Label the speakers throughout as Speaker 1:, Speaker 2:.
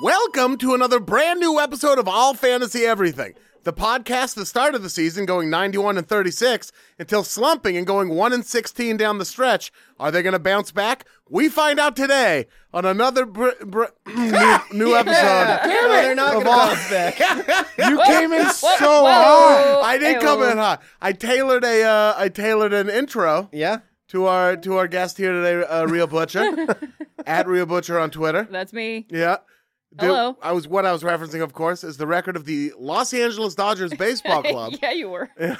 Speaker 1: Welcome to another brand new episode of All Fantasy Everything, the podcast that started the season going 91 and 36 until slumping and going 1 and 16 down the stretch. Are they going to bounce back? We find out today on another br- br- new, new episode.
Speaker 2: Damn it. They're not going to
Speaker 1: all-
Speaker 2: bounce back.
Speaker 1: You came in so
Speaker 2: Whoa.
Speaker 1: hot. I did come
Speaker 3: Ew.
Speaker 1: in hot. I tailored a uh, I tailored an intro
Speaker 2: yeah.
Speaker 1: to our to our guest here today, uh, Rhea Butcher, at Rhea Butcher on Twitter.
Speaker 3: That's me.
Speaker 1: Yeah. The-
Speaker 3: Hello.
Speaker 1: I was what I was referencing, of course, is the record of the Los Angeles Dodgers baseball club.
Speaker 3: yeah, you were.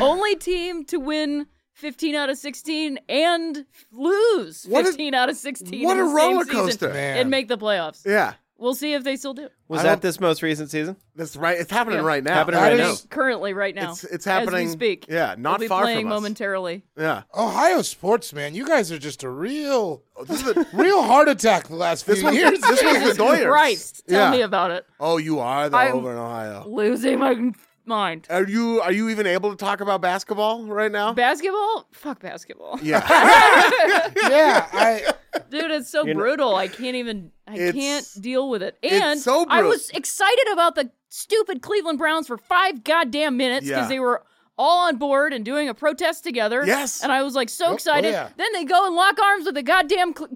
Speaker 3: Only team to win 15 out of 16 and lose
Speaker 1: What a-
Speaker 3: 15 out of 16.
Speaker 1: what a
Speaker 3: in the same
Speaker 1: roller
Speaker 3: season
Speaker 1: coaster.
Speaker 2: Man.
Speaker 3: And make the playoffs.
Speaker 1: yeah,
Speaker 3: We'll see if they still do.
Speaker 2: Was
Speaker 1: I
Speaker 2: that
Speaker 1: don't-
Speaker 2: this most recent season?
Speaker 1: that's right. It's happening
Speaker 3: Yeah.
Speaker 1: right now.
Speaker 2: Happening
Speaker 1: That
Speaker 2: right
Speaker 1: is-
Speaker 2: now.
Speaker 3: Currently, right now.
Speaker 1: It's- it's happening-
Speaker 3: As we speak.
Speaker 1: yeah, not
Speaker 3: We'll be
Speaker 1: far
Speaker 3: playing
Speaker 1: from us.
Speaker 3: momentarily.
Speaker 1: Yeah.
Speaker 4: Ohio sports, man, you guys are just a real,
Speaker 1: Oh, this is a,
Speaker 4: real heart attack the last few
Speaker 1: this one,
Speaker 4: years.
Speaker 1: this was the Doyers.
Speaker 3: Christ, tell
Speaker 1: Yeah.
Speaker 3: me about it.
Speaker 1: Oh, you are though
Speaker 3: I'm-
Speaker 1: over in Ohio.
Speaker 3: Losing my mind.
Speaker 1: Are you are you even able to talk about basketball right now?
Speaker 3: Basketball? Fuck basketball.
Speaker 1: yeah.
Speaker 4: yeah, I,
Speaker 3: Dude, it's so brutal. I can't even. I
Speaker 1: It's-
Speaker 3: can't deal with it.
Speaker 1: it's
Speaker 3: And
Speaker 1: so
Speaker 3: I
Speaker 1: brutal.
Speaker 3: was excited about the stupid Cleveland Browns for five goddamn minutes because
Speaker 1: Yeah.
Speaker 3: they were all on board and doing a protest together.
Speaker 1: Yes. Oh,
Speaker 3: And I was like so excited.
Speaker 4: yeah.
Speaker 3: Then they go and lock arms with the goddamn Cle-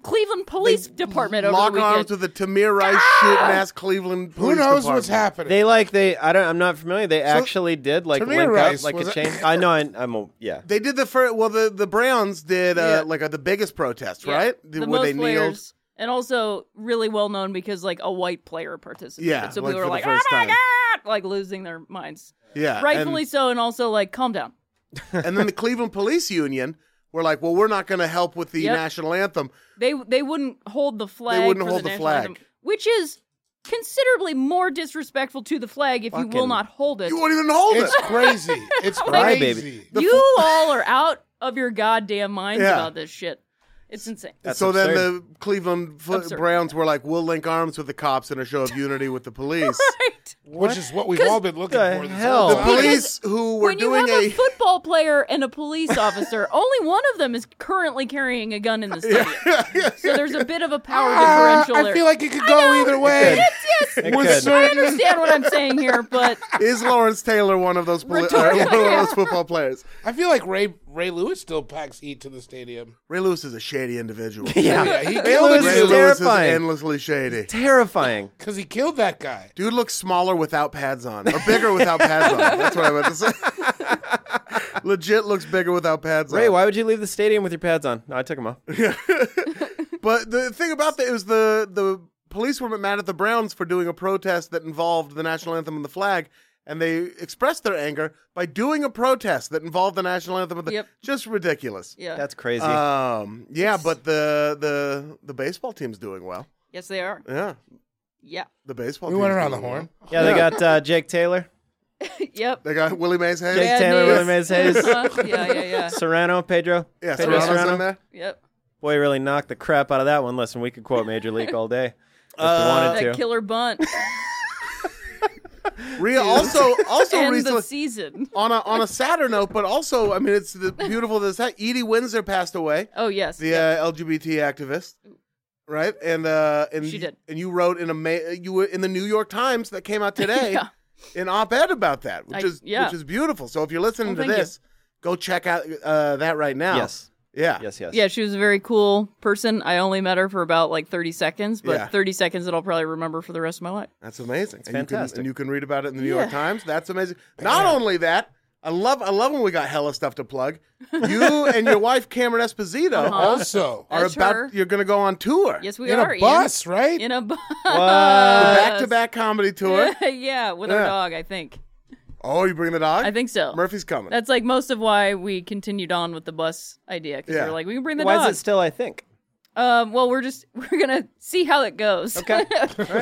Speaker 3: Cleveland Police Department over
Speaker 1: Lock
Speaker 3: the weekend.
Speaker 1: arms with the Tamir Rice shooting ass Cleveland.
Speaker 4: who
Speaker 1: Police
Speaker 4: knows what's
Speaker 1: Department.
Speaker 4: happening?
Speaker 2: They like they I don't I'm not familiar. They actually did like
Speaker 4: Tamir
Speaker 2: link
Speaker 4: Rice
Speaker 2: up like
Speaker 4: was
Speaker 2: a
Speaker 4: a-
Speaker 2: chain. I know I, I'm a yeah.
Speaker 1: They did the first. Well, the, the Browns did uh,
Speaker 3: Yeah.
Speaker 1: like uh, the biggest protest,
Speaker 3: Yeah.
Speaker 1: right?
Speaker 3: The
Speaker 1: Where
Speaker 3: most
Speaker 1: they kneeled.
Speaker 3: players. And also really well known because like a white player participated.
Speaker 1: Yeah,
Speaker 3: So
Speaker 1: like,
Speaker 3: people
Speaker 1: for
Speaker 3: were
Speaker 1: the
Speaker 3: like, oh
Speaker 1: first
Speaker 3: my
Speaker 1: time."
Speaker 3: God, like losing their minds.
Speaker 1: Yeah, and-
Speaker 3: Rightfully so. And also like, calm down.
Speaker 1: and then the Cleveland Police Union were like, "Well, we're not going to help with the
Speaker 3: Yep.
Speaker 1: national anthem."
Speaker 3: They they wouldn't hold the flag.
Speaker 1: wouldn't
Speaker 3: for
Speaker 1: hold the
Speaker 3: the, national
Speaker 1: flag.
Speaker 3: anthem, which is considerably more disrespectful to the flag if you will
Speaker 2: Fucking-
Speaker 3: not hold it.
Speaker 1: You won't even hold
Speaker 4: it's
Speaker 1: it.
Speaker 4: crazy. It's
Speaker 2: Crybaby.
Speaker 4: crazy.
Speaker 3: You all are out of your goddamn minds
Speaker 1: Yeah.
Speaker 3: about this shit. It's insane.
Speaker 2: That's
Speaker 1: so then
Speaker 2: absurd.
Speaker 1: the Cleveland Fo-
Speaker 3: Absurd,
Speaker 1: Browns were like, "We'll link arms with the cops in a show of unity with the police."
Speaker 3: Right.
Speaker 4: Which is what we've
Speaker 3: What
Speaker 4: all been looking
Speaker 2: the
Speaker 4: for. this
Speaker 2: hell?
Speaker 4: whole
Speaker 1: The
Speaker 4: time.
Speaker 3: Because
Speaker 1: police who were
Speaker 3: When you
Speaker 1: doing
Speaker 3: have a
Speaker 1: a
Speaker 3: football player and a police officer, only one of them is currently carrying a gun in the stadium. So there's a bit of a power
Speaker 4: Ah,
Speaker 3: differential
Speaker 4: I
Speaker 3: there.
Speaker 4: feel like it could go either way.
Speaker 2: It
Speaker 4: With
Speaker 2: could.
Speaker 3: I
Speaker 4: certain-
Speaker 3: understand what I'm saying here, but
Speaker 1: is Lawrence Taylor one of those poli- or one
Speaker 3: Rhetorical,
Speaker 1: of
Speaker 3: yeah.
Speaker 1: those football players?
Speaker 4: I feel like Ray Ray Lewis still packs heat to the stadium.
Speaker 1: Ray Lewis is a shady individual.
Speaker 2: yeah.
Speaker 4: Yeah, he
Speaker 2: Ray
Speaker 4: killed
Speaker 2: Lewis
Speaker 1: Ray
Speaker 2: is
Speaker 4: it
Speaker 1: Lewis is
Speaker 2: terrifying.
Speaker 1: endlessly shady.
Speaker 2: Terrifying.
Speaker 4: because he killed that guy.
Speaker 1: Dude looks smaller without pads on, or bigger without pads on. That's what I meant to say. Legit looks bigger without pads
Speaker 2: Ray,
Speaker 1: on.
Speaker 2: why would you leave the stadium with your pads on? No, I took them off.
Speaker 1: But the thing about that is the the police were mad at the Browns for doing a protest that involved the national anthem and the flag, and they expressed their anger by doing a protest that involved the national anthem. And the,
Speaker 3: Yep.
Speaker 1: Just ridiculous.
Speaker 3: Yeah.
Speaker 2: That's crazy.
Speaker 1: Um. Yeah, but the the the baseball team's doing well.
Speaker 3: yes, they are.
Speaker 1: Yeah,
Speaker 3: Yeah.
Speaker 1: the baseball.
Speaker 4: We
Speaker 1: team's
Speaker 4: went around the
Speaker 1: doing
Speaker 4: horn.
Speaker 2: yeah, they got uh, Jake Taylor,
Speaker 3: yep.
Speaker 1: Well. They got Willie Mays Hayes.
Speaker 2: Jake
Speaker 3: Bad
Speaker 2: Taylor,
Speaker 3: news.
Speaker 2: Willie Mays Hayes,
Speaker 3: Uh, yeah, yeah, yeah.
Speaker 2: Serrano, Pedro.
Speaker 1: Yeah,
Speaker 2: Pedro
Speaker 1: Serrano's in there.
Speaker 3: Yep.
Speaker 2: Boy, really knocked the crap out of that one. Listen, we could quote Major League all day if we wanted
Speaker 3: That
Speaker 2: to.
Speaker 3: killer bunt
Speaker 1: Rhea also also
Speaker 3: and
Speaker 1: recently
Speaker 3: the season.
Speaker 1: on a on a sadder note, but also I mean it's the beautiful this Edie Windsor passed away,
Speaker 3: Oh yes.
Speaker 1: the
Speaker 3: Yep.
Speaker 1: uh, LGBT activist, right? And uh, and
Speaker 3: She did.
Speaker 1: and you wrote in a ma- you were in the New York Times that came out today
Speaker 3: Yeah.
Speaker 1: an op-ed about that, which
Speaker 3: I-
Speaker 1: is
Speaker 3: yeah.
Speaker 1: which is beautiful. So if you're listening
Speaker 3: Oh,
Speaker 1: to
Speaker 3: thank you.
Speaker 1: this, go check out uh, that right now.
Speaker 2: Yes,
Speaker 1: yeah,
Speaker 2: yes, yes.
Speaker 3: Yeah, she was a very cool person. I only met her for about like 30 seconds, but
Speaker 1: Yeah.
Speaker 3: 30 seconds that I'll probably remember for the rest of my life.
Speaker 1: that's amazing. It's
Speaker 2: fantastic.
Speaker 1: and you can read about it in the New York
Speaker 3: Yeah.
Speaker 1: Times. That's amazing. Not only that. I love I love when we got hella stuff to plug. You and your wife Cameron Esposito
Speaker 2: uh,
Speaker 4: Also,
Speaker 1: are
Speaker 3: Uh-huh. That's
Speaker 1: about
Speaker 3: her.
Speaker 1: you're going to go on tour.
Speaker 3: Yes, we
Speaker 4: in
Speaker 3: are.
Speaker 4: a bus, right?
Speaker 3: Ian. In a bus.
Speaker 2: What?
Speaker 1: back to back comedy tour.
Speaker 3: yeah, with
Speaker 1: Yeah.
Speaker 3: our dog, I think.
Speaker 1: oh, you bring the dog?
Speaker 3: I think so.
Speaker 1: Murphy's coming.
Speaker 3: That's like most of why we continued on with the bus idea because
Speaker 1: Yeah.
Speaker 3: we are like, we can bring the
Speaker 2: Why
Speaker 3: dog.
Speaker 2: is it still? I think.
Speaker 3: um, well, we're just we're gonna see how it goes.
Speaker 2: Okay.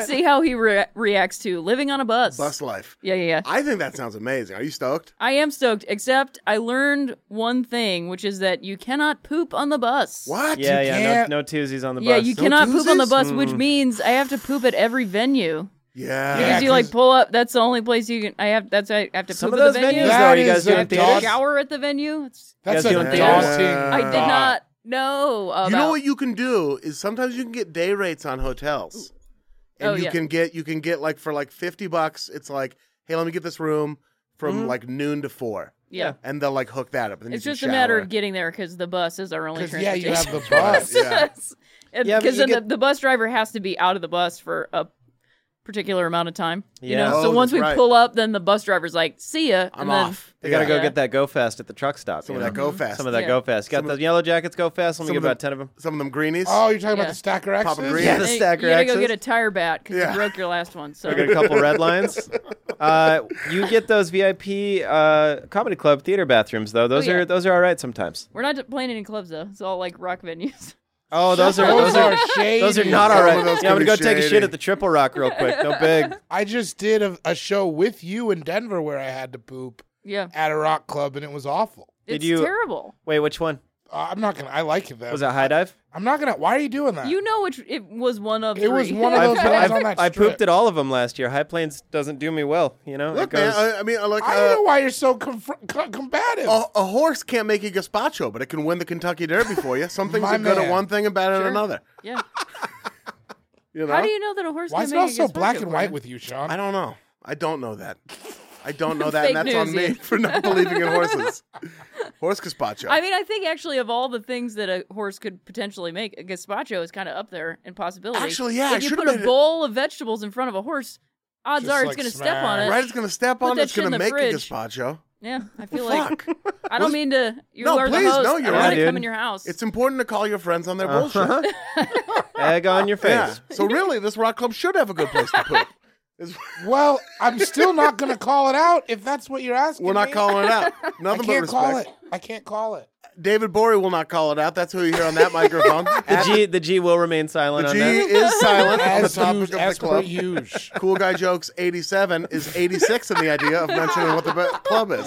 Speaker 3: see how he re- reacts to living on a bus.
Speaker 1: Bus life.
Speaker 3: Yeah, yeah, yeah.
Speaker 1: I think that sounds amazing. Are you stoked?
Speaker 3: I am stoked, except I learned one thing, which is that you cannot poop on the bus.
Speaker 1: What?
Speaker 2: Yeah,
Speaker 4: You
Speaker 2: yeah.
Speaker 4: can't-
Speaker 2: No, no twosies on the
Speaker 3: Yeah,
Speaker 2: bus.
Speaker 3: you cannot poop on the
Speaker 1: Doozies?
Speaker 3: bus, which means I have to poop at every venue.
Speaker 1: Yeah.
Speaker 3: Because you like pull up. That's the only place you can. I have. That's I have to
Speaker 2: Some
Speaker 3: poop
Speaker 2: of those
Speaker 3: at the venue.
Speaker 2: venues,
Speaker 3: I
Speaker 2: though,
Speaker 4: That
Speaker 2: you guys
Speaker 4: is
Speaker 2: doing
Speaker 4: a
Speaker 3: have to
Speaker 2: theaters?
Speaker 4: dog-
Speaker 3: shower at the venue. It's-
Speaker 4: That's
Speaker 2: You guys
Speaker 4: a daunting.
Speaker 2: doing theaters?
Speaker 3: I did
Speaker 4: thought.
Speaker 3: not know about.
Speaker 1: You know what you can do is sometimes you can get day rates on hotels. And
Speaker 3: Oh,
Speaker 1: you
Speaker 3: yeah.
Speaker 1: can get you can get like for like 50 bucks, it's like, "Hey, let me get this room from like noon to 4."
Speaker 3: yeah.
Speaker 1: And they'll like hook that up. And then
Speaker 3: Mm-hmm. It's
Speaker 1: you can
Speaker 3: just a matter
Speaker 1: shower.
Speaker 3: of getting there because the bus is our only
Speaker 4: 'Cause,
Speaker 3: transportation.
Speaker 4: yeah, you have the bus.
Speaker 1: Yeah.
Speaker 2: Yeah, but
Speaker 3: Because
Speaker 2: you
Speaker 3: then
Speaker 2: get-
Speaker 3: the, the bus driver has to be out of the bus for a particular amount of time. You
Speaker 2: Yeah.
Speaker 3: know? so
Speaker 1: Oh,
Speaker 3: once
Speaker 1: that's
Speaker 3: we
Speaker 1: right.
Speaker 3: pull up, then the bus driver's like, "See ya."
Speaker 1: I'm
Speaker 3: and then,
Speaker 1: off.
Speaker 2: They gotta
Speaker 1: Yeah.
Speaker 2: go
Speaker 3: Yeah.
Speaker 2: get that Go Fast at the truck stop.
Speaker 1: some
Speaker 2: you
Speaker 1: of
Speaker 2: know?
Speaker 1: that go fast.
Speaker 2: Some of that
Speaker 3: Mm-hmm. Yeah.
Speaker 2: Go Fast. Got the Yellow Jackets Go Fast. Let
Speaker 1: some
Speaker 2: me get
Speaker 1: of the-
Speaker 2: about ten of them.
Speaker 1: some of them greenies.
Speaker 4: Oh, you're talking
Speaker 3: Yeah.
Speaker 4: about the stacker X's?
Speaker 1: Papa Green.
Speaker 2: Yeah, the
Speaker 3: Hey,
Speaker 2: stacker
Speaker 3: you gotta go
Speaker 2: axes.
Speaker 3: get a tire bat because
Speaker 1: Yeah.
Speaker 3: you broke your last one. So
Speaker 2: I got a couple red lines. Uh, you get those VIP uh, comedy club theater bathrooms though. Those
Speaker 3: Oh, yeah.
Speaker 2: are those are all right sometimes.
Speaker 3: we're not playing any clubs though. It's all like rock venues.
Speaker 2: Oh, those are
Speaker 4: Those
Speaker 2: those
Speaker 4: are
Speaker 2: are
Speaker 4: shady.
Speaker 2: those are not e-
Speaker 1: Some
Speaker 2: all
Speaker 1: of those
Speaker 2: right. Yeah,
Speaker 1: can
Speaker 2: I'm gonna
Speaker 1: be
Speaker 2: go take a shit
Speaker 1: shady.
Speaker 2: at the Triple Rock real quick. No big.
Speaker 4: I just did a, a show with you in Denver where I had to poop
Speaker 3: Yeah,
Speaker 4: at a rock club and it was awful.
Speaker 3: it's
Speaker 2: you-
Speaker 3: terrible.
Speaker 2: Wait, which one
Speaker 4: Uh, I'm not gonna. I like it though.
Speaker 2: was that? High dive.
Speaker 4: I'm not gonna. Why are you doing that?
Speaker 3: You know which it was one of.
Speaker 4: It was
Speaker 3: three.
Speaker 4: one of those ones on that
Speaker 2: I
Speaker 4: strip.
Speaker 2: pooped at all of them last year. High Plains doesn't do me well. You know.
Speaker 1: Look,
Speaker 2: it
Speaker 1: man,
Speaker 2: goes,
Speaker 1: I, I mean, I like
Speaker 4: I don't
Speaker 1: uh, Oh,
Speaker 4: know why you're so confr co- combative.
Speaker 1: A, a horse can't make you gazpacho, but it can win the Kentucky Derby for you. Some things
Speaker 4: My
Speaker 1: are good at
Speaker 4: man.
Speaker 1: one thing and bad at
Speaker 3: Sure.
Speaker 1: another.
Speaker 3: yeah.
Speaker 1: You know?
Speaker 3: How do you know that a horse?
Speaker 4: why
Speaker 3: can
Speaker 4: is it
Speaker 3: make
Speaker 4: all
Speaker 3: a
Speaker 4: so
Speaker 3: gazpacho
Speaker 4: black and
Speaker 3: for
Speaker 4: white
Speaker 3: you?
Speaker 4: with you, Sean?
Speaker 1: I don't know. I don't know that. I don't know that, and
Speaker 3: Fake
Speaker 1: that's on
Speaker 3: news,
Speaker 1: me
Speaker 3: yeah.
Speaker 1: for not believing in horses. Horse gazpacho.
Speaker 3: I mean, I think actually of all the things that a horse could potentially make, a gazpacho is kind of up there in possibility.
Speaker 1: Actually, yeah, I
Speaker 3: If you
Speaker 1: should've
Speaker 3: put a
Speaker 1: made it-
Speaker 3: bowl of vegetables in front of a horse, odds
Speaker 4: Just
Speaker 3: are
Speaker 4: like
Speaker 3: it's going to step on it.
Speaker 1: right? It's gonna step on.
Speaker 3: that
Speaker 1: It's
Speaker 3: shit in
Speaker 1: gonna
Speaker 3: the
Speaker 1: make a
Speaker 3: fridge.
Speaker 1: gazpacho.
Speaker 3: Yeah, I feel like
Speaker 1: Fuck.
Speaker 3: I don't mean to. You
Speaker 1: No,
Speaker 3: are
Speaker 1: please,
Speaker 3: the host.
Speaker 1: no,
Speaker 3: I
Speaker 1: you're
Speaker 3: don't
Speaker 1: right,
Speaker 3: wanna
Speaker 2: dude.
Speaker 3: come in your house.
Speaker 1: It's important to call your friends on their bullshit.
Speaker 2: Egg on your face.
Speaker 1: Yeah. So really, this rock club should have a good place to poop. It's-
Speaker 4: Well, I'm still not gonna call it out if that's what you're asking.
Speaker 1: We're not
Speaker 4: me.
Speaker 1: calling it out.
Speaker 4: I
Speaker 1: Nothing but
Speaker 4: can't
Speaker 1: respect.
Speaker 4: call it. I can't call it.
Speaker 1: David Bory will not call it out. That's who you hear on that microphone.
Speaker 2: The G the G will remain silent
Speaker 1: The
Speaker 2: on
Speaker 1: G
Speaker 2: that.
Speaker 1: is silent on the
Speaker 4: As
Speaker 1: topic of
Speaker 4: huge,
Speaker 1: the
Speaker 4: as per
Speaker 1: club.
Speaker 4: huge.
Speaker 1: Cool Guy Jokes 87 is 86 in the idea of mentioning what the be- club is.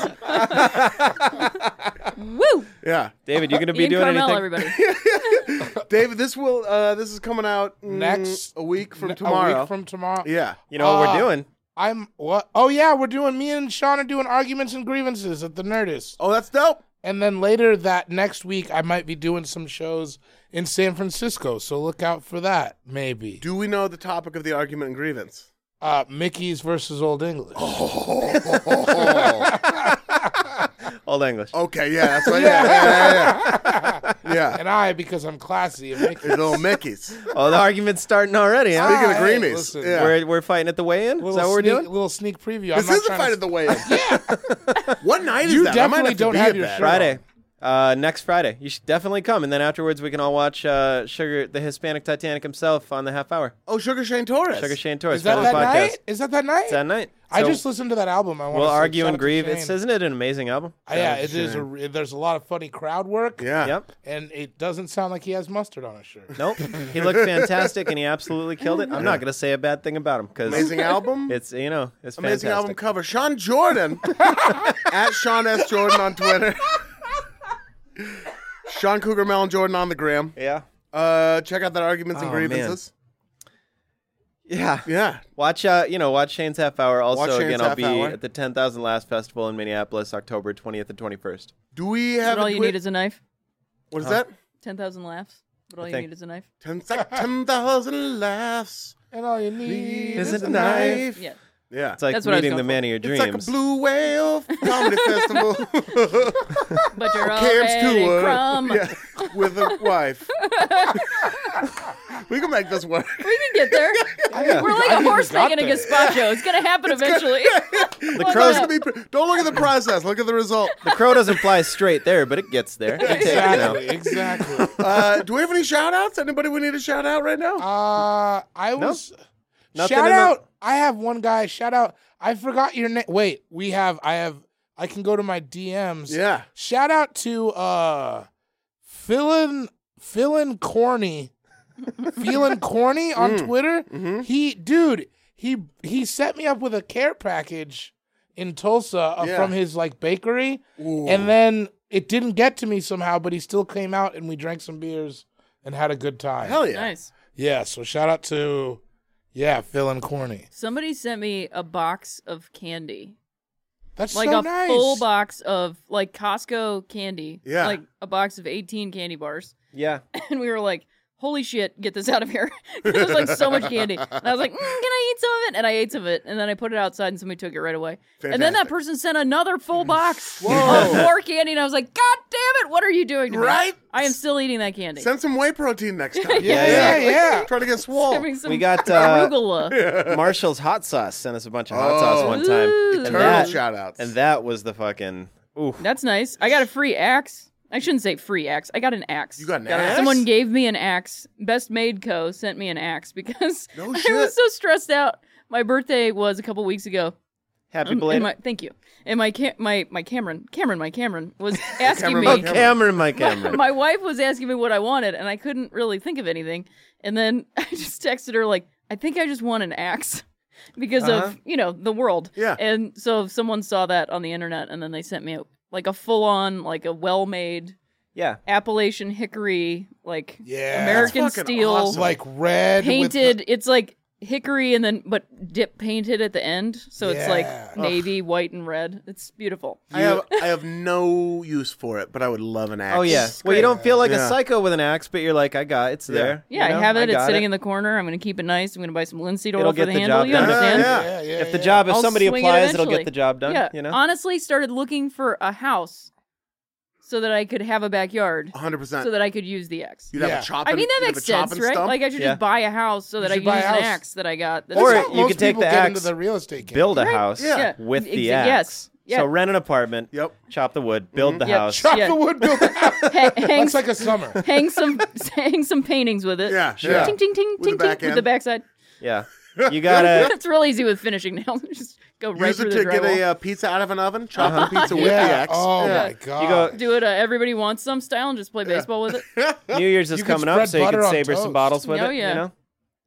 Speaker 3: Woo!
Speaker 1: Yeah.
Speaker 2: David, you gonna be
Speaker 3: Ian
Speaker 2: doing
Speaker 3: Carmel,
Speaker 2: anything?
Speaker 3: everybody.
Speaker 1: David, this will uh, this is coming out mm,
Speaker 4: Next
Speaker 1: a week from
Speaker 4: n-
Speaker 1: tomorrow.
Speaker 4: A week from tomorrow.
Speaker 1: yeah.
Speaker 2: You know what
Speaker 4: Uh,
Speaker 2: we're doing?
Speaker 4: I'm what? Oh yeah, we're doing. Me and Sean are doing arguments and grievances at the Nerdist,
Speaker 1: Oh, that's dope.
Speaker 4: and then later that next week I might be doing some shows in San Francisco. So look out for that, maybe.
Speaker 1: Do we know the topic of the argument and grievance?
Speaker 4: Uh, Mickey's versus Old English.
Speaker 1: Oh.
Speaker 2: Old English.
Speaker 1: Okay, yeah, that's right. Yeah, yeah, yeah. Yeah. yeah.
Speaker 4: And I, because I'm classy, and Mickey.
Speaker 1: It's little Mickey's.
Speaker 2: Oh, the argument's starting already, huh?
Speaker 1: Speaking of
Speaker 4: hey,
Speaker 1: greenies.
Speaker 4: listen,
Speaker 1: yeah.
Speaker 2: We're, we're fighting at the weigh-in. Is
Speaker 4: Little
Speaker 2: that what we're
Speaker 4: sneak-
Speaker 2: doing?
Speaker 4: Little sneak preview. I'm
Speaker 1: this
Speaker 4: not
Speaker 1: is the
Speaker 4: trying
Speaker 1: fight
Speaker 4: to-
Speaker 1: of the way in. yeah. What night is
Speaker 4: You
Speaker 1: that? I might
Speaker 4: definitely
Speaker 1: have to
Speaker 4: don't
Speaker 1: be
Speaker 4: have
Speaker 1: at
Speaker 4: your
Speaker 1: that.
Speaker 4: shirt.
Speaker 2: Friday. uh, next Friday. You should definitely come, and then afterwards we can all watch uh, Sugar, the Hispanic Titanic himself, on the half hour.
Speaker 1: Oh, Sugar Shane Torres.
Speaker 2: Sugar Shane Torres.
Speaker 4: Is that
Speaker 2: friend of
Speaker 4: that
Speaker 2: the podcast.
Speaker 4: night? Is that that night?
Speaker 2: It's that night.
Speaker 4: I
Speaker 2: So
Speaker 4: just listened to that album. I want
Speaker 2: We'll
Speaker 4: to
Speaker 2: argue and grieve. Oh, It's isn't it an amazing album?
Speaker 4: Uh, yeah, it is. A, there's a lot of funny crowd work.
Speaker 1: Yeah.
Speaker 2: Yep.
Speaker 4: and it doesn't sound like he has mustard on his shirt.
Speaker 2: Nope. He looked fantastic, and he absolutely killed it. I'm not gonna say a bad thing about him because
Speaker 1: Amazing album.
Speaker 2: it's you know it's
Speaker 1: Amazing
Speaker 2: fantastic.
Speaker 1: album cover. Sean Jordan at Sean S. Jordan on Twitter. Sean Cougar Mellon Jordan on the gram.
Speaker 2: Yeah.
Speaker 1: Uh, check out that arguments and
Speaker 2: Oh, man.
Speaker 1: grievances.
Speaker 2: Yeah.
Speaker 1: Yeah,
Speaker 2: Watch uh you know, watch Shane's half hour. Also
Speaker 1: Watch Shane's
Speaker 2: again I'll
Speaker 1: Half
Speaker 2: be
Speaker 1: Hour.
Speaker 2: at the ten thousand last festival in Minneapolis, October twentieth and twenty first.
Speaker 1: do we have
Speaker 3: But
Speaker 1: a
Speaker 3: all you
Speaker 1: Twi-
Speaker 3: need is a knife.
Speaker 1: what is that?
Speaker 3: Ten thousand laughs. But all you
Speaker 2: think-
Speaker 3: need is a knife.
Speaker 1: Ten sec- ten thousand laughs.
Speaker 4: And all you need
Speaker 2: Is
Speaker 4: is
Speaker 2: it
Speaker 4: a
Speaker 2: not- knife.
Speaker 3: Yeah.
Speaker 1: Yeah,
Speaker 2: It's like
Speaker 3: That's what I was
Speaker 2: meeting the
Speaker 3: going
Speaker 2: man of your
Speaker 1: It's
Speaker 2: dreams.
Speaker 1: like a blue whale comedy festival.
Speaker 3: But you're
Speaker 1: Cam's
Speaker 3: already
Speaker 1: too
Speaker 3: crumb.
Speaker 1: uh, Yeah, with a wife. we can make this work.
Speaker 3: We can get there. We're like a horse making a gazpacho. It's gonna happen eventually.
Speaker 2: the
Speaker 3: Look
Speaker 2: crow's
Speaker 3: it
Speaker 1: Be pr- Don't look at the process. Look at the result.
Speaker 2: the crow doesn't fly straight there, but it gets there. It takes, you know.
Speaker 4: Exactly, exactly.
Speaker 1: Uh, do we have any shout outs? Anybody we need to shout out right now?
Speaker 4: Uh, I was.
Speaker 2: Nothing
Speaker 4: Shout
Speaker 2: in the-
Speaker 4: out! I have one guy. Shout out! I forgot your name. Wait, we have. I have. I can go to my DMs.
Speaker 1: yeah.
Speaker 4: Shout out to uh, Philin Philin Corny, Philin Corny on
Speaker 2: Mm.
Speaker 4: Twitter.
Speaker 2: Mm-hmm.
Speaker 4: He dude, he he set me up with a care package in Tulsa uh,
Speaker 1: Yeah.
Speaker 4: from his like bakery, and then it didn't get to me somehow. But he still came out, and we drank some beers and had a good time.
Speaker 1: Hell yeah.
Speaker 3: Nice.
Speaker 4: Yeah, so shout out to yeah, Phil and Corny.
Speaker 3: Somebody sent me a box of candy.
Speaker 4: That's
Speaker 3: Like
Speaker 4: so
Speaker 3: a
Speaker 4: nice.
Speaker 3: full box of like Costco candy.
Speaker 1: Yeah.
Speaker 3: Like a box of 18 candy bars.
Speaker 2: Yeah.
Speaker 3: and we were like, "Holy shit, get this out of here!" There's like so much candy. And I was like, mm, "Can I eat some of it?" And I ate some of it, and then I put it outside, and somebody took it right away. And then that
Speaker 1: Fantastic. Mm.
Speaker 3: person sent another full box of more candy, and I was like, "God damn it, what are you doing?" To me?"
Speaker 1: Right?
Speaker 3: I am still eating that candy.
Speaker 1: Send some whey protein next time.
Speaker 4: Yeah, yeah, yeah.
Speaker 1: Try to get swole.
Speaker 3: Having some
Speaker 2: We got uh,
Speaker 3: arugula.
Speaker 2: Marshall's hot sauce sent us a bunch of hot sauce
Speaker 1: Oh.
Speaker 2: one time.
Speaker 3: Ooh.
Speaker 2: And
Speaker 1: Turtle
Speaker 2: that,
Speaker 1: shout outs.
Speaker 2: and that was the fucking oof.
Speaker 3: That's nice. I got a free axe. I shouldn't say free axe. I got an axe.
Speaker 1: You got an axe?
Speaker 3: Someone gave me an axe. Best Made Co. sent me an axe because
Speaker 1: No
Speaker 3: I
Speaker 1: shit.
Speaker 3: was so stressed out. My birthday was a couple weeks ago,
Speaker 2: Happy
Speaker 3: Um,
Speaker 2: belated.
Speaker 3: and my- thank you. And my Cam- my my Cameron, Cameron, my Cameron was asking
Speaker 1: Cameron,
Speaker 3: me.
Speaker 1: my
Speaker 2: oh, Cameron, my Cameron.
Speaker 3: My wife was asking me what I wanted, and I couldn't really think of anything. And then I just texted her like, "I think I just want an axe." Because of you know the world,
Speaker 1: Uh-huh. Yeah.
Speaker 3: And so someone saw that on the internet, and then they sent me a, like a full on, like a well made
Speaker 2: yeah.
Speaker 3: Appalachian hickory, like
Speaker 4: Yeah.
Speaker 3: American
Speaker 1: That's fucking
Speaker 3: steel
Speaker 1: awesome.
Speaker 4: Like red
Speaker 3: painted. It's like hickory and then but dip painted at the end, so it's
Speaker 4: Yeah.
Speaker 3: like navy, white, and red. It's beautiful.
Speaker 1: I have I have no use for it, but I would love an axe.
Speaker 2: Oh yeah. Well, you don't feel like
Speaker 1: Yeah.
Speaker 2: a psycho with an axe, but you're like, I got it's there.
Speaker 3: Yeah,
Speaker 2: you know?
Speaker 3: I have it. it's
Speaker 2: got
Speaker 3: sitting in the corner. I'm gonna keep it nice. I'm gonna buy some linseed
Speaker 2: It'll
Speaker 3: oil
Speaker 2: get
Speaker 3: for the,
Speaker 2: the
Speaker 3: handle.
Speaker 2: job
Speaker 3: You
Speaker 2: done.
Speaker 1: Yeah,
Speaker 3: understand?
Speaker 1: yeah.
Speaker 4: with, yeah, yeah,
Speaker 2: If the
Speaker 4: yeah.
Speaker 2: job, if
Speaker 3: I'll
Speaker 2: somebody
Speaker 3: swing it
Speaker 2: applies, it'll
Speaker 3: eventually.
Speaker 2: get the job done.
Speaker 3: Yeah.
Speaker 2: You know.
Speaker 3: Honestly, started looking for a house so that I could have a backyard,
Speaker 1: 100%.
Speaker 3: so that I could use the axe.
Speaker 1: you'd
Speaker 4: Yeah.
Speaker 1: have a chop.
Speaker 3: I mean
Speaker 1: and-
Speaker 3: that
Speaker 1: you'd have
Speaker 3: makes
Speaker 1: a chop
Speaker 3: sense,
Speaker 1: and
Speaker 3: right?
Speaker 1: stump.
Speaker 3: Like I should
Speaker 2: Yeah.
Speaker 3: just buy a house so that I
Speaker 4: should
Speaker 3: could
Speaker 4: buy
Speaker 3: use
Speaker 4: a
Speaker 3: an
Speaker 4: house.
Speaker 3: axe that I got. That's
Speaker 4: That's
Speaker 2: Or
Speaker 4: how
Speaker 2: you
Speaker 4: most
Speaker 2: could take
Speaker 4: people
Speaker 2: the
Speaker 4: get into
Speaker 2: axe,
Speaker 4: the real estate. game.
Speaker 2: Build a
Speaker 3: Right.
Speaker 2: house
Speaker 1: Yeah.
Speaker 2: with the
Speaker 3: Exa-
Speaker 2: axe.
Speaker 3: yes. Yeah. Mm-hmm.
Speaker 2: So rent an apartment.
Speaker 1: Yep.
Speaker 2: Chop the wood. Build the
Speaker 3: Yep.
Speaker 2: house.
Speaker 4: Chop
Speaker 3: Yeah.
Speaker 4: the wood. Build a house.
Speaker 3: Ha- hang,
Speaker 4: That's like a summer.
Speaker 3: hang some hang some paintings with it.
Speaker 1: Yeah, Sure. yeah.
Speaker 3: Ting ting ting
Speaker 1: With the
Speaker 3: ting ting
Speaker 1: back
Speaker 3: with
Speaker 1: end.
Speaker 3: the backside.
Speaker 2: Yeah. You gotta.
Speaker 3: That's real easy with finishing nails. Just go right
Speaker 1: Use
Speaker 3: through
Speaker 1: it
Speaker 3: the
Speaker 1: to get
Speaker 3: drywall.
Speaker 1: a uh, pizza out of an oven, chop
Speaker 2: Uh-huh.
Speaker 1: the pizza with the
Speaker 4: yeah.
Speaker 1: axe.
Speaker 4: Oh
Speaker 1: Yeah.
Speaker 4: my god.
Speaker 2: You go.
Speaker 3: Do it. Uh, everybody wants some style and just play baseball with it.
Speaker 2: New Year's is
Speaker 4: You could
Speaker 2: coming up,
Speaker 4: spread
Speaker 2: so you
Speaker 4: butter
Speaker 2: can
Speaker 4: on
Speaker 2: saber
Speaker 4: toast.
Speaker 2: some bottles with
Speaker 3: Oh,
Speaker 2: it.
Speaker 3: yeah.
Speaker 2: You know.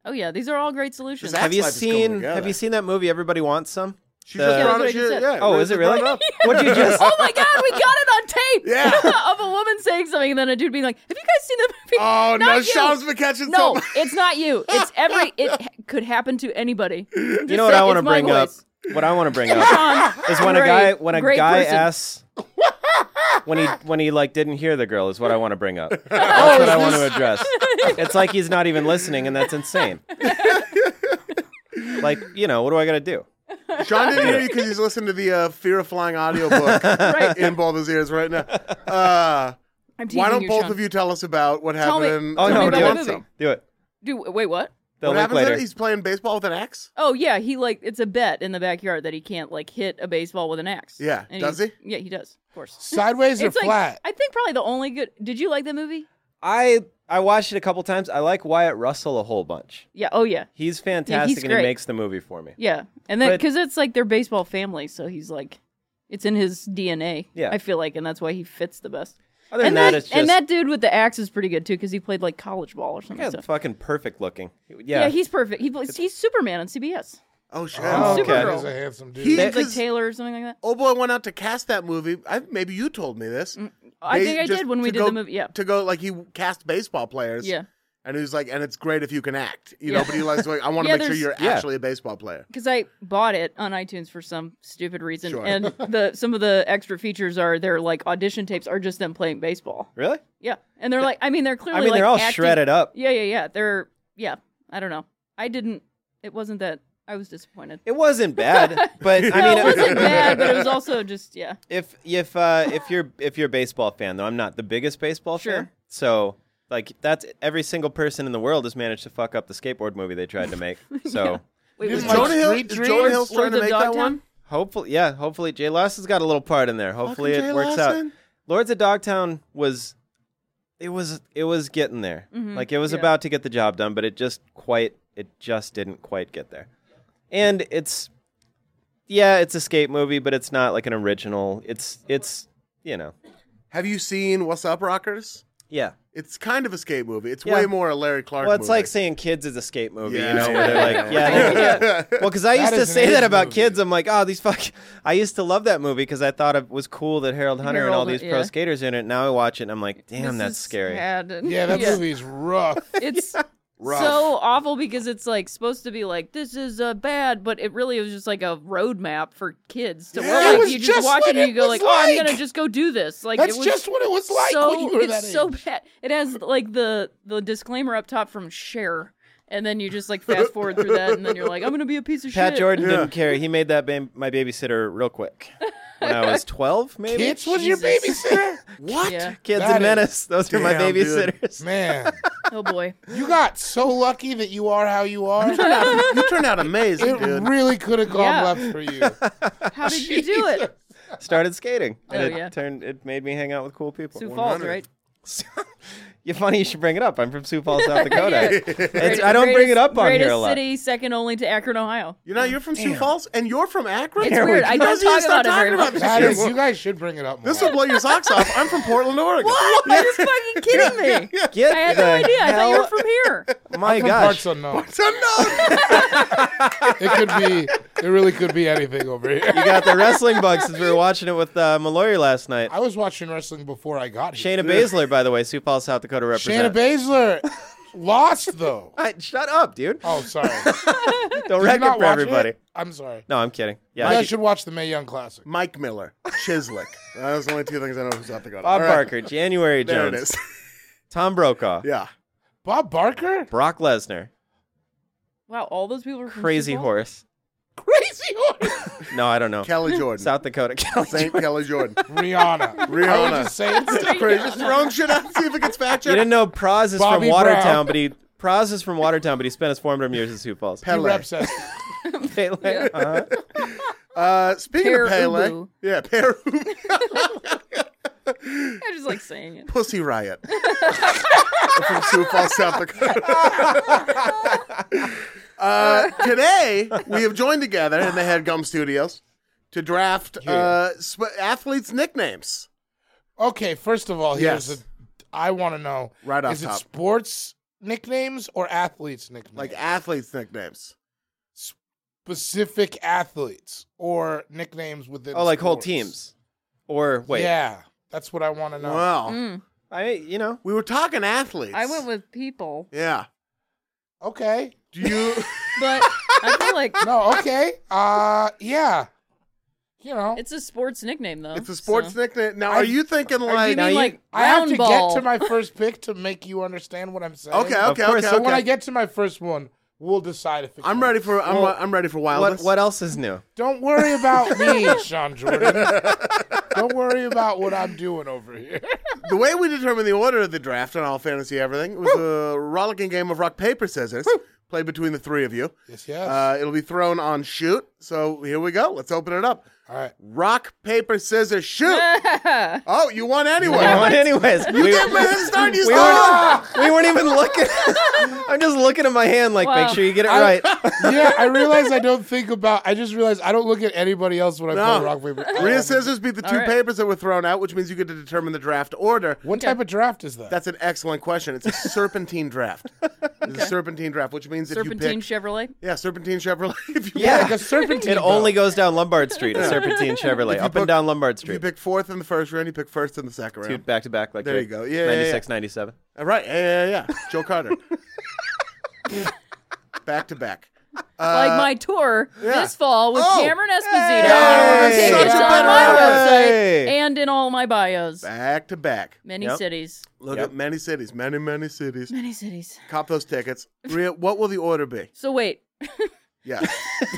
Speaker 3: Oh yeah, these are all great
Speaker 1: Does
Speaker 3: solutions.
Speaker 1: that-
Speaker 2: Have you
Speaker 1: That's why it's coming
Speaker 2: seen Have
Speaker 1: together.
Speaker 2: you seen that movie? Everybody wants some.
Speaker 1: She
Speaker 2: The-
Speaker 1: just
Speaker 2: Yeah,
Speaker 1: brought
Speaker 3: that's
Speaker 1: it
Speaker 3: what
Speaker 1: here.
Speaker 3: I just
Speaker 1: Yeah,
Speaker 3: said.
Speaker 2: Oh, is it
Speaker 1: brought
Speaker 2: really?
Speaker 1: up.
Speaker 2: What'd you just?
Speaker 3: oh my god, we got it on tape.
Speaker 1: Yeah.
Speaker 3: of a woman saying something, and then a dude being like, "Have you guys seen the movie?"
Speaker 1: Oh
Speaker 3: Not
Speaker 1: no,
Speaker 3: you.
Speaker 1: Sean's been catching
Speaker 3: No,
Speaker 1: something.
Speaker 3: it's not you. It's every. It ha- could happen to anybody.
Speaker 2: You know what I want to bring up? What I want to bring up is when a guy when a
Speaker 3: great
Speaker 2: guy
Speaker 3: person.
Speaker 2: asks when he when he like didn't hear the girl is what I want to bring
Speaker 3: Oh,
Speaker 2: up. That's what I want to address. It's like he's not even listening, and that's insane. Like you know, what do I got to do?
Speaker 1: Sean didn't hear you because he's listening to the uh, Fear of Flying audiobook
Speaker 3: Right.
Speaker 1: in both his ears right now. Uh,
Speaker 3: I'm teasing
Speaker 1: why don't
Speaker 3: you,
Speaker 1: both
Speaker 3: Sean.
Speaker 1: of you tell us about what
Speaker 3: Tell
Speaker 1: happened
Speaker 3: me-
Speaker 1: in
Speaker 3: tell
Speaker 2: me
Speaker 1: Everybody
Speaker 2: about
Speaker 1: Wants
Speaker 3: the movie.
Speaker 1: Some?
Speaker 2: Do it.
Speaker 3: Do wait what?
Speaker 2: They'll
Speaker 1: what
Speaker 2: link
Speaker 1: happens?
Speaker 2: later.
Speaker 1: Is he's playing baseball with an axe.
Speaker 3: Oh yeah, he like it's a bet in the backyard that he can't like hit a baseball with an axe.
Speaker 1: Yeah,
Speaker 3: And
Speaker 1: does
Speaker 3: he's- Yeah, he does. Of course.
Speaker 4: Sideways or
Speaker 3: it's like
Speaker 4: flat?
Speaker 3: I think probably the only good. Did you like that movie?
Speaker 2: I I watched it a couple times. I like Wyatt Russell a whole bunch.
Speaker 3: Yeah. Oh yeah.
Speaker 2: He's fantastic, and
Speaker 3: great.
Speaker 2: he makes the movie for me.
Speaker 3: Yeah. And then
Speaker 2: But-
Speaker 3: because it's like their baseball family, so he's like, it's in his DNA.
Speaker 2: Yeah.
Speaker 3: I feel like, and that's why he fits the best.
Speaker 2: Other than
Speaker 3: and
Speaker 2: that, it's just
Speaker 3: and that dude with the axe is pretty good too because he played like college ball or something.
Speaker 2: yeah,
Speaker 3: so.
Speaker 2: fucking perfect looking. Yeah,
Speaker 3: yeah. he's perfect. He plays, he's Superman on CBS.
Speaker 1: Oh shit!
Speaker 4: Oh,
Speaker 3: okay.
Speaker 4: He's a handsome dude.
Speaker 1: He-
Speaker 3: It's like
Speaker 1: Because-
Speaker 3: Taylor or something like that.
Speaker 1: Oh boy, went out to cast that movie. I, maybe you told me this.
Speaker 3: I
Speaker 1: They
Speaker 3: think I
Speaker 1: just-
Speaker 3: did when we
Speaker 1: to
Speaker 3: did
Speaker 1: go-
Speaker 3: the movie. Yeah.
Speaker 1: To go like he cast baseball players.
Speaker 3: Yeah.
Speaker 1: And he was like, and it's great if you can act, you know.
Speaker 3: Yeah.
Speaker 1: But he likes, like, I want to
Speaker 3: Yeah,
Speaker 1: make sure
Speaker 3: there's-
Speaker 1: you're
Speaker 2: Yeah.
Speaker 1: actually a baseball player.
Speaker 3: because I bought it on iTunes for some stupid reason,
Speaker 1: Sure.
Speaker 3: and the some of the extra features are their like audition tapes are just them playing baseball.
Speaker 2: really.
Speaker 3: Yeah, and they're like, I mean, they're
Speaker 2: I
Speaker 3: clearly
Speaker 2: mean,
Speaker 3: like,
Speaker 2: they're all
Speaker 3: acting-
Speaker 2: shredded up.
Speaker 3: Yeah, yeah, yeah. They're yeah. I don't know. I didn't. It wasn't that I was disappointed.
Speaker 2: It wasn't bad, but I
Speaker 3: no,
Speaker 2: mean,
Speaker 3: it wasn't bad, but it was also just yeah.
Speaker 2: if if uh, if you're if you're a baseball fan, though, I'm not the biggest baseball
Speaker 3: Sure.
Speaker 2: fan. So like that's every single person in the world has managed to fuck up the skateboard movie they tried to make. So
Speaker 3: Wait, was
Speaker 4: Didn't like
Speaker 3: Jonah-
Speaker 1: Jonah Hill,
Speaker 4: Street
Speaker 1: is
Speaker 4: Dreams?
Speaker 1: Jonah Hill's
Speaker 3: Lords
Speaker 1: trying to
Speaker 3: of
Speaker 1: make that
Speaker 3: Dogtown?
Speaker 1: one.
Speaker 2: hopefully, yeah, hopefully Jay Lawson's got a little part in there. Hopefully
Speaker 1: Fucking
Speaker 2: it
Speaker 1: Jay
Speaker 2: works
Speaker 1: Lawson.
Speaker 2: out. Lords of Dogtown was it was it was getting there.
Speaker 1: Mm-hmm.
Speaker 2: Like it was
Speaker 3: yeah.
Speaker 2: about to get the job done, but it just quite it just didn't quite get there. And it's yeah, it's a skate movie, but it's not like an original. It's it's you know.
Speaker 1: Have you seen What's Up, Rockers?
Speaker 2: Yeah.
Speaker 1: It's kind of a skate movie. It's
Speaker 2: Yeah.
Speaker 1: way more a Larry Clark.
Speaker 2: Well, it's
Speaker 1: movie.
Speaker 2: like saying kids is a skate movie,
Speaker 1: Yeah.
Speaker 2: you know, where they're like, yeah. they- Well, because I
Speaker 4: That
Speaker 2: used to
Speaker 4: is an
Speaker 2: say that
Speaker 4: age
Speaker 2: about
Speaker 4: movie.
Speaker 2: kids. I'm like, oh, these fuck. I used to love that movie because I thought it was cool that Harold Hunter and all
Speaker 3: Harold,
Speaker 2: these
Speaker 3: yeah.
Speaker 2: pro skaters in it. Now I watch it and I'm like,
Speaker 3: this
Speaker 2: damn, that's
Speaker 3: is
Speaker 2: scary.
Speaker 3: sad. And-
Speaker 4: yeah, that movie's rough.
Speaker 3: It's so awful because it's like supposed to be like this is uh, bad, but it really was just like a roadmap for kids to
Speaker 4: Yeah,
Speaker 3: where
Speaker 4: it
Speaker 3: like
Speaker 4: was
Speaker 3: you just
Speaker 4: just
Speaker 3: watch
Speaker 4: what
Speaker 3: it and you
Speaker 4: it
Speaker 3: go
Speaker 4: was
Speaker 3: like, oh, I'm
Speaker 4: like."
Speaker 3: gonna just go do this. Like
Speaker 4: That's
Speaker 3: it was
Speaker 4: just what it was like
Speaker 3: so
Speaker 4: when you were
Speaker 3: it's
Speaker 4: that
Speaker 3: so
Speaker 4: age.
Speaker 3: bad. It has like the the disclaimer up top from Cher, and then you just like fast forward through that, and then you're like, I'm gonna be a piece of
Speaker 2: Pat
Speaker 3: shit.
Speaker 2: Jordan didn't care. He made that ba- my babysitter real quick when I was 12, maybe.
Speaker 4: Kids was your
Speaker 3: Jesus.
Speaker 4: babysitter?
Speaker 1: what?
Speaker 3: Yeah.
Speaker 2: Kids
Speaker 4: That
Speaker 2: and
Speaker 4: is-
Speaker 2: Menace. Those were my
Speaker 1: Damn, dude.
Speaker 2: babysitters.
Speaker 4: Man,
Speaker 3: Oh boy.
Speaker 4: you got so lucky that you are how you are.
Speaker 1: you turned out amazing,
Speaker 4: It
Speaker 1: dude.
Speaker 4: really could have gone
Speaker 3: Yeah.
Speaker 4: left for you.
Speaker 3: How did you do it?
Speaker 2: Started skating, and
Speaker 3: Oh,
Speaker 2: it
Speaker 3: yeah.
Speaker 2: turned. It made me hang out with cool people.
Speaker 3: Sioux Falls, right?
Speaker 2: You're funny. You should bring it up. I'm from Sioux Falls, South Dakota.
Speaker 3: Yeah.
Speaker 2: It's- I don't bring it up on here a lot.
Speaker 3: Greatest city, second only to Akron, Ohio.
Speaker 1: You know, you're from Sioux Falls, and you're from Akron.
Speaker 3: It's weird. I
Speaker 1: You guys
Speaker 3: don't
Speaker 1: need to
Speaker 3: talk
Speaker 1: start
Speaker 3: about it very
Speaker 1: talking
Speaker 3: much.
Speaker 1: about
Speaker 4: That
Speaker 1: this
Speaker 4: is,
Speaker 1: shit.
Speaker 4: you guys should bring it up more.
Speaker 1: This will blow your socks off. I'm from Portland, Oregon.
Speaker 3: What? Are you fucking kidding me?
Speaker 2: Get
Speaker 3: I had
Speaker 2: the
Speaker 3: no idea. I thought you
Speaker 2: hell-
Speaker 3: were from here.
Speaker 2: My
Speaker 4: Some
Speaker 2: gosh.
Speaker 4: parts unknown.
Speaker 1: So no.
Speaker 4: It could be. It really could be anything over
Speaker 2: You
Speaker 4: here.
Speaker 2: got the wrestling bug since we were watching it with uh, Mallory last night.
Speaker 4: I was watching wrestling before I got here.
Speaker 2: Shayna Baszler, by the way, Sioux Falls, South Dakota
Speaker 4: Shayna
Speaker 2: representative.
Speaker 4: Baszler lost though.
Speaker 2: Ba- shut up, dude.
Speaker 4: Oh, sorry. Did
Speaker 2: Don't
Speaker 4: you
Speaker 2: wreck it
Speaker 4: not
Speaker 2: for
Speaker 4: watch
Speaker 2: everybody.
Speaker 4: it? I'm sorry.
Speaker 2: No, I'm kidding.
Speaker 4: You
Speaker 2: Yeah,
Speaker 4: guys
Speaker 2: she-
Speaker 4: should watch the May Young Classic.
Speaker 1: Mike Miller, Chislick. That was the only two things I know from South Dakota. All
Speaker 2: Bob
Speaker 1: right.
Speaker 2: Barker, January
Speaker 1: There
Speaker 2: Jones,
Speaker 1: it is.
Speaker 2: Tom Brokaw,
Speaker 1: yeah.
Speaker 4: Bob Barker,
Speaker 2: Brock Lesnar,
Speaker 3: Wow, all those people were from
Speaker 2: Crazy
Speaker 3: Sioux Falls?
Speaker 2: Horse.
Speaker 4: crazy horse.
Speaker 2: No, I don't know.
Speaker 1: Kelly Jordan.
Speaker 2: South Dakota, Kelly
Speaker 1: Saint
Speaker 2: Jordan.
Speaker 1: Kelly Jordan.
Speaker 4: Rihanna. I would
Speaker 1: Rihanna.
Speaker 4: just say it's
Speaker 1: It's crazy. Just throwing shit out. See if it gets fact
Speaker 2: You
Speaker 1: checked.
Speaker 2: didn't know Praz is
Speaker 4: Bobby
Speaker 2: from
Speaker 4: Brown.
Speaker 2: Watertown, but he Praz is from Watertown, but he spent his formative years in Sioux Falls.
Speaker 4: he
Speaker 1: Pele.
Speaker 4: reps us.
Speaker 2: Uh-huh.
Speaker 1: Uh, speaking
Speaker 3: Pear
Speaker 1: of Pele,
Speaker 3: Ubu.
Speaker 1: yeah, Pear
Speaker 3: I just like saying it.
Speaker 1: Pussy Riot from Sioux Falls, South Dakota. uh, today, we have joined together in the Headgum Studios to draft uh, sp- athletes' nicknames.
Speaker 4: Okay, first of all, here's
Speaker 1: Yes.
Speaker 4: a. I want to know.
Speaker 1: Right off
Speaker 4: Is it
Speaker 1: top.
Speaker 4: sports nicknames or athletes nicknames?
Speaker 1: Like athletes' nicknames.
Speaker 4: specific athletes or nicknames within.
Speaker 2: oh, like whole
Speaker 4: sports.
Speaker 2: teams, or wait,
Speaker 4: Yeah, that's what I want to know.
Speaker 1: Wow.
Speaker 2: I you know
Speaker 1: We were talking athletes.
Speaker 3: Mm. I went with people,
Speaker 1: Yeah.
Speaker 4: Okay.
Speaker 1: Do you.
Speaker 3: but I feel like
Speaker 4: No. Okay. Uh. Yeah. You know.
Speaker 3: it's a sports nickname though.
Speaker 1: it's a sports
Speaker 3: so.
Speaker 1: nickname. Now, are you thinking
Speaker 3: Or do you
Speaker 1: like.
Speaker 3: mean
Speaker 2: you-
Speaker 3: like
Speaker 4: I have
Speaker 3: round
Speaker 4: to
Speaker 3: ball?
Speaker 4: get to my first pick to make you understand what I'm saying.
Speaker 1: Okay,
Speaker 4: So
Speaker 1: okay,
Speaker 2: course,
Speaker 1: okay.
Speaker 2: so
Speaker 1: okay.
Speaker 4: when I get to my first one, we'll decide if it's
Speaker 1: I'm ready for I'm,
Speaker 2: Well,
Speaker 1: I'm ready for
Speaker 2: what
Speaker 1: wildness.
Speaker 2: what else is new?
Speaker 4: Don't worry about me, Sean Jordan. Don't worry about what I'm doing over here.
Speaker 1: The way we determined the order of the draft on all fantasy everything was a rollicking game of rock paper scissors, play between the three of you.
Speaker 4: Yes, yes.
Speaker 1: Uh, it'll be thrown on shoot. So here we go. Let's open it up.
Speaker 4: All right.
Speaker 1: Rock, paper, scissors, shoot. oh, you won anyway.
Speaker 2: You won anyways.
Speaker 1: You gave me a head start. You
Speaker 2: we,
Speaker 1: stole
Speaker 2: weren't, we weren't even looking. I'm just looking at my hand, like,
Speaker 3: Wow.
Speaker 2: make sure you get it
Speaker 4: I-
Speaker 2: right.
Speaker 4: yeah, I realize I don't think about. I just realized I don't look at anybody else when I
Speaker 1: No.
Speaker 4: play rock paper.
Speaker 1: Rhea Scissors beat the two
Speaker 3: All right.
Speaker 1: papers that were thrown out, which means you get to determine the draft order.
Speaker 4: What type of draft is that?
Speaker 1: That's an excellent question. It's a serpentine draft. It's a serpentine draft, which means if
Speaker 3: Serpentine
Speaker 1: you pick,
Speaker 3: Chevrolet.
Speaker 1: yeah, serpentine Chevrolet. If you
Speaker 4: yeah, like
Speaker 2: Yeah.
Speaker 4: a serpentine.
Speaker 2: It
Speaker 4: dog.
Speaker 2: only goes down Lombard Street, a serpentine Chevrolet, up
Speaker 1: book-
Speaker 2: and down Lombard
Speaker 1: If you
Speaker 2: Street.
Speaker 1: pick fourth in the first round, you pick first in the second
Speaker 2: Two
Speaker 1: round.
Speaker 2: back to back, like
Speaker 1: There you
Speaker 2: the
Speaker 1: go. Yeah, yeah, yeah.
Speaker 2: 96, 97.
Speaker 1: All right, yeah, yeah, yeah. Joe Carter. back to back.
Speaker 3: like my tour this fall with
Speaker 1: Uh, Oh.
Speaker 3: Cameron Esposito.
Speaker 1: Hey.
Speaker 3: It's
Speaker 1: Such a
Speaker 3: on my
Speaker 1: better-
Speaker 3: website
Speaker 2: Hey.
Speaker 3: and in all my bios.
Speaker 1: Back to back.
Speaker 3: Many
Speaker 2: Yep.
Speaker 3: cities.
Speaker 1: Look
Speaker 2: Yep.
Speaker 1: at many cities, many, many cities.
Speaker 3: Many cities.
Speaker 1: Cop those tickets. Rhea, what will the order be?
Speaker 3: So wait,
Speaker 1: Yeah.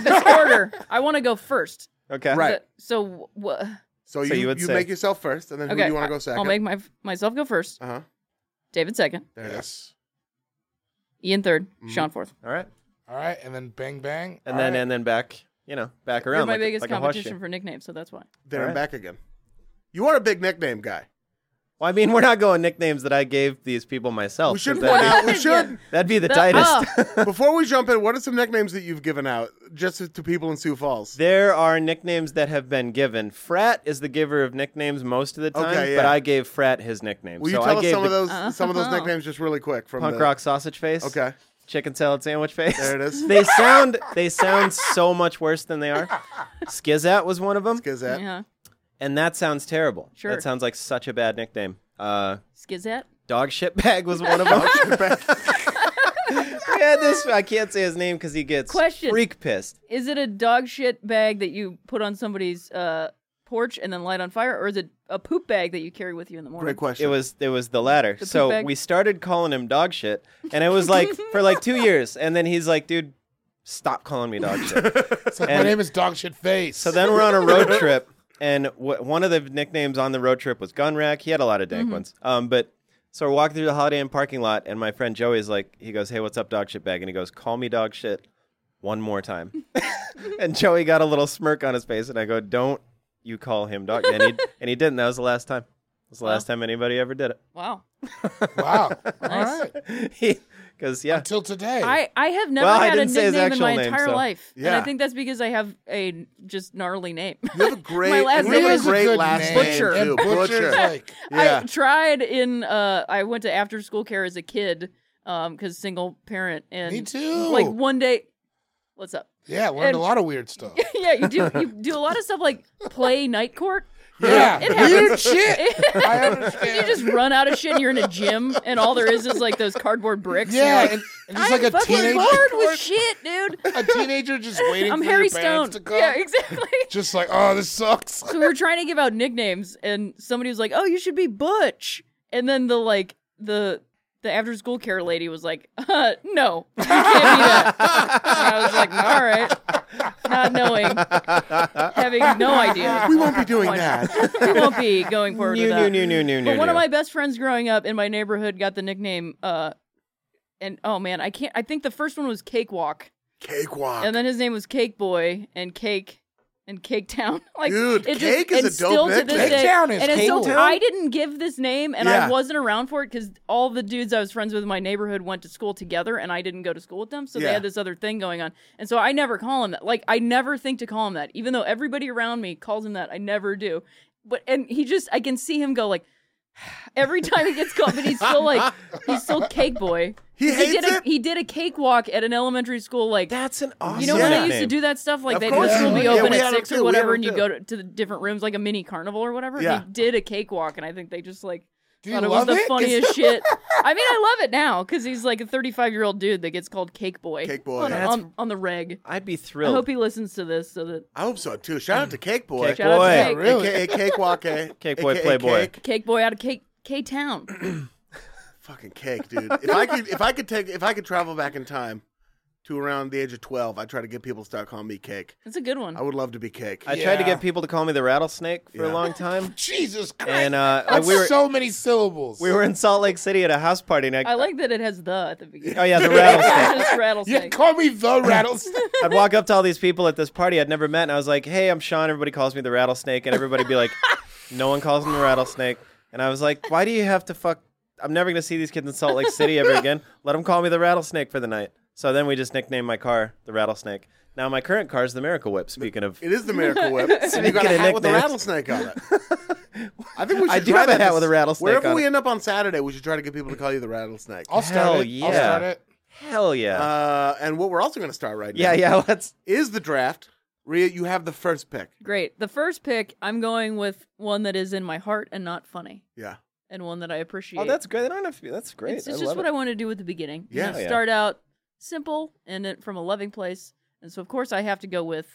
Speaker 3: this order. I want to go first.
Speaker 2: Okay.
Speaker 1: Right.
Speaker 3: So, so wha-
Speaker 1: So you,
Speaker 2: So
Speaker 1: you,
Speaker 2: you would say-
Speaker 1: make yourself first, and then who
Speaker 3: okay.
Speaker 1: do you want to
Speaker 3: I-
Speaker 1: go second?
Speaker 3: I'll make my myself go first.
Speaker 1: Uh huh.
Speaker 3: David second.
Speaker 1: There it is.
Speaker 4: Yes.
Speaker 3: Ian 3rd
Speaker 1: Mm-hmm.
Speaker 3: Sean fourth.
Speaker 2: All right.
Speaker 4: All right, and then bang bang.
Speaker 2: And
Speaker 4: All
Speaker 2: then
Speaker 4: right.
Speaker 2: and then back, you know, back
Speaker 3: You're
Speaker 2: around.
Speaker 3: my
Speaker 2: like, a-
Speaker 3: biggest
Speaker 2: like a horseshoe.
Speaker 3: competition for nicknames, so that's why.
Speaker 1: There
Speaker 2: All
Speaker 1: and
Speaker 2: right.
Speaker 1: back again. You are a big nickname guy.
Speaker 2: Well, I mean, we're not going nicknames that I gave these people myself.
Speaker 1: We
Speaker 2: 'cause
Speaker 1: should
Speaker 2: that'd
Speaker 1: point
Speaker 2: be-
Speaker 1: out. Oh. We should.
Speaker 2: That'd be the
Speaker 3: That-
Speaker 2: tightest.
Speaker 1: Before we jump in, what are some nicknames that you've given out just to, to people in Sioux Falls?
Speaker 2: There are nicknames that have been given. Frat is the giver of nicknames most of the time,
Speaker 1: Okay, yeah.
Speaker 2: but I gave Frat his nickname.
Speaker 1: Will you
Speaker 2: so
Speaker 1: tell
Speaker 2: I
Speaker 1: us
Speaker 2: gave
Speaker 1: some
Speaker 2: the
Speaker 1: of those some of those
Speaker 3: Uh-huh.
Speaker 1: nicknames just really quick from
Speaker 2: punk
Speaker 1: the,
Speaker 2: rock sausage face.
Speaker 1: Okay.
Speaker 2: Chicken salad sandwich face.
Speaker 1: There it is.
Speaker 2: they sound they sound so much worse than they are. Skizat was one of them,
Speaker 1: Gazette.
Speaker 3: Yeah.
Speaker 2: and that sounds terrible.
Speaker 3: Sure.
Speaker 2: That sounds like such a bad nickname. Uh,
Speaker 3: Skizat.
Speaker 2: dog shit bag was one of them.
Speaker 1: Oh,
Speaker 2: we had this. I can't say his name because he gets
Speaker 3: Question.
Speaker 2: freak pissed.
Speaker 3: Is it a dog shit bag that you put on somebody's uh, porch and then light on fire, or is it a poop bag that you carry with you in the morning?
Speaker 1: Great question.
Speaker 2: It was it was the latter.
Speaker 3: poop
Speaker 2: so
Speaker 3: bag.
Speaker 2: we started calling him dog shit, and it was like for like two years, and then he's like, dude, stop calling me dog shit.
Speaker 4: It's like, my
Speaker 2: and-
Speaker 4: name is dog shit face.
Speaker 2: so then we're on a road trip, and w- one of the nicknames on the road trip was gun rack. He had a lot of dank
Speaker 3: Mm-hmm.
Speaker 2: ones, um, but. So we're walking through the Holiday Inn parking lot, and my friend Joey's like, he goes, "Hey, what's up, dog shit bag?" And he goes, "Call me dog shit one more time." and Joey got a little smirk on his face, and I go, "Don't you call him dog?" And he and he didn't. That was the last time. That was the last time anybody ever did it.
Speaker 3: Wow.
Speaker 4: wow. All right.
Speaker 2: because yeah,
Speaker 4: Till today.
Speaker 3: I, I have never
Speaker 2: Well, I
Speaker 3: had a
Speaker 2: didn't say his
Speaker 3: nickname in my
Speaker 2: actual name,
Speaker 3: entire
Speaker 2: so-
Speaker 3: life. And
Speaker 1: Yeah.
Speaker 3: I think that's because I have a just gnarly name.
Speaker 1: You have a great,
Speaker 3: My last
Speaker 1: you have
Speaker 3: name
Speaker 1: a
Speaker 3: is-
Speaker 1: great last name
Speaker 3: Butcher.
Speaker 1: too.
Speaker 4: And Butcher's like,
Speaker 1: Yeah.
Speaker 3: I tried in uh I went to after school care as a kid um cuz single parent and
Speaker 4: Me too.
Speaker 3: like one day What's up?
Speaker 4: yeah, learned
Speaker 3: And-
Speaker 4: a lot of weird stuff.
Speaker 3: yeah, you do you do a lot of stuff like play night court.
Speaker 4: Yeah,
Speaker 3: It happens.
Speaker 4: weird shit. I understand.
Speaker 3: You just run out of shit and you're in a gym and all there is is like those cardboard bricks.
Speaker 4: yeah,
Speaker 3: and
Speaker 4: and, and
Speaker 3: you're
Speaker 4: just
Speaker 3: like,
Speaker 4: like a
Speaker 3: I'm fucking
Speaker 4: teenager,
Speaker 3: bored with shit, dude.
Speaker 4: a teenager just waiting
Speaker 3: I'm
Speaker 4: for
Speaker 3: Harry
Speaker 4: your
Speaker 3: Stone.
Speaker 4: parents to come.
Speaker 3: Yeah, exactly.
Speaker 4: Just like, oh, this sucks.
Speaker 3: so we were trying to give out nicknames and somebody was like oh you should be butch and then the like the the after school care lady was like uh, no you can't be that and i was like all right not knowing having no idea
Speaker 1: We won't be doing
Speaker 3: Why not?
Speaker 1: that.
Speaker 3: we won't be going forward
Speaker 2: new,
Speaker 3: with
Speaker 2: new,
Speaker 3: that
Speaker 2: new, new, new,
Speaker 3: but
Speaker 2: new.
Speaker 3: one of my best friends growing up in my neighborhood got the nickname uh and oh man i can't i think the first one was cakewalk
Speaker 1: Cakewalk.
Speaker 3: and then his name was Cake Boy and Cake and Cake Town. Like
Speaker 1: Dude,
Speaker 3: it just-
Speaker 1: Cake is
Speaker 3: and
Speaker 1: a dope
Speaker 3: still to
Speaker 1: nickname.
Speaker 3: this
Speaker 4: Cake
Speaker 3: day-
Speaker 4: Town is
Speaker 3: and it's
Speaker 4: Cake
Speaker 3: so
Speaker 4: Town?
Speaker 3: I didn't give this name, and
Speaker 1: Yeah.
Speaker 3: I wasn't around for it because all the dudes I was friends with in my neighborhood went to school together, and I didn't go to school with them, so
Speaker 1: Yeah.
Speaker 3: they had this other thing going on, and so I never call him that. Like I never think to call him that, even though everybody around me calls him that. I never do, but and he just I can see him go like. Every time he gets called, but he's still like he's still cake boy.
Speaker 1: He
Speaker 3: did
Speaker 1: hates
Speaker 3: a,
Speaker 1: it?
Speaker 3: He did a cakewalk at an elementary school like
Speaker 2: that's an awesome.
Speaker 3: you know when they used to
Speaker 2: nickname.
Speaker 3: do that stuff, like
Speaker 1: Of
Speaker 3: they'd
Speaker 1: course.
Speaker 3: have school be
Speaker 1: Yeah,
Speaker 3: open
Speaker 1: we
Speaker 3: at
Speaker 1: had 'em
Speaker 3: six
Speaker 1: too, we
Speaker 3: or
Speaker 1: had
Speaker 3: whatever,
Speaker 1: 'em
Speaker 3: and you
Speaker 1: too.
Speaker 3: go to, to the different rooms, like a mini carnival or whatever.
Speaker 1: Yeah.
Speaker 3: He did a cakewalk, and I think they just like
Speaker 4: Do you
Speaker 3: thought it was
Speaker 4: love
Speaker 3: the
Speaker 4: it?
Speaker 3: funniest shit. I mean, I love it now because he's like a 35 year old dude that gets called Cake Boy.
Speaker 1: Cake Boy.
Speaker 3: on,
Speaker 1: That's-
Speaker 3: on, on the reg.
Speaker 2: I'd be
Speaker 3: I
Speaker 2: thrilled.
Speaker 3: hope he listens to this so that
Speaker 1: I hope so too. Shout out to Cake Boy.
Speaker 2: Cake
Speaker 3: shout out
Speaker 2: Boy.
Speaker 3: to
Speaker 2: Yeah,
Speaker 3: Cake,
Speaker 4: really.
Speaker 1: AKA Cakewalk. eh?
Speaker 2: Cake Boy
Speaker 1: AKA
Speaker 2: Playboy.
Speaker 1: Cake.
Speaker 3: Cake Boy out of Cake K Town.
Speaker 1: Fucking cake, dude. If I could, if I could take, if I could travel back in time, to around the age of 12, I try to get people to start calling me Cake.
Speaker 3: It's a good one.
Speaker 1: I would love to be Cake.
Speaker 2: I tried to
Speaker 4: Yeah.
Speaker 2: get people to call me the rattlesnake for
Speaker 1: Yeah.
Speaker 2: a long time,
Speaker 4: Jesus Christ.
Speaker 2: and uh,
Speaker 4: That's
Speaker 2: we were
Speaker 4: so many syllables.
Speaker 2: we were in Salt Lake City at a house party, and I,
Speaker 3: I like that it has the at the beginning.
Speaker 2: oh yeah, the rattlesnake.
Speaker 3: Just
Speaker 4: Yeah,
Speaker 3: rattlesnake.
Speaker 4: call me the rattlesnake.
Speaker 2: I'd walk up to all these people at this party I'd never met, and I was like, "Hey, I'm Sean. Everybody calls me the rattlesnake," and everybody'd be like, "No one calls me the rattlesnake." And I was like, "Why do you have to fuck? I'm never gonna see these kids in Salt Lake City ever again. Let them call me the rattlesnake for the night." So then we just nicknamed my car the rattlesnake. Now my current car is the Miracle Whip. Speaking of,
Speaker 1: It is the Miracle Whip. and you got
Speaker 2: Speaking
Speaker 1: a
Speaker 2: of
Speaker 1: hat with a
Speaker 2: nicknames.
Speaker 1: rattlesnake on it. I think we should
Speaker 2: I do
Speaker 1: try
Speaker 2: have a
Speaker 1: that
Speaker 2: hat
Speaker 1: this-
Speaker 2: with a rattlesnake
Speaker 1: Wherever
Speaker 2: on
Speaker 1: we
Speaker 2: it. Oh.
Speaker 1: end up on Saturday, we should try to get people to call you the rattlesnake.
Speaker 4: I'll start
Speaker 2: Hell
Speaker 4: it. I'll
Speaker 2: yeah.
Speaker 4: start it.
Speaker 2: hell yeah,
Speaker 1: Uh, and what we're also going to start right now
Speaker 2: yeah, yeah. Let's.
Speaker 1: is the draft. Rhea, you have the first pick.
Speaker 3: Great. The first pick, I'm going with one that is in my heart and not funny,
Speaker 1: Yeah.
Speaker 3: and one that I appreciate.
Speaker 2: Oh, that's great. They don't have to be. That's great.
Speaker 3: It's, it's
Speaker 2: I
Speaker 3: just
Speaker 2: love
Speaker 3: what
Speaker 2: it.
Speaker 3: I want to do at the beginning. You
Speaker 1: Yeah.
Speaker 3: know,
Speaker 2: Yeah.
Speaker 3: Start out simple and it, from a loving place, and so of course I have to go with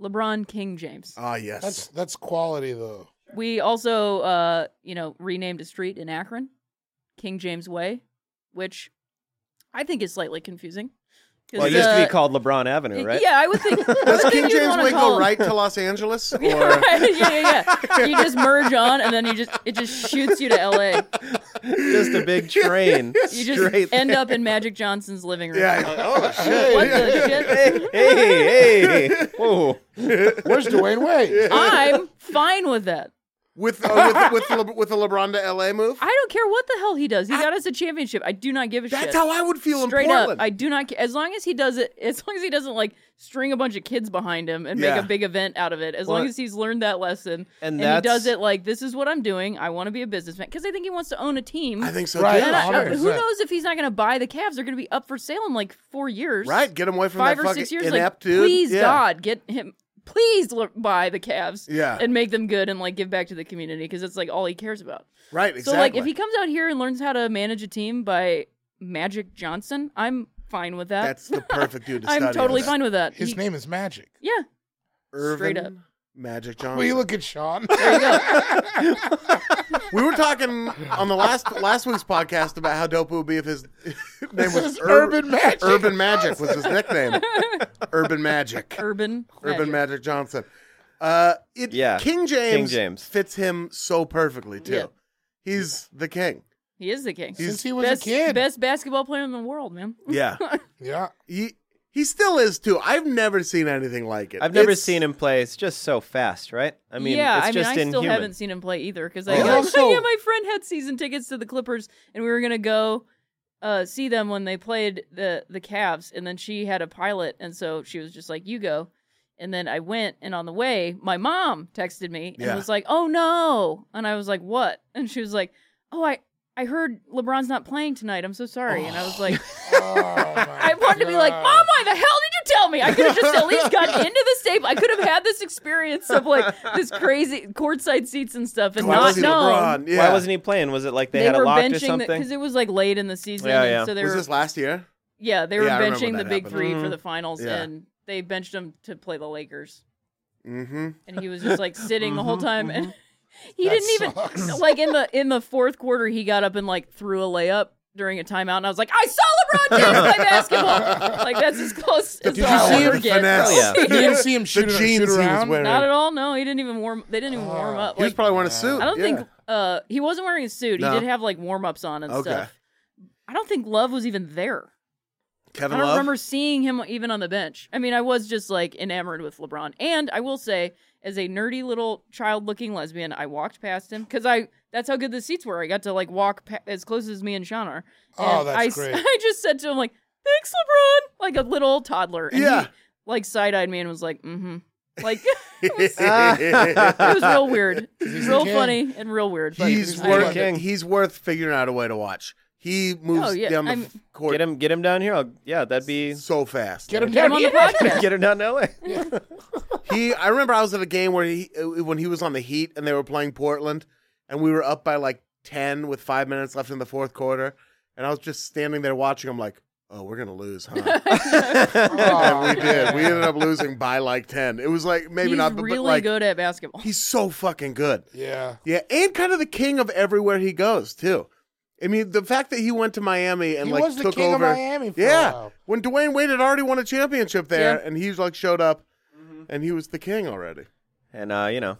Speaker 3: LeBron King James.
Speaker 2: Oh.
Speaker 1: Ah, yes.
Speaker 4: That's that's quality though.
Speaker 3: We also, uh, you know, renamed a street in Akron, King James Way, which I think is slightly confusing. 'Cause,
Speaker 2: Well, it used to
Speaker 3: uh,
Speaker 2: be called LeBron Avenue, right?
Speaker 3: Yeah, I would think. I would
Speaker 1: Does
Speaker 3: think
Speaker 1: King
Speaker 3: you'd
Speaker 1: James
Speaker 3: wanna
Speaker 1: Way
Speaker 3: call
Speaker 1: go
Speaker 3: him-
Speaker 1: right to Los Angeles? Or
Speaker 3: yeah, right. yeah, yeah, yeah. You just merge on, and then you just it just shoots you to L.A.
Speaker 2: just a big train.
Speaker 3: You
Speaker 2: straight
Speaker 3: just end up in Magic Johnson's living room.
Speaker 1: yeah. you're like, Oh shit.
Speaker 3: What the shit?
Speaker 2: hey, hey, whoa.
Speaker 4: Where's Dwayne Wade?
Speaker 3: I'm fine with that.
Speaker 1: With uh, with with, Le- with the LeBron to LA move.
Speaker 3: I don't care what the hell he does. He got us a championship. I do not give a shit.
Speaker 1: That's how I would feel
Speaker 3: Straight
Speaker 1: in
Speaker 3: up,
Speaker 1: Portland.
Speaker 3: I do not care. As long as he does it, as long as he doesn't like string a bunch of kids behind him and
Speaker 1: Yeah.
Speaker 3: make a big event out of it. As
Speaker 2: Well,
Speaker 3: long as he's learned that lesson
Speaker 2: and
Speaker 3: he
Speaker 2: that's-
Speaker 3: does it like this is what I'm doing. I want to be a businessman because I think he wants to own a team.
Speaker 1: I think so
Speaker 4: Right.
Speaker 1: too.
Speaker 3: And I- uh,
Speaker 4: 100%.
Speaker 3: who knows if he's not going to buy the Cavs? They're going to be up for sale in like four years,
Speaker 1: Right. Get him away from
Speaker 3: Five
Speaker 1: that
Speaker 3: or
Speaker 1: fucking
Speaker 3: six years. Like,
Speaker 1: inept dude.
Speaker 3: please,
Speaker 1: yeah.
Speaker 3: God, get him. Please l- buy the Cavs
Speaker 1: Yeah.
Speaker 3: and make them good and like give back to the community because it's like all he cares about.
Speaker 1: Right. Exactly.
Speaker 3: So like if he comes out here and learns how to manage a team by Magic Johnson, I'm fine with that.
Speaker 1: That's the perfect dude to study.
Speaker 3: I'm totally
Speaker 1: under.
Speaker 3: fine with that.
Speaker 4: His
Speaker 3: He-
Speaker 4: name is Magic.
Speaker 3: Yeah.
Speaker 1: Irvin
Speaker 3: Straight up.
Speaker 1: Magic
Speaker 4: Will
Speaker 1: Johnson.
Speaker 4: you look at Sean?
Speaker 1: we were talking on the last last week's podcast about how dope it would be if his name was
Speaker 4: It's
Speaker 1: Ur-
Speaker 4: Urban Magic.
Speaker 1: Urban Magic was his nickname. Urban Magic.
Speaker 3: Urban.
Speaker 1: Urban Magic Johnson. Uh, it,
Speaker 2: Yeah,
Speaker 1: King James,
Speaker 2: James.
Speaker 1: fits him so perfectly too.
Speaker 3: Yeah.
Speaker 1: He's the king.
Speaker 3: He is the king.
Speaker 4: Since he was
Speaker 3: best,
Speaker 4: a kid.
Speaker 3: best basketball player in the world, man.
Speaker 1: Yeah,
Speaker 4: Yeah.
Speaker 1: he he still is too. I've never seen anything like it.
Speaker 2: I've never
Speaker 1: It's-
Speaker 2: seen him play. It's just so fast, right? I mean,
Speaker 3: yeah,
Speaker 2: it's
Speaker 3: I mean,
Speaker 2: just
Speaker 3: I still
Speaker 2: inhuman.
Speaker 3: haven't seen him play either because I "Oh,
Speaker 4: He's also-
Speaker 3: yeah, my friend had season tickets to the Clippers, and we were gonna go uh, see them when they played the the Cavs, and then she had a pilot, and so she was just like, "You go." And then I went, and on the way, my mom texted me and
Speaker 1: Yeah.
Speaker 3: was like, "Oh no!" And I was like, "What?" And she was like, "Oh, I." I heard LeBron's not playing tonight. I'm so sorry. And I was like,
Speaker 4: Oh, my
Speaker 3: I wanted to be like,
Speaker 4: God.
Speaker 3: Mom, why the hell did you tell me? I could have just at least gotten into the stable. I could have had this experience of like this crazy courtside seats and stuff and
Speaker 1: Go out
Speaker 3: not
Speaker 1: see
Speaker 3: known.
Speaker 1: LeBron. Yeah.
Speaker 2: Why wasn't he playing? Was it like they, had a lock or something?
Speaker 3: because it was like late in the season.
Speaker 2: Yeah,
Speaker 3: and
Speaker 2: yeah.
Speaker 3: So they
Speaker 1: Was
Speaker 3: were,
Speaker 1: this last year?
Speaker 3: yeah, they were
Speaker 1: Yeah, I remember
Speaker 3: benching
Speaker 1: that
Speaker 3: the big
Speaker 1: happened.
Speaker 3: three for the finals,
Speaker 1: Yeah.
Speaker 3: and they benched him to play the Lakers.
Speaker 1: Mm-hmm.
Speaker 3: And he was just like sitting the whole time, and he
Speaker 4: Mm-hmm, That
Speaker 3: didn't even
Speaker 4: sucks.
Speaker 3: like in the in the fourth quarter. He got up and like threw a layup. During a timeout, and I was like, "I saw LeBron James play basketball. Like that's as close as
Speaker 4: Did you
Speaker 3: I'll
Speaker 4: see him
Speaker 3: ever get."
Speaker 1: finesse?
Speaker 2: Hell yeah.
Speaker 4: You didn't see him
Speaker 1: The
Speaker 4: shoot,
Speaker 1: jeans
Speaker 4: shoot
Speaker 1: he was
Speaker 4: around.
Speaker 1: wearing.
Speaker 3: Not at all. No, he didn't even warm. They didn't even
Speaker 4: Oh,
Speaker 3: warm up.
Speaker 1: he was
Speaker 3: Like,
Speaker 1: probably wearing a suit.
Speaker 3: I don't
Speaker 1: yeah.
Speaker 3: think uh, he wasn't wearing a suit.
Speaker 1: No.
Speaker 3: He did have like warm ups on and
Speaker 1: Okay.
Speaker 3: stuff. I don't think Love was even there. I
Speaker 1: Kevin
Speaker 3: don't
Speaker 1: Love.
Speaker 3: remember seeing him even on the bench. I mean, I was just like enamored with LeBron. And I will say, as a nerdy little child looking lesbian, I walked past him because I that's how good the seats were. I got to like walk pa- as close as me and Sean are.
Speaker 4: Oh,
Speaker 3: And
Speaker 4: that's
Speaker 3: I, s-
Speaker 4: great.
Speaker 3: I just said to him like, "Thanks, LeBron," like a little toddler. And
Speaker 1: Yeah.
Speaker 3: He, like side eyed me and was like, "Mm-hmm." Like. it
Speaker 1: he's
Speaker 3: was real weird,
Speaker 4: He's
Speaker 3: real
Speaker 4: the king.
Speaker 3: funny, and real weird. But
Speaker 4: He's
Speaker 3: I-
Speaker 1: worth.
Speaker 2: king.
Speaker 1: He's worth figuring out a way to watch. He moves
Speaker 3: Oh, yeah,
Speaker 1: down the
Speaker 3: I'm-
Speaker 1: f- court
Speaker 2: Get him, get him down here. I'll, yeah, that'd be
Speaker 1: so fast.
Speaker 4: Get him
Speaker 3: Get
Speaker 4: down
Speaker 3: him on the
Speaker 4: here.
Speaker 3: podcast.
Speaker 2: get him down to LA.
Speaker 1: he I remember I was at a game where he uh, when he was on the Heat and they were playing Portland and we were up by like 10 with 5 minutes left in the fourth quarter and I was just standing there watching him like oh we're going to lose huh
Speaker 4: Oh,
Speaker 1: we did we ended up losing by like 10 it was like maybe
Speaker 3: he's
Speaker 1: not but, but,
Speaker 3: really
Speaker 1: like
Speaker 3: good at basketball.
Speaker 1: he's so fucking good
Speaker 4: Yeah.
Speaker 1: yeah and kind of the king of everywhere he goes too I mean, the fact that he went to Miami and
Speaker 4: He
Speaker 1: like
Speaker 4: was the
Speaker 1: took
Speaker 4: king of
Speaker 1: over
Speaker 4: Miami for a
Speaker 1: yeah,
Speaker 4: while.
Speaker 1: when Dwayne Wade had already won a championship there,
Speaker 3: Yeah.
Speaker 1: and he like showed up,
Speaker 4: Mm-hmm.
Speaker 1: and he was the king already.
Speaker 2: And uh, you know,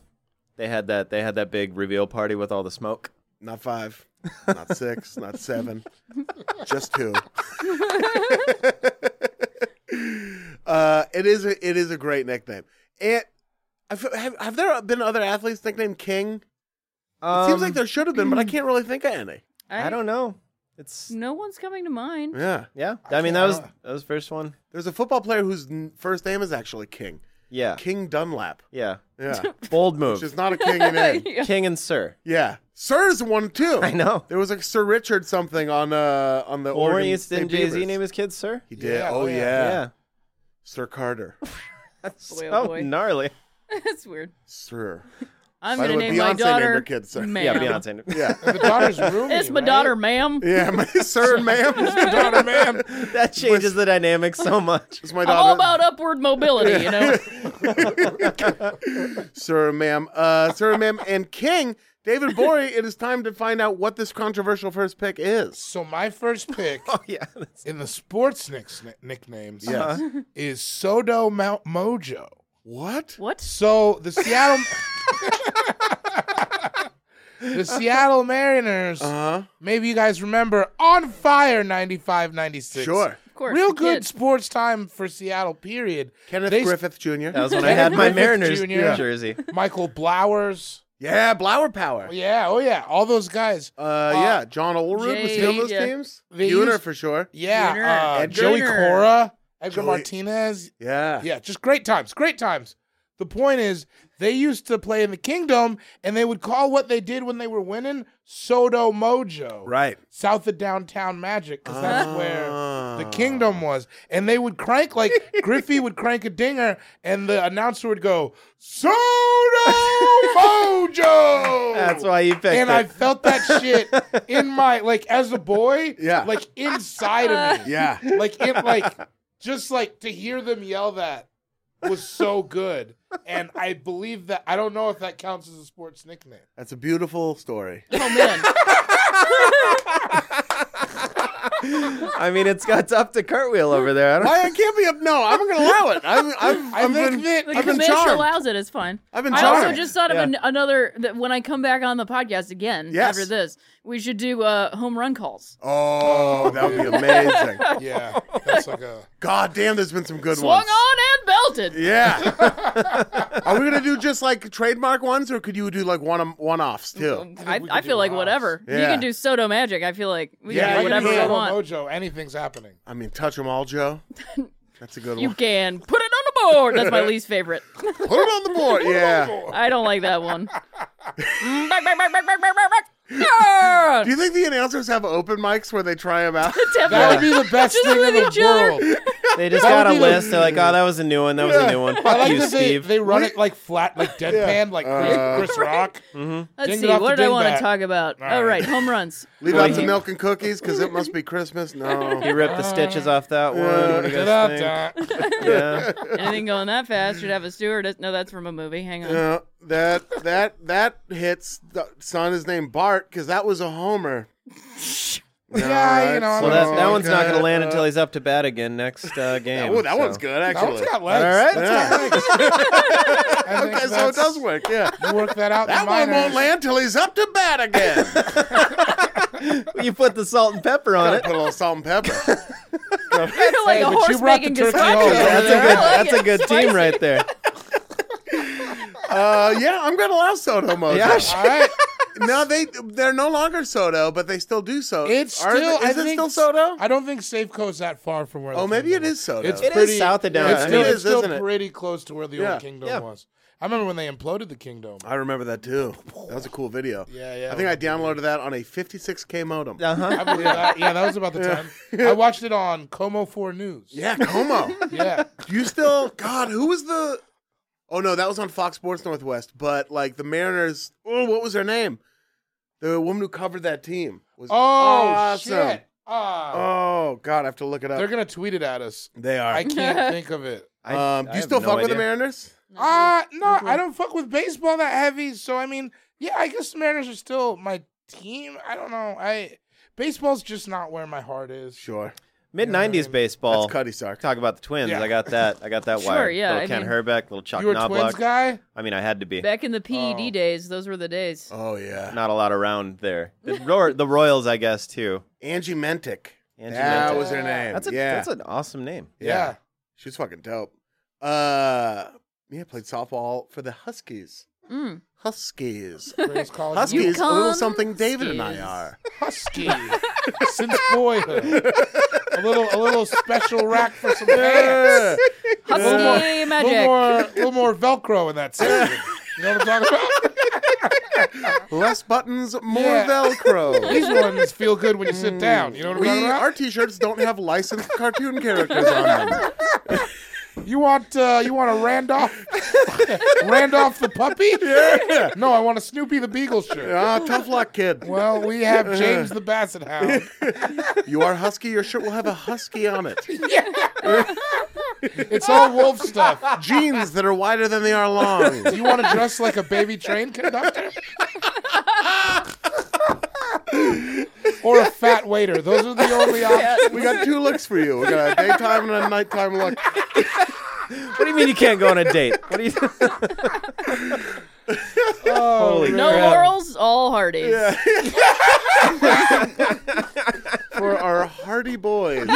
Speaker 2: they had that they had that big reveal party with all the smoke.
Speaker 1: Not five, not six, not seven, just two. uh, it is a, it is a great nickname. And I feel- have, have there been other athletes nicknamed King? it seems
Speaker 2: Um,
Speaker 1: like there should have been, but I can't really think of any.
Speaker 2: I don't know. It's
Speaker 3: No one's coming to mind.
Speaker 1: Yeah,
Speaker 2: yeah.
Speaker 4: I
Speaker 2: I, mean,
Speaker 4: can't-
Speaker 2: that was
Speaker 4: I don't-
Speaker 2: that was the first one.
Speaker 1: there's a football player whose n- first name is actually King,
Speaker 2: Yeah,
Speaker 1: King Dunlap.
Speaker 2: yeah.
Speaker 1: Yeah,
Speaker 2: Bold
Speaker 1: which is
Speaker 2: move.
Speaker 1: not a king in it.
Speaker 3: Yeah.
Speaker 2: King and Sir.
Speaker 1: Yeah, Sir's one too.
Speaker 2: I know.
Speaker 1: There was like Sir Richard something on uh on the
Speaker 2: Warren
Speaker 1: Oregon
Speaker 2: East and
Speaker 1: State
Speaker 2: Jay Z
Speaker 1: Beavers.
Speaker 2: name his kids Sir.
Speaker 1: He did.
Speaker 4: Yeah,
Speaker 1: oh
Speaker 4: oh,
Speaker 1: yeah.
Speaker 4: yeah.
Speaker 2: Yeah,
Speaker 1: Sir Carter.
Speaker 2: that's
Speaker 3: Boy, oh
Speaker 2: so
Speaker 3: boy.
Speaker 2: gnarly.
Speaker 3: That's weird.
Speaker 1: Sir.
Speaker 3: I'm
Speaker 1: By the
Speaker 3: gonna
Speaker 1: way,
Speaker 3: name my
Speaker 1: Beyonce named her
Speaker 3: daughter.
Speaker 1: kid Sir.
Speaker 3: ma'am.
Speaker 2: Yeah, Beyonce.
Speaker 1: Yeah.
Speaker 4: The daughter's roomie.
Speaker 3: It's my
Speaker 4: right?
Speaker 3: daughter, ma'am.
Speaker 1: Yeah, my sir and ma'am. It's my daughter, ma'am.
Speaker 2: that changes the dynamic so much.
Speaker 1: It's my
Speaker 3: I'm all
Speaker 1: daughter.
Speaker 3: about upward mobility, you know.
Speaker 1: sir and ma'am. Uh, sir and ma'am. And King, David Bory, it is time to find out what this controversial first pick is.
Speaker 4: So my first pick
Speaker 2: Oh yeah, that's-
Speaker 4: in the sports nicks, nicknames
Speaker 1: Yes.
Speaker 3: Uh-huh.
Speaker 4: is Soto Mount Mojo.
Speaker 1: What?
Speaker 3: What?
Speaker 4: So the Seattle, the Seattle Mariners.
Speaker 1: Uh huh.
Speaker 4: Maybe you guys remember on fire 95 96.
Speaker 1: Sure.
Speaker 3: Of course.
Speaker 4: Real
Speaker 3: the
Speaker 4: good
Speaker 3: kid.
Speaker 4: sports time for Seattle, period.
Speaker 1: Kenneth
Speaker 4: They-
Speaker 1: Griffith Jr.
Speaker 2: that was when I had my Mariners
Speaker 4: Junior. Yeah.
Speaker 2: jersey.
Speaker 4: Michael Blowers.
Speaker 1: yeah, Blower Power.
Speaker 4: Oh, yeah, oh yeah, all those guys.
Speaker 1: Uh, yeah, John Olrud was he on
Speaker 3: Jay-
Speaker 1: those
Speaker 3: yeah.
Speaker 1: teams?
Speaker 4: They
Speaker 1: Buhner
Speaker 4: used-
Speaker 1: for sure.
Speaker 3: Junior,
Speaker 4: Yeah, uh,
Speaker 1: Edgar.
Speaker 4: Joey
Speaker 3: Junior.
Speaker 4: Cora, Edgar
Speaker 1: Joey-
Speaker 4: Martinez.
Speaker 1: Yeah.
Speaker 4: Yeah, just great times, great times. The point is, they used to play in the kingdom, and they would call what they did when they were winning Soto Mojo.
Speaker 1: Right.
Speaker 4: south of downtown magic because that's
Speaker 1: Ah.
Speaker 4: where the kingdom was and they would crank like griffey would crank a dinger and the announcer would go soda mojo
Speaker 2: That's why you picked
Speaker 4: Oh, and
Speaker 2: it.
Speaker 4: i felt that shit in my like as a boy
Speaker 1: Yeah.
Speaker 4: like inside of me
Speaker 1: Yeah.
Speaker 4: like it like just like to hear them yell that was so good and i believe that i don't know if that counts as a sports nickname
Speaker 1: That's a beautiful story.
Speaker 3: Oh man.
Speaker 2: I mean, it's got up to cartwheel over there. I don't.
Speaker 1: Why I can't be up? No, I'm going to allow it. I'm, I'm,
Speaker 4: i
Speaker 1: I'm
Speaker 4: think
Speaker 1: been-
Speaker 4: that
Speaker 3: The
Speaker 1: I've been
Speaker 3: commish
Speaker 1: charmed.
Speaker 3: allows it. It's fine.
Speaker 1: I've been
Speaker 3: I also
Speaker 1: charmed.
Speaker 3: just thought of
Speaker 2: Yeah.
Speaker 3: an, another that when I come back on the podcast again
Speaker 1: Yes.
Speaker 3: after this, we should do uh, home run calls.
Speaker 1: Oh, that would be amazing.
Speaker 4: yeah that's like a
Speaker 1: God damn, there's been some good
Speaker 3: Swung
Speaker 1: ones.
Speaker 3: on and belted.
Speaker 1: Yeah. Are we gonna do just like trademark ones, or could you do like one one offs too?
Speaker 3: I,
Speaker 4: we
Speaker 3: I
Speaker 4: could
Speaker 3: feel
Speaker 4: do
Speaker 3: like
Speaker 4: house.
Speaker 3: whatever. You
Speaker 1: Yeah.
Speaker 3: can do Soto Magic. I feel like we
Speaker 1: Yeah,
Speaker 3: can
Speaker 1: you
Speaker 3: do
Speaker 1: can
Speaker 3: whatever
Speaker 1: do
Speaker 3: we
Speaker 1: Soto
Speaker 3: want.
Speaker 4: Mojo, anything's happening.
Speaker 1: I mean, touch 'em all, Joe. That's a good
Speaker 3: You
Speaker 1: one.
Speaker 3: can put it on the board. That's my least favorite.
Speaker 1: Put 'em on the board. Yeah.
Speaker 3: I don't like that one. Mm, back, back, back, back, back, back, back. Yeah!
Speaker 1: Do you think the announcers have open mics where they try 'em out?
Speaker 3: Definitely.
Speaker 4: That would be the best
Speaker 3: Just
Speaker 4: thing in
Speaker 3: with
Speaker 4: the
Speaker 3: each other.
Speaker 4: world.
Speaker 2: They just
Speaker 4: That
Speaker 2: got a
Speaker 4: would be the-
Speaker 2: list. They're like, oh, that was a new one. That was a new one.
Speaker 4: I
Speaker 2: Fuck
Speaker 4: like
Speaker 2: you,
Speaker 4: that they,
Speaker 2: Steve.
Speaker 4: they run it like flat, like deadpan, like Chris,
Speaker 1: Uh,
Speaker 4: Chris Rock.
Speaker 3: Let's
Speaker 4: Ding it
Speaker 3: see.
Speaker 4: off
Speaker 3: What
Speaker 4: the
Speaker 3: did I want
Speaker 4: dingbat.
Speaker 3: to talk about?
Speaker 4: All
Speaker 3: All
Speaker 4: right.
Speaker 3: right, home runs.
Speaker 1: Leave
Speaker 2: Well,
Speaker 1: out some
Speaker 2: you-
Speaker 1: milk and cookies because it must be Christmas.
Speaker 2: He
Speaker 1: No.
Speaker 2: ripped the stitches off that one. What do you guys think?
Speaker 4: Da-da-da.
Speaker 2: Yeah.
Speaker 3: Anything going that fast should have a stewardess. No, that's from a movie. Hang on.
Speaker 1: Uh, that that that hits. The son is named Bart because that was a homer.
Speaker 4: Yeah, you know,
Speaker 1: Alright,
Speaker 4: I
Speaker 2: Well,
Speaker 4: don't
Speaker 2: that,
Speaker 4: know.
Speaker 2: that one's not going to
Speaker 1: Okay.
Speaker 2: land until he's up to bat again next uh, game.
Speaker 1: Oh, that
Speaker 2: so.
Speaker 1: one's good
Speaker 4: That
Speaker 1: actually.
Speaker 4: one's got legs.
Speaker 2: All right.
Speaker 4: That's got legs. I think
Speaker 1: Okay, so it
Speaker 4: that's-
Speaker 1: does work. Yeah.
Speaker 4: You work that out. in
Speaker 1: That
Speaker 4: the
Speaker 1: one won't
Speaker 4: minors.
Speaker 1: land till he's up to bat again.
Speaker 2: You put the salt and pepper on
Speaker 1: Gotta
Speaker 2: it.
Speaker 1: put a little salt and pepper.
Speaker 3: You're like
Speaker 4: Hey,
Speaker 3: a
Speaker 4: but you
Speaker 3: horse
Speaker 4: brought the
Speaker 3: making
Speaker 4: turkey
Speaker 3: gazpacho.
Speaker 4: home.
Speaker 3: over
Speaker 2: That's a
Speaker 3: there.
Speaker 2: good.
Speaker 3: I like
Speaker 2: That's a
Speaker 3: it.
Speaker 2: good
Speaker 3: Spicy.
Speaker 2: team right there.
Speaker 1: Uh, yeah, I'm gonna allow Soto Mojo.
Speaker 2: Yeah, sure.
Speaker 4: All right.
Speaker 1: No, they they're no longer Soto, but they still do so.
Speaker 4: It's
Speaker 1: Are
Speaker 4: still.
Speaker 1: they-
Speaker 4: I
Speaker 1: is it
Speaker 4: think,
Speaker 1: still Soto?
Speaker 4: I don't think Safeco's that far from where.
Speaker 1: Oh,
Speaker 4: the
Speaker 1: maybe
Speaker 4: kingdom
Speaker 1: it
Speaker 4: was.
Speaker 1: is Soto.
Speaker 4: It's
Speaker 2: It is
Speaker 4: pretty
Speaker 2: south of down.
Speaker 4: It's
Speaker 2: I
Speaker 4: still,
Speaker 2: mean,
Speaker 1: it
Speaker 4: it's
Speaker 1: is,
Speaker 4: still
Speaker 1: isn't it?
Speaker 4: pretty close to where the
Speaker 1: Yeah,
Speaker 4: old kingdom
Speaker 2: yeah.
Speaker 4: was. I remember when they imploded the kingdom.
Speaker 1: I remember that too. That was a cool video.
Speaker 4: Yeah, yeah.
Speaker 1: I think I downloaded that on a 56k modem.
Speaker 2: Uh huh.
Speaker 4: I believe that. Yeah, that was about the time. I watched it on Como 4 News.
Speaker 1: Yeah, Como.
Speaker 4: Yeah.
Speaker 1: Do you still? God, who was the? Oh no, that was on Fox Sports Northwest. But like the Mariners. Oh, what was her name? The woman who covered that team was
Speaker 4: Oh,
Speaker 1: awesome.
Speaker 4: shit. Ah.
Speaker 1: Oh God, I have to look it up.
Speaker 4: they're going to tweet it at us.
Speaker 1: They are.
Speaker 4: I can't think of it.
Speaker 2: I-
Speaker 1: um, do
Speaker 2: I
Speaker 1: you
Speaker 2: have
Speaker 1: still
Speaker 2: no
Speaker 1: fuck with the
Speaker 2: idea.
Speaker 1: Mariners?
Speaker 4: Uh, no, I don't fuck with baseball that heavy. So, I mean, yeah, I guess the Mariners are still my team. I don't know. I Baseball's just not where my heart is.
Speaker 1: Sure.
Speaker 2: Mid nineties baseball.
Speaker 1: That's Cuddy Sark.
Speaker 2: Talk about the twins.
Speaker 4: Yeah.
Speaker 2: I got that. I got that
Speaker 3: Sure,
Speaker 2: wired.
Speaker 3: yeah,
Speaker 2: Little
Speaker 3: I
Speaker 2: Ken
Speaker 3: mean-
Speaker 2: Herbeck, little Chuck
Speaker 4: you were
Speaker 2: Knobloch.
Speaker 4: twins guy?
Speaker 2: I mean, I had to be.
Speaker 3: Back in the PED days, those were the days.
Speaker 1: Oh yeah.
Speaker 2: Not a lot around there. The, Ro- the Royals, I guess, too.
Speaker 1: Angie Mentic.
Speaker 2: Angie
Speaker 1: that
Speaker 2: Mentic.
Speaker 1: was her name.
Speaker 2: That's a
Speaker 1: yeah.
Speaker 2: that's an awesome name.
Speaker 4: Yeah.
Speaker 1: She's fucking dope. Uh, yeah, played softball for the Huskies.
Speaker 3: Mm.
Speaker 1: Huskies.
Speaker 4: Grace College.
Speaker 3: You
Speaker 1: Huskies, a
Speaker 3: call
Speaker 1: little
Speaker 3: them
Speaker 1: something David and I
Speaker 3: Huskies.
Speaker 1: are.
Speaker 4: husky since boyhood. A little, a little special rack for some pants.
Speaker 3: Husky
Speaker 4: more- A little
Speaker 3: magic.
Speaker 4: more, a little more Velcro in that section. You know what I'm talking about?
Speaker 1: Less buttons, more
Speaker 4: Yeah.
Speaker 1: Velcro.
Speaker 4: These ones feel good when you sit down. You know what I'm
Speaker 1: We
Speaker 4: talking about?
Speaker 1: our t-shirts don't have licensed cartoon characters on them.
Speaker 4: You want uh, you want a Randolph Randolph the puppy? Yeah. No, I want a Snoopy the Beagle shirt.
Speaker 1: Ah, tough luck, kid.
Speaker 4: Well, we have James the Basset Hound.
Speaker 1: You are husky. Your shirt will have a husky on it.
Speaker 4: It's all wolf stuff.
Speaker 1: Jeans that are wider than they are long.
Speaker 4: Do you want to dress like a baby train conductor? or a fat waiter. Those are the only options.
Speaker 1: We got two looks for you. We got a daytime and a nighttime look.
Speaker 2: What do you mean you can't go on a date? What do you?
Speaker 4: Oh,
Speaker 2: Holy
Speaker 3: No
Speaker 2: crap.
Speaker 3: laurels, all hardies.
Speaker 1: for our Hardy Boys.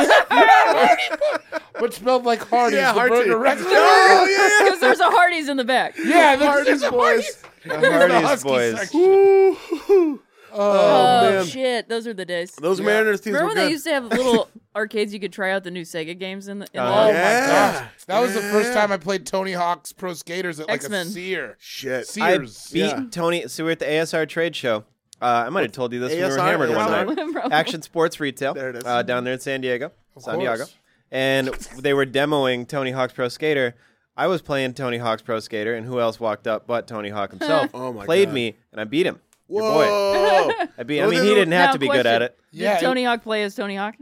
Speaker 4: But spelled like Hardee's,
Speaker 1: Yeah,
Speaker 4: the
Speaker 1: Hardy.
Speaker 4: burger restaurant.
Speaker 1: Oh,
Speaker 3: Because there's a hardies in the back.
Speaker 4: Yeah, the
Speaker 1: Hardy's Boys.
Speaker 4: The
Speaker 2: Hardy's
Speaker 4: Husky
Speaker 2: boys.
Speaker 4: section.
Speaker 3: Oh,
Speaker 1: man.
Speaker 3: shit, those are the days.
Speaker 1: Those Mariners teams
Speaker 3: Remember
Speaker 1: were good.
Speaker 3: when they used to have little arcades you could try out the new Sega games in? the in
Speaker 2: Uh-huh.
Speaker 4: Oh
Speaker 3: the-
Speaker 1: Yeah.
Speaker 4: my gosh. That was the first time I played Tony Hawk's Pro Skaters at like
Speaker 3: X-Men.
Speaker 4: a Sear.
Speaker 1: Shit.
Speaker 2: I
Speaker 4: Sears.
Speaker 2: beat Tony. So we we're at the ASR trade show. Uh, I might have told you this when we were
Speaker 1: ASR?
Speaker 2: hammered one
Speaker 1: Yeah.
Speaker 2: night.
Speaker 3: Probably.
Speaker 2: Action Sports Retail.
Speaker 1: There it is.
Speaker 2: Uh, down there in San Diego. San Diego.
Speaker 4: course.
Speaker 2: And they were demoing Tony Hawk's Pro Skater. I was playing Tony Hawk's Pro Skater, and who else walked up but Tony Hawk himself?
Speaker 1: Oh my
Speaker 2: played
Speaker 1: God.
Speaker 2: me, and I beat him. Your boy.
Speaker 1: Whoa.
Speaker 2: I beat. I
Speaker 1: Well,
Speaker 2: mean,
Speaker 1: then-
Speaker 2: he didn't have
Speaker 3: Now,
Speaker 2: to be good
Speaker 3: question.
Speaker 2: at it.
Speaker 3: Did
Speaker 4: Yeah, it-
Speaker 3: Tony Hawk play as Tony Hawk?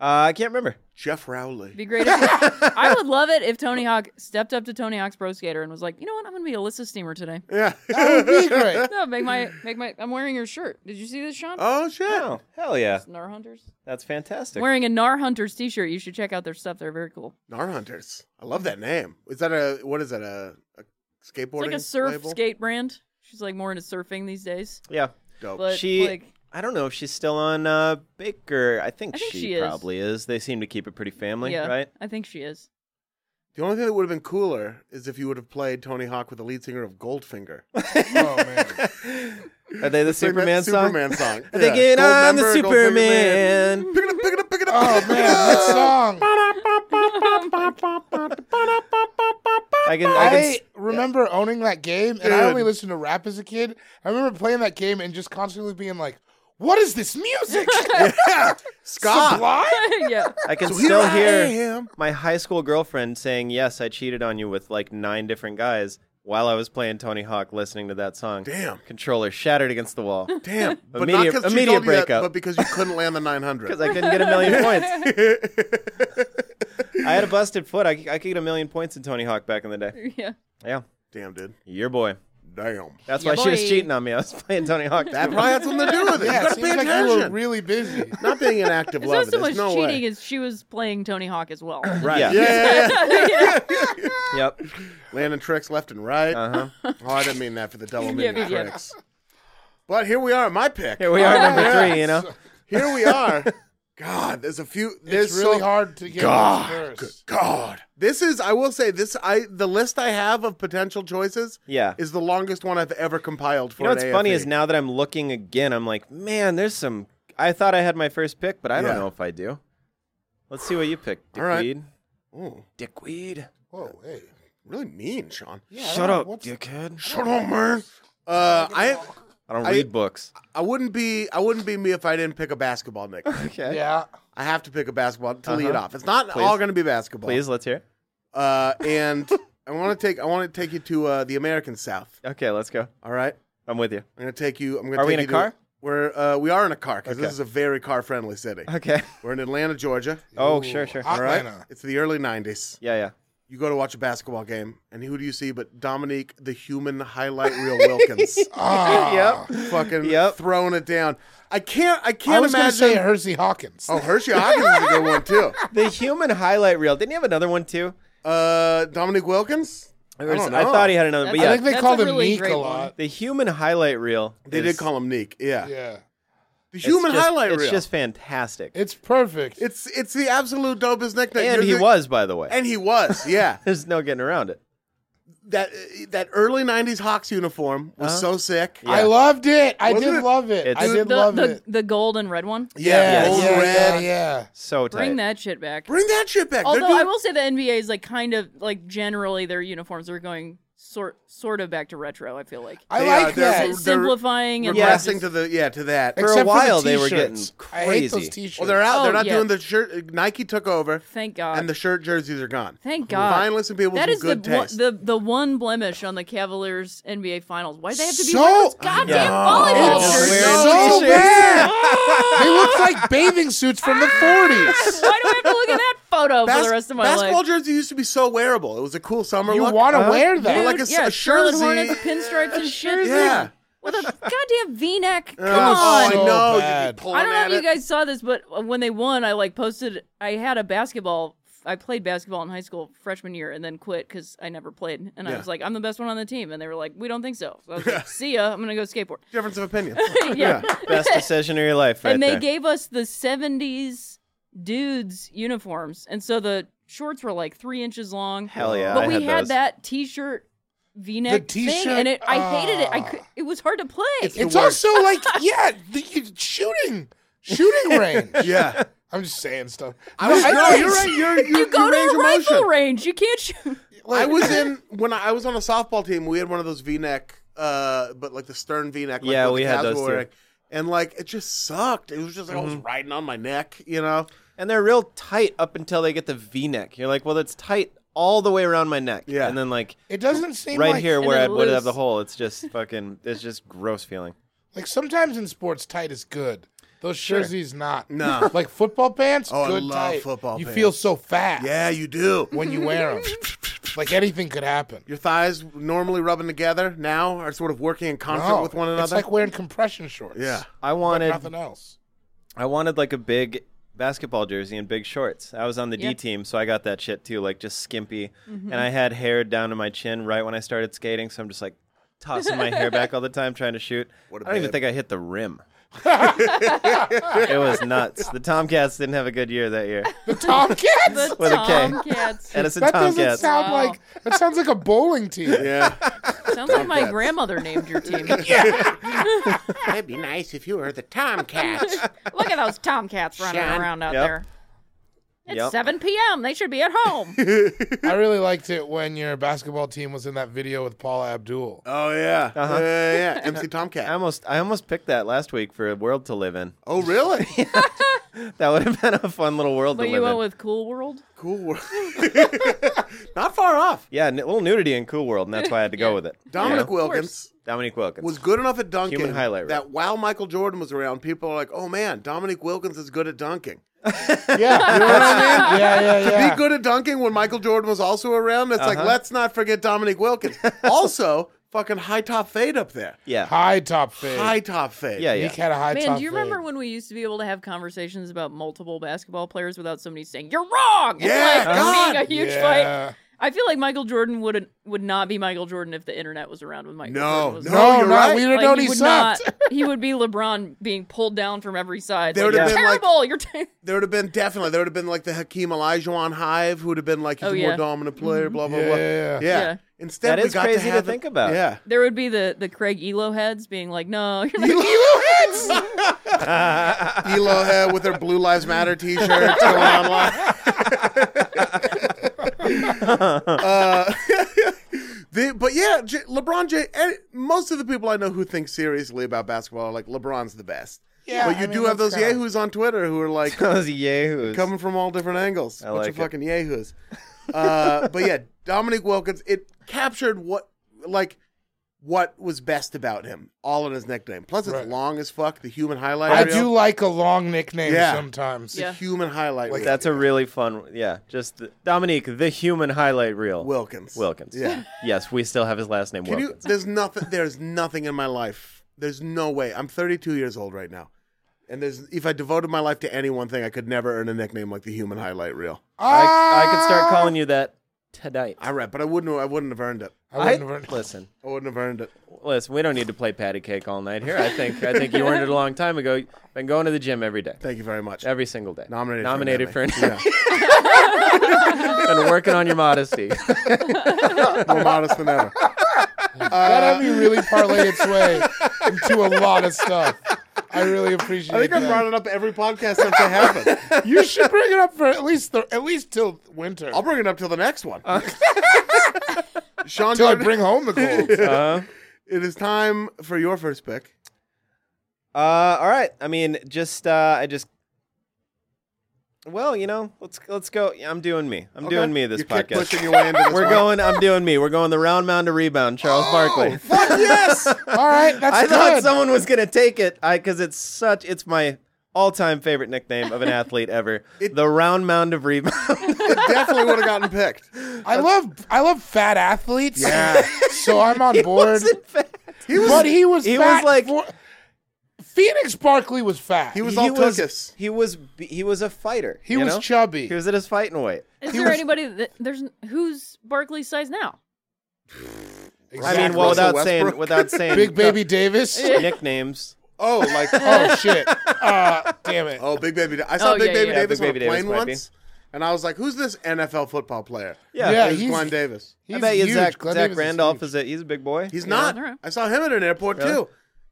Speaker 2: Uh, I can't remember.
Speaker 1: Jeff Rowley.
Speaker 3: Be great. If, I would love it if Tony Hawk stepped up to Tony Hawk's Pro Skater and was like, "You know what? I'm going to be Alyssa Steamer today.
Speaker 1: Yeah.
Speaker 4: That would be great.
Speaker 3: No, make my make my. I'm wearing your shirt. Did you see this, Sean?
Speaker 1: Oh shit.
Speaker 2: Oh, hell yeah!
Speaker 3: Nar Hunters.
Speaker 2: That's fantastic.
Speaker 3: Wearing a Nar Hunters T-shirt. You should check out their stuff. They're very cool.
Speaker 1: Nar Hunters. I love that name. Is that a what is that a, a skateboarding?
Speaker 3: It's like a surf
Speaker 1: label?
Speaker 3: skate brand. She's like more into surfing these days.
Speaker 2: yeah,
Speaker 1: Dope.
Speaker 3: But
Speaker 2: She-
Speaker 3: like,
Speaker 2: I don't know if she's still on uh, Baker. I think,
Speaker 3: I think
Speaker 2: she,
Speaker 3: she is.
Speaker 2: probably is. They seem to keep it pretty family,
Speaker 3: yeah,
Speaker 2: right?
Speaker 3: I think she is.
Speaker 1: the only thing that would have been cooler is if you would have played Tony Hawk with the lead singer of Goldfinger.
Speaker 4: Oh man.
Speaker 2: Are they the
Speaker 1: Sing
Speaker 2: Superman
Speaker 1: that
Speaker 2: song?
Speaker 1: Superman song.
Speaker 2: I think it
Speaker 1: Gold
Speaker 2: on the
Speaker 1: member, Goldfinger man.
Speaker 2: Superman.
Speaker 1: Pick it up, pick it up, pick it up.
Speaker 4: Oh man, that song.
Speaker 2: I can, I can
Speaker 4: I remember owning that game, and I only listened to rap as a kid. I remember playing that game and just constantly being like, "What is this music?
Speaker 1: Scott.
Speaker 3: yeah.
Speaker 2: I can
Speaker 1: So here
Speaker 2: still
Speaker 1: I
Speaker 2: hear
Speaker 1: am.
Speaker 2: my high school girlfriend saying, "Yes, I cheated on you with like nine different guys." While I was playing Tony Hawk, listening to that song,
Speaker 1: Damn.
Speaker 2: controller shattered against the wall
Speaker 1: Damn. But
Speaker 2: Immediate-
Speaker 1: not because
Speaker 2: immediate
Speaker 1: she told you that,
Speaker 2: breakup.
Speaker 1: but because you couldn't land the 900.
Speaker 2: because I couldn't get a million points. I had a busted foot. I, I could get a million points in Tony Hawk back in the day.
Speaker 3: Yeah.
Speaker 2: Yeah,
Speaker 1: Damn, dude.
Speaker 2: your boy.
Speaker 1: Damn.
Speaker 2: That's
Speaker 3: Yeah,
Speaker 2: why she was
Speaker 3: boy.
Speaker 2: cheating on me. I was playing Tony Hawk.
Speaker 1: That probably had something to do with it.
Speaker 4: yeah,
Speaker 1: you
Speaker 4: it
Speaker 1: gotta pay
Speaker 4: seems like you were
Speaker 1: attention.
Speaker 4: really busy.
Speaker 1: not being an act of
Speaker 3: It's
Speaker 1: love.
Speaker 3: not so much
Speaker 1: There's no
Speaker 3: cheating
Speaker 1: way.
Speaker 3: as she was playing Tony Hawk as well.
Speaker 2: right.
Speaker 1: Yeah, yeah, yeah.
Speaker 2: Yep.
Speaker 1: landing tricks left and right.
Speaker 2: Uh huh.
Speaker 1: Oh, I didn't mean that for the double meaning
Speaker 3: yeah.
Speaker 1: tricks. But here we are. at My pick. Oh,
Speaker 2: Here we are, number three. You know.
Speaker 1: Here we are. God, there's a few. There's
Speaker 4: It's really
Speaker 1: so-
Speaker 4: hard to get
Speaker 1: God,
Speaker 4: this verse.
Speaker 1: good God. This is. I will say this. I the list I have of potential choices.
Speaker 2: Yeah.
Speaker 1: Is the longest one I've ever compiled for.
Speaker 2: You know what's
Speaker 1: an
Speaker 2: funny
Speaker 1: AFE.
Speaker 2: is now that I'm looking again, I'm like, man, there's some. I thought I had my first pick, but I don't
Speaker 1: Yeah.
Speaker 2: know if I do. Let's see what you pick,
Speaker 1: All right.
Speaker 2: dickweed.
Speaker 1: Ooh,
Speaker 2: Dickweed.
Speaker 4: Whoa, hey.
Speaker 1: really mean, Sean.
Speaker 2: Shut up, dickhead.
Speaker 1: Shut up, man. Uh, I
Speaker 2: I don't
Speaker 1: I-
Speaker 2: read books.
Speaker 1: I wouldn't be I wouldn't be me if I didn't pick a basketball nick.
Speaker 2: Okay.
Speaker 4: Yeah.
Speaker 1: I have to pick a basketball to lead
Speaker 2: Uh-huh.
Speaker 1: off. It's not
Speaker 2: Please.
Speaker 1: all going to be basketball.
Speaker 2: Please, let's hear. it.
Speaker 1: Uh, and I want to take I want to take you to uh, the American South.
Speaker 2: Okay, let's go.
Speaker 1: All right.
Speaker 2: I'm with you.
Speaker 1: I'm going to take you. I'm going
Speaker 2: Are
Speaker 1: take
Speaker 2: we in
Speaker 1: you
Speaker 2: a
Speaker 1: to-
Speaker 2: car?
Speaker 1: We're uh, we are in a car because
Speaker 2: Okay.
Speaker 1: this is a very car friendly city.
Speaker 2: Okay.
Speaker 1: We're in Atlanta, Georgia.
Speaker 2: Oh, sure, sure.
Speaker 4: Hot
Speaker 1: All right.
Speaker 4: Atlanta.
Speaker 1: It's the early '90s.
Speaker 2: Yeah, yeah.
Speaker 1: You go to watch a basketball game, and who do you see but Dominique, the human highlight reel Wilkins,
Speaker 4: Ah,
Speaker 2: yep.
Speaker 1: fucking
Speaker 2: Yep.
Speaker 1: throwing it down? I can't. I can't
Speaker 4: I was going to
Speaker 1: imagine.
Speaker 4: say Hersey Hawkins.
Speaker 1: oh, Hershey Hawkins is a good one too.
Speaker 2: The human highlight reel. Didn't he have another one too?
Speaker 1: Uh, Dominique Wilkins. I,
Speaker 2: Or is-
Speaker 1: don't
Speaker 2: I
Speaker 1: know.
Speaker 2: thought he had another, but
Speaker 3: That's-
Speaker 4: I
Speaker 2: yeah,
Speaker 4: think they
Speaker 3: that's
Speaker 4: called
Speaker 3: a
Speaker 4: him
Speaker 3: really
Speaker 4: Meek
Speaker 3: great
Speaker 4: a lot.
Speaker 2: the human highlight reel.
Speaker 1: they did call him Neek. Yeah,
Speaker 4: Yeah.
Speaker 1: the human highlight
Speaker 2: It's
Speaker 1: reel.
Speaker 2: just fantastic.
Speaker 4: It's perfect.
Speaker 1: it's it's the absolute dopest nickname.
Speaker 2: and
Speaker 1: You're
Speaker 2: he
Speaker 1: the-
Speaker 2: was, by the way.
Speaker 1: and he was. Yeah,
Speaker 2: There's no getting around it.
Speaker 1: that that early '90s Hawks uniform was
Speaker 2: Uh-huh.
Speaker 1: so sick.
Speaker 2: Yeah.
Speaker 4: I loved it. I
Speaker 1: Wasn't
Speaker 4: did
Speaker 1: it-
Speaker 4: love it. I
Speaker 2: It's-
Speaker 4: did
Speaker 3: the,
Speaker 4: love
Speaker 3: the,
Speaker 4: it.
Speaker 3: the gold and red one.
Speaker 1: Yeah,
Speaker 2: Yeah,
Speaker 1: old
Speaker 4: yeah,
Speaker 1: red.
Speaker 4: yeah, yeah.
Speaker 2: So tight.
Speaker 3: Bring that shit back.
Speaker 1: Bring that shit back.
Speaker 3: Although
Speaker 1: They're doing,
Speaker 3: I will say the NBA is like kind of like generally their uniforms are going sort sort of back to retro. I feel like
Speaker 4: I
Speaker 1: They are-
Speaker 4: like
Speaker 1: they're-
Speaker 4: that.
Speaker 3: S- simplifying and
Speaker 2: Yeah.
Speaker 3: like
Speaker 1: regressing
Speaker 3: just-
Speaker 1: to the yeah to that.
Speaker 2: Ex-
Speaker 4: Except
Speaker 2: for a while,
Speaker 4: the
Speaker 2: they were getting
Speaker 4: t-shirts. I hate those
Speaker 2: crazy.
Speaker 4: t-shirts.
Speaker 1: Well, they're out.
Speaker 3: Oh,
Speaker 1: they're not
Speaker 3: yeah.
Speaker 1: doing the shirt. Nike took over,
Speaker 3: thank God.
Speaker 1: and the shirt jerseys are gone.
Speaker 3: thank God.
Speaker 1: Finally, some people
Speaker 3: That
Speaker 1: with
Speaker 3: is
Speaker 1: good
Speaker 3: the, one,
Speaker 1: taste.
Speaker 3: the the one blemish on the Cavaliers NBA Finals. Why do they have to be
Speaker 4: So-
Speaker 3: wearing those goddamn
Speaker 2: Yeah.
Speaker 3: volleyball
Speaker 4: It's
Speaker 3: shirts?
Speaker 2: Wearing
Speaker 4: so
Speaker 2: t-shirts.
Speaker 4: bad. they look like bathing suits from the 40s.
Speaker 3: Why do I have to look at that photo for
Speaker 1: Bas-
Speaker 3: the rest of my
Speaker 1: basketball
Speaker 3: life?
Speaker 1: jersey used to be so wearable. It was a cool summer
Speaker 4: You
Speaker 1: look.
Speaker 4: want to
Speaker 2: uh,
Speaker 4: wear that.
Speaker 1: Or like a,
Speaker 3: Dude,
Speaker 1: s-
Speaker 3: yeah,
Speaker 1: a
Speaker 3: Charlotte
Speaker 1: jersey.
Speaker 3: Hornets pinstripes and shit.
Speaker 1: Yeah.
Speaker 3: with a goddamn V-neck. Come
Speaker 1: Oh,
Speaker 3: on.
Speaker 1: I
Speaker 4: So
Speaker 1: know.
Speaker 4: bad.
Speaker 1: You'd be pulling
Speaker 3: I don't know
Speaker 1: at
Speaker 3: if you
Speaker 1: it.
Speaker 3: guys saw this, but when they won, I like posted. I had a basketball. I played basketball in high school freshman year and then quit because I never played. And
Speaker 1: Yeah.
Speaker 3: I was like, I'm the best one on the team. And they were like, we don't think so. so I was like, see ya. I'm going to go skateboard.
Speaker 1: Difference of opinion.
Speaker 3: yeah.
Speaker 2: Best decision of your life, right
Speaker 3: and they
Speaker 2: there.
Speaker 3: gave us the 70s dudes uniforms. And so the shorts were like three inches long.
Speaker 2: Hell yeah,
Speaker 3: But
Speaker 2: I
Speaker 3: we
Speaker 2: had
Speaker 3: had,
Speaker 2: those.
Speaker 3: that t shirt v neck
Speaker 4: t-shirt,
Speaker 3: thing. And it, I hated it. I
Speaker 4: ah.
Speaker 3: could, it was hard to play.
Speaker 1: It's-
Speaker 4: It's
Speaker 1: the worst.
Speaker 4: also like, yeah, the, you- shooting, shooting range.
Speaker 1: yeah.
Speaker 4: I'm just saying stuff.
Speaker 1: I was, no,
Speaker 4: think-
Speaker 1: you're right. You're, you
Speaker 3: you go
Speaker 1: range
Speaker 3: to
Speaker 1: of
Speaker 3: a rifle
Speaker 1: motion.
Speaker 3: range. You can't shoot.
Speaker 1: I was in when I, I was on a softball team. We had one of those V-neck, uh, but like the stern V-neck. Like
Speaker 2: Yeah,
Speaker 1: what
Speaker 2: we
Speaker 1: the
Speaker 2: had
Speaker 1: Cavs
Speaker 2: those
Speaker 1: were
Speaker 2: too.
Speaker 1: wearing. And like it just sucked. It was just like I was riding on my neck, you know.
Speaker 2: and they're real tight up until they get the V-neck. You're like, well, it's tight all the way around my neck.
Speaker 1: Yeah.
Speaker 2: And then like
Speaker 4: It doesn't seem
Speaker 2: right
Speaker 4: like,
Speaker 2: here
Speaker 3: And
Speaker 2: where I
Speaker 3: then
Speaker 2: would have the
Speaker 3: loose.
Speaker 2: hole, it's just fucking, it's just gross feeling.
Speaker 4: Like sometimes in sports, tight is good. Those jerseys, not.
Speaker 1: No.
Speaker 4: Like football pants,
Speaker 1: Oh, I
Speaker 4: good
Speaker 1: love
Speaker 4: tight.
Speaker 1: football
Speaker 4: you
Speaker 1: pants.
Speaker 4: feel so fast.
Speaker 1: Yeah, you do.
Speaker 4: When you wear them, like anything could happen.
Speaker 1: Your thighs normally rubbing together now are sort of working in concert
Speaker 4: No,
Speaker 1: with one
Speaker 4: It's
Speaker 1: another.
Speaker 4: like wearing compression shorts.
Speaker 1: yeah.
Speaker 2: I wanted,
Speaker 4: Nothing else.
Speaker 2: I wanted like a big basketball jersey and big shorts. I was on the D
Speaker 3: Yeah.
Speaker 2: team, so I got that shit too, like just skimpy.
Speaker 3: Mm-hmm.
Speaker 2: And I had hair down to my chin right when I started skating, so I'm just like tossing my hair back all the time trying to shoot. I
Speaker 1: What a
Speaker 2: don't even
Speaker 1: babe.
Speaker 2: think I hit the rim. it was nuts. The Tomcats didn't have a good year that year.
Speaker 4: The Tomcats.
Speaker 3: The
Speaker 2: With a K.
Speaker 3: Tomcats.
Speaker 2: Edison
Speaker 4: that doesn't
Speaker 2: Tomcats.
Speaker 4: sound
Speaker 3: Wow.
Speaker 4: like. That sounds like a bowling team.
Speaker 1: Yeah.
Speaker 3: Sounds like my grandmother named your team. Look
Speaker 1: That'd be nice if you were the Tomcats.
Speaker 3: at those Tomcats running
Speaker 1: Sean.
Speaker 3: around out
Speaker 2: Yep.
Speaker 3: there. It's
Speaker 2: Yep.
Speaker 3: 7 p.m. They should be at home.
Speaker 4: I really liked it when your basketball team was in that video with Paula Abdul.
Speaker 1: oh yeah.
Speaker 2: Uh-huh.
Speaker 1: Yeah, yeah, yeah. MC
Speaker 2: I
Speaker 1: Tomcat.
Speaker 2: almost I almost picked that last week for a world to live in.
Speaker 1: Oh really?
Speaker 2: That would have been a fun little world
Speaker 3: But
Speaker 2: to
Speaker 3: you
Speaker 2: live in.
Speaker 3: went with Cool World?
Speaker 1: cool. Not far off.
Speaker 2: yeah, n- a little nudity in Cool World, and that's why I had to go with it.
Speaker 1: Dominic
Speaker 2: You know?
Speaker 1: Wilkins
Speaker 2: Dominic Wilkins.
Speaker 1: was good enough at dunking
Speaker 2: Human highlight reel.
Speaker 1: that while Michael Jordan was around, people are like, "Oh man, Dominic Wilkins is good at dunking."
Speaker 4: Yeah, you know what I mean. Yeah, yeah, yeah.
Speaker 1: Be good at dunking when Michael Jordan was also around. It's like
Speaker 2: Uh-huh.
Speaker 1: let's not forget Dominic Wilkins. also, fucking high top fade up there.
Speaker 2: yeah.
Speaker 4: High top fade.
Speaker 1: High top fade.
Speaker 2: yeah, yeah,
Speaker 4: Meek had a high top.
Speaker 3: Man, do you remember
Speaker 4: fade.
Speaker 3: when we used to be able to have conversations about multiple basketball players without somebody saying, You're wrong!
Speaker 1: Yeah,
Speaker 3: and like,
Speaker 1: God!
Speaker 3: being a huge
Speaker 4: Yeah.
Speaker 3: fight. I feel like Michael Jordan would would not be Michael Jordan if the internet was around when Michael
Speaker 1: No,
Speaker 3: Jordan was
Speaker 1: no,
Speaker 3: around.
Speaker 4: No,
Speaker 1: you're
Speaker 4: no,
Speaker 1: right.
Speaker 4: we didn't
Speaker 3: Like,
Speaker 4: know
Speaker 3: he
Speaker 4: he
Speaker 3: would
Speaker 4: sucked.
Speaker 3: not. He would be LeBron being pulled down from every side.
Speaker 1: There
Speaker 3: Like,
Speaker 1: would've
Speaker 3: you're
Speaker 1: been, like-
Speaker 3: terrible. You're ter-
Speaker 1: There would have been definitely there would have been like the Hakeem Olajuwon hive who would have been like he's
Speaker 3: Oh,
Speaker 1: a more
Speaker 3: yeah.
Speaker 1: dominant player, blah blah
Speaker 4: Yeah,
Speaker 1: blah.
Speaker 4: yeah, yeah.
Speaker 3: Yeah.
Speaker 1: Instead,
Speaker 2: That
Speaker 1: we
Speaker 2: is
Speaker 1: got
Speaker 2: crazy
Speaker 1: to,
Speaker 2: to
Speaker 1: have
Speaker 2: think
Speaker 1: it-
Speaker 2: about.
Speaker 1: Yeah.
Speaker 3: There would be the the Craig Elo heads being like, "No, you're like,
Speaker 1: Elo head with her Blue Lives Matter T-shirt going online. uh, the, but yeah, J- LeBron J. and most of the people I know who think seriously about basketball are like LeBron's the best.
Speaker 4: Yeah,
Speaker 1: but you
Speaker 4: I mean,
Speaker 1: do have
Speaker 4: that's
Speaker 1: those
Speaker 4: kinda-
Speaker 1: yahoos on Twitter who are like
Speaker 2: Those yahoos.
Speaker 1: coming from all different angles.
Speaker 2: I
Speaker 1: Bunch
Speaker 2: like
Speaker 1: of
Speaker 2: it.
Speaker 1: fucking yahoos. Uh, but yeah, Dominique Wilkins. It captured what like what was best about him, all in his nickname. Plus, it's
Speaker 4: Right.
Speaker 1: long as fuck. The human highlight.
Speaker 4: I
Speaker 1: reel.
Speaker 4: do like a long nickname
Speaker 1: Yeah.
Speaker 4: sometimes.
Speaker 1: The
Speaker 3: Yeah.
Speaker 1: human highlight. reel.
Speaker 2: That's a really fun. Yeah, just the, Dominique, the human highlight reel.
Speaker 1: Wilkins.
Speaker 2: Wilkins.
Speaker 1: Yeah.
Speaker 2: Yes, we still have his last name.
Speaker 1: Can you?
Speaker 2: Wilkins.
Speaker 1: There's nothing. There's nothing in my life. There's no way. I'm 32 years old right now, and there's if I devoted my life to any one thing, I could never earn a nickname like the human highlight reel.
Speaker 2: I, I could start calling you that tonight.
Speaker 1: I rap, but I wouldn't. I wouldn't have earned it.
Speaker 4: I wouldn't have earned-
Speaker 2: listen,
Speaker 1: I wouldn't have earned it.
Speaker 2: listen. We don't need to play patty cake all night here. I think I think you earned it a long time ago. Been going to the gym every day,
Speaker 1: Thank you very much.
Speaker 2: every single day.
Speaker 1: Nominated.
Speaker 2: Nominated for,
Speaker 1: an
Speaker 2: an Been working on your modesty. Uh-huh.
Speaker 1: Yeah, more modest than ever. Uh,
Speaker 4: that had me really parlay its way into a lot of stuff. I really appreciate
Speaker 1: I think I
Speaker 4: that.
Speaker 1: brought it up every podcast since it happened.
Speaker 4: You should bring it up for at least the, at least till winter.
Speaker 1: I'll bring it up till the next one.
Speaker 2: Uh.
Speaker 1: Sean,
Speaker 4: till I
Speaker 1: Jordan,
Speaker 4: bring home the gold.
Speaker 2: Uh,
Speaker 1: it is time for your first pick.
Speaker 2: uh, all right. I mean, just uh, I just. Well, you know, let's let's go. I'm doing me. I'm doing me this
Speaker 1: you keep
Speaker 2: podcast.
Speaker 1: pushing your way into this
Speaker 2: We're
Speaker 1: one.
Speaker 2: going. I'm doing me. We're going the round mound to rebound. Charles Barkley.
Speaker 1: Fuck yes!
Speaker 4: All right, that's
Speaker 2: I
Speaker 4: Oh, good.
Speaker 2: thought someone was gonna take it because it's such it's my all-time favorite nickname of an athlete ever. the round mound of rebound.
Speaker 1: it definitely would have gotten picked.
Speaker 4: I love I love fat athletes.
Speaker 1: Yeah.
Speaker 4: so I'm on board.
Speaker 2: Wasn't fat.
Speaker 4: but he was
Speaker 2: he was
Speaker 4: fat
Speaker 2: like-
Speaker 4: for- Phoenix Barkley was fat.
Speaker 1: He was
Speaker 2: he
Speaker 1: all
Speaker 2: was
Speaker 1: tuchus.
Speaker 2: he was b- he was a fighter.
Speaker 4: He
Speaker 2: you
Speaker 4: was
Speaker 2: know?
Speaker 4: chubby.
Speaker 2: He was at his fighting weight.
Speaker 3: Is
Speaker 4: He
Speaker 3: there
Speaker 4: was-
Speaker 3: anybody that there's who's Barkley's size now?
Speaker 4: Exactly.
Speaker 2: I mean, well,
Speaker 1: Russell
Speaker 2: without saying
Speaker 1: Westbrook.
Speaker 2: without saying
Speaker 4: Big Baby Davis.
Speaker 2: nicknames.
Speaker 1: Oh, like
Speaker 4: oh shit. Uh, damn it.
Speaker 1: oh, Big Baby. Da- I saw
Speaker 3: Oh,
Speaker 1: Big
Speaker 3: yeah,
Speaker 1: Baby
Speaker 3: yeah, yeah.
Speaker 1: Davis
Speaker 2: Big
Speaker 1: on a
Speaker 2: Baby Davis
Speaker 1: plane
Speaker 2: might be.
Speaker 1: once, and I was like, "Who's this NFL football player?"
Speaker 2: Yeah.
Speaker 4: Yeah,
Speaker 1: it was
Speaker 4: he's-
Speaker 1: Glenn Davis.
Speaker 4: He's
Speaker 2: I bet you
Speaker 4: huge.
Speaker 2: Zach,
Speaker 4: Glenn
Speaker 2: Zach
Speaker 4: Davis is
Speaker 2: Randolph
Speaker 4: huge.
Speaker 2: is, a he's a big boy.
Speaker 1: He's not.
Speaker 3: alright.
Speaker 1: I saw him at an airport
Speaker 2: Really?
Speaker 1: too.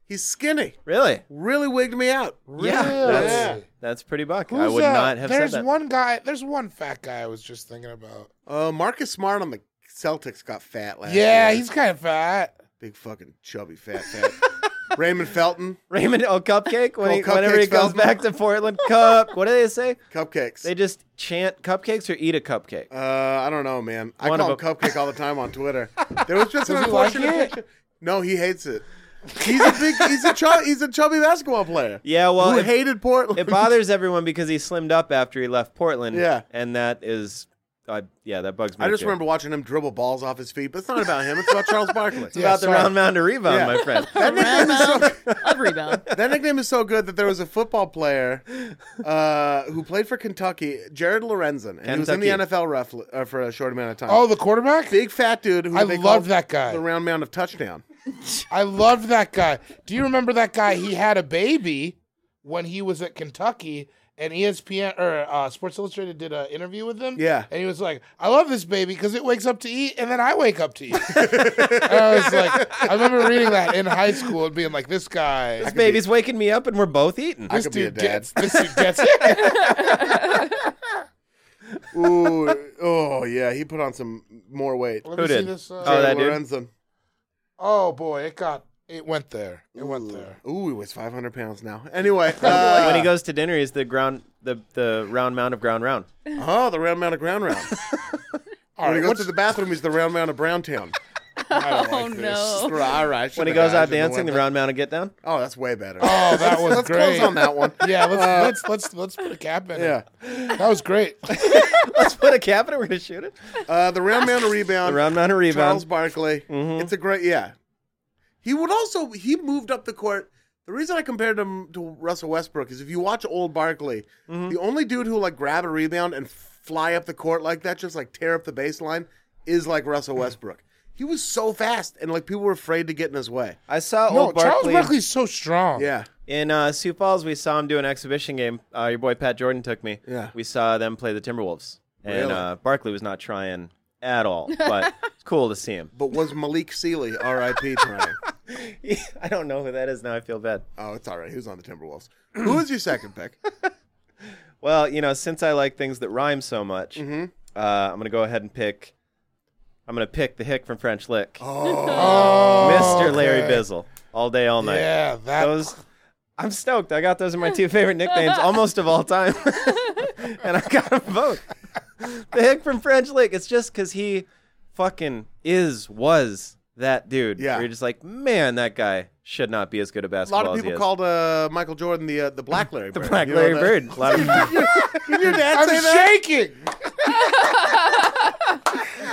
Speaker 1: He's skinny.
Speaker 2: really?
Speaker 1: Really wigged me out.
Speaker 2: Yeah. That's,
Speaker 4: Yeah.
Speaker 2: that's pretty buck. I
Speaker 4: Who's,
Speaker 2: would
Speaker 4: uh,
Speaker 2: not have said
Speaker 4: There's
Speaker 2: that.
Speaker 4: one guy. There's one fat guy I was just thinking about.
Speaker 1: Uh, Marcus Smart on the Celtics got fat last
Speaker 4: Yeah,
Speaker 1: year.
Speaker 4: he's kind of fat.
Speaker 1: big fucking chubby fat fat. Raymond Felton,
Speaker 2: Raymond oh Cupcake when
Speaker 1: Oh,
Speaker 2: he, whenever he
Speaker 1: Cupcake's
Speaker 2: goes
Speaker 1: Feldman.
Speaker 2: back to Portland. Cup. What do they say?
Speaker 1: cupcakes.
Speaker 2: They just chant cupcakes or eat a cupcake.
Speaker 1: uh, I don't know, man. I
Speaker 2: One
Speaker 1: call him
Speaker 2: of
Speaker 1: Cupcake all the time on Twitter. There was just an
Speaker 4: Does he like
Speaker 1: unfortunate
Speaker 4: it?
Speaker 1: picture. No, he hates it. He's a big. He's a chubby. He's a chubby basketball player.
Speaker 2: Yeah, well,
Speaker 1: who
Speaker 2: it-
Speaker 1: hated Portland.
Speaker 2: It bothers everyone because he slimmed up after he left Portland.
Speaker 1: Yeah.
Speaker 2: and that is, I yeah, that bugs me.
Speaker 1: I just
Speaker 2: too.
Speaker 1: remember watching him dribble balls off his feet, but it's not about him. It's about Charles Barkley.
Speaker 2: It's about the
Speaker 4: sorry.
Speaker 2: round mound to rebound,
Speaker 1: Yeah.
Speaker 2: my friend.
Speaker 1: That nickname is so
Speaker 3: Of rebound.
Speaker 1: That nickname is so good that there was a football player uh, who played for Kentucky, Jared Lorenzen, and he was in the
Speaker 2: Kentucky.
Speaker 1: NFL ref, uh, for a short amount of time.
Speaker 4: Oh, the quarterback.
Speaker 1: big fat dude who
Speaker 4: I
Speaker 1: they
Speaker 4: love
Speaker 1: called
Speaker 4: that guy.
Speaker 1: The round mound of touchdown.
Speaker 4: I loved that guy. Do you remember that guy? He had a baby when he was at Kentucky, and E ESPN or uh, Sports Illustrated did an interview with him.
Speaker 1: Yeah.
Speaker 4: and he was like, "I love this baby because it wakes up to eat, and then I wake up to eat." and I was like, I remember reading that in high school and being like, "This guy,
Speaker 2: This baby's waking me up, and we're both eating.
Speaker 4: this
Speaker 1: could be a
Speaker 4: dude
Speaker 1: dad.
Speaker 4: gets, this dude gets it."
Speaker 1: Ooh, oh yeah, he put on some more weight.
Speaker 4: Let
Speaker 2: Who
Speaker 4: me see
Speaker 2: did?
Speaker 4: this, uh,
Speaker 2: Oh, that dude?
Speaker 1: Lorenzen.
Speaker 4: oh boy, it got it went there. It went there.
Speaker 1: Ooh, he weighs 500 pounds now. Anyway,
Speaker 2: when
Speaker 1: uh,
Speaker 2: he goes to dinner, he's the ground, the the round mound of ground round.
Speaker 1: oh, the round mound of ground round.
Speaker 4: All
Speaker 1: When
Speaker 4: right,
Speaker 1: he goes
Speaker 4: what's
Speaker 1: to the bathroom, he's the round mound of Browntown.
Speaker 3: Oh no.
Speaker 1: All right.
Speaker 2: When he goes out dancing, the round mound of get down.
Speaker 1: Oh, that's way better.
Speaker 4: Oh, that was
Speaker 1: Let's
Speaker 4: great.
Speaker 1: close on that one. Uh,
Speaker 4: Yeah, let's let's let's let's put a cap in
Speaker 1: Yeah.
Speaker 4: it. That was great.
Speaker 2: Let's put a cap in it. We're gonna shoot it.
Speaker 1: Uh, the round mound of rebound.
Speaker 2: The round mound of
Speaker 1: Charles
Speaker 2: rebound.
Speaker 1: Barkley.
Speaker 2: Mhm.
Speaker 1: It's a great yeah. He would also he moved up the court. The reason I compared him to Russell Westbrook is if you watch old Barkley,
Speaker 2: Mm-hmm.
Speaker 1: the only dude who'll like grab a rebound and fly up the court like that, just like tear up the baseline, is like Russell Westbrook. he was so fast and like people were afraid to get in his way.
Speaker 2: I saw
Speaker 4: No,
Speaker 2: old
Speaker 4: Charles
Speaker 2: Barkley
Speaker 4: Barkley's so strong.
Speaker 1: Yeah.
Speaker 2: in uh, Sioux Falls. We saw him do an exhibition game. Uh, your boy Pat Jordan took me.
Speaker 1: Yeah.
Speaker 2: we saw them play the Timberwolves, and
Speaker 1: Really?
Speaker 2: uh, Barkley was not trying at all, but it's cool to see him.
Speaker 1: But was Malik Sealy R.I.P. trying?
Speaker 2: I don't know who that is now. I feel bad.
Speaker 1: Oh, it's all right. He was on the Timberwolves. Who is your second pick?
Speaker 2: Well, you know, since I like things that rhyme so much, uh, I'm gonna go ahead and pick. I'm gonna pick the hick from French Lick,
Speaker 4: Oh,
Speaker 2: Mr. Larry
Speaker 4: okay.
Speaker 2: Bizzle, all day,
Speaker 1: Oh,
Speaker 2: all night.
Speaker 4: Yeah, that
Speaker 2: Those. I'm stoked. I got those are my two favorite nicknames, almost of all time, and I got them both. The hick from French Lick. It's just because he fucking is was that dude.
Speaker 1: Yeah.
Speaker 2: Where you're just like, man, that guy should not be as good at
Speaker 1: A
Speaker 2: basketball
Speaker 1: lot of
Speaker 2: as he
Speaker 1: people
Speaker 2: is.
Speaker 1: called uh, Michael Jordan the uh, the Black Larry
Speaker 2: the
Speaker 1: Bird.
Speaker 2: Black
Speaker 1: You know
Speaker 2: Larry
Speaker 1: that-
Speaker 2: Bird. A lot of
Speaker 1: Did your dad say that?
Speaker 4: I'm shaking.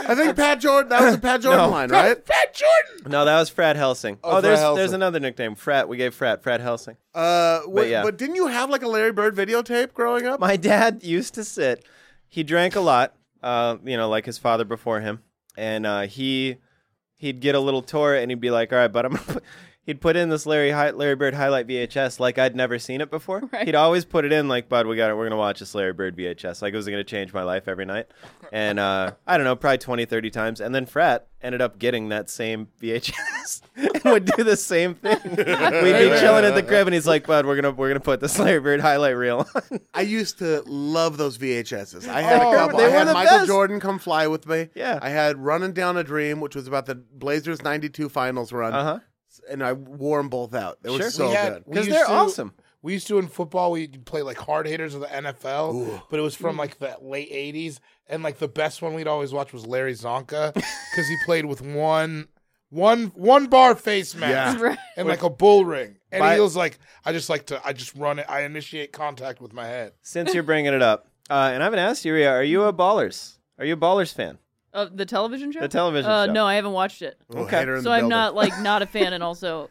Speaker 1: I think Pat Jordan. That was a Pat Jordan line, right?
Speaker 4: Pat Jordan.
Speaker 2: No, that was Frat Helsing.
Speaker 1: Oh,
Speaker 2: Oh, there's
Speaker 1: Frat
Speaker 2: there's
Speaker 1: Helsing.
Speaker 2: another nickname. Frat. We gave Frat Frat Helsing.
Speaker 1: Uh, what, but,
Speaker 2: yeah.
Speaker 1: didn't you have like a Larry Bird videotape growing up?
Speaker 2: My dad used to sit. He drank a lot. Uh, you know, like his father before him, and uh, he he'd get a little tour and he'd be like, "All right, but I'm." gonna put-" He'd put in this Larry Hi- Larry Bird highlight VHS like I'd never seen it before.
Speaker 3: Right.
Speaker 2: He'd always put it in like, "Bud, we got it. We're gonna watch this Larry Bird VHS." Like it was gonna change my life every night. And uh, I don't know, probably 20, 30 times. And then Frat ended up getting that same VHS and would do the same thing. We'd be chilling at the crib and he's like, "Bud, we're gonna we're gonna put this Larry Bird highlight reel on."
Speaker 1: I used to love those VHSs. I had
Speaker 4: Oh,
Speaker 1: a couple.
Speaker 2: they
Speaker 1: I
Speaker 2: were
Speaker 1: had
Speaker 2: the
Speaker 1: Michael
Speaker 2: best.
Speaker 1: Jordan come fly with me.
Speaker 2: Yeah.
Speaker 1: I had Running Down a Dream, which was about the Blazers '92 Finals run,
Speaker 2: Uh huh.
Speaker 1: and I wore them both out. They were
Speaker 2: Sure.
Speaker 1: so
Speaker 4: We had-
Speaker 1: good.
Speaker 4: we
Speaker 2: Because
Speaker 4: used
Speaker 2: they're
Speaker 4: to-
Speaker 2: awesome.
Speaker 4: We used to in football. We would play like hard hitters of the NFL, but it was from like the late '80s, and like the best one we'd always watch was Larry Zonka because he played with one, one, one bar face mask
Speaker 3: Right.
Speaker 4: and like a bull ring, and
Speaker 2: By-
Speaker 4: he was like, "I just like to, I just run it, I initiate contact with my head."
Speaker 2: Since you're bringing it up, uh, and I haven't asked you, Rhea, are you a Ballers? Are you a Ballers fan?
Speaker 3: Uh, the television show.
Speaker 2: The television
Speaker 3: Uh,
Speaker 2: show.
Speaker 3: No, I haven't watched it,
Speaker 1: Little
Speaker 2: Okay.
Speaker 1: hater in
Speaker 3: so
Speaker 1: the
Speaker 3: I'm
Speaker 1: building.
Speaker 3: not like not a fan, and also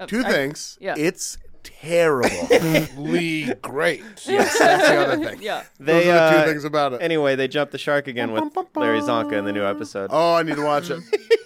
Speaker 3: uh,
Speaker 1: Two
Speaker 3: I-
Speaker 1: things.
Speaker 3: yeah.
Speaker 1: It's terrible.
Speaker 4: Lee, great.
Speaker 1: yes, that's the other thing.
Speaker 3: Yeah.
Speaker 2: They,
Speaker 1: Those are the two
Speaker 2: uh,
Speaker 1: things about it.
Speaker 2: Anyway, they jumped the shark again with Larry Zonka in the new episode.
Speaker 1: Oh, I need to watch it.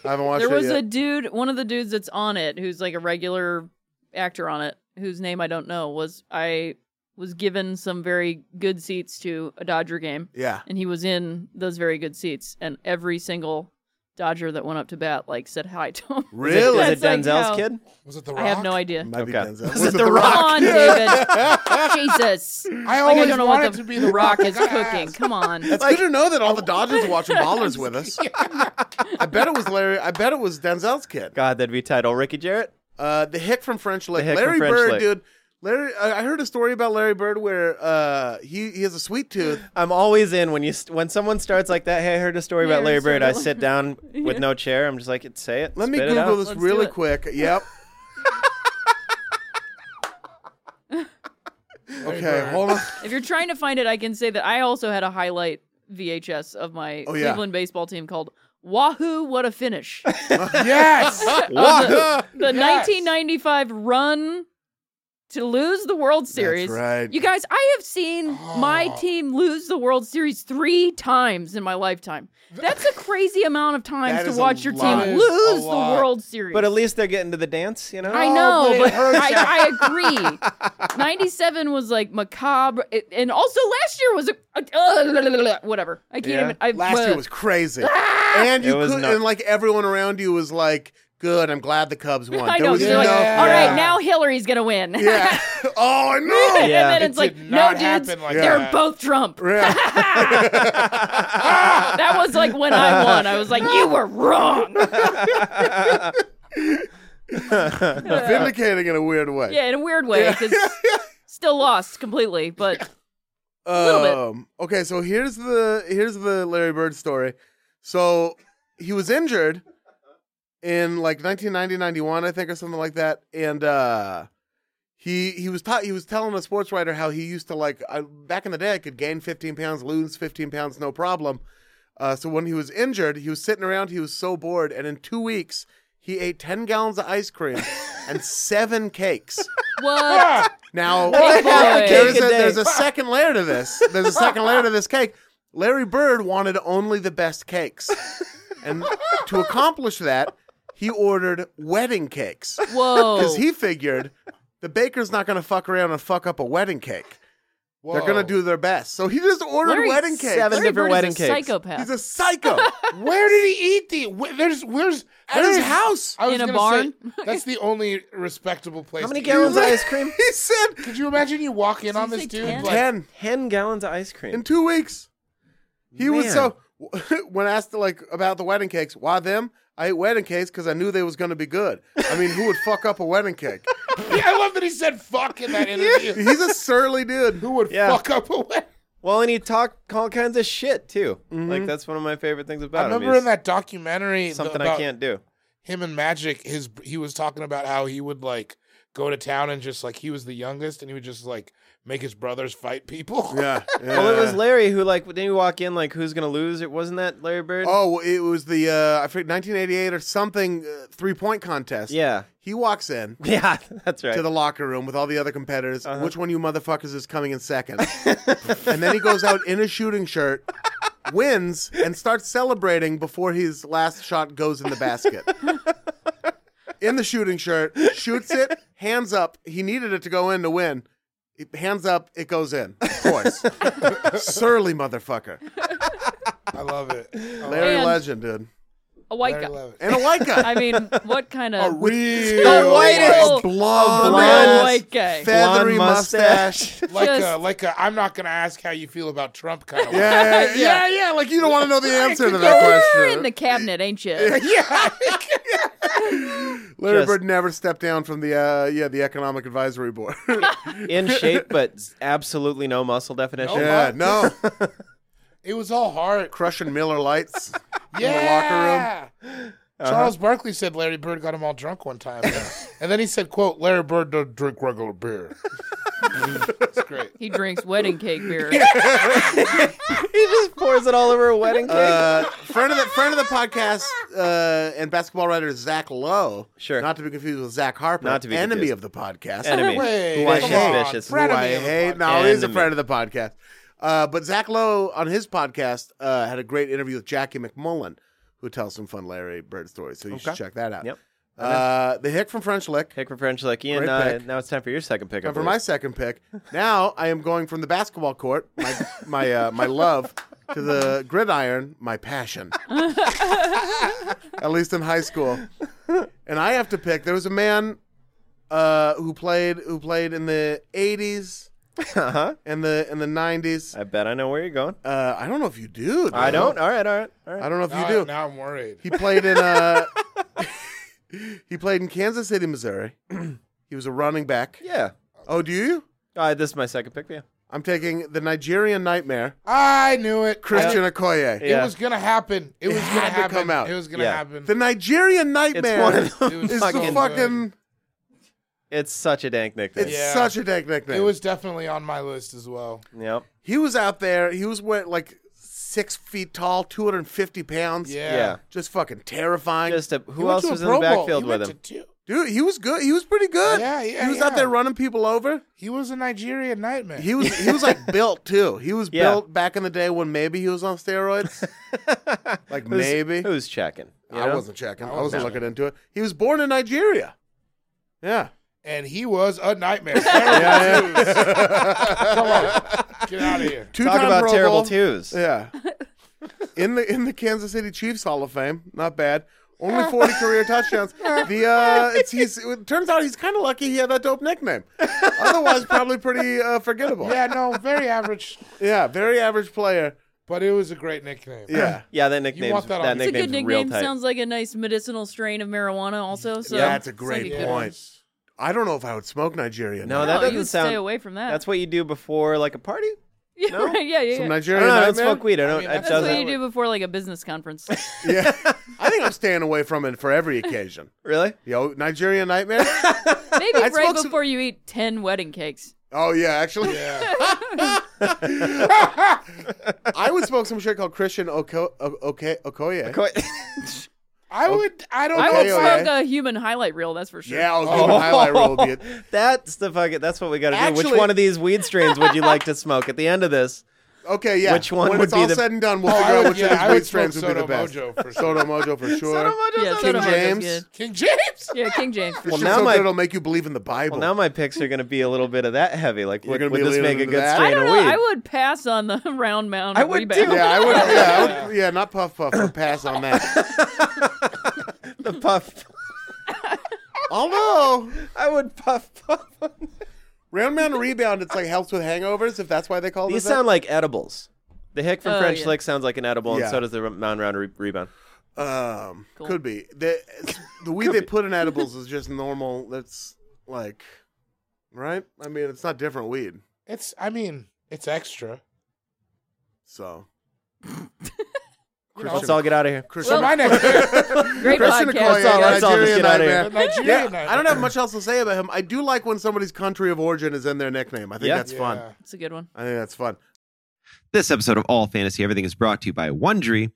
Speaker 1: I haven't watched
Speaker 3: There
Speaker 1: it
Speaker 3: was
Speaker 1: yet.
Speaker 3: a dude, one of the dudes that's on it, who's like a regular actor on it, whose name I don't know, was I was given some very good seats to a Dodger game,
Speaker 1: yeah.
Speaker 3: and he was in those very good seats, and every single Dodger that went up to bat like said hi to him.
Speaker 1: Really?
Speaker 2: Is it
Speaker 3: That's like
Speaker 2: Denzel's
Speaker 3: how-
Speaker 2: kid?
Speaker 4: Was it the Rock?
Speaker 3: I have no idea.
Speaker 1: Might be
Speaker 2: Okay.
Speaker 1: Denzel.
Speaker 3: Was it The Rock? Come on, David. Jesus.
Speaker 4: I
Speaker 3: Like,
Speaker 4: always
Speaker 3: I don't know
Speaker 4: wanted
Speaker 3: what the,
Speaker 4: to be the
Speaker 3: Rock
Speaker 4: Rock.
Speaker 3: is
Speaker 4: I gotta
Speaker 3: cooking.
Speaker 4: ask.
Speaker 3: Come on.
Speaker 1: It's good to know that all the Dodgers watching ballers with us. I bet it was Larry. I bet it was Denzel's kid.
Speaker 2: God, that'd be title. Ricky Jarrett?
Speaker 1: Uh, the hick from French Lick.
Speaker 2: hick from
Speaker 1: Larry
Speaker 2: French
Speaker 1: Bird,
Speaker 2: Lick.
Speaker 1: dude. Larry, I I heard a story about Larry Bird where uh, he he has a sweet tooth.
Speaker 2: I'm always in when you st- when someone starts like that. Hey, I heard a story about
Speaker 3: Yeah,
Speaker 2: Larry
Speaker 3: sort
Speaker 2: Bird.
Speaker 3: of
Speaker 2: I
Speaker 3: like-
Speaker 2: sit down with no chair. I'm just like, say it.
Speaker 1: Let me
Speaker 2: spit it
Speaker 1: Google
Speaker 2: out.
Speaker 1: this
Speaker 3: Let's do
Speaker 1: really
Speaker 3: it.
Speaker 1: quick. Yep. okay, hold on.
Speaker 3: If you're trying to find it, I can say that I also had a highlight VHS of my
Speaker 1: Oh, yeah.
Speaker 3: Cleveland baseball team called Wahoo, What a Finish. the
Speaker 4: Yes.
Speaker 2: Wahoo!
Speaker 4: Yes.
Speaker 3: 1995 run to lose the World Series.
Speaker 1: right.
Speaker 3: You guys, I have seen my team lose the World Series three times in my lifetime. That's a crazy amount of
Speaker 1: That
Speaker 3: times to
Speaker 1: is a
Speaker 3: watch your
Speaker 1: lot.
Speaker 4: That
Speaker 3: team
Speaker 4: is a
Speaker 3: lose the
Speaker 4: lot.
Speaker 3: World Series.
Speaker 2: But at least they're getting to the dance, you know?
Speaker 3: I know,
Speaker 4: but it
Speaker 3: but,
Speaker 4: hurts
Speaker 3: I, I agree. 97 was like macabre. It- and also last year was a, uh, whatever. I can't
Speaker 2: Yeah.
Speaker 3: even. I, uh,
Speaker 1: Last year was crazy, and you
Speaker 2: It was
Speaker 1: could,
Speaker 2: nuts.
Speaker 1: and like everyone around you was like, "Good, I'm glad the Cubs won."
Speaker 3: I
Speaker 1: There
Speaker 3: know.
Speaker 1: was
Speaker 3: You're
Speaker 4: yeah.
Speaker 3: like,
Speaker 1: no-
Speaker 3: all
Speaker 4: Yeah.
Speaker 3: right, now Hillary's going to win.
Speaker 1: Yeah. oh, I know.
Speaker 3: and
Speaker 2: Yeah.
Speaker 3: then
Speaker 2: It
Speaker 3: it's like,
Speaker 4: did
Speaker 3: no,
Speaker 4: not
Speaker 3: dudes,
Speaker 4: happen like
Speaker 3: they're
Speaker 4: that.
Speaker 3: both Trump.
Speaker 1: Yeah.
Speaker 3: That was like when I won. I was like, you were wrong.
Speaker 1: Vindicating in a weird way.
Speaker 3: Yeah, in a weird way, because still lost completely, but little bit.
Speaker 1: Um, okay, so here's the here's the Larry Bird story. So he was injured in like 1990, 91, I think, or something like that, and uh, he he was ta- he was telling a sports writer how he used to like I, back in the day I could gain 15 pounds, lose 15 pounds, no problem. Uh, so when he was injured, he was sitting around. He was so bored, and in two weeks, he ate 10 gallons of ice cream and seven cakes.
Speaker 3: what?
Speaker 1: Now,
Speaker 3: Big boy.
Speaker 1: there's, a,
Speaker 2: Cake a day.
Speaker 1: there's a second layer to this. There's a second layer to this cake. Larry Bird wanted only the best cakes. And to accomplish that, he ordered wedding cakes
Speaker 2: Oh.
Speaker 3: Whoa.
Speaker 1: because he figured the baker's not going to fuck around and fuck up a wedding cake. They're going to do their best. So he just ordered
Speaker 3: Larry-
Speaker 1: wedding cakes.
Speaker 2: Seven
Speaker 3: Larry
Speaker 2: different
Speaker 3: Bird
Speaker 2: wedding
Speaker 3: is a
Speaker 2: cakes.
Speaker 3: psychopath.
Speaker 1: He's a psycho
Speaker 4: Where did he eat the? Where, there's where's
Speaker 1: at his
Speaker 4: there's-
Speaker 1: house.
Speaker 4: I was
Speaker 3: In a
Speaker 4: gonna
Speaker 3: barn?
Speaker 4: say, that's the only respectable place.
Speaker 2: How many
Speaker 4: to
Speaker 2: gallons
Speaker 4: eat.
Speaker 2: of ice cream?
Speaker 1: He said
Speaker 4: Could you imagine you walk in on
Speaker 3: he
Speaker 4: this
Speaker 3: say
Speaker 4: dude?
Speaker 3: 10?
Speaker 4: Like,
Speaker 1: 10.
Speaker 2: Ten gallons of ice cream.
Speaker 1: in two weeks. He was
Speaker 2: Man.
Speaker 1: so when asked like about the wedding cakes, why them? I ate wedding cakes because I knew they was going to be good. I mean, who would fuck up a wedding cake?
Speaker 4: Yeah, I love that he said "fuck" in that interview.
Speaker 1: He's a surly dude.
Speaker 4: Who would
Speaker 2: Yeah.
Speaker 4: fuck up a wedding?
Speaker 2: Well, and he talked all kinds of
Speaker 1: Mm-hmm.
Speaker 2: shit too. Like that's one of my favorite things
Speaker 4: I
Speaker 2: about him.
Speaker 4: remember
Speaker 2: He's
Speaker 4: in that documentary th-
Speaker 2: something I
Speaker 4: about
Speaker 2: can't do.
Speaker 4: him and Magic, his he was talking about how he would like go to town and just like he was the youngest and he would just like make his brothers fight people.
Speaker 1: Yeah.
Speaker 2: Well, it
Speaker 1: yeah.
Speaker 2: was Larry who like didn't he walk in like who's gonna lose? It wasn't that Larry Bird.
Speaker 1: Oh, it was the uh, I forget 1988 or something uh, three point contest.
Speaker 2: yeah,
Speaker 1: He walks in
Speaker 2: yeah, that's right. Uh-huh.
Speaker 1: to the locker room with all the other competitors. Which one of you motherfuckers is coming in second? and then he goes out in a shooting shirt, wins, and starts celebrating before his last shot goes in the basket. in the shooting shirt, shoots it, hands up. He needed it to go in to win. It- Hands up, it goes in. Of course. Surly motherfucker.
Speaker 4: I love it. I
Speaker 1: Larry
Speaker 3: And-
Speaker 1: Legend, dude.
Speaker 3: A white
Speaker 4: Larry
Speaker 3: guy.
Speaker 4: love it.
Speaker 1: And a white guy.
Speaker 3: I mean, what kind
Speaker 4: A
Speaker 3: of
Speaker 4: real
Speaker 3: whitest
Speaker 4: white-
Speaker 1: blonde,
Speaker 3: blonde
Speaker 1: ass,
Speaker 3: white guy?
Speaker 1: feathery
Speaker 2: Blonde
Speaker 1: mustache.
Speaker 4: like
Speaker 3: Just-
Speaker 4: a like a I'm not gonna ask how you feel about Trump kind of
Speaker 1: yeah, yeah, yeah, yeah, Like you don't want to know the answer to that
Speaker 3: You're
Speaker 1: question.
Speaker 3: in the cabinet, ain't you?
Speaker 1: Larry
Speaker 2: Just-
Speaker 1: Bird never stepped down from the uh, yeah the Economic Advisory Board.
Speaker 2: in shape, but s- absolutely no muscle definition.
Speaker 4: No.
Speaker 1: yeah,
Speaker 4: what?
Speaker 1: no,
Speaker 4: It was all hard.
Speaker 1: crushing Miller Lights in the locker room. Uh-huh.
Speaker 4: Yeah. Charles Barkley said Larry Bird got him all drunk one time. and then he said, quote, Larry Bird don't drink regular beer. It's great.
Speaker 3: He drinks wedding cake beer.
Speaker 2: He just pours it all over a wedding cake.
Speaker 1: Uh, friend of the friend of the podcast uh, and basketball writer Zach Lowe.
Speaker 2: Sure.
Speaker 1: not to be confused with Zach Harper,
Speaker 2: Not to be
Speaker 1: enemy
Speaker 2: confused.
Speaker 1: of the podcast.
Speaker 2: Enemy.
Speaker 4: Wait,
Speaker 2: Who I
Speaker 1: come
Speaker 2: hate
Speaker 1: on,
Speaker 2: vicious.
Speaker 4: Brad-
Speaker 1: who I
Speaker 4: Enemy of the
Speaker 1: hate.
Speaker 4: podcast.
Speaker 1: No, he's a
Speaker 2: Enemy.
Speaker 1: friend of the podcast. Uh, but Zach Lowe on his podcast uh, had a great interview with Jackie McMullen, who tells some fun Larry Bird stories. So you should
Speaker 2: Okay.
Speaker 1: check that out.
Speaker 2: Yep.
Speaker 1: Uh, the Hick from French Lick.
Speaker 2: Pick for French like Ian.
Speaker 1: Great
Speaker 2: Uh,
Speaker 1: pick.
Speaker 2: now it's time for your second pick. I
Speaker 1: Time for
Speaker 2: believe.
Speaker 1: my second pick. Now I am going from the basketball court, my my uh, my love, to the gridiron, my passion. At least in high school, and I have to pick. There was a man uh, who played who played in the '80s
Speaker 2: Uh-huh.
Speaker 1: and the in the '90s.
Speaker 2: I bet I know where you're going.
Speaker 1: Uh, I don't know if you do.
Speaker 2: I
Speaker 1: though.
Speaker 2: don't. All right, all right, all right.
Speaker 1: I don't know if
Speaker 4: Now,
Speaker 1: you do.
Speaker 4: now I'm worried.
Speaker 1: He played in uh, he played in Kansas City, Missouri. he was a running back.
Speaker 2: Yeah.
Speaker 1: Oh, do you?
Speaker 2: Uh, this is my second pick. Yeah.
Speaker 1: I'm taking the Nigerian Nightmare,
Speaker 4: I knew it.
Speaker 1: Christian
Speaker 4: I-
Speaker 1: Okoye.
Speaker 4: It
Speaker 2: Yeah.
Speaker 4: was gonna happen. It, was gonna
Speaker 1: had to
Speaker 4: happen.
Speaker 1: come out.
Speaker 4: It was gonna
Speaker 2: Yeah.
Speaker 4: happen.
Speaker 1: The Nigerian
Speaker 2: It's
Speaker 1: Nightmare
Speaker 2: one of them.
Speaker 4: It was
Speaker 1: is
Speaker 4: so
Speaker 1: the
Speaker 4: good.
Speaker 1: fucking.
Speaker 2: It's such a dank nickname.
Speaker 1: It's
Speaker 4: Yeah.
Speaker 1: such a dank nickname.
Speaker 4: It was definitely on my list as well.
Speaker 2: Yep.
Speaker 1: He was out there. He was what like six feet tall, 250 pounds.
Speaker 4: Yeah.
Speaker 2: Yeah.
Speaker 1: Just fucking terrifying.
Speaker 2: Just a,
Speaker 4: He
Speaker 2: who
Speaker 4: went
Speaker 2: else
Speaker 4: to a
Speaker 2: was in
Speaker 4: Pro
Speaker 2: the
Speaker 4: Bowl.
Speaker 2: backfield
Speaker 4: He
Speaker 2: with
Speaker 4: went
Speaker 2: him?
Speaker 4: to two.
Speaker 1: Dude, he was good. He was pretty good.
Speaker 4: Yeah, yeah,
Speaker 1: He was out
Speaker 4: yeah.
Speaker 1: there running people over.
Speaker 4: He was a Nigerian nightmare.
Speaker 1: He was he was like built too. He was
Speaker 2: Yeah.
Speaker 1: built back in the day when maybe he was on steroids. like
Speaker 2: Who's-
Speaker 1: maybe.
Speaker 2: Who's checking? you
Speaker 1: I
Speaker 2: know?
Speaker 1: wasn't checking. I
Speaker 4: wasn't
Speaker 1: wasn't
Speaker 4: checking.
Speaker 1: looking into it. He was born in Nigeria. Yeah.
Speaker 4: and he was a nightmare.
Speaker 1: Yeah,
Speaker 4: Terrible twos. Come on, get out of here.
Speaker 1: Two
Speaker 2: Talk
Speaker 1: time
Speaker 2: about
Speaker 1: Pro
Speaker 2: terrible
Speaker 1: Bowl.
Speaker 2: twos.
Speaker 1: Yeah. In the in the Kansas City Chiefs Hall of Fame, not bad. Only forty career touchdowns. The uh, it's he's. It turns out he's kind of lucky he had that dope nickname. Otherwise, probably pretty uh, forgettable.
Speaker 4: Yeah, no, very average,
Speaker 1: Yeah, very average player.
Speaker 4: but it was a great nickname.
Speaker 1: Yeah,
Speaker 2: Yeah, that nickname's
Speaker 4: want that
Speaker 2: that,
Speaker 4: on-
Speaker 3: It's a good
Speaker 2: nickname's real
Speaker 3: nickname.
Speaker 2: tight.
Speaker 3: Sounds like a nice medicinal strain of marijuana, also. So
Speaker 2: Yeah.
Speaker 1: that's a
Speaker 3: it's
Speaker 1: great
Speaker 3: like good one.
Speaker 1: point. I don't know if I would smoke Nigeria.
Speaker 2: No,
Speaker 3: No,
Speaker 2: that
Speaker 3: you
Speaker 2: doesn't
Speaker 3: stay
Speaker 2: sound.
Speaker 3: away from that.
Speaker 2: That's what you do before like a party.
Speaker 3: yeah,
Speaker 2: no?
Speaker 3: right, yeah, yeah.
Speaker 1: some
Speaker 3: yeah.
Speaker 2: I
Speaker 1: Nigerian.
Speaker 2: don't know. I don't
Speaker 1: nightmare?
Speaker 2: smoke weed. I don't.
Speaker 4: I mean,
Speaker 2: it
Speaker 3: That's
Speaker 2: doesn't.
Speaker 3: what you do before like a business conference.
Speaker 1: Yeah, I think I'm staying away from it for every occasion.
Speaker 2: Really?
Speaker 1: Yo, Nigerian nightmare.
Speaker 3: Maybe
Speaker 1: I'd
Speaker 3: right
Speaker 1: smoke some-
Speaker 3: before you eat ten wedding cakes.
Speaker 1: Oh yeah, actually,
Speaker 4: Yeah.
Speaker 1: I would smoke some shit called Christian Oko- O- okay Okoye.
Speaker 2: Quite-
Speaker 4: I would. I don't.
Speaker 3: I
Speaker 1: Okay,
Speaker 3: would
Speaker 4: know if
Speaker 3: smoke
Speaker 1: okay.
Speaker 3: a human highlight reel. That's for sure.
Speaker 1: Yeah, I'll do a highlight roll. Be it.
Speaker 2: that's the fucking. That's what we got to do. Which
Speaker 1: Actually-
Speaker 2: one of these weed strains would you like to smoke at the end of this?
Speaker 1: Okay, yeah.
Speaker 2: Which one
Speaker 1: when
Speaker 2: would
Speaker 1: it's
Speaker 2: be
Speaker 1: all
Speaker 2: the-
Speaker 1: said and done, we'll
Speaker 4: Oh,
Speaker 1: figure
Speaker 4: I
Speaker 1: out
Speaker 4: would-
Speaker 1: which
Speaker 4: yeah,
Speaker 1: of
Speaker 4: I
Speaker 1: these
Speaker 4: would
Speaker 1: weed strains would
Speaker 4: smoke
Speaker 1: be the
Speaker 4: Soto
Speaker 1: best.
Speaker 4: Mojo for
Speaker 1: Soto Mojo for sure.
Speaker 3: Yeah,
Speaker 1: King
Speaker 3: Sotomayor's
Speaker 1: James.
Speaker 3: good.
Speaker 4: King James.
Speaker 3: Yeah, King James. for
Speaker 1: This
Speaker 3: sure.
Speaker 1: shit's
Speaker 2: now
Speaker 1: so
Speaker 2: my-
Speaker 1: good it'll make you believe in the Bible.
Speaker 2: Well, now my picks are going to be a little bit of that heavy. Like,
Speaker 1: You're
Speaker 2: would,
Speaker 1: gonna
Speaker 2: would
Speaker 1: be
Speaker 2: this
Speaker 1: leaning
Speaker 2: make a
Speaker 1: into
Speaker 2: good
Speaker 1: that?
Speaker 3: I
Speaker 2: strain
Speaker 3: don't
Speaker 2: of
Speaker 3: know. I
Speaker 2: weed?
Speaker 3: would pass on the round mound.
Speaker 2: I would
Speaker 3: rebound.
Speaker 2: too.
Speaker 1: yeah, I would. Yeah, I would, yeah, not puff puff, but pass on that.
Speaker 2: The puff.
Speaker 1: Although
Speaker 2: I would puff puff.
Speaker 1: round mound rebound, it's like helps with hangovers. If that's why they call
Speaker 2: These
Speaker 1: this.
Speaker 2: sound like edibles. The hick from
Speaker 3: Oh,
Speaker 2: French
Speaker 3: yeah.
Speaker 2: Lick sounds like an edible,
Speaker 1: Yeah.
Speaker 2: and so does the mound round re- rebound.
Speaker 1: um,
Speaker 3: Cool.
Speaker 1: could be the the weed they put in edibles is just normal. That's like, right? I mean, it's not different weed.
Speaker 4: It's. I mean, it's extra.
Speaker 1: So
Speaker 4: you know,
Speaker 2: Let's all get out of here.
Speaker 1: Christian,
Speaker 4: so my next
Speaker 3: Great
Speaker 1: Christian
Speaker 3: podcast.
Speaker 1: Okoye,
Speaker 2: Let's all- let's all just
Speaker 1: Nigerian
Speaker 2: get outta here.
Speaker 1: nightmare.
Speaker 4: Nigerian.
Speaker 1: Yeah, I don't have much else to say about him. I do like when somebody's country of origin is in their nickname. I think
Speaker 2: Yeah.
Speaker 1: that's fun.
Speaker 3: It's a good one.
Speaker 1: I think that's fun.
Speaker 5: This episode of All Fantasy Everything is brought to you by Wondery.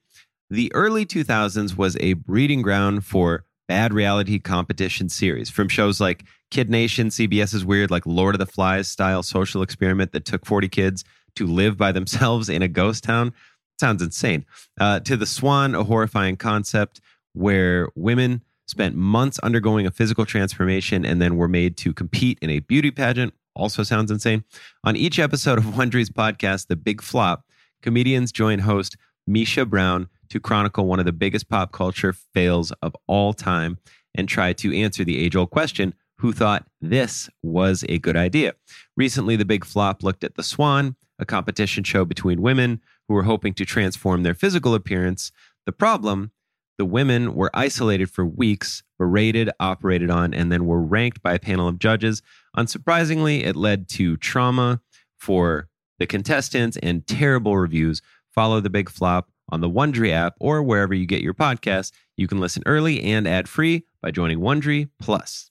Speaker 5: The early 2000s was a breeding ground for bad reality competition series from shows like Kid Nation, CBS's weird, like Lord of the Flies style social experiment that took 40 kids to live by themselves in a ghost town. Sounds insane. Uh, to The Swan, a horrifying concept where women spent months undergoing a physical transformation and then were made to compete in a beauty pageant. Also sounds insane. On each episode of Wondery's podcast, The Big Flop, comedians join host Misha Brown to chronicle one of the biggest pop culture fails of all time and try to answer the age old question who thought this was a good idea? Recently, The Big Flop looked at The Swan, a competition show between women who were hoping to transform their physical appearance. The problem the women were isolated for weeks, berated, operated on, and then were ranked by a panel of judges Unsurprisingly, it led to trauma for the contestants and terrible reviews. Follow the big flop on the Wondery app or wherever you get your podcasts. You can listen early and ad free by joining Wondery Plus.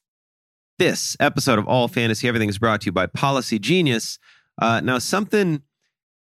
Speaker 5: This episode of All Fantasy Everything is brought to you by Policy Genius. Uh, now, something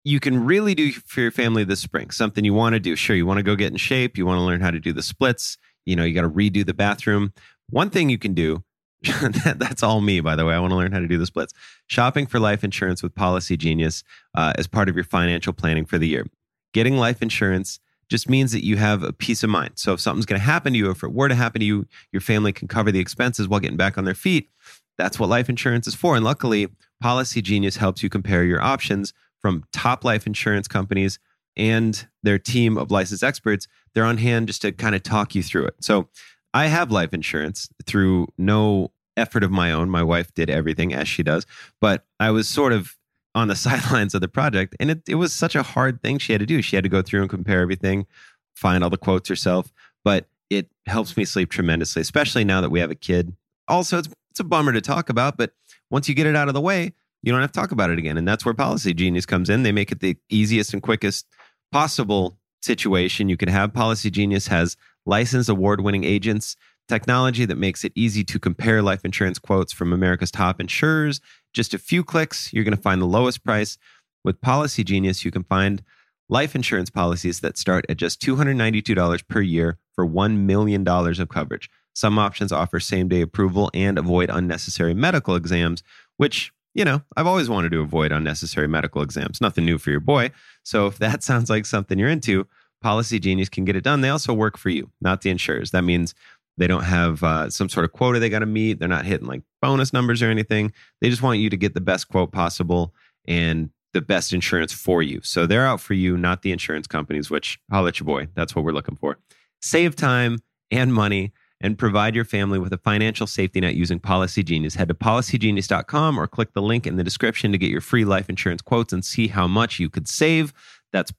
Speaker 5: you can really do for your family this spring, something you want to do. Sure, you want to go get in shape, you want to learn how to do the splits, you know, you got to redo the bathroom. One thing you can do that, that's all me, by the way. I want to learn how to do the splits. Shopping for life insurance with Policy Genius uh, as part of your financial planning for the year. Getting life insurance just means that you have a peace of mind. So if something's going to happen to you, if it were to happen to you, your family can cover the expenses while getting back on their feet. That's what life insurance is for. And luckily, Policy Genius helps you compare your options from top life insurance companies and their team of licensed experts. They're on hand just to kind of talk you through it. So I have life insurance through no effort of my own. My wife did everything as she does, but I was sort of on the sidelines of the project. And it, it was such a hard thing she had to do. She had to go through and compare everything, find all the quotes herself. But it helps me sleep tremendously, especially now that we have a kid. Also, it's, it's a bummer to talk about, but once you get it out of the way, you don't have to talk about it again. And that's where Policy Genius comes in. They make it the easiest and quickest possible situation you can have. Policy Genius has licensed award winning agents, technology that makes it easy to compare life insurance quotes from America's top insurers. Just a few clicks, you're going to find the lowest price. With Policy Genius, you can find life insurance policies that start at just $292 per year for $1 million of coverage. Some options offer same day approval and avoid unnecessary medical exams, which, you know, I've always wanted to avoid unnecessary medical exams. Nothing new for your boy. So if that sounds like something you're into, Policy Genius can get it done. They also work for you, not the insurers. That means they don't have uh, some sort of quota they got to meet. They're not hitting like bonus numbers or anything. They just want you to get the best quote possible and the best insurance for you. So they're out for you, not the insurance companies, which I'll let your boy. That's what we're looking for. Save time and money and provide your family with a financial safety net using Policy Genius. Head to policygenius.com or click the link in the description to get your free life insurance quotes and see how much you could save. That's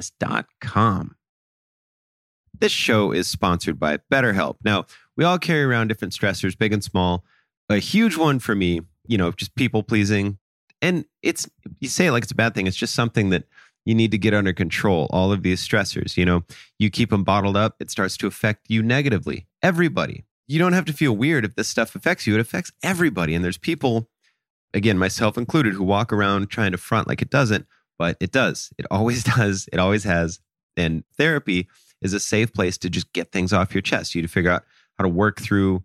Speaker 5: policygenius.com. This show is sponsored by BetterHelp. Now, we all carry around different stressors, big and small. A huge one for me, you know, just people pleasing. And it's, you say it like it's a bad thing, it's just something that you need to get under control. All of these stressors, you know, you keep them bottled up, it starts to affect you negatively. Everybody. You don't have to feel weird if this stuff affects you, it affects everybody. And there's people, again, myself included, who walk around trying to front like it doesn't but it does. It always does. It always has. And therapy is a safe place to just get things off your chest. You to figure out how to work through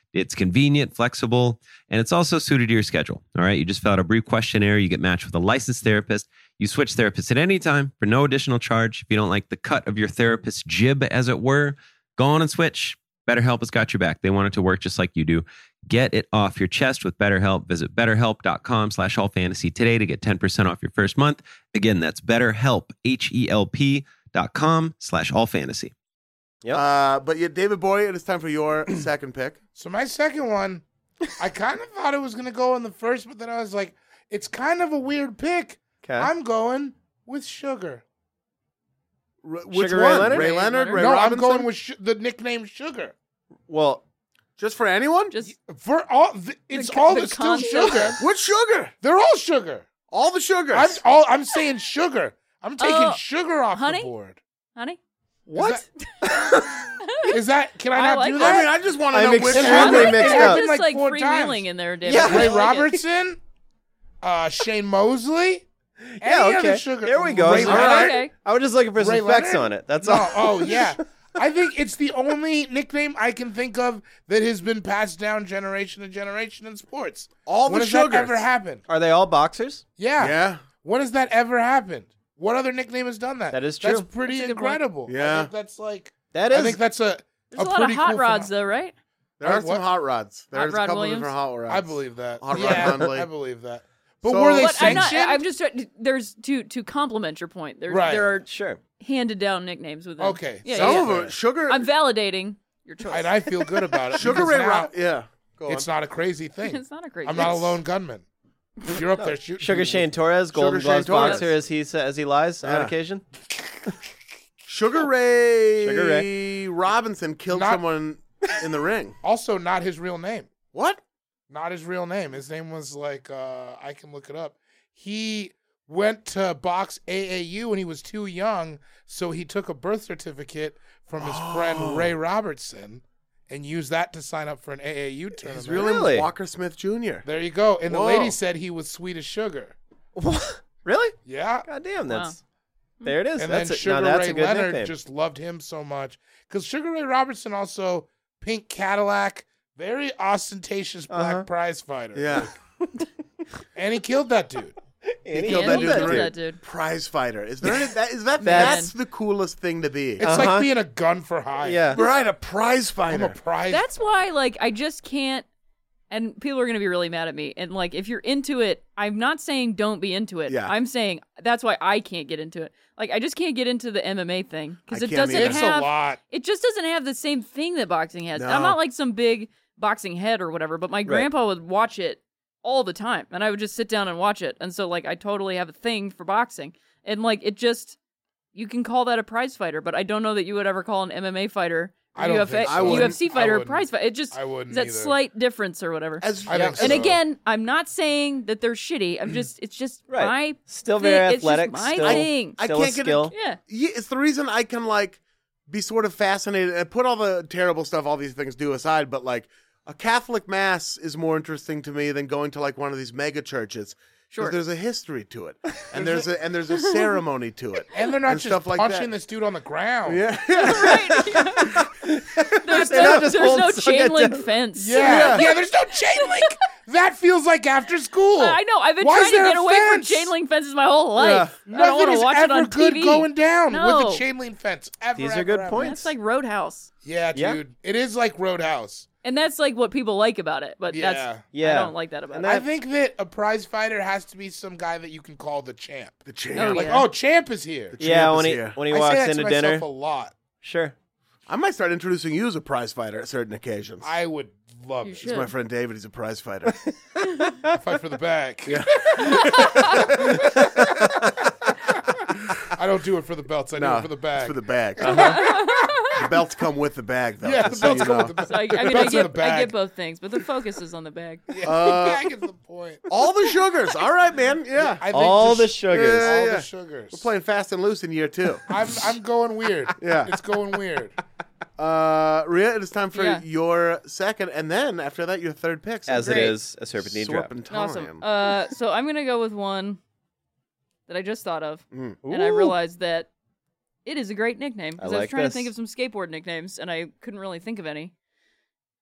Speaker 5: it's convenient, flexible, and it's also suited to your schedule. All right? You just fill out a brief questionnaire, you get matched with a licensed therapist. You switch therapists at any time for no additional charge. If you don't like the cut of your therapist's jib, as it were, go on and switch. BetterHelp has got your back. They want it to work just like you do. Get it off your chest with BetterHelp. Visit betterhelp.com slash allfantasy today to get 10% off your first month. E Again, that's betterhelp, H-E-L-P dot com slash allfantasy.
Speaker 2: Yep.
Speaker 1: Uh, but yeah, David Boy, it is time for your second pick.
Speaker 4: So my second one, I kind of thought it was gonna go in the first, but then I was like, it's kind of a weird pick.
Speaker 2: 'Kay.
Speaker 4: I'm going with Sugar.
Speaker 1: R- which
Speaker 2: Sugar Ray
Speaker 1: one?
Speaker 2: Leonard?
Speaker 1: Ray
Speaker 3: Ray
Speaker 1: Leonard?
Speaker 3: Leonard.
Speaker 1: Ray
Speaker 4: no,
Speaker 1: Robinson?
Speaker 4: I'm going with sh- the nickname Sugar.
Speaker 2: well,
Speaker 1: just for anyone.
Speaker 3: Just
Speaker 4: For all, th- it's
Speaker 3: co-
Speaker 4: all
Speaker 3: the
Speaker 4: the still
Speaker 3: concept.
Speaker 4: sugar.
Speaker 1: Which sugar?
Speaker 4: They're all sugar.
Speaker 1: All the sugars.
Speaker 4: I'm all. I'm saying sugar. I'm taking
Speaker 3: Oh,
Speaker 4: sugar off
Speaker 3: honey?
Speaker 4: the board.
Speaker 3: honey.
Speaker 1: what?
Speaker 4: Is that? Can I,
Speaker 3: I
Speaker 4: not
Speaker 3: like
Speaker 4: do
Speaker 3: that.
Speaker 4: that?
Speaker 1: I mean, I just want to
Speaker 2: I'm
Speaker 1: know which
Speaker 2: extremely
Speaker 1: sugar.
Speaker 2: Probably mixed
Speaker 3: You're
Speaker 2: up.
Speaker 3: just
Speaker 4: Like
Speaker 3: like,
Speaker 4: four
Speaker 3: freewheeling
Speaker 4: times.
Speaker 3: in there, David.
Speaker 2: Yeah.
Speaker 3: I
Speaker 4: Ray
Speaker 3: like it.
Speaker 4: Robertson, uh, Shane Mosley.
Speaker 2: yeah, okay.
Speaker 4: any other sugar.
Speaker 2: There we go.
Speaker 4: Ray
Speaker 2: All
Speaker 3: Leonard?
Speaker 2: right.
Speaker 3: Okay.
Speaker 2: I was just looking for some
Speaker 4: Ray
Speaker 2: effects
Speaker 4: Leonard?
Speaker 2: on it. That's all.
Speaker 4: No, oh yeah. I think it's the only nickname I can think of that has been passed down generation to generation in sports.
Speaker 1: All
Speaker 4: when
Speaker 1: the
Speaker 4: has
Speaker 1: sugars.
Speaker 4: that ever happened?
Speaker 2: Are they all boxers?
Speaker 4: Yeah.
Speaker 1: Yeah.
Speaker 4: When has that ever happened? What other nickname has done that?
Speaker 2: That is
Speaker 4: That's
Speaker 2: true.
Speaker 4: pretty
Speaker 3: That's a good point.
Speaker 4: incredible. I
Speaker 1: Yeah.
Speaker 4: think that's like.
Speaker 2: That is.
Speaker 4: I think that's a.
Speaker 3: There's a, lot of
Speaker 4: pretty
Speaker 3: hot
Speaker 4: cool
Speaker 3: rods,
Speaker 4: phenom-
Speaker 3: though, right?
Speaker 1: There
Speaker 4: All
Speaker 1: are
Speaker 4: right,
Speaker 1: some
Speaker 4: what?
Speaker 1: hot rods.
Speaker 3: Hot
Speaker 1: There's a
Speaker 3: Rod
Speaker 1: couple of
Speaker 3: Williams?
Speaker 1: different hot rods.
Speaker 4: I believe that.
Speaker 1: Hot rod
Speaker 4: yeah,
Speaker 1: Hundley.
Speaker 4: I believe that. But
Speaker 1: So-
Speaker 4: were they
Speaker 1: But
Speaker 3: But I'm not.
Speaker 4: sanctioned?
Speaker 3: I'm just. trying- There's to to compliment your point. There
Speaker 4: Right.
Speaker 3: there are
Speaker 2: sure.
Speaker 3: handed down nicknames within.
Speaker 4: Okay,
Speaker 3: Yeah.
Speaker 1: Some
Speaker 3: yeah,
Speaker 1: of
Speaker 3: yeah.
Speaker 1: them, sugar,
Speaker 3: I'm validating your choice.
Speaker 4: and I feel good about it.
Speaker 1: sugar
Speaker 4: because
Speaker 1: Ray
Speaker 4: now
Speaker 1: Rob. Yeah, go on.
Speaker 4: It's not a crazy thing.
Speaker 3: it's not a crazy.
Speaker 4: I'm not a
Speaker 3: it's-
Speaker 4: lone gunman. You're up there shooting.
Speaker 2: Sugar
Speaker 4: people.
Speaker 2: Shane Torres, Golden
Speaker 1: Shane
Speaker 2: Gloves
Speaker 1: Torres.
Speaker 2: boxer, as he sa- as he lies on
Speaker 1: Yeah.
Speaker 2: occasion.
Speaker 1: Sugar Ray,
Speaker 2: Sugar
Speaker 1: Ray Robinson killed
Speaker 4: Not-
Speaker 1: someone in the ring.
Speaker 4: Also, not his real name.
Speaker 1: What?
Speaker 4: Not his real name. His name was like uh, I can look it up. He went to box AAU when he was too young, so he took a birth certificate from his friend Ray Robertson and used that to sign up for an AAU tournament.
Speaker 1: His real name
Speaker 2: Really?
Speaker 1: was Walker Smith Jr.
Speaker 4: There you go. And
Speaker 1: Whoa.
Speaker 4: the lady said he was sweet as sugar.
Speaker 2: really?
Speaker 4: Yeah.
Speaker 2: God damn, that's there it is.
Speaker 4: And
Speaker 2: that's
Speaker 4: then
Speaker 2: it.
Speaker 4: Sugar
Speaker 2: now that's
Speaker 4: Ray
Speaker 2: a good
Speaker 4: Leonard
Speaker 2: nickname.
Speaker 4: just loved him so much because Sugar Ray Robertson also pink Cadillac, very ostentatious black
Speaker 2: Uh-huh.
Speaker 4: prize fighter.
Speaker 1: Yeah,
Speaker 4: and he killed that dude.
Speaker 2: And
Speaker 1: he
Speaker 3: Yeah,
Speaker 1: killed that
Speaker 3: he
Speaker 1: dude in the
Speaker 3: does
Speaker 1: ring.
Speaker 3: that dude.
Speaker 1: prize fighter. Is there any, that? Is that
Speaker 2: That's-
Speaker 1: that's the coolest thing to be?
Speaker 4: It's
Speaker 2: Uh-huh.
Speaker 4: like being a gun for hire.
Speaker 2: Yeah.
Speaker 1: right, a prize
Speaker 4: I'm a
Speaker 1: fighter.
Speaker 4: prize.
Speaker 3: That's why, like, I just can't. And people are going to be really mad at me. And like, if you're into it, I'm not saying don't be into it.
Speaker 1: Yeah.
Speaker 3: I'm saying that's why I can't get into it. Like, I just can't get into the MMA thing because
Speaker 1: I
Speaker 3: it
Speaker 1: can't
Speaker 3: doesn't
Speaker 1: either.
Speaker 4: it's
Speaker 3: have.
Speaker 4: a lot.
Speaker 3: It just doesn't have the same thing that boxing has.
Speaker 1: No.
Speaker 3: I'm not like some big boxing head or whatever, but my grandpa would watch it all the time, and I would just sit down and watch it. And so, like, I totally have a thing for boxing, and like, it just you can call that a prize fighter, but I don't know that you would ever call an MMA fighter. or
Speaker 4: I don't
Speaker 3: UF-
Speaker 4: think so.
Speaker 1: I wouldn't-
Speaker 3: UFC
Speaker 4: I
Speaker 3: fighter, a
Speaker 4: wouldn't.
Speaker 3: prize fighter. It just
Speaker 4: I wouldn't
Speaker 3: that
Speaker 4: either.
Speaker 3: slight difference or whatever.
Speaker 1: As
Speaker 4: I think
Speaker 1: yeah,
Speaker 4: so.
Speaker 3: and again, I'm not saying that they're shitty. I'm just it's just
Speaker 2: Right.
Speaker 3: my
Speaker 2: Still
Speaker 3: thing-
Speaker 2: very
Speaker 3: it's just
Speaker 2: athletic.
Speaker 3: my
Speaker 2: still,
Speaker 3: thing.
Speaker 1: I
Speaker 2: still
Speaker 1: can't
Speaker 2: a
Speaker 1: get
Speaker 2: skill.
Speaker 3: yeah.
Speaker 1: yeah, it's the reason I can like be sort of fascinated and put all the terrible stuff all these things do aside, but like a Catholic mass is more interesting to me than going to like one of these mega churches. 'cause
Speaker 3: Sure.
Speaker 1: There's a history to it, and there's a and there's a ceremony to it,
Speaker 4: And they're not
Speaker 1: and
Speaker 4: just
Speaker 1: stuff like that.
Speaker 4: punching this dude on the ground.
Speaker 1: Yeah,
Speaker 3: There's
Speaker 2: They're
Speaker 3: no,
Speaker 2: not just
Speaker 3: there's no
Speaker 2: old
Speaker 3: chain
Speaker 2: socket
Speaker 3: link
Speaker 2: down.
Speaker 3: fence.
Speaker 4: Yeah. yeah, There's no chain link. that feels like after school.
Speaker 3: I know. I've been
Speaker 4: Why
Speaker 3: trying
Speaker 4: is
Speaker 3: to
Speaker 4: there a
Speaker 3: get away
Speaker 4: fence?
Speaker 3: from chain link fences my whole life. I don't
Speaker 4: Nothing
Speaker 3: want
Speaker 4: is
Speaker 3: to watch
Speaker 4: ever
Speaker 3: it on
Speaker 4: good
Speaker 3: TV.
Speaker 4: going down
Speaker 3: No.
Speaker 4: with a chain link fence. Ever,
Speaker 2: These are
Speaker 4: ever,
Speaker 2: good
Speaker 4: ever.
Speaker 2: points.
Speaker 3: That's like Roadhouse,
Speaker 4: Yeah,
Speaker 2: Yeah.
Speaker 4: dude. It is like Roadhouse.
Speaker 3: and that's like what people like about it. But that's
Speaker 4: Yeah.
Speaker 3: I
Speaker 2: Yeah.
Speaker 3: don't like that about
Speaker 2: And
Speaker 3: it.
Speaker 4: I think that a prize fighter has to be some guy that you can call the champ.
Speaker 1: the champ.
Speaker 3: Oh,
Speaker 4: Like,
Speaker 3: yeah.
Speaker 4: oh, champ is here.
Speaker 2: Yeah,
Speaker 1: Champ
Speaker 2: when
Speaker 1: is
Speaker 2: he
Speaker 1: here.
Speaker 2: when he
Speaker 4: I
Speaker 2: walks
Speaker 4: say that
Speaker 2: into
Speaker 4: to
Speaker 2: dinner,
Speaker 4: myself a lot.
Speaker 2: sure.
Speaker 1: I might start introducing you as a prize fighter at certain occasions.
Speaker 4: I would love
Speaker 3: You
Speaker 4: it.
Speaker 3: should.
Speaker 1: my friend David, he's a prize fighter.
Speaker 4: Fight for the back. I don't do it for the belts. I do it for the
Speaker 1: It's
Speaker 4: back.
Speaker 1: for the bag. the belts come with the bag, though.
Speaker 4: yeah, the
Speaker 1: just so
Speaker 4: belts
Speaker 1: you
Speaker 4: come
Speaker 1: know.
Speaker 4: with the back.
Speaker 3: So I, I
Speaker 4: The
Speaker 3: mean, I
Speaker 4: belts are in
Speaker 3: get,
Speaker 4: the
Speaker 3: I
Speaker 4: bag.
Speaker 3: get both things, but the focus is on the bag.
Speaker 4: Yeah,
Speaker 1: Uh,
Speaker 4: the back is the point.
Speaker 1: All the sugars. All right, man. Yeah.
Speaker 4: I think
Speaker 2: All the
Speaker 4: just-
Speaker 2: sugars.
Speaker 1: Yeah,
Speaker 4: all
Speaker 1: yeah.
Speaker 4: the sugars.
Speaker 1: We're playing fast and loose in year two.
Speaker 4: I'm I'm going weird.
Speaker 1: Yeah.
Speaker 4: it's going weird.
Speaker 1: Uh, Rhea, it is time for
Speaker 3: Yeah.
Speaker 1: your second, and then after that, your third pick. So
Speaker 2: As
Speaker 1: great.
Speaker 2: it is, a serpentine drop.
Speaker 1: Serpentine.
Speaker 3: Awesome. Uh, so I'm gonna go with one that I just thought of,
Speaker 1: Mm.
Speaker 3: and I
Speaker 2: Ooh.
Speaker 3: realized that it is a great nickname
Speaker 2: Hmm. I
Speaker 3: because I, was
Speaker 2: like
Speaker 3: trying
Speaker 2: this.
Speaker 3: to think of some skateboard nicknames, and I couldn't really think of any.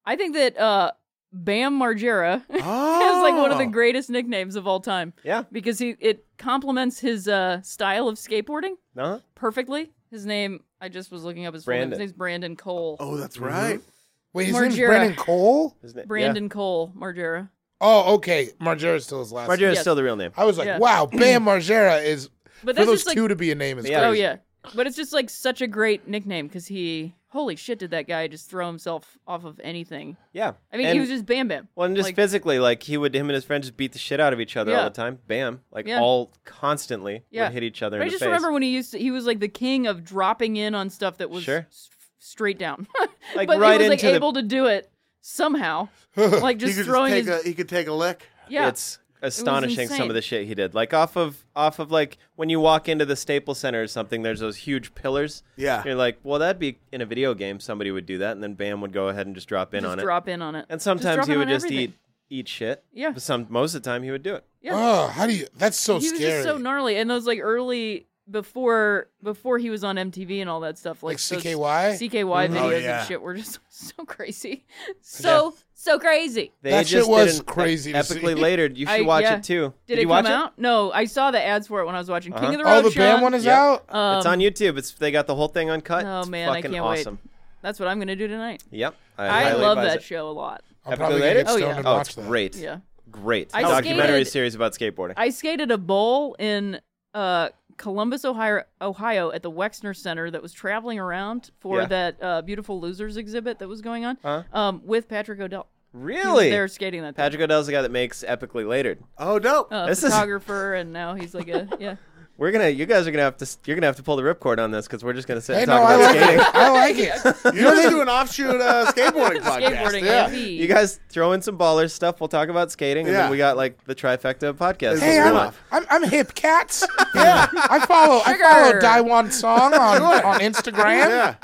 Speaker 3: I think that uh, Bam Margera
Speaker 1: oh.
Speaker 3: has like one of the greatest nicknames of all time
Speaker 2: Yeah.
Speaker 3: because he it complements his uh, style of skateboarding
Speaker 2: No.
Speaker 3: perfectly. His name I just was looking up his full name.
Speaker 2: Brandon.
Speaker 3: His name's Brandon Cole.
Speaker 1: Oh, that's right.
Speaker 3: Mm-hmm.
Speaker 4: Wait, his name's
Speaker 3: Margera.
Speaker 4: Brandon Cole.
Speaker 2: Isn't it?
Speaker 3: Brandon Cole Margera.
Speaker 4: Oh, okay. Margera's still his
Speaker 2: Yeah.
Speaker 4: last. name.
Speaker 2: Margera's
Speaker 3: Yes.
Speaker 2: still the real name.
Speaker 4: I was like,
Speaker 3: Yeah.
Speaker 4: wow, Bam Margera is
Speaker 3: But
Speaker 4: for
Speaker 3: that's
Speaker 4: those
Speaker 3: just like
Speaker 4: two to be a name is
Speaker 2: Yeah.
Speaker 3: oh
Speaker 4: crazy.
Speaker 3: yeah, but it's just like such a great nickname because he holy shit, did that guy just throw himself off of anything?
Speaker 2: Yeah.
Speaker 3: I mean, he
Speaker 2: And-
Speaker 3: was just Bam Bam.
Speaker 2: Well, and just
Speaker 3: like,
Speaker 2: physically, like he would, him and his friend just beat the shit out of each other all
Speaker 3: Yeah.
Speaker 2: the time. Bam, like
Speaker 3: Yeah.
Speaker 2: all constantly
Speaker 3: Yeah.
Speaker 2: would hit each other
Speaker 3: But
Speaker 2: in
Speaker 3: I
Speaker 2: the
Speaker 3: just
Speaker 2: face.
Speaker 3: remember when he used to, he was like the king of dropping in on stuff that was
Speaker 2: Sure.
Speaker 3: s- straight down.
Speaker 2: Like,
Speaker 3: but
Speaker 2: right
Speaker 3: he was like
Speaker 2: into the-
Speaker 3: able to do it somehow. like
Speaker 1: He
Speaker 3: just
Speaker 1: could just
Speaker 3: throwing
Speaker 1: take
Speaker 3: his
Speaker 1: a he could take a lick.
Speaker 3: yeah.
Speaker 2: It's astonishing some
Speaker 3: insane.
Speaker 2: of the shit he did. Like off of off of like when you walk into the Staples Center or something, there's those huge pillars.
Speaker 1: Yeah.
Speaker 2: You're like, well, that'd be in a video game. Somebody would do that, and then Bam would go ahead and just drop in
Speaker 3: just
Speaker 2: on
Speaker 3: drop in on it.
Speaker 2: it. And
Speaker 3: Just
Speaker 2: sometimes
Speaker 3: drop
Speaker 2: he
Speaker 3: in
Speaker 2: would
Speaker 3: on
Speaker 2: just
Speaker 3: everything.
Speaker 2: eat eat shit.
Speaker 3: Yeah.
Speaker 2: But some most of the time he would do it.
Speaker 3: Yeah.
Speaker 4: Oh, how do you? That's so
Speaker 3: he was just
Speaker 4: scary.
Speaker 3: so gnarly. And those like early before before he was on MTV and all that stuff, like, those
Speaker 4: Like CKY?
Speaker 3: CKY
Speaker 1: Mhm.
Speaker 2: Mm-hmm.
Speaker 3: videos
Speaker 1: Oh, yeah.
Speaker 3: and shit were just so crazy, so so crazy.
Speaker 2: They
Speaker 4: That shit
Speaker 2: just
Speaker 4: was
Speaker 2: didn't-
Speaker 4: crazy to
Speaker 2: Epically
Speaker 4: see.
Speaker 2: later, you should
Speaker 3: I-
Speaker 2: watch
Speaker 3: yeah.
Speaker 2: it too.
Speaker 3: Did,
Speaker 2: you
Speaker 3: it
Speaker 2: watch
Speaker 3: come out? No, I saw the ads for it when I was watching King
Speaker 2: Uh-huh.
Speaker 3: of the Road.
Speaker 4: oh, the Bam
Speaker 3: Sean.
Speaker 4: one is
Speaker 2: Yep.
Speaker 4: out.
Speaker 3: Um,
Speaker 2: it's on YouTube. It's they got the whole thing uncut.
Speaker 3: Oh,
Speaker 2: It's
Speaker 3: man, I
Speaker 2: fucking
Speaker 3: can't wait.
Speaker 2: awesome.
Speaker 3: That's what I'm gonna do tonight.
Speaker 2: Yep.
Speaker 3: I,
Speaker 2: highly
Speaker 3: love
Speaker 2: advise
Speaker 3: that
Speaker 2: it.
Speaker 3: show a lot.
Speaker 4: I'm
Speaker 2: Epically
Speaker 4: probably gonna
Speaker 2: later?
Speaker 4: get
Speaker 3: Oh,
Speaker 4: stoned
Speaker 3: yeah.
Speaker 4: and
Speaker 2: Oh,
Speaker 4: watch
Speaker 2: it's
Speaker 4: that.
Speaker 2: great.
Speaker 3: Yeah.
Speaker 2: Great.
Speaker 3: I
Speaker 2: Documentary
Speaker 3: skated-
Speaker 2: series about skateboarding.
Speaker 3: I skated a bowl in uh, Columbus, Ohio, Ohio, at the Wexner Center that was traveling around for
Speaker 2: Yeah.
Speaker 3: that uh, Beautiful Losers exhibit that was going on
Speaker 2: Uh-huh.
Speaker 3: um, with Patrick O'Dell. He was
Speaker 2: really?
Speaker 3: there skating that.
Speaker 2: Patrick O'Dell's the guy that makes Epically Latered.
Speaker 1: Oh dope.
Speaker 3: uh,
Speaker 2: This is-
Speaker 3: photographer, and now he's like a yeah.
Speaker 2: We're gonna, you guys are gonna have to, you're gonna have to pull the ripcord on this because we're just gonna sit
Speaker 4: Hey,
Speaker 2: and
Speaker 4: no,
Speaker 2: talk
Speaker 4: I
Speaker 2: about
Speaker 4: like
Speaker 2: skating.
Speaker 4: it. I like it.
Speaker 1: You guys do an offshoot uh, skateboarding podcast.
Speaker 3: skateboarding.
Speaker 1: Yeah.
Speaker 3: AV.
Speaker 2: You guys throw in some baller stuff. We'll talk about skating, and
Speaker 1: Yeah.
Speaker 2: then we got like the trifecta of podcasts.
Speaker 1: It's
Speaker 4: hey,
Speaker 2: Come
Speaker 4: I'm,
Speaker 2: on.
Speaker 1: enough.
Speaker 4: I'm I'm hip cats. yeah, I follow
Speaker 3: Sugar.
Speaker 4: I follow Daiwan Song on on Instagram.
Speaker 1: Yeah.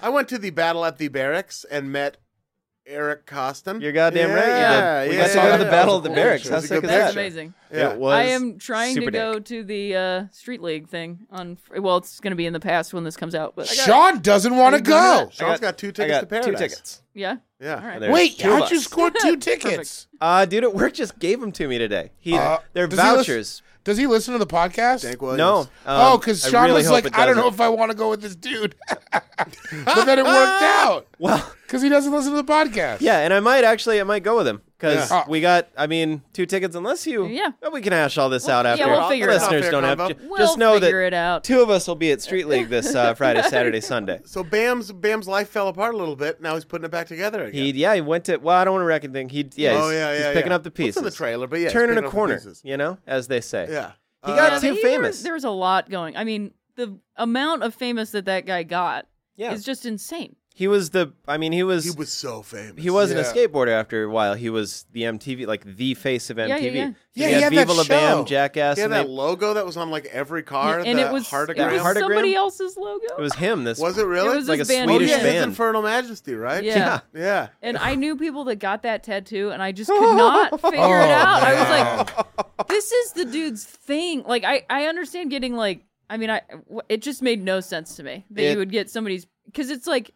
Speaker 1: I went to the battle at the barracks and met Eric Costin.
Speaker 2: You're goddamn
Speaker 1: Yeah,
Speaker 2: right. You did. We
Speaker 1: yeah,
Speaker 2: got to go
Speaker 1: yeah,
Speaker 2: to the
Speaker 1: yeah.
Speaker 2: Battle of the
Speaker 4: That was a cool
Speaker 2: Barracks.
Speaker 4: picture.
Speaker 1: It
Speaker 2: How
Speaker 1: was a
Speaker 2: sick
Speaker 1: good
Speaker 2: is that?
Speaker 3: That's amazing.
Speaker 2: It was
Speaker 3: I am trying to
Speaker 2: super
Speaker 3: go
Speaker 2: dank.
Speaker 3: to the uh, Street League thing on. fr- Well, it's going to be in the past when this comes out, but I got,
Speaker 4: Sean doesn't want to go.
Speaker 2: I
Speaker 1: Sean's got two tickets
Speaker 2: I got
Speaker 1: to Paradise.
Speaker 2: Two tickets.
Speaker 3: yeah.
Speaker 1: Yeah.
Speaker 3: All right.
Speaker 2: There's
Speaker 4: Wait,
Speaker 2: two of
Speaker 4: how'd
Speaker 2: us.
Speaker 4: you score two tickets?
Speaker 2: Uh, dude at work just gave them to me today. He,
Speaker 4: Uh,
Speaker 2: they're
Speaker 4: does he listen-
Speaker 2: vouchers.
Speaker 4: does he listen to the podcast?
Speaker 1: Hank Williams.
Speaker 2: no. um,
Speaker 4: oh, because
Speaker 2: I
Speaker 4: Sean
Speaker 2: really
Speaker 4: was
Speaker 2: hope it
Speaker 4: like, I don't know
Speaker 2: doesn't.
Speaker 4: if I want to go with this dude. but then it worked out
Speaker 2: Well,
Speaker 4: because he doesn't listen to the podcast.
Speaker 2: yeah, and I might actually, I might go with him because
Speaker 4: Yeah.
Speaker 2: we got, I mean, two tickets. Unless you,
Speaker 3: Yeah.
Speaker 2: Well, we can hash all this out
Speaker 3: yeah,
Speaker 2: after.
Speaker 3: we'll figure
Speaker 2: the
Speaker 3: it out.
Speaker 2: listeners
Speaker 1: Fair
Speaker 2: don't have.
Speaker 1: combo.
Speaker 2: ju-
Speaker 3: We'll
Speaker 2: just know that
Speaker 3: figure it out.
Speaker 2: two of us will be at Street League this uh, Friday, Saturday, Sunday.
Speaker 1: So Bam's Bam's life fell apart a little bit. Now he's putting it back together again.
Speaker 2: He, yeah, he went to. Well, I don't want to wreck anything. He, yeah,
Speaker 1: oh
Speaker 2: he's,
Speaker 1: yeah, yeah.
Speaker 2: he's picking
Speaker 1: yeah.
Speaker 2: up the pieces.
Speaker 1: What's in the trailer, but yeah, he's
Speaker 2: turning
Speaker 1: picking
Speaker 2: a
Speaker 1: up the
Speaker 2: corner,
Speaker 1: pieces.
Speaker 2: you know, as they say.
Speaker 1: Yeah.
Speaker 2: He
Speaker 1: Uh,
Speaker 2: got
Speaker 3: Yeah,
Speaker 2: too
Speaker 3: he-
Speaker 2: famous.
Speaker 3: There was a lot going. I mean, the amount of famous that that guy got
Speaker 2: Yeah.
Speaker 3: is just insane.
Speaker 2: He was the. I mean, he was.
Speaker 1: he was so famous.
Speaker 2: He wasn't a
Speaker 4: Yeah.
Speaker 2: skateboarder after a while. He was the MTV, like the face of MTV.
Speaker 3: yeah, yeah.
Speaker 2: So
Speaker 4: Yeah,
Speaker 2: he
Speaker 4: he
Speaker 2: had
Speaker 4: had that
Speaker 2: Viva La Bam,
Speaker 4: show.
Speaker 2: Jackass.
Speaker 1: He had
Speaker 2: and
Speaker 1: that
Speaker 2: they-
Speaker 1: logo that was on like every car.
Speaker 3: Yeah, and
Speaker 1: the
Speaker 3: it was
Speaker 1: heartogram.
Speaker 3: it was
Speaker 2: Heartogram?
Speaker 3: somebody else's logo.
Speaker 2: it was him. This
Speaker 1: Was it really?
Speaker 3: It was
Speaker 2: like
Speaker 3: his
Speaker 2: a
Speaker 3: band.
Speaker 2: Swedish
Speaker 1: oh, yeah, his
Speaker 2: band.
Speaker 1: Infernal Majesty, right?
Speaker 3: Yeah. Yeah.
Speaker 1: yeah.
Speaker 3: And I knew people that got that tattoo, and I just could not figure it out. I was
Speaker 2: Oh,
Speaker 3: like, this is the dude's thing. Like, I, I understand getting, like, I mean, I w- it just made no sense to me that
Speaker 2: It-
Speaker 3: you would get somebody's, because it's like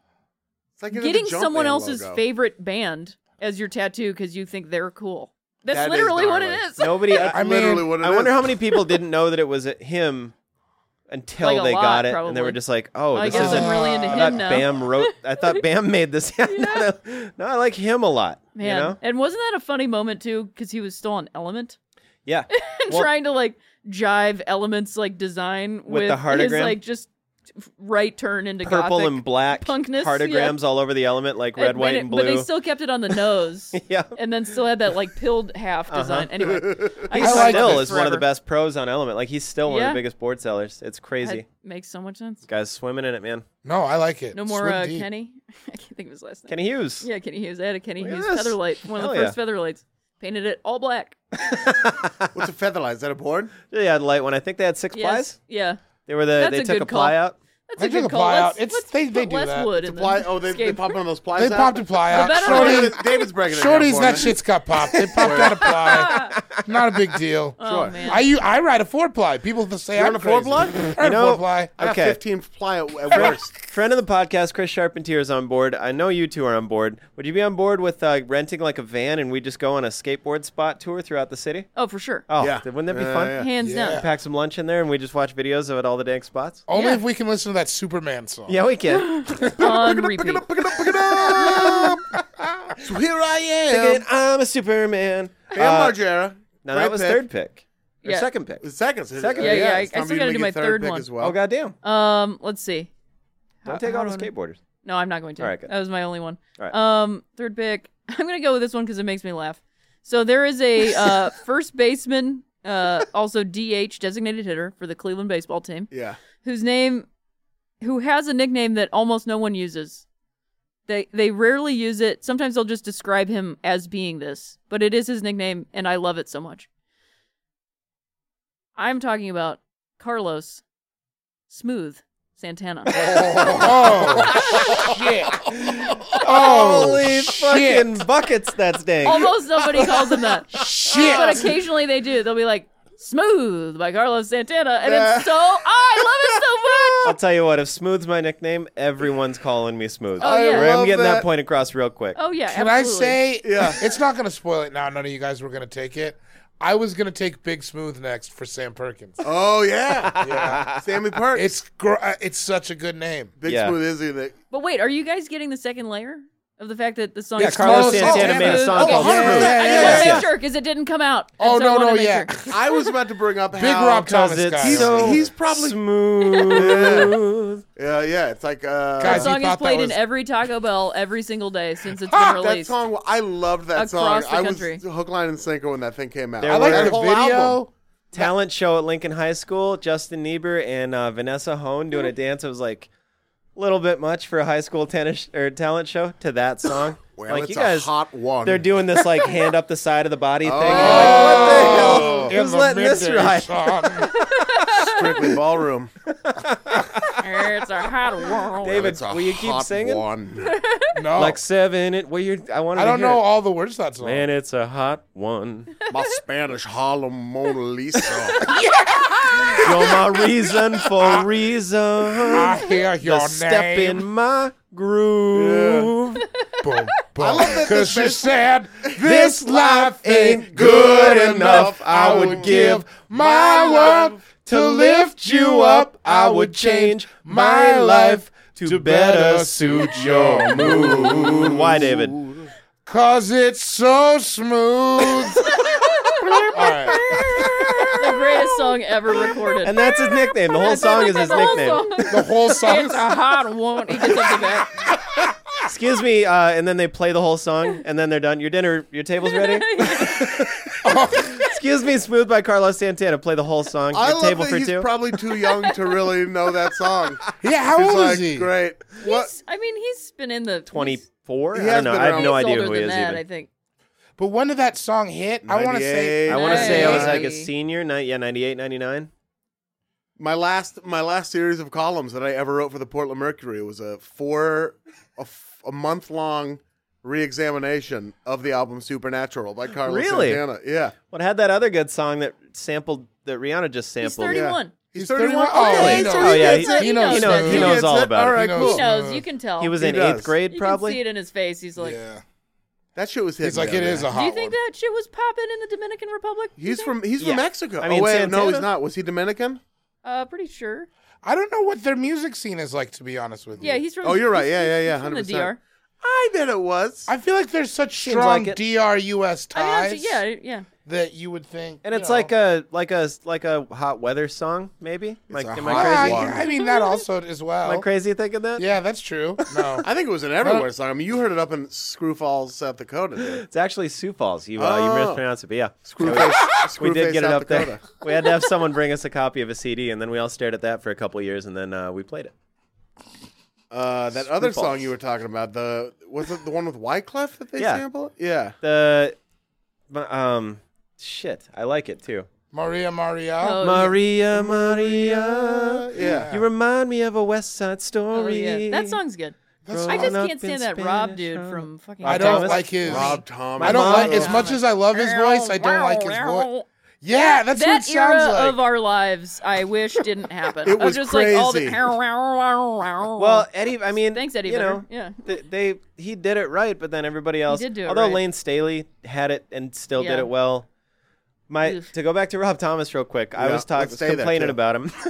Speaker 1: It's like
Speaker 3: getting someone else's
Speaker 1: face.
Speaker 3: favorite band as your tattoo because you think they're cool. That's
Speaker 1: That is
Speaker 3: literally what it
Speaker 1: gnarly.
Speaker 3: is.
Speaker 2: Nobody. I,
Speaker 1: I
Speaker 4: mean,
Speaker 1: literally what it
Speaker 2: I wonder
Speaker 1: is.
Speaker 2: how many people didn't know that it was him until
Speaker 3: Like a
Speaker 2: they
Speaker 3: lot,
Speaker 2: got it, and they
Speaker 3: probably.
Speaker 2: were just like, "Oh,
Speaker 3: I
Speaker 2: this
Speaker 3: guess
Speaker 2: is."
Speaker 3: I'm
Speaker 2: I
Speaker 3: really into
Speaker 2: thought
Speaker 3: him now.
Speaker 2: Bam wrote. I thought Bam made this. Yeah, no, no, I like him a lot.
Speaker 3: Man,
Speaker 2: You know?
Speaker 3: and wasn't that a funny moment too? Because he was still on Element
Speaker 2: Yeah.
Speaker 3: and
Speaker 2: Well,
Speaker 3: trying to like jive Element's like design with,
Speaker 2: the
Speaker 3: his
Speaker 2: heartogram?
Speaker 3: like just right turn into
Speaker 2: purple
Speaker 3: gothic
Speaker 2: and black
Speaker 3: punkness,
Speaker 2: heartograms all over the element, like
Speaker 3: And-
Speaker 2: red, white,
Speaker 3: but it-
Speaker 2: and blue.
Speaker 3: But they still kept it on the nose.
Speaker 2: Yeah.
Speaker 3: and then still had that like pilled half design. Anyway, I
Speaker 2: He's
Speaker 3: just
Speaker 4: like
Speaker 2: still
Speaker 3: loved it
Speaker 2: is one of the
Speaker 3: forever.
Speaker 2: best pros on Element. Like he's still one of
Speaker 3: Yeah.
Speaker 2: the biggest board sellers. It's crazy.
Speaker 3: That makes so much sense.
Speaker 2: Guys swimming in it, man.
Speaker 4: No, I like it.
Speaker 3: No more
Speaker 4: Swim
Speaker 3: uh,
Speaker 4: deep.
Speaker 3: Kenny. I can't think of his last name.
Speaker 2: Kenny Hughes.
Speaker 3: Yeah, Kenny Hughes. I had a Kenny
Speaker 2: Look at
Speaker 3: Hughes
Speaker 2: this.
Speaker 3: feather light. One of the
Speaker 2: Hell
Speaker 3: first
Speaker 2: yeah.
Speaker 3: feather lights. Painted it all black.
Speaker 1: What's a feather line? Is that a board?
Speaker 2: They had a light one. I think they had six
Speaker 3: Yes.
Speaker 2: plies.
Speaker 3: Yeah.
Speaker 2: They were the
Speaker 3: That's
Speaker 2: they
Speaker 3: a
Speaker 2: took
Speaker 3: good
Speaker 2: a ply
Speaker 3: call.
Speaker 2: out.
Speaker 3: That's
Speaker 4: I
Speaker 3: a
Speaker 4: took
Speaker 3: good
Speaker 4: a
Speaker 3: call.
Speaker 4: ply
Speaker 3: Let's,
Speaker 4: out. It's-
Speaker 3: let's
Speaker 4: they- they
Speaker 3: put
Speaker 4: do
Speaker 3: less
Speaker 4: that.
Speaker 3: wood
Speaker 1: It's a
Speaker 3: in
Speaker 1: ply.
Speaker 3: the
Speaker 1: Oh, they, they
Speaker 3: escape
Speaker 1: pop one of those plies.
Speaker 4: They
Speaker 1: out?
Speaker 4: popped a ply out.
Speaker 3: better
Speaker 4: Shorty,
Speaker 1: David's- David's breaking it down
Speaker 4: Shorty's
Speaker 1: for
Speaker 4: that
Speaker 1: me.
Speaker 4: shit's got popped. They popped out a ply. Not a big deal.
Speaker 3: Oh, Sure. man.
Speaker 4: I u- I ride a four ply. People say
Speaker 1: You're
Speaker 4: I'm
Speaker 1: on a four
Speaker 4: crazy.
Speaker 1: ply?
Speaker 4: I ride
Speaker 2: You
Speaker 4: a
Speaker 2: know-
Speaker 4: four ply.
Speaker 1: I got
Speaker 2: Okay.
Speaker 1: 15 ply at, at worst.
Speaker 2: Friend of the podcast, Chris Charpentier is on board. I know you two are on board. Would you be on board with uh, renting like a van and we just go on a skateboard spot tour throughout the city?
Speaker 3: Oh, for sure.
Speaker 2: Oh,
Speaker 1: Yeah.
Speaker 2: th- wouldn't that be
Speaker 1: Yeah,
Speaker 2: fun?
Speaker 1: yeah.
Speaker 3: Hands
Speaker 4: Yeah.
Speaker 3: down.
Speaker 2: Pack some lunch in there and we just watch videos of it all the dang spots.
Speaker 4: Only
Speaker 3: Yeah.
Speaker 4: if we can listen to that Superman song.
Speaker 2: Yeah, we can.
Speaker 3: On repeat.
Speaker 1: Pick it up, pick it up. so here I am.
Speaker 2: And I'm a Superman.
Speaker 1: Bam
Speaker 2: Uh,
Speaker 1: Margera.
Speaker 2: Now
Speaker 1: Great
Speaker 2: that was
Speaker 1: pick.
Speaker 2: third pick. Or
Speaker 3: Yeah.
Speaker 2: second pick.
Speaker 1: The Second. so-
Speaker 2: Second.
Speaker 1: uh,
Speaker 2: Yeah, yeah,
Speaker 3: I-
Speaker 1: it's
Speaker 3: I
Speaker 1: time
Speaker 3: still
Speaker 1: for you
Speaker 3: gotta
Speaker 1: to
Speaker 3: do
Speaker 1: make
Speaker 3: my
Speaker 1: your
Speaker 3: third
Speaker 1: pick
Speaker 3: one.
Speaker 1: As well.
Speaker 2: Oh goddamn.
Speaker 3: Um, let's see.
Speaker 2: Don't take all the
Speaker 3: do I-
Speaker 2: skateboarders.
Speaker 3: No, I'm not going to.
Speaker 2: All right, good.
Speaker 3: That was my only one.
Speaker 2: All right.
Speaker 3: Um, third pick. I'm gonna go with this one because it makes me laugh. So there is a uh, first baseman, uh, also DH, designated hitter for the Cleveland baseball team,
Speaker 1: Yeah.
Speaker 3: whose name, who has a nickname that almost no one uses. They they rarely use it. Sometimes they'll just describe him as being this, but it is his nickname, and I love it so much. I'm talking about Carlos Smooth Santana.
Speaker 4: Oh shit!
Speaker 1: Oh,
Speaker 2: Holy fucking buckets that's dang.
Speaker 3: Almost nobody calls him that.
Speaker 4: Oh, Shit!
Speaker 3: But occasionally they do. They'll be like, Smooth by Carlos Santana. And it's so, I love
Speaker 2: I'll
Speaker 3: it so much.
Speaker 2: tell you what, if Smooth's my nickname, everyone's calling me Smooth.
Speaker 3: Oh, yeah.
Speaker 2: Right, I'm
Speaker 1: Love
Speaker 2: getting that.
Speaker 1: that.
Speaker 2: point across real quick.
Speaker 3: Oh, yeah.
Speaker 4: Can
Speaker 3: absolutely.
Speaker 4: I say?
Speaker 1: Yeah.
Speaker 4: It's not going to spoil it now. None of you guys were going to take it. I was going to take Big Smooth next for Sam Perkins.
Speaker 1: Oh yeah. Sammy Perk.
Speaker 4: It's gr- uh, it's such a good name.
Speaker 1: Big
Speaker 2: Yeah.
Speaker 1: Smooth Izzy. That
Speaker 3: But wait, are you guys getting the second layer of the fact that the song
Speaker 2: Yeah,
Speaker 3: is
Speaker 2: Carlos
Speaker 3: called Oh,
Speaker 2: Santana made a song
Speaker 3: Okay.
Speaker 2: called
Speaker 3: I
Speaker 4: Smooth.
Speaker 3: just
Speaker 4: Yeah,
Speaker 3: want
Speaker 2: yeah,
Speaker 3: to
Speaker 2: yeah.
Speaker 3: make sure because it didn't come out. and
Speaker 4: Oh
Speaker 3: so I
Speaker 4: no
Speaker 3: wanna
Speaker 4: no
Speaker 3: make
Speaker 4: yeah,
Speaker 3: sure.
Speaker 1: I was about to bring up
Speaker 4: Big
Speaker 1: how
Speaker 4: Rob
Speaker 2: Because
Speaker 4: Thomas
Speaker 2: it's
Speaker 4: guy.
Speaker 2: so
Speaker 1: He's probably-
Speaker 2: smooth.
Speaker 1: Yeah, yeah. It's like uh,
Speaker 3: That
Speaker 4: Guys, he
Speaker 3: song
Speaker 4: thought
Speaker 3: is
Speaker 4: that
Speaker 3: played in
Speaker 4: was- every
Speaker 3: every Taco Bell every single day since it's
Speaker 4: Ah,
Speaker 3: been
Speaker 4: that
Speaker 1: that
Speaker 3: released.
Speaker 1: song. I loved that song.
Speaker 3: Across the
Speaker 1: I was
Speaker 3: country.
Speaker 1: hook, line, and sinker when that thing came out.
Speaker 2: There
Speaker 4: I like
Speaker 2: That
Speaker 4: the
Speaker 1: whole
Speaker 4: video.
Speaker 1: album.
Speaker 2: talent show at Lincoln High School. Justin Niebuhr and uh, Vanessa Hone doing a dance. It was like a little bit much for a high school tennis or talent show to that song.
Speaker 1: Well,
Speaker 2: like
Speaker 1: it's
Speaker 2: you guys,
Speaker 1: a hot one.
Speaker 2: they're doing this like hand up the side of the body thing. Like,
Speaker 4: Oh,
Speaker 2: what the hell?
Speaker 4: in
Speaker 2: Who's
Speaker 4: the
Speaker 2: letting this
Speaker 4: midday
Speaker 2: ride?
Speaker 4: song.
Speaker 1: strictly ballroom.
Speaker 3: it's a hot world.
Speaker 2: David,
Speaker 1: It's a
Speaker 2: will you keep
Speaker 1: hot
Speaker 2: singing?
Speaker 1: One.
Speaker 4: no,
Speaker 2: Like seven. It. Well, you're. I want.
Speaker 4: I don't know all the words to that song.
Speaker 2: Man, it's a hot one.
Speaker 1: My Spanish Harlem Mona Lisa.
Speaker 2: You're my reason for reason.
Speaker 4: I hear your
Speaker 2: The
Speaker 4: name.
Speaker 2: step in my groove.
Speaker 4: boom, boom.
Speaker 1: love that
Speaker 4: Cause
Speaker 1: this
Speaker 4: you
Speaker 1: bas-
Speaker 4: said
Speaker 2: This
Speaker 4: this life ain't
Speaker 2: good enough. I would give my world to lift you up. I would change my life to better suit your mood. Why, David?
Speaker 4: cause it's so smooth. All right.
Speaker 3: the greatest song ever recorded.
Speaker 2: And that's his nickname. The whole song is his
Speaker 3: The whole
Speaker 2: nickname.
Speaker 3: song.
Speaker 4: The whole song.
Speaker 3: It's a hot one. He gets up the back.
Speaker 2: Excuse me. Uh, and then they play the whole song, and then they're done. Your dinner, your table's ready. Excuse me, "Smooth" by Carlos Santana. Play the whole song.
Speaker 1: I
Speaker 2: Your
Speaker 1: love
Speaker 2: table
Speaker 1: that
Speaker 2: for
Speaker 1: he's
Speaker 2: two.
Speaker 1: probably too young to really know that song.
Speaker 4: Yeah, how
Speaker 1: He's
Speaker 4: old
Speaker 1: like,
Speaker 4: is he?
Speaker 1: great. What?
Speaker 3: I mean, he's been in the he's-
Speaker 2: Twenty-four. I
Speaker 1: has
Speaker 2: don't know.
Speaker 1: been
Speaker 2: I have
Speaker 1: around.
Speaker 2: no
Speaker 3: he's
Speaker 2: idea
Speaker 3: older
Speaker 2: who he
Speaker 3: than
Speaker 2: is.
Speaker 3: that,
Speaker 2: even.
Speaker 3: I think.
Speaker 4: But when did that song hit? I want to say.
Speaker 1: 98.
Speaker 2: I want to say I was
Speaker 3: Nice.
Speaker 2: like a senior, ni- yeah, 98, 99.
Speaker 1: My last my last series of columns that I ever wrote for the Portland Mercury was a four a, f- a month long reexamination of the album Supernatural by Carlos
Speaker 2: Really?
Speaker 1: Santana. Yeah.
Speaker 2: What had that other good song that sampled that Rihanna just
Speaker 3: He's
Speaker 2: sampled?
Speaker 3: 31.
Speaker 1: He's
Speaker 4: 31?
Speaker 1: 31.
Speaker 4: Oh,
Speaker 1: Okay,
Speaker 4: he
Speaker 1: so
Speaker 4: knows.
Speaker 2: Oh, yeah,
Speaker 1: gets
Speaker 2: he-
Speaker 1: it.
Speaker 3: he knows
Speaker 2: He knows.
Speaker 3: that.
Speaker 2: He
Speaker 3: He
Speaker 2: knows
Speaker 1: gets
Speaker 2: all
Speaker 1: it.
Speaker 2: about
Speaker 1: All
Speaker 2: it.
Speaker 1: right,
Speaker 4: He
Speaker 1: cool.
Speaker 3: He knows. You can tell.
Speaker 2: He was
Speaker 1: He
Speaker 2: in
Speaker 1: does.
Speaker 2: eighth grade,
Speaker 3: You can see
Speaker 2: probably.
Speaker 3: it in his face. He's like,
Speaker 4: Yeah.
Speaker 1: That shit was his.
Speaker 4: He's like, it is a hot
Speaker 3: do you think
Speaker 4: one.
Speaker 3: that shit was popping in the Dominican Republic? Do you
Speaker 1: He's
Speaker 3: think?
Speaker 1: from he's
Speaker 2: Yeah.
Speaker 1: from Mexico.
Speaker 2: I mean,
Speaker 1: oh wait, no,
Speaker 2: Santana-
Speaker 1: he's not. Was he Dominican?
Speaker 3: Uh, pretty sure.
Speaker 4: I don't know what their music scene is like, to be honest with you.
Speaker 3: Yeah, he's from.
Speaker 1: Oh, you're right.
Speaker 3: he's-
Speaker 1: Yeah, yeah, yeah,
Speaker 3: He's from the
Speaker 1: 100%.
Speaker 3: DR.
Speaker 1: I bet it was.
Speaker 4: I feel like there's such
Speaker 2: Seems
Speaker 4: strong
Speaker 2: like it.
Speaker 4: DRUS
Speaker 3: I mean,
Speaker 4: ties
Speaker 3: actually, yeah, yeah.
Speaker 4: that you would think.
Speaker 2: and
Speaker 4: you
Speaker 2: it's
Speaker 4: know.
Speaker 2: like uh, a like a like a hot weather song, maybe. like,
Speaker 1: a
Speaker 2: am
Speaker 1: hot
Speaker 2: I
Speaker 4: Yeah,
Speaker 2: crazy?
Speaker 1: one.
Speaker 4: I, I mean, that also as well.
Speaker 2: Am I crazy thinking that?
Speaker 4: Yeah, that's true. No.
Speaker 1: I think it was an everywhere song. I mean, you heard it up in Screw Falls, South Dakota. Dude.
Speaker 2: It's actually Sioux Falls. You uh, you
Speaker 1: Oh.
Speaker 2: mispronounced it, but yeah.
Speaker 1: Screw
Speaker 2: Yeah, we-
Speaker 1: Face-
Speaker 2: we
Speaker 1: Screw
Speaker 2: did
Speaker 1: Face,
Speaker 2: get it
Speaker 1: South
Speaker 2: up there.
Speaker 1: Dakota.
Speaker 2: We had to have someone bring us a copy of a CD, and then we all stared at that for a couple years, and then uh, we played it.
Speaker 1: Uh, that other
Speaker 2: Falls.
Speaker 1: song you were talking about, the was it the one with Wyclef that they
Speaker 2: Yeah.
Speaker 1: sampled? Yeah.
Speaker 2: The um shit, I like it too.
Speaker 4: Maria Maria.
Speaker 3: Oh,
Speaker 2: Maria, Maria,
Speaker 1: yeah.
Speaker 2: you remind me of a West Side
Speaker 3: Oh,
Speaker 2: Story.
Speaker 3: yeah. That song's good.
Speaker 4: That's
Speaker 3: I
Speaker 4: fine.
Speaker 3: just
Speaker 2: Growing
Speaker 3: can't
Speaker 2: up in
Speaker 3: stand that Rob
Speaker 2: Spanish,
Speaker 3: dude
Speaker 2: Rob.
Speaker 3: from fucking.
Speaker 4: I
Speaker 2: Rob
Speaker 4: don't
Speaker 2: Thomas?
Speaker 4: like his.
Speaker 1: Rob Thomas.
Speaker 4: I don't
Speaker 2: mom
Speaker 4: like as
Speaker 2: was-
Speaker 4: much as I love his voice. I don't like his voice. Yeah, that's what it
Speaker 3: That era
Speaker 4: sounds like.
Speaker 3: of our lives, I wish didn't happen.
Speaker 1: It was
Speaker 3: just like all the.
Speaker 1: crazy.
Speaker 2: Well,
Speaker 3: well,
Speaker 2: Eddie, I mean,
Speaker 3: thanks, Eddie.
Speaker 2: You
Speaker 3: Vedder.
Speaker 2: know,
Speaker 3: yeah.
Speaker 2: th- they he did it right, but then everybody else.
Speaker 3: did do it
Speaker 2: although
Speaker 3: right.
Speaker 2: Lane Staley had it and still did
Speaker 3: Yeah.
Speaker 2: it well. My
Speaker 3: Oof.
Speaker 2: to go back to Rob Thomas real quick. I
Speaker 1: Yeah,
Speaker 2: was talking
Speaker 1: let's say that,
Speaker 2: complaining
Speaker 1: too.
Speaker 2: about him.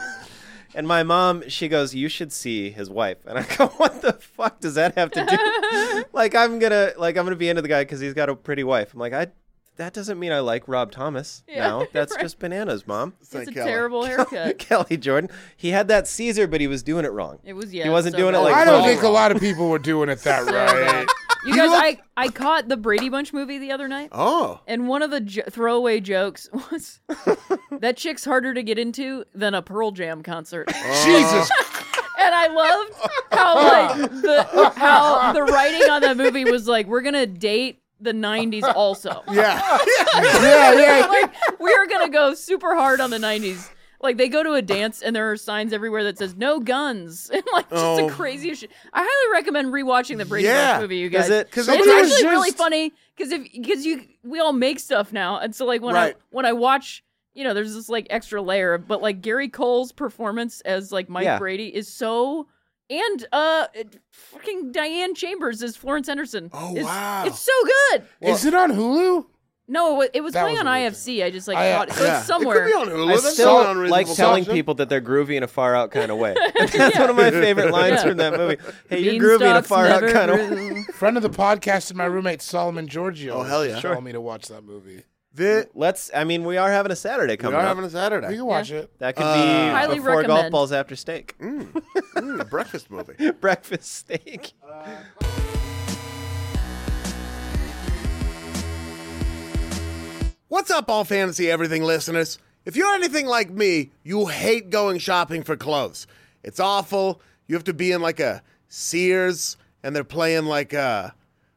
Speaker 2: And my mom, she goes, "You should see his wife." And I go, "What the fuck does that have to do? like, I'm gonna, like, I'm gonna be into the guy because he's got a pretty wife." I'm like, I, that doesn't mean I like Rob Thomas
Speaker 3: Yeah,
Speaker 2: now. That's
Speaker 3: right.
Speaker 2: just bananas, mom.
Speaker 3: It's
Speaker 1: Thank
Speaker 3: a
Speaker 1: Kelly.
Speaker 3: terrible haircut.
Speaker 2: Kelly Jordan. He had that Caesar, but he was doing it wrong.
Speaker 3: It was yeah.
Speaker 2: He wasn't
Speaker 3: so
Speaker 2: doing it
Speaker 3: bad.
Speaker 2: like
Speaker 4: I don't
Speaker 2: Paul.
Speaker 4: think a lot of people were doing it that right.
Speaker 3: You guys, I I caught the Brady Bunch movie the other night,
Speaker 1: Oh.
Speaker 3: and one of the jo- throwaway jokes was that chick's harder to get into than a Pearl Jam concert.
Speaker 4: Jesus
Speaker 3: and I loved how like the how the writing on that movie was like we're gonna date the '90s also.
Speaker 1: Yeah.
Speaker 4: yeah, yeah.
Speaker 3: like we are gonna go super hard on the '90s. Like they go to a dance and there are signs everywhere that says "no guns" and like just
Speaker 1: Oh.
Speaker 3: the craziest shit. I highly recommend rewatching the Brady
Speaker 1: Yeah.
Speaker 3: Bunch movie, you
Speaker 2: Is
Speaker 3: guys.
Speaker 2: it?
Speaker 1: Because
Speaker 3: It's
Speaker 4: Somebody was
Speaker 3: actually really
Speaker 4: just-
Speaker 3: funny because if because you we all make stuff now, and so like when
Speaker 1: Right.
Speaker 3: I when I watch, you know, there's this like extra layer. But like Gary Cole's performance as like Mike
Speaker 2: Yeah.
Speaker 3: Brady is so, and uh, it- fucking Diane Chambers as Florence Henderson.
Speaker 1: Oh,
Speaker 3: It's-
Speaker 1: wow.
Speaker 3: it's so good.
Speaker 4: Is it on Hulu?
Speaker 3: No, it was, it was
Speaker 4: That
Speaker 3: playing on
Speaker 4: was a weird
Speaker 3: IFC. I just like
Speaker 4: I-
Speaker 3: caught it. So
Speaker 1: yeah.
Speaker 3: it's somewhere.
Speaker 1: It could be on Hulu.
Speaker 2: I
Speaker 1: That's not an
Speaker 2: still like
Speaker 1: unreasonable
Speaker 2: telling
Speaker 1: assumption.
Speaker 2: people that they're groovy in a far out kind of way. That's one of my favorite lines
Speaker 3: Yeah.
Speaker 2: from that movie. Hey, you're
Speaker 3: Beanstalks
Speaker 2: groovy in a far out
Speaker 3: never
Speaker 2: kind of way.
Speaker 3: grew.
Speaker 4: Friend of the podcast and my roommate Solomon Giorgio.
Speaker 1: Oh, hell yeah.
Speaker 4: Told me to watch that movie.
Speaker 1: The,
Speaker 2: Let's. I mean, we are having a Saturday
Speaker 1: we
Speaker 2: coming
Speaker 1: are
Speaker 2: up.
Speaker 1: having a Saturday.
Speaker 4: We can watch it.
Speaker 2: that could
Speaker 1: Uh,
Speaker 2: be
Speaker 3: Highly
Speaker 2: before golf
Speaker 3: recommend.
Speaker 2: balls after steak,
Speaker 1: Mm, a breakfast movie.
Speaker 2: breakfast steak.
Speaker 1: What's up, all fantasy everything listeners? If you're anything like me, you hate going shopping for clothes. It's awful. You have to be in like a Sears and they're playing like a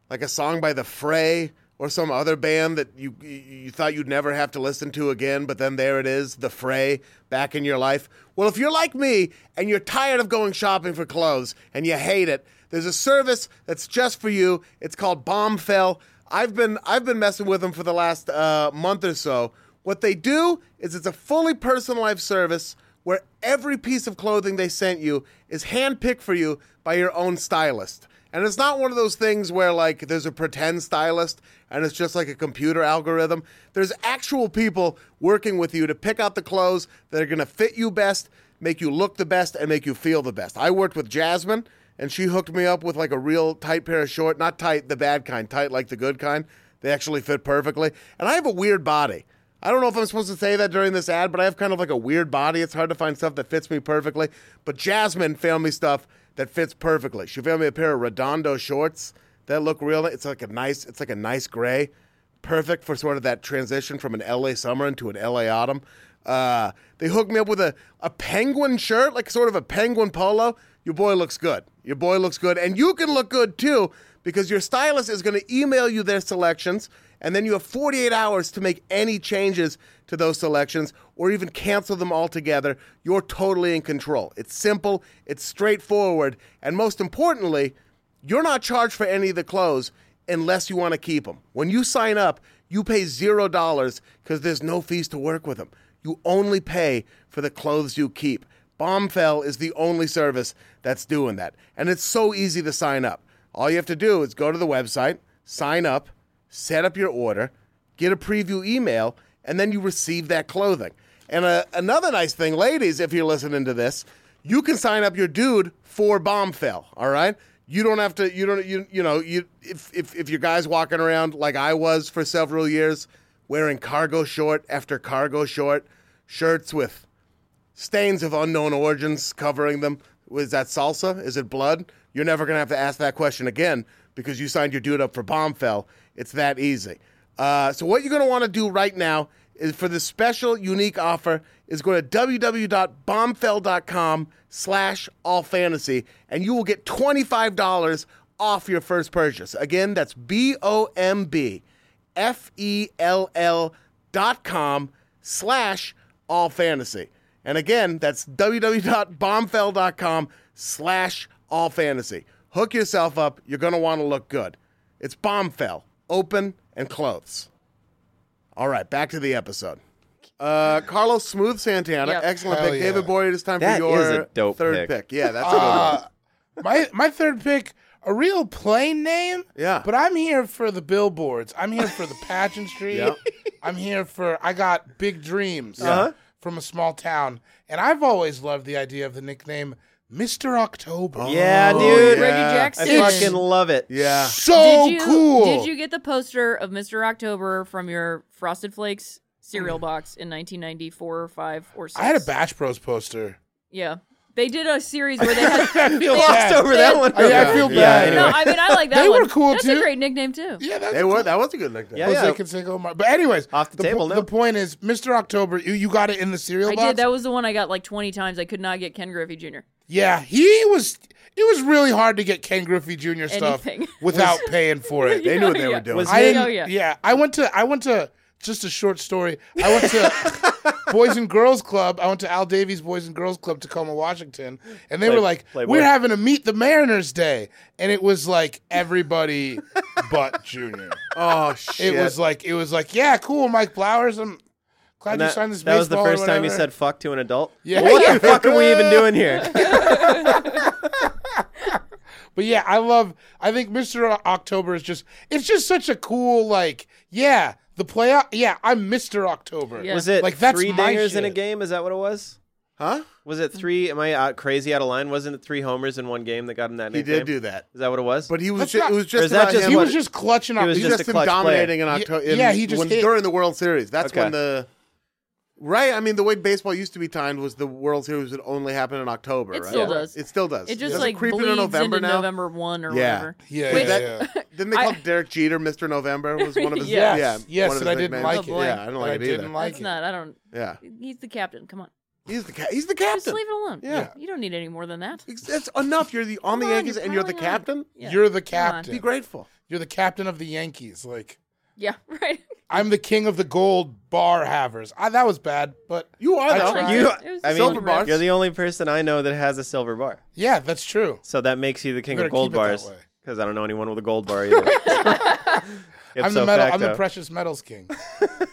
Speaker 1: like a song by the Fray or some other band that you you- you thought you'd never have to listen to again, but then there it is, the Fray back in your life. Well, if you're like me and you're tired of going shopping for clothes and you hate it, there's a service that's just for you. It's called Bombfell. I've been I've been messing with them for the last uh, month or so. What they do is it's a fully personalized service where every piece of clothing they sent you is handpicked for you by your own stylist. And it's not one of those things where like there's a pretend stylist and it's just like a computer algorithm. There's actual people working with you to pick out the clothes that are going to fit you best, make you look the best and make you feel the best. I worked with Jasmine and she hooked me up with like a real tight pair of short, not tight the bad kind, tight like the good kind. They actually fit perfectly. And I have a weird body. I don't know if I'm supposed to say that during this ad, but I have kind of like a weird body. It's hard to find stuff that fits me perfectly. But Jasmine found me stuff that fits perfectly. She found me a pair of Redondo shorts that look real. It's like a nice, it's like a nice gray, perfect for sort of that transition from an LA summer into an LA autumn. Uh, they hooked me up with a, a penguin shirt, like sort of a penguin polo. Your boy looks good. Your boy looks good. And you can look good too because your stylist is going to email you their selections and then you have 48 hours to make any changes to those selections or even cancel them altogether. You're totally in control. It's simple, it's straightforward, and most importantly, you're not charged for any of the clothes unless you want to keep them. When you sign up, you pay zero dollars because there's no fees to work with them. You only pay for the clothes you keep. Bombfell is the only service that's doing that. And it's so easy to sign up. All you have to do is go to the website, sign up, set up your order, get a preview email, and then you receive that clothing. And uh, another nice thing, ladies, if you're listening to this, you can sign up your dude for Bombfell. All right, you don't have to. You don't. You you know. You if if if your guy's walking around like I was for several years, wearing cargo short after cargo short, shirts with stains of unknown origins covering them. Is that salsa? Is it blood? You're never going to have to ask that question again because you signed your dude up for Bombfell. It's that easy. Uh, so what you're going to want to do right now is for this special unique offer is go to www.bombfell.com slash all fantasy and you will get $25 off your first purchase. Again, that's B-O-M-B. F-E-L-L E dot com slash all fantasy. And again, that's www.bombfell.com slash all fantasy. Hook yourself up. You're going to want to look good. It's Bombfell, open and clothes. All right, back to the episode. Uh, Carlos Smooth Santana,
Speaker 3: Yep.
Speaker 1: excellent
Speaker 4: Hell
Speaker 1: pick.
Speaker 4: yeah.
Speaker 1: David Boyd, it's time
Speaker 2: That
Speaker 1: for your
Speaker 2: is a dope
Speaker 1: third
Speaker 2: pick. Ah.
Speaker 1: pick. Yeah, that's a good
Speaker 4: Uh,
Speaker 1: one.
Speaker 4: my my third pick, a real plain name.
Speaker 1: Yeah.
Speaker 4: But I'm here for the billboards. I'm here for the pageantry.
Speaker 1: Yep.
Speaker 4: I'm here for I
Speaker 2: Uh-huh.
Speaker 4: got big dreams from a small town, and I've always loved the idea of the nickname Mr. October.
Speaker 2: yeah,
Speaker 1: Oh,
Speaker 2: dude.
Speaker 3: Reggie
Speaker 1: yeah.
Speaker 2: I
Speaker 3: Jackson.
Speaker 2: fucking love it.
Speaker 1: Yeah.
Speaker 4: So
Speaker 3: did you,
Speaker 4: cool.
Speaker 3: Did you get the poster of Mr. October from your Frosted Flakes cereal box in 1994 or 5 or 6?
Speaker 4: I had a Bash Bros poster.
Speaker 3: Yeah. They did a series where they had
Speaker 2: I feel lost over that one.
Speaker 4: I, I feel
Speaker 1: Yeah,
Speaker 4: bad.
Speaker 3: No, I mean I like that
Speaker 4: They
Speaker 3: one.
Speaker 4: were cool,
Speaker 3: That's
Speaker 4: too.
Speaker 3: a great nickname too.
Speaker 4: yeah, that's
Speaker 1: They were, that was a good look.
Speaker 2: Yeah.
Speaker 4: Jose Canseco Mar- But anyways,
Speaker 2: Off the table
Speaker 4: po-
Speaker 2: now.
Speaker 4: The point is, Mr. October, you, you got it in the cereal
Speaker 3: I
Speaker 4: box.
Speaker 3: did. That was the one I got like 20 times. I could not get Ken Griffey Jr.
Speaker 4: yeah, he was. It was really hard to get Ken Griffey Jr. stuff
Speaker 3: Anything.
Speaker 4: without paying for it.
Speaker 1: They knew what they
Speaker 3: Yeah.
Speaker 1: were doing.
Speaker 2: Was-
Speaker 4: I didn't,
Speaker 3: Oh, yeah.
Speaker 4: I went to. I went to. Just a short story. I went to Boys and Girls Club. I went to Al Davies Boys and Girls Club, Tacoma, Washington, and they
Speaker 2: Play-
Speaker 4: were like,
Speaker 2: Playboy.
Speaker 4: "We're having a Meet the Mariners Day," and it was like everybody but Junior.
Speaker 1: oh shit!
Speaker 4: It was like it was like, "Yeah, cool, Mike Flowers. I'm glad
Speaker 2: And
Speaker 4: you
Speaker 2: that,
Speaker 4: signed this."
Speaker 2: that was the
Speaker 4: baseball or
Speaker 2: first time you
Speaker 4: whatever."
Speaker 2: said fuck to an adult.
Speaker 4: Yeah.
Speaker 2: What
Speaker 4: Yeah.
Speaker 2: the fuck are we even doing here?
Speaker 4: But yeah, I love. I think Mr. October is just. It's just such a cool like. Yeah, the playoff. Yeah, I'm Mr. October.
Speaker 3: Yeah.
Speaker 2: Was it
Speaker 4: Like, that's
Speaker 2: three
Speaker 4: my
Speaker 2: dingers in a
Speaker 4: shit.
Speaker 2: game? Is that what it was?
Speaker 1: huh?
Speaker 2: Was it three? Am I out, crazy out of line? Wasn't it three homers in one game that got him that
Speaker 1: He
Speaker 2: nickname?
Speaker 1: did do that,
Speaker 2: Is that what it was?
Speaker 1: but he was.
Speaker 4: That's
Speaker 1: Just,
Speaker 4: not-
Speaker 1: it was
Speaker 2: Or
Speaker 1: just
Speaker 2: is that
Speaker 1: about
Speaker 2: just
Speaker 1: him.
Speaker 4: He was
Speaker 2: what-
Speaker 4: just clutching.
Speaker 2: He
Speaker 4: He
Speaker 2: was
Speaker 1: He's
Speaker 2: just
Speaker 1: just
Speaker 2: a
Speaker 1: him
Speaker 2: clutch player.
Speaker 1: dominating in October.
Speaker 4: Yeah, yeah, he just
Speaker 1: when,
Speaker 4: hit.
Speaker 1: during the World Series. That's
Speaker 2: Okay.
Speaker 1: when the right. I mean, the way baseball used to be timed was the World Series would only happen in October.
Speaker 3: It
Speaker 1: right?
Speaker 3: still does.
Speaker 1: It still does.
Speaker 3: It just
Speaker 1: Does
Speaker 3: like
Speaker 1: creep
Speaker 3: bleeds
Speaker 1: into November
Speaker 3: into
Speaker 1: now.
Speaker 3: November 1 or
Speaker 1: Yeah.
Speaker 3: whatever.
Speaker 4: yeah,
Speaker 3: Wait,
Speaker 4: yeah,
Speaker 1: that-
Speaker 4: yeah.
Speaker 1: Didn't they call
Speaker 3: I-
Speaker 1: Derek Jeter Mr. November? Was one of his
Speaker 3: Yes.
Speaker 1: yeah
Speaker 4: Yes,
Speaker 1: one of
Speaker 4: and
Speaker 1: his
Speaker 4: I didn't
Speaker 1: nicknames.
Speaker 4: like
Speaker 3: Oh, boy.
Speaker 4: it.
Speaker 1: Yeah, I don't like
Speaker 4: I
Speaker 1: it either.
Speaker 4: didn't like
Speaker 3: That's
Speaker 4: it.
Speaker 3: not. I don't
Speaker 1: Yeah,
Speaker 3: He's the captain. Come on.
Speaker 1: he's the ca- he's the
Speaker 3: Just
Speaker 1: captain.
Speaker 3: leave it alone.
Speaker 1: Yeah.
Speaker 3: You don't need any more than that.
Speaker 1: Ex- That's enough. You're the on the
Speaker 3: Come on,
Speaker 1: Yankees
Speaker 3: you're
Speaker 1: and you're the
Speaker 3: piling on.
Speaker 1: captain.
Speaker 3: Yeah.
Speaker 4: You're the
Speaker 3: Come on.
Speaker 1: Be
Speaker 4: captain.
Speaker 1: grateful.
Speaker 4: You're the captain of the Yankees. Like
Speaker 3: Yeah, right.
Speaker 4: I'm the king of the gold bar havers. I, that was bad, but
Speaker 1: You are
Speaker 4: I
Speaker 1: though.
Speaker 4: tried.
Speaker 2: you,
Speaker 3: It was
Speaker 2: I mean,
Speaker 3: silver
Speaker 1: bars.
Speaker 2: you're the only person I know that has a silver bar.
Speaker 4: yeah, that's true.
Speaker 2: So that makes you the king
Speaker 4: Better
Speaker 2: of gold
Speaker 4: keep it that
Speaker 2: bars.
Speaker 4: way.
Speaker 2: Because I don't know anyone with a gold bar either.
Speaker 4: I'm the
Speaker 2: Ipso
Speaker 4: metal. I'm the
Speaker 2: facto.
Speaker 4: precious metals king.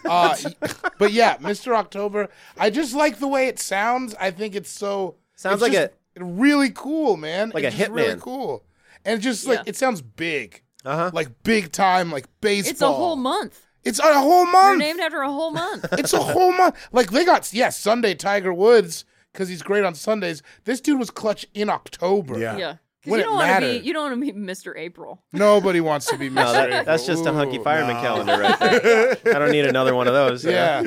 Speaker 4: uh, but yeah, Mr. October. I just like the way it sounds. I think it's so
Speaker 2: Sounds
Speaker 4: it's
Speaker 2: like
Speaker 4: just
Speaker 2: a-
Speaker 4: really cool man.
Speaker 2: like
Speaker 4: It's
Speaker 2: a
Speaker 4: just Really
Speaker 2: hitman.
Speaker 4: cool, and it's just like
Speaker 3: Yeah.
Speaker 4: it sounds big,
Speaker 2: Uh-huh.
Speaker 4: like big time, like baseball.
Speaker 3: It's a whole month.
Speaker 4: It's a whole
Speaker 3: They're
Speaker 4: month.
Speaker 3: named after a whole month.
Speaker 4: it's a whole month. Like they got yeah Sunday Tiger Woods because he's great on Sundays. This dude was clutch in October.
Speaker 1: Yeah.
Speaker 3: yeah.
Speaker 4: When
Speaker 3: Because you don't
Speaker 4: it
Speaker 3: want to be
Speaker 4: mattered.
Speaker 3: you don't want to be Mr. April.
Speaker 4: Nobody wants to be Mr.
Speaker 2: No, Oh, that,
Speaker 4: April.
Speaker 2: that's just a hunky
Speaker 4: Ooh.
Speaker 2: fireman
Speaker 1: no.
Speaker 2: calendar right there. I don't need another one of those.
Speaker 4: Yeah.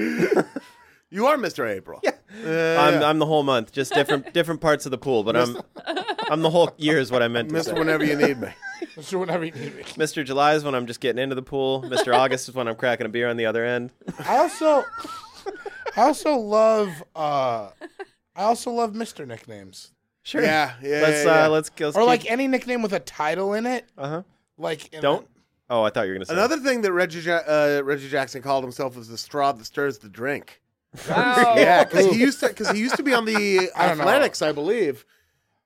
Speaker 1: You are Mr. April. Yeah.
Speaker 2: I'm, I'm the whole month, just different different parts of the pool, but I'm I'm the whole year is what I meant to
Speaker 1: Mr.
Speaker 2: say.
Speaker 1: Whenever you need me.
Speaker 4: Mr. Whenever you need me.
Speaker 2: Mr. July is when I'm just getting into the pool. Mr. August is when I'm cracking a beer on the other end.
Speaker 4: I also, I also love, uh, I also love Mister nicknames
Speaker 2: Sure.
Speaker 1: Yeah, yeah, yeah,
Speaker 2: Let's
Speaker 1: yeah.
Speaker 2: uh let's let's
Speaker 4: or
Speaker 2: keep-
Speaker 4: like any nickname with a title in it.
Speaker 2: uh-huh.
Speaker 4: Like in
Speaker 2: Don't Oh, I thought you were gonna say
Speaker 1: Another thing that Reggie ja- uh, Reggie Jackson called himself was the straw that stirs the drink.
Speaker 3: Wow.
Speaker 1: Yeah, because he used to because he used to be on the
Speaker 4: Oh. I don't know.
Speaker 1: Athletics, I believe,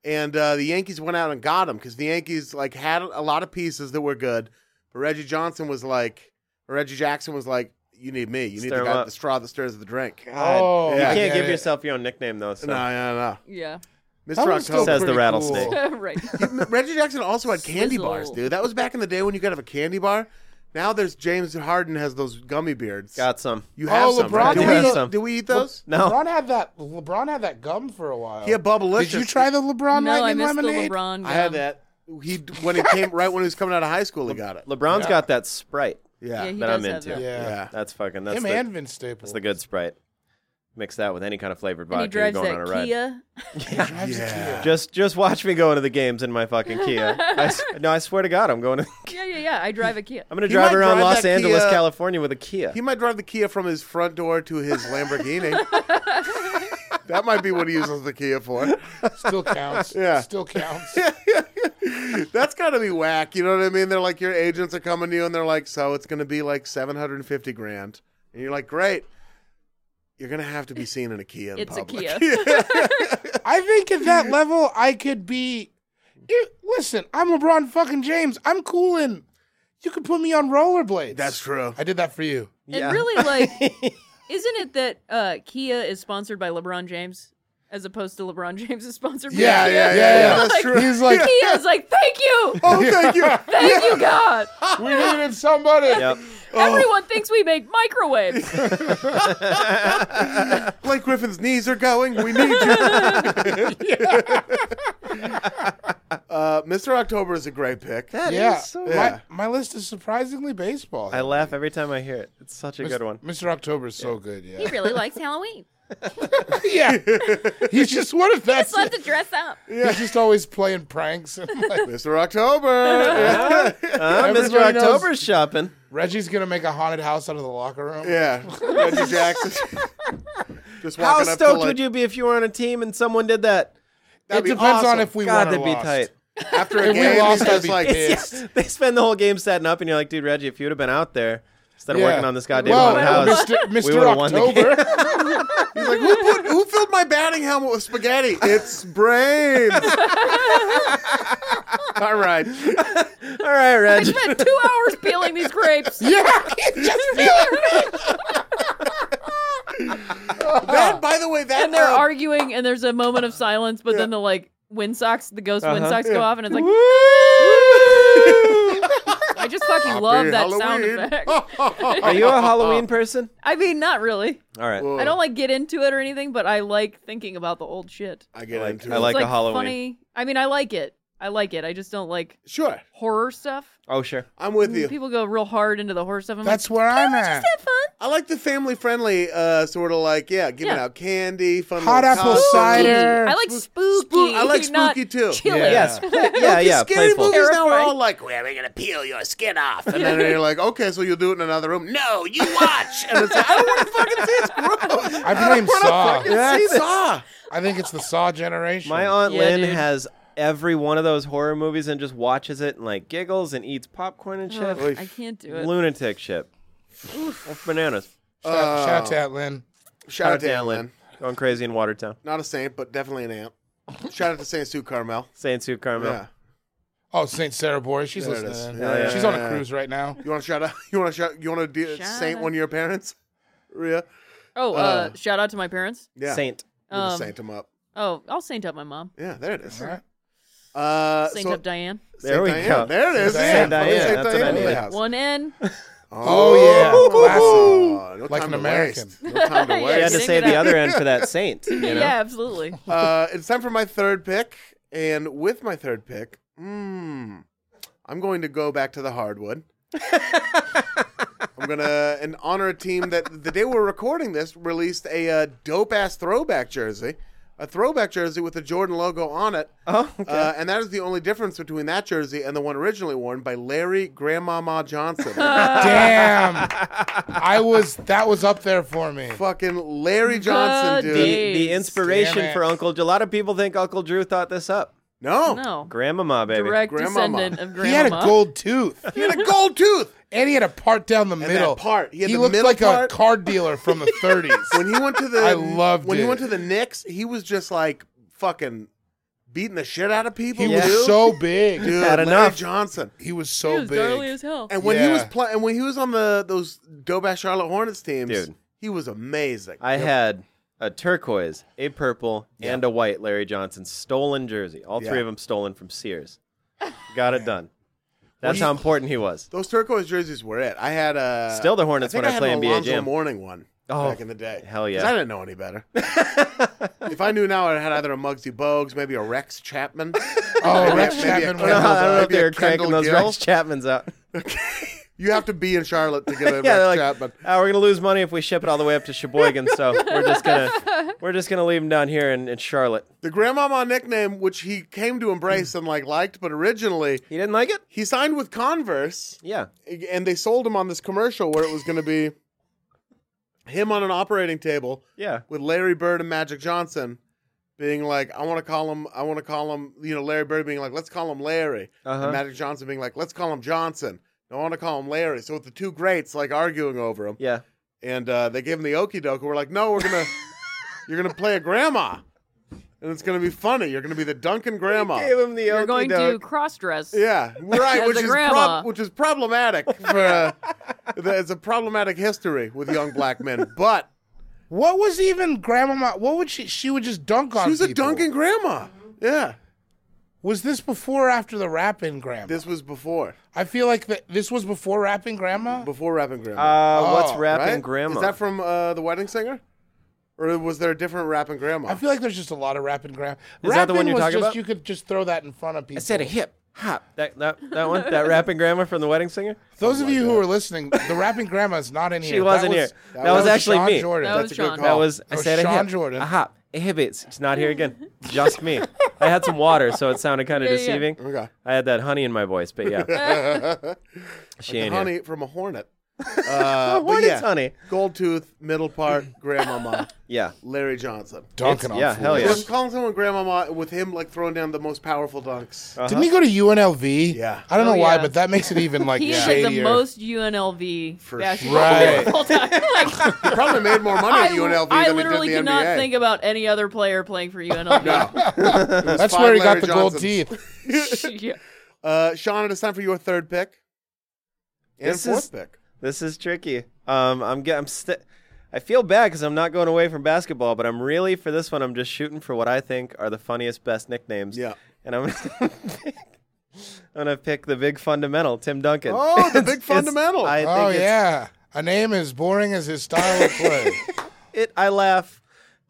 Speaker 1: and uh, the Yankees went out and got him because the Yankees like had a lot of pieces that were good, but Reggie Johnson was like Reggie Jackson was like, "You need me. You need
Speaker 2: Stir
Speaker 1: the,
Speaker 2: him
Speaker 1: guy, with
Speaker 2: up.
Speaker 1: the straw that stirs the drink."
Speaker 4: A, oh,
Speaker 1: You
Speaker 2: you
Speaker 1: Yeah, I
Speaker 2: can't
Speaker 4: get
Speaker 2: give
Speaker 4: it.
Speaker 2: yourself your own nickname though. So.
Speaker 1: No, no,
Speaker 3: Yeah.
Speaker 1: no.
Speaker 4: That
Speaker 1: Mr.
Speaker 4: one's still
Speaker 1: October.
Speaker 2: Says the
Speaker 4: pretty
Speaker 2: rattlesnake.
Speaker 4: cool.
Speaker 3: right.
Speaker 1: Reggie Jackson also had candy
Speaker 3: Swizzle.
Speaker 1: bars, dude. That was back in the day when you could have a candy bar. Now there's James Harden has those gummy beards.
Speaker 2: Got some.
Speaker 1: You have
Speaker 4: Oh,
Speaker 1: some.
Speaker 4: LeBron
Speaker 1: right? Do,
Speaker 2: did
Speaker 1: we
Speaker 2: have
Speaker 1: eat,
Speaker 2: some.
Speaker 1: do we eat those?
Speaker 2: No.
Speaker 4: LeBron had that. LeBron had that gum for a while.
Speaker 1: He had Bubba
Speaker 4: Did you try the LeBron
Speaker 3: no, I
Speaker 4: lightning
Speaker 3: missed
Speaker 4: lemonade?
Speaker 3: the LeBron.
Speaker 1: I had
Speaker 3: gum.
Speaker 1: that. He when he came right when he was coming out of high school, he got it.
Speaker 2: LeBron's got that Sprite.
Speaker 1: Yeah,
Speaker 3: Yeah, he
Speaker 2: that
Speaker 3: does
Speaker 2: I'm
Speaker 3: have
Speaker 2: into.
Speaker 3: that.
Speaker 4: Yeah.
Speaker 1: yeah.
Speaker 2: That's fucking that's
Speaker 4: Him
Speaker 2: the,
Speaker 4: and Vince Staples.
Speaker 2: that's the good Sprite. Mix that with any kind of flavored
Speaker 3: And
Speaker 2: vodka
Speaker 3: he drives
Speaker 2: you're going on a
Speaker 3: that
Speaker 2: ride.
Speaker 3: Kia.
Speaker 4: Drives a
Speaker 1: Yeah.
Speaker 4: Kia.
Speaker 2: Just just watch me go into the games in my fucking Kia. I s no, I swear to God, I'm going to.
Speaker 3: Yeah, yeah, yeah. I drive a Kia.
Speaker 2: I'm
Speaker 1: He
Speaker 2: going to drive
Speaker 1: might
Speaker 2: around
Speaker 1: drive
Speaker 2: Los
Speaker 1: that
Speaker 2: Angeles,
Speaker 1: Kia-
Speaker 2: California with a Kia.
Speaker 1: He might drive the Kia from his front door to his Lamborghini. that might be what he uses the Kia for.
Speaker 4: Still counts.
Speaker 1: Yeah.
Speaker 4: Still counts.
Speaker 1: That's got to be whack. You know what I mean? They're like your agents are coming to you and they're like, "So it's going to be like 750 grand." And you're like, "Great. You're going to have to be seen in a Kia in
Speaker 3: It's a
Speaker 1: public."
Speaker 3: Kia.
Speaker 4: I think at that level, I could be. It, listen, I'm LeBron fucking James. I'm coolin'. You could put me on rollerblades.
Speaker 1: That's true.
Speaker 4: I did that for you.
Speaker 3: And really, like, isn't it that uh, Kia is sponsored by LeBron James as opposed to LeBron James is sponsored by
Speaker 4: Yeah,
Speaker 3: Kia?
Speaker 4: yeah, yeah, yeah.
Speaker 1: That's true.
Speaker 4: He's like,
Speaker 3: Kia is like, thank you,
Speaker 1: Oh, thank you.
Speaker 3: thank you, God.
Speaker 4: we needed somebody.
Speaker 2: Yep.
Speaker 3: Everyone thinks we make microwaves.
Speaker 1: Blake Griffin's knees are going. We need you. uh, Mr. October is a great pick.
Speaker 2: That
Speaker 4: yeah.
Speaker 2: is so-
Speaker 4: My, my list is surprisingly baseball.
Speaker 2: I laugh every time I hear it. It's such a good one.
Speaker 4: Mr. October is so good. Yeah.
Speaker 3: really likes Halloween.
Speaker 4: yeah. He's just what if that's it?
Speaker 3: to dress up.
Speaker 4: He's just always playing pranks and like
Speaker 1: Mr. October.
Speaker 2: Uh, Mr.
Speaker 4: Everybody knows-
Speaker 2: October's shopping.
Speaker 4: Reggie's gonna make a haunted house out of the locker room.
Speaker 1: yeah. Reggie Jackson. Just walking
Speaker 2: How
Speaker 1: up
Speaker 2: stoked
Speaker 1: to like,
Speaker 2: would you be if you were on a team and someone did that?
Speaker 4: It
Speaker 1: That'd be
Speaker 4: depends on
Speaker 1: awesome.
Speaker 4: if we
Speaker 2: God,
Speaker 4: won or
Speaker 2: that'd be
Speaker 4: lost.
Speaker 2: tight.
Speaker 1: after a
Speaker 4: If we
Speaker 1: game, he's
Speaker 4: lost, I'd
Speaker 1: just
Speaker 4: be
Speaker 1: like,
Speaker 4: pissed.
Speaker 2: They spend the whole game setting up, and you're like, dude, Reggie, if you'd have been out there instead of
Speaker 4: Yeah.
Speaker 2: working on this goddamn
Speaker 4: well,
Speaker 2: haunted house,
Speaker 4: Mr. Mr.
Speaker 2: would've won the
Speaker 4: October.
Speaker 1: he's like, who, put, who filled my batting helmet with spaghetti? It's brains. All right.
Speaker 2: all right,
Speaker 3: I
Speaker 2: Reggie.
Speaker 3: spent two hours peeling these grapes.
Speaker 4: yeah, he's just feeling
Speaker 1: That, by the way, that
Speaker 3: And they're
Speaker 1: uh,
Speaker 3: arguing, and there's a moment of silence, but then the like wind socks, the ghost wind socks go off, and it's like, I just fucking love that sound
Speaker 1: Halloween.
Speaker 3: effect.
Speaker 2: Are you a Halloween person?
Speaker 3: I mean, not really.
Speaker 2: All right.
Speaker 1: Whoa.
Speaker 3: I don't like get into it or anything, but I like thinking about the old shit.
Speaker 1: I get
Speaker 2: like-
Speaker 1: into
Speaker 2: I
Speaker 1: it.
Speaker 2: like- a
Speaker 3: it's like
Speaker 2: Halloween.
Speaker 3: funny. I mean, I like it. I like it. I just don't like
Speaker 1: Sure.
Speaker 3: horror stuff.
Speaker 2: Oh, sure.
Speaker 1: I'm with you.
Speaker 3: People go real hard into the horror stuff. I'm
Speaker 4: That's
Speaker 3: like,
Speaker 4: where
Speaker 3: "Can
Speaker 4: I'm
Speaker 3: we
Speaker 4: at."
Speaker 3: Just have fun.
Speaker 1: I like the family friendly uh, sort of like yeah, giving
Speaker 3: Yeah.
Speaker 1: out candy, fun
Speaker 4: Hot
Speaker 1: little
Speaker 4: apple
Speaker 1: costumes.
Speaker 4: cider.
Speaker 3: I like spooky.
Speaker 1: spook- I like
Speaker 3: not
Speaker 1: spooky too.
Speaker 3: Chilly.
Speaker 4: Yeah.
Speaker 2: Yes. Yeah,
Speaker 1: These
Speaker 2: yeah.
Speaker 1: Scary
Speaker 2: Playful.
Speaker 1: movies now are
Speaker 3: Terrifying.
Speaker 1: all like, "Well, we're gonna peel your skin off," and then you're like, "Okay, so you'll do it in another room." No, you watch. and it's like, I don't want to fucking see. it. It's gross.
Speaker 4: I blame Saw.
Speaker 1: Yeah,
Speaker 2: see this.
Speaker 1: Saw.
Speaker 4: I think it's the Saw generation.
Speaker 2: My aunt
Speaker 3: Yeah,
Speaker 2: Lynn
Speaker 3: dude.
Speaker 2: has every one of those horror movies and just watches it and like giggles and eats popcorn and shit.
Speaker 3: Ugh, I can't do it.
Speaker 2: Lunatic shit. That's bananas.
Speaker 4: shout, out- shout out
Speaker 1: Oh.
Speaker 4: to Aunt Lynn.
Speaker 1: Shout out to
Speaker 2: Down, Lynn.
Speaker 1: Alan.
Speaker 2: Going crazy in Watertown.
Speaker 1: Not a saint, but definitely an amp. Shout out to Saint Sue Carmel.
Speaker 2: Saint Sue Carmel.
Speaker 1: Yeah.
Speaker 4: Oh, Saint Sarah Boy. She's
Speaker 1: There it
Speaker 4: listening.
Speaker 1: is.
Speaker 4: in.
Speaker 1: Yeah, yeah,
Speaker 4: She's
Speaker 1: yeah,
Speaker 4: on a
Speaker 1: yeah.
Speaker 4: cruise right now.
Speaker 1: You want to shout out? You want to shout? You want to de-
Speaker 3: Shout
Speaker 1: saint
Speaker 3: out.
Speaker 1: one of your parents? Rhea?
Speaker 3: Oh, uh, shout out to my parents.
Speaker 1: Yeah.
Speaker 2: Saint.
Speaker 1: We're gonna
Speaker 3: Um,
Speaker 1: saint him up.
Speaker 3: Oh, I'll saint up my mom.
Speaker 1: Yeah, there it is.
Speaker 4: All right.
Speaker 1: Uh,
Speaker 3: Saint
Speaker 1: so-
Speaker 3: up Diane.
Speaker 2: There we
Speaker 1: Diane.
Speaker 2: go.
Speaker 1: There it is.
Speaker 4: Saint
Speaker 1: yeah.
Speaker 2: Diane.
Speaker 1: Saint
Speaker 2: That's what I
Speaker 1: Diane
Speaker 2: needed.
Speaker 1: Playhouse.
Speaker 3: One in.
Speaker 4: Oh, yeah. Classic.
Speaker 1: Oh, no time
Speaker 4: Like an
Speaker 1: to
Speaker 4: American.
Speaker 1: waste. No time to
Speaker 3: Yeah,
Speaker 2: I had
Speaker 1: waste.
Speaker 2: to
Speaker 3: Sing
Speaker 2: say
Speaker 3: it
Speaker 2: the
Speaker 3: out.
Speaker 2: other end for that saint. You know?
Speaker 3: Yeah, absolutely.
Speaker 1: Uh, it's time for my third pick, and with my third pick, mm, I'm going to go back to the hardwood. I'm gonna and honor a team that the day we're recording this released a uh, dope ass throwback jersey, a throwback jersey with the Jordan logo on it.
Speaker 2: Oh,
Speaker 1: Uh, and that is the only difference between that jersey and the one originally worn by Larry Grandmama Johnson.
Speaker 4: Damn. I was. That was up there for me.
Speaker 1: Fucking Larry Johnson,
Speaker 3: The
Speaker 1: dude.
Speaker 2: the, the
Speaker 3: Jeez.
Speaker 4: Damn
Speaker 2: inspiration
Speaker 4: it.
Speaker 2: for Uncle Drew. A lot of people think Uncle Drew thought this up.
Speaker 1: No.
Speaker 3: No.
Speaker 2: Grandmama, baby.
Speaker 3: Direct
Speaker 1: Grandmama.
Speaker 3: descendant of grandma.
Speaker 4: He had a gold tooth.
Speaker 1: He had a gold tooth.
Speaker 4: And he had a part down the
Speaker 1: that
Speaker 4: middle.
Speaker 1: part. He had the
Speaker 4: looked
Speaker 1: middle
Speaker 4: like
Speaker 1: part.
Speaker 4: a card dealer from the 30s.
Speaker 1: When he went to the
Speaker 4: I loved
Speaker 1: when
Speaker 4: it.
Speaker 1: he went to the Knicks, he was just like fucking beating the shit out of people.
Speaker 4: he
Speaker 1: dude.
Speaker 4: was so big.
Speaker 1: dude,
Speaker 2: Had
Speaker 1: Larry
Speaker 2: enough.
Speaker 1: Johnson.
Speaker 4: He was
Speaker 3: He
Speaker 4: so
Speaker 3: was gnarly
Speaker 4: big.
Speaker 3: as hell.
Speaker 1: And when he was
Speaker 4: Yeah.
Speaker 1: playing and when he was on the those dope ass Charlotte Hornets teams,
Speaker 2: Dude.
Speaker 1: he was amazing.
Speaker 2: I had a turquoise, a purple, and a white Larry Johnson stolen jersey. All three
Speaker 1: Yeah.
Speaker 2: of them stolen from Sears. Got it done. That's how important he was.
Speaker 1: those turquoise jerseys were it. I had a
Speaker 2: Still the Hornets
Speaker 1: I think
Speaker 2: when I
Speaker 1: I
Speaker 2: play
Speaker 1: had an
Speaker 2: NBA
Speaker 1: Alonzo
Speaker 2: Jam.
Speaker 1: Morning one
Speaker 2: Oh,
Speaker 1: back in the day.
Speaker 2: hell yeah.
Speaker 1: 'Cause I didn't know any better. if I knew now, I'd had either a Muggsy Bogues, maybe a Rex Chapman.
Speaker 4: Oh,
Speaker 1: Maybe-
Speaker 4: Rex
Speaker 1: maybe a-
Speaker 2: I don't
Speaker 4: Chapman
Speaker 2: know, I don't know if
Speaker 1: Maybe
Speaker 2: they
Speaker 1: a
Speaker 2: were cranking
Speaker 1: Kendall
Speaker 2: those
Speaker 1: Gill.
Speaker 2: Rex Chapmans out.
Speaker 1: You have to be in Charlotte to get a
Speaker 2: Yeah,
Speaker 1: Rex
Speaker 2: they're like,
Speaker 1: Chapman.
Speaker 2: oh, we're gonna lose money if we ship it all the way up to Sheboygan, so we're just gonna we're just gonna leave them down here in, in Charlotte.
Speaker 1: The grandmama nickname, which he came to embrace and like liked, but originally
Speaker 2: He didn't like it?
Speaker 1: he signed with Converse,
Speaker 2: Yeah.
Speaker 1: and they sold him on this commercial where it was going to be him on an operating table
Speaker 2: Yeah.
Speaker 1: with Larry Bird and Magic Johnson, being like, "I want to call him, I want to call him," you know, Larry Bird being like, "Let's call him Larry,"
Speaker 2: Uh-huh.
Speaker 1: and Magic Johnson being like, "Let's call him Johnson." I want to call him Larry. So with the two greats like arguing over him,
Speaker 2: Yeah.
Speaker 1: and uh, they gave him the okie doke. and We're like, no, we're gonna, you're gonna play a grandma, and it's gonna be funny. You're gonna be the Duncan
Speaker 2: Gave
Speaker 1: grandma.
Speaker 2: him the
Speaker 3: You're going to
Speaker 2: okey-doke.
Speaker 3: cross dress.
Speaker 1: Yeah, right.
Speaker 3: As
Speaker 1: Which
Speaker 3: a
Speaker 1: is
Speaker 3: grandma.
Speaker 1: prob- which is problematic. For, uh, th- it's a problematic history with young black men. But
Speaker 4: What was even Grandmama? What would she? She would just dunk on.
Speaker 1: she's a
Speaker 4: people.
Speaker 1: Duncan grandma. Yeah,
Speaker 4: Was this before or after the rapping grandma?
Speaker 1: This was before.
Speaker 4: I feel like that this was before rapping grandma.
Speaker 1: Before rapping grandma.
Speaker 2: Uh, what's
Speaker 4: Oh,
Speaker 2: rapping
Speaker 1: right?
Speaker 2: grandma?
Speaker 1: Is that from uh, the wedding singer? Or was there a different rapping grandma?
Speaker 4: I feel like there's just a lot of rapping grandma.
Speaker 2: Is that the one you're
Speaker 4: was
Speaker 2: talking
Speaker 4: just,
Speaker 2: about?
Speaker 4: You could just throw that in front of people.
Speaker 2: hip hop. That that that one. That rapping grandma from the wedding singer.
Speaker 4: Those
Speaker 1: Oh
Speaker 4: of you who are listening, the rapping grandma is not in here.
Speaker 2: She wasn't
Speaker 4: that
Speaker 2: here. That was actually
Speaker 4: Sean
Speaker 2: me.
Speaker 4: Jordan.
Speaker 3: That
Speaker 1: That's
Speaker 3: was
Speaker 1: a good
Speaker 3: Sean.
Speaker 1: call.
Speaker 2: That was I
Speaker 4: was
Speaker 2: said a
Speaker 4: Oh, Sean
Speaker 2: hip, Uh-huh.
Speaker 4: Jordan.
Speaker 2: a hop, a hip. It's, it's not here again. Just me. I had some water, so it sounded kind of
Speaker 3: Yeah, yeah.
Speaker 2: deceiving.
Speaker 1: Okay.
Speaker 2: I had that honey in my voice, but yeah, she ain't
Speaker 1: honey
Speaker 2: here.
Speaker 1: from a hornet. Uh, but
Speaker 2: hornet's
Speaker 1: yeah,
Speaker 2: honey.
Speaker 1: Gold tooth, middle part, grandmama,
Speaker 2: Yeah,
Speaker 1: Larry Johnson.
Speaker 4: Dunking on
Speaker 2: yeah, hell Oh,
Speaker 4: fools.
Speaker 2: yeah.
Speaker 1: I'm calling someone grandmama with him like throwing down the most powerful dunks.
Speaker 2: Uh.
Speaker 4: Didn't he go to UNLV?
Speaker 1: Yeah.
Speaker 4: I don't know
Speaker 3: Oh,
Speaker 4: why,
Speaker 3: yeah.
Speaker 4: but that makes it even like
Speaker 3: He is like
Speaker 4: shadier.
Speaker 3: the most UNLV basketball
Speaker 4: sure.
Speaker 3: player of all time. Like,
Speaker 1: He probably made more money
Speaker 3: I,
Speaker 1: at UNLV
Speaker 3: I
Speaker 1: than
Speaker 3: literally
Speaker 1: he did in the
Speaker 3: cannot
Speaker 1: NBA.
Speaker 3: think about any other player playing for UNLV.
Speaker 4: That's
Speaker 1: five
Speaker 4: where he got
Speaker 1: Larry
Speaker 4: the gold
Speaker 1: Johnsons.
Speaker 4: teeth.
Speaker 3: Yeah.
Speaker 1: Uh, Sean, it is time for your third pick and
Speaker 2: This
Speaker 1: fourth
Speaker 2: is-
Speaker 1: pick.
Speaker 2: this is tricky. Um, I'm get, I'm st- I feel bad because I'm not going away from basketball, but I'm really for this one. I'm just shooting for what I think are the funniest, best nicknames.
Speaker 1: Yeah.
Speaker 2: and I'm. I'm gonna pick the big fundamental, Tim Duncan.
Speaker 1: Oh, the
Speaker 2: It's-
Speaker 1: big
Speaker 2: it's-
Speaker 1: fundamental.
Speaker 2: I think
Speaker 4: Oh
Speaker 2: it's-
Speaker 4: yeah, a name as boring as his style of play.
Speaker 2: it I laugh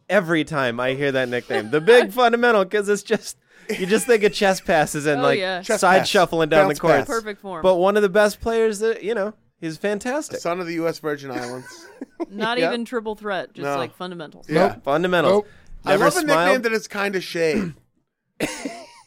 Speaker 2: every time I hear that nickname. The big fundamental because it's just you just think of chess passes and
Speaker 3: Oh,
Speaker 2: like
Speaker 3: yeah.
Speaker 2: side
Speaker 3: Chess
Speaker 1: pass.
Speaker 2: shuffling down
Speaker 1: Bounce
Speaker 2: the court.
Speaker 1: pass.
Speaker 3: Perfect form.
Speaker 2: But one of the best players that you know, he's fantastic.
Speaker 1: Son of the U.S. Virgin Islands.
Speaker 3: Not even triple threat, just
Speaker 1: No.
Speaker 3: like fundamentals.
Speaker 1: yeah.
Speaker 2: Fundamentals.
Speaker 4: Nope.
Speaker 1: Oh, I
Speaker 2: Never
Speaker 1: love a
Speaker 2: smiled.
Speaker 1: nickname that is kind of shade.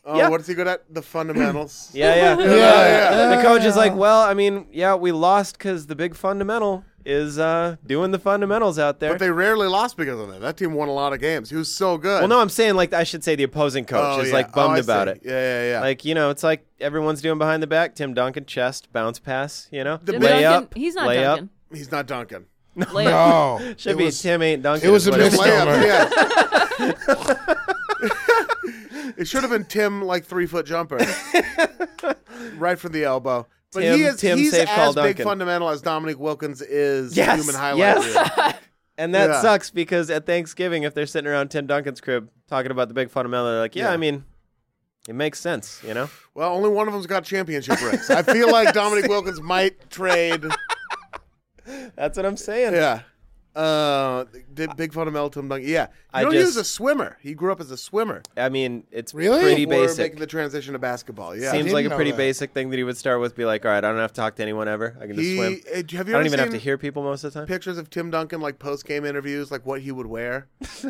Speaker 1: oh,
Speaker 2: Yeah.
Speaker 1: what is he good at? The fundamentals.
Speaker 2: yeah, yeah.
Speaker 4: yeah.
Speaker 2: The coach is like, well, I mean, yeah, we lost because the big fundamental is uh, doing the fundamentals out there.
Speaker 1: But they rarely lost because of that. That team won a lot of games. He was so good.
Speaker 2: well, no, I'm saying like I should say the opposing coach
Speaker 1: Oh,
Speaker 2: is
Speaker 1: yeah.
Speaker 2: like
Speaker 1: Oh,
Speaker 2: bummed
Speaker 1: I
Speaker 2: about
Speaker 1: see.
Speaker 2: it.
Speaker 1: Yeah, yeah, yeah.
Speaker 2: Like you know, it's like everyone's doing behind the back. Tim Duncan, chest, bounce pass. You know,
Speaker 3: Tim
Speaker 2: lay
Speaker 3: Duncan,
Speaker 2: up,
Speaker 3: he's not
Speaker 2: lay up.
Speaker 3: Duncan.
Speaker 1: He's not Duncan.
Speaker 3: Lay up.
Speaker 4: No,
Speaker 2: Should
Speaker 4: it
Speaker 2: be
Speaker 4: was-
Speaker 2: Tim ain't Duncan.
Speaker 4: it was
Speaker 2: is
Speaker 4: a
Speaker 2: what
Speaker 4: mis-
Speaker 1: Layup,
Speaker 4: Stoner.
Speaker 1: yeah. it should have been Tim like three foot jumper, right from the elbow. But
Speaker 2: Tim-
Speaker 1: he is
Speaker 2: Tim
Speaker 1: he's
Speaker 2: safe
Speaker 1: as
Speaker 2: call
Speaker 1: big
Speaker 2: Duncan.
Speaker 1: fundamental as Dominic Wilkins is
Speaker 2: Yes,
Speaker 1: human highlight
Speaker 2: yes.
Speaker 1: reel.
Speaker 2: And that
Speaker 1: Yeah.
Speaker 2: sucks because at Thanksgiving, if they're sitting around Tim Duncan's crib talking about the big fundamental, they're like, yeah,
Speaker 1: Yeah.
Speaker 2: I mean, it makes sense, you know?
Speaker 1: Well, only one of them's got championship rings. I feel like Dominic Wilkins might trade.
Speaker 2: That's what I'm saying.
Speaker 1: Yeah. Uh, did big fundamental Tim Duncan? Yeah, you
Speaker 2: I
Speaker 1: know he was
Speaker 2: just-
Speaker 1: a swimmer. He grew up as a swimmer.
Speaker 2: I mean, it's
Speaker 4: Really?
Speaker 2: pretty
Speaker 1: Before
Speaker 2: basic.
Speaker 1: making the transition to basketball. Yeah,
Speaker 2: Seems
Speaker 4: didn't
Speaker 2: like a
Speaker 4: know
Speaker 2: pretty
Speaker 4: that.
Speaker 2: basic thing that he would start with, be like, all right, I don't have to talk to anyone ever. I can just
Speaker 1: He-
Speaker 2: swim.
Speaker 1: uh, have you
Speaker 2: I
Speaker 1: ever
Speaker 2: don't even have to
Speaker 1: seen-
Speaker 2: hear people most of the time.
Speaker 1: pictures of Tim Duncan like post game interviews, like what he would wear. it's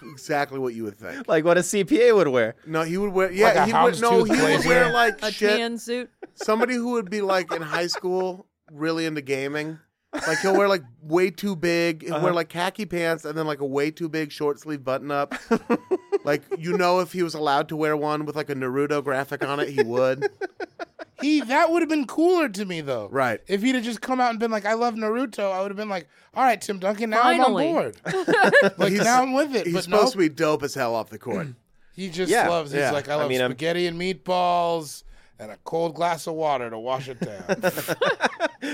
Speaker 1: exactly what you would think.
Speaker 2: Like what a CPA would wear.
Speaker 1: No, he would wear. Yeah,
Speaker 4: a
Speaker 1: he would. No,
Speaker 4: houndstooth
Speaker 1: he would
Speaker 4: blazer.
Speaker 1: wear like
Speaker 3: A
Speaker 1: shit.
Speaker 3: tan suit.
Speaker 1: Somebody who would be like in high school, really into gaming. Like he'll wear like way too big. He'll
Speaker 4: Uh-huh.
Speaker 1: wear like khaki pants and then like a way too big short sleeve button up. like you know, if he was allowed to wear one with like a Naruto graphic on it, he would.
Speaker 4: he that would have been cooler to me though.
Speaker 1: Right.
Speaker 4: If he'd have just come out and been like, "I love Naruto," I would have been like, "All right, Tim Duncan, now
Speaker 3: Finally.
Speaker 4: I'm on board. like
Speaker 1: He's-
Speaker 4: now I'm with it."
Speaker 1: He's
Speaker 4: but
Speaker 1: supposed
Speaker 4: no,
Speaker 1: to be dope as hell off the court.
Speaker 4: he just
Speaker 2: Yeah,
Speaker 4: loves. He's
Speaker 1: yeah.
Speaker 4: like, "I
Speaker 2: I
Speaker 4: love
Speaker 2: mean, I'm-
Speaker 4: spaghetti and meatballs and a cold glass of water to wash it down."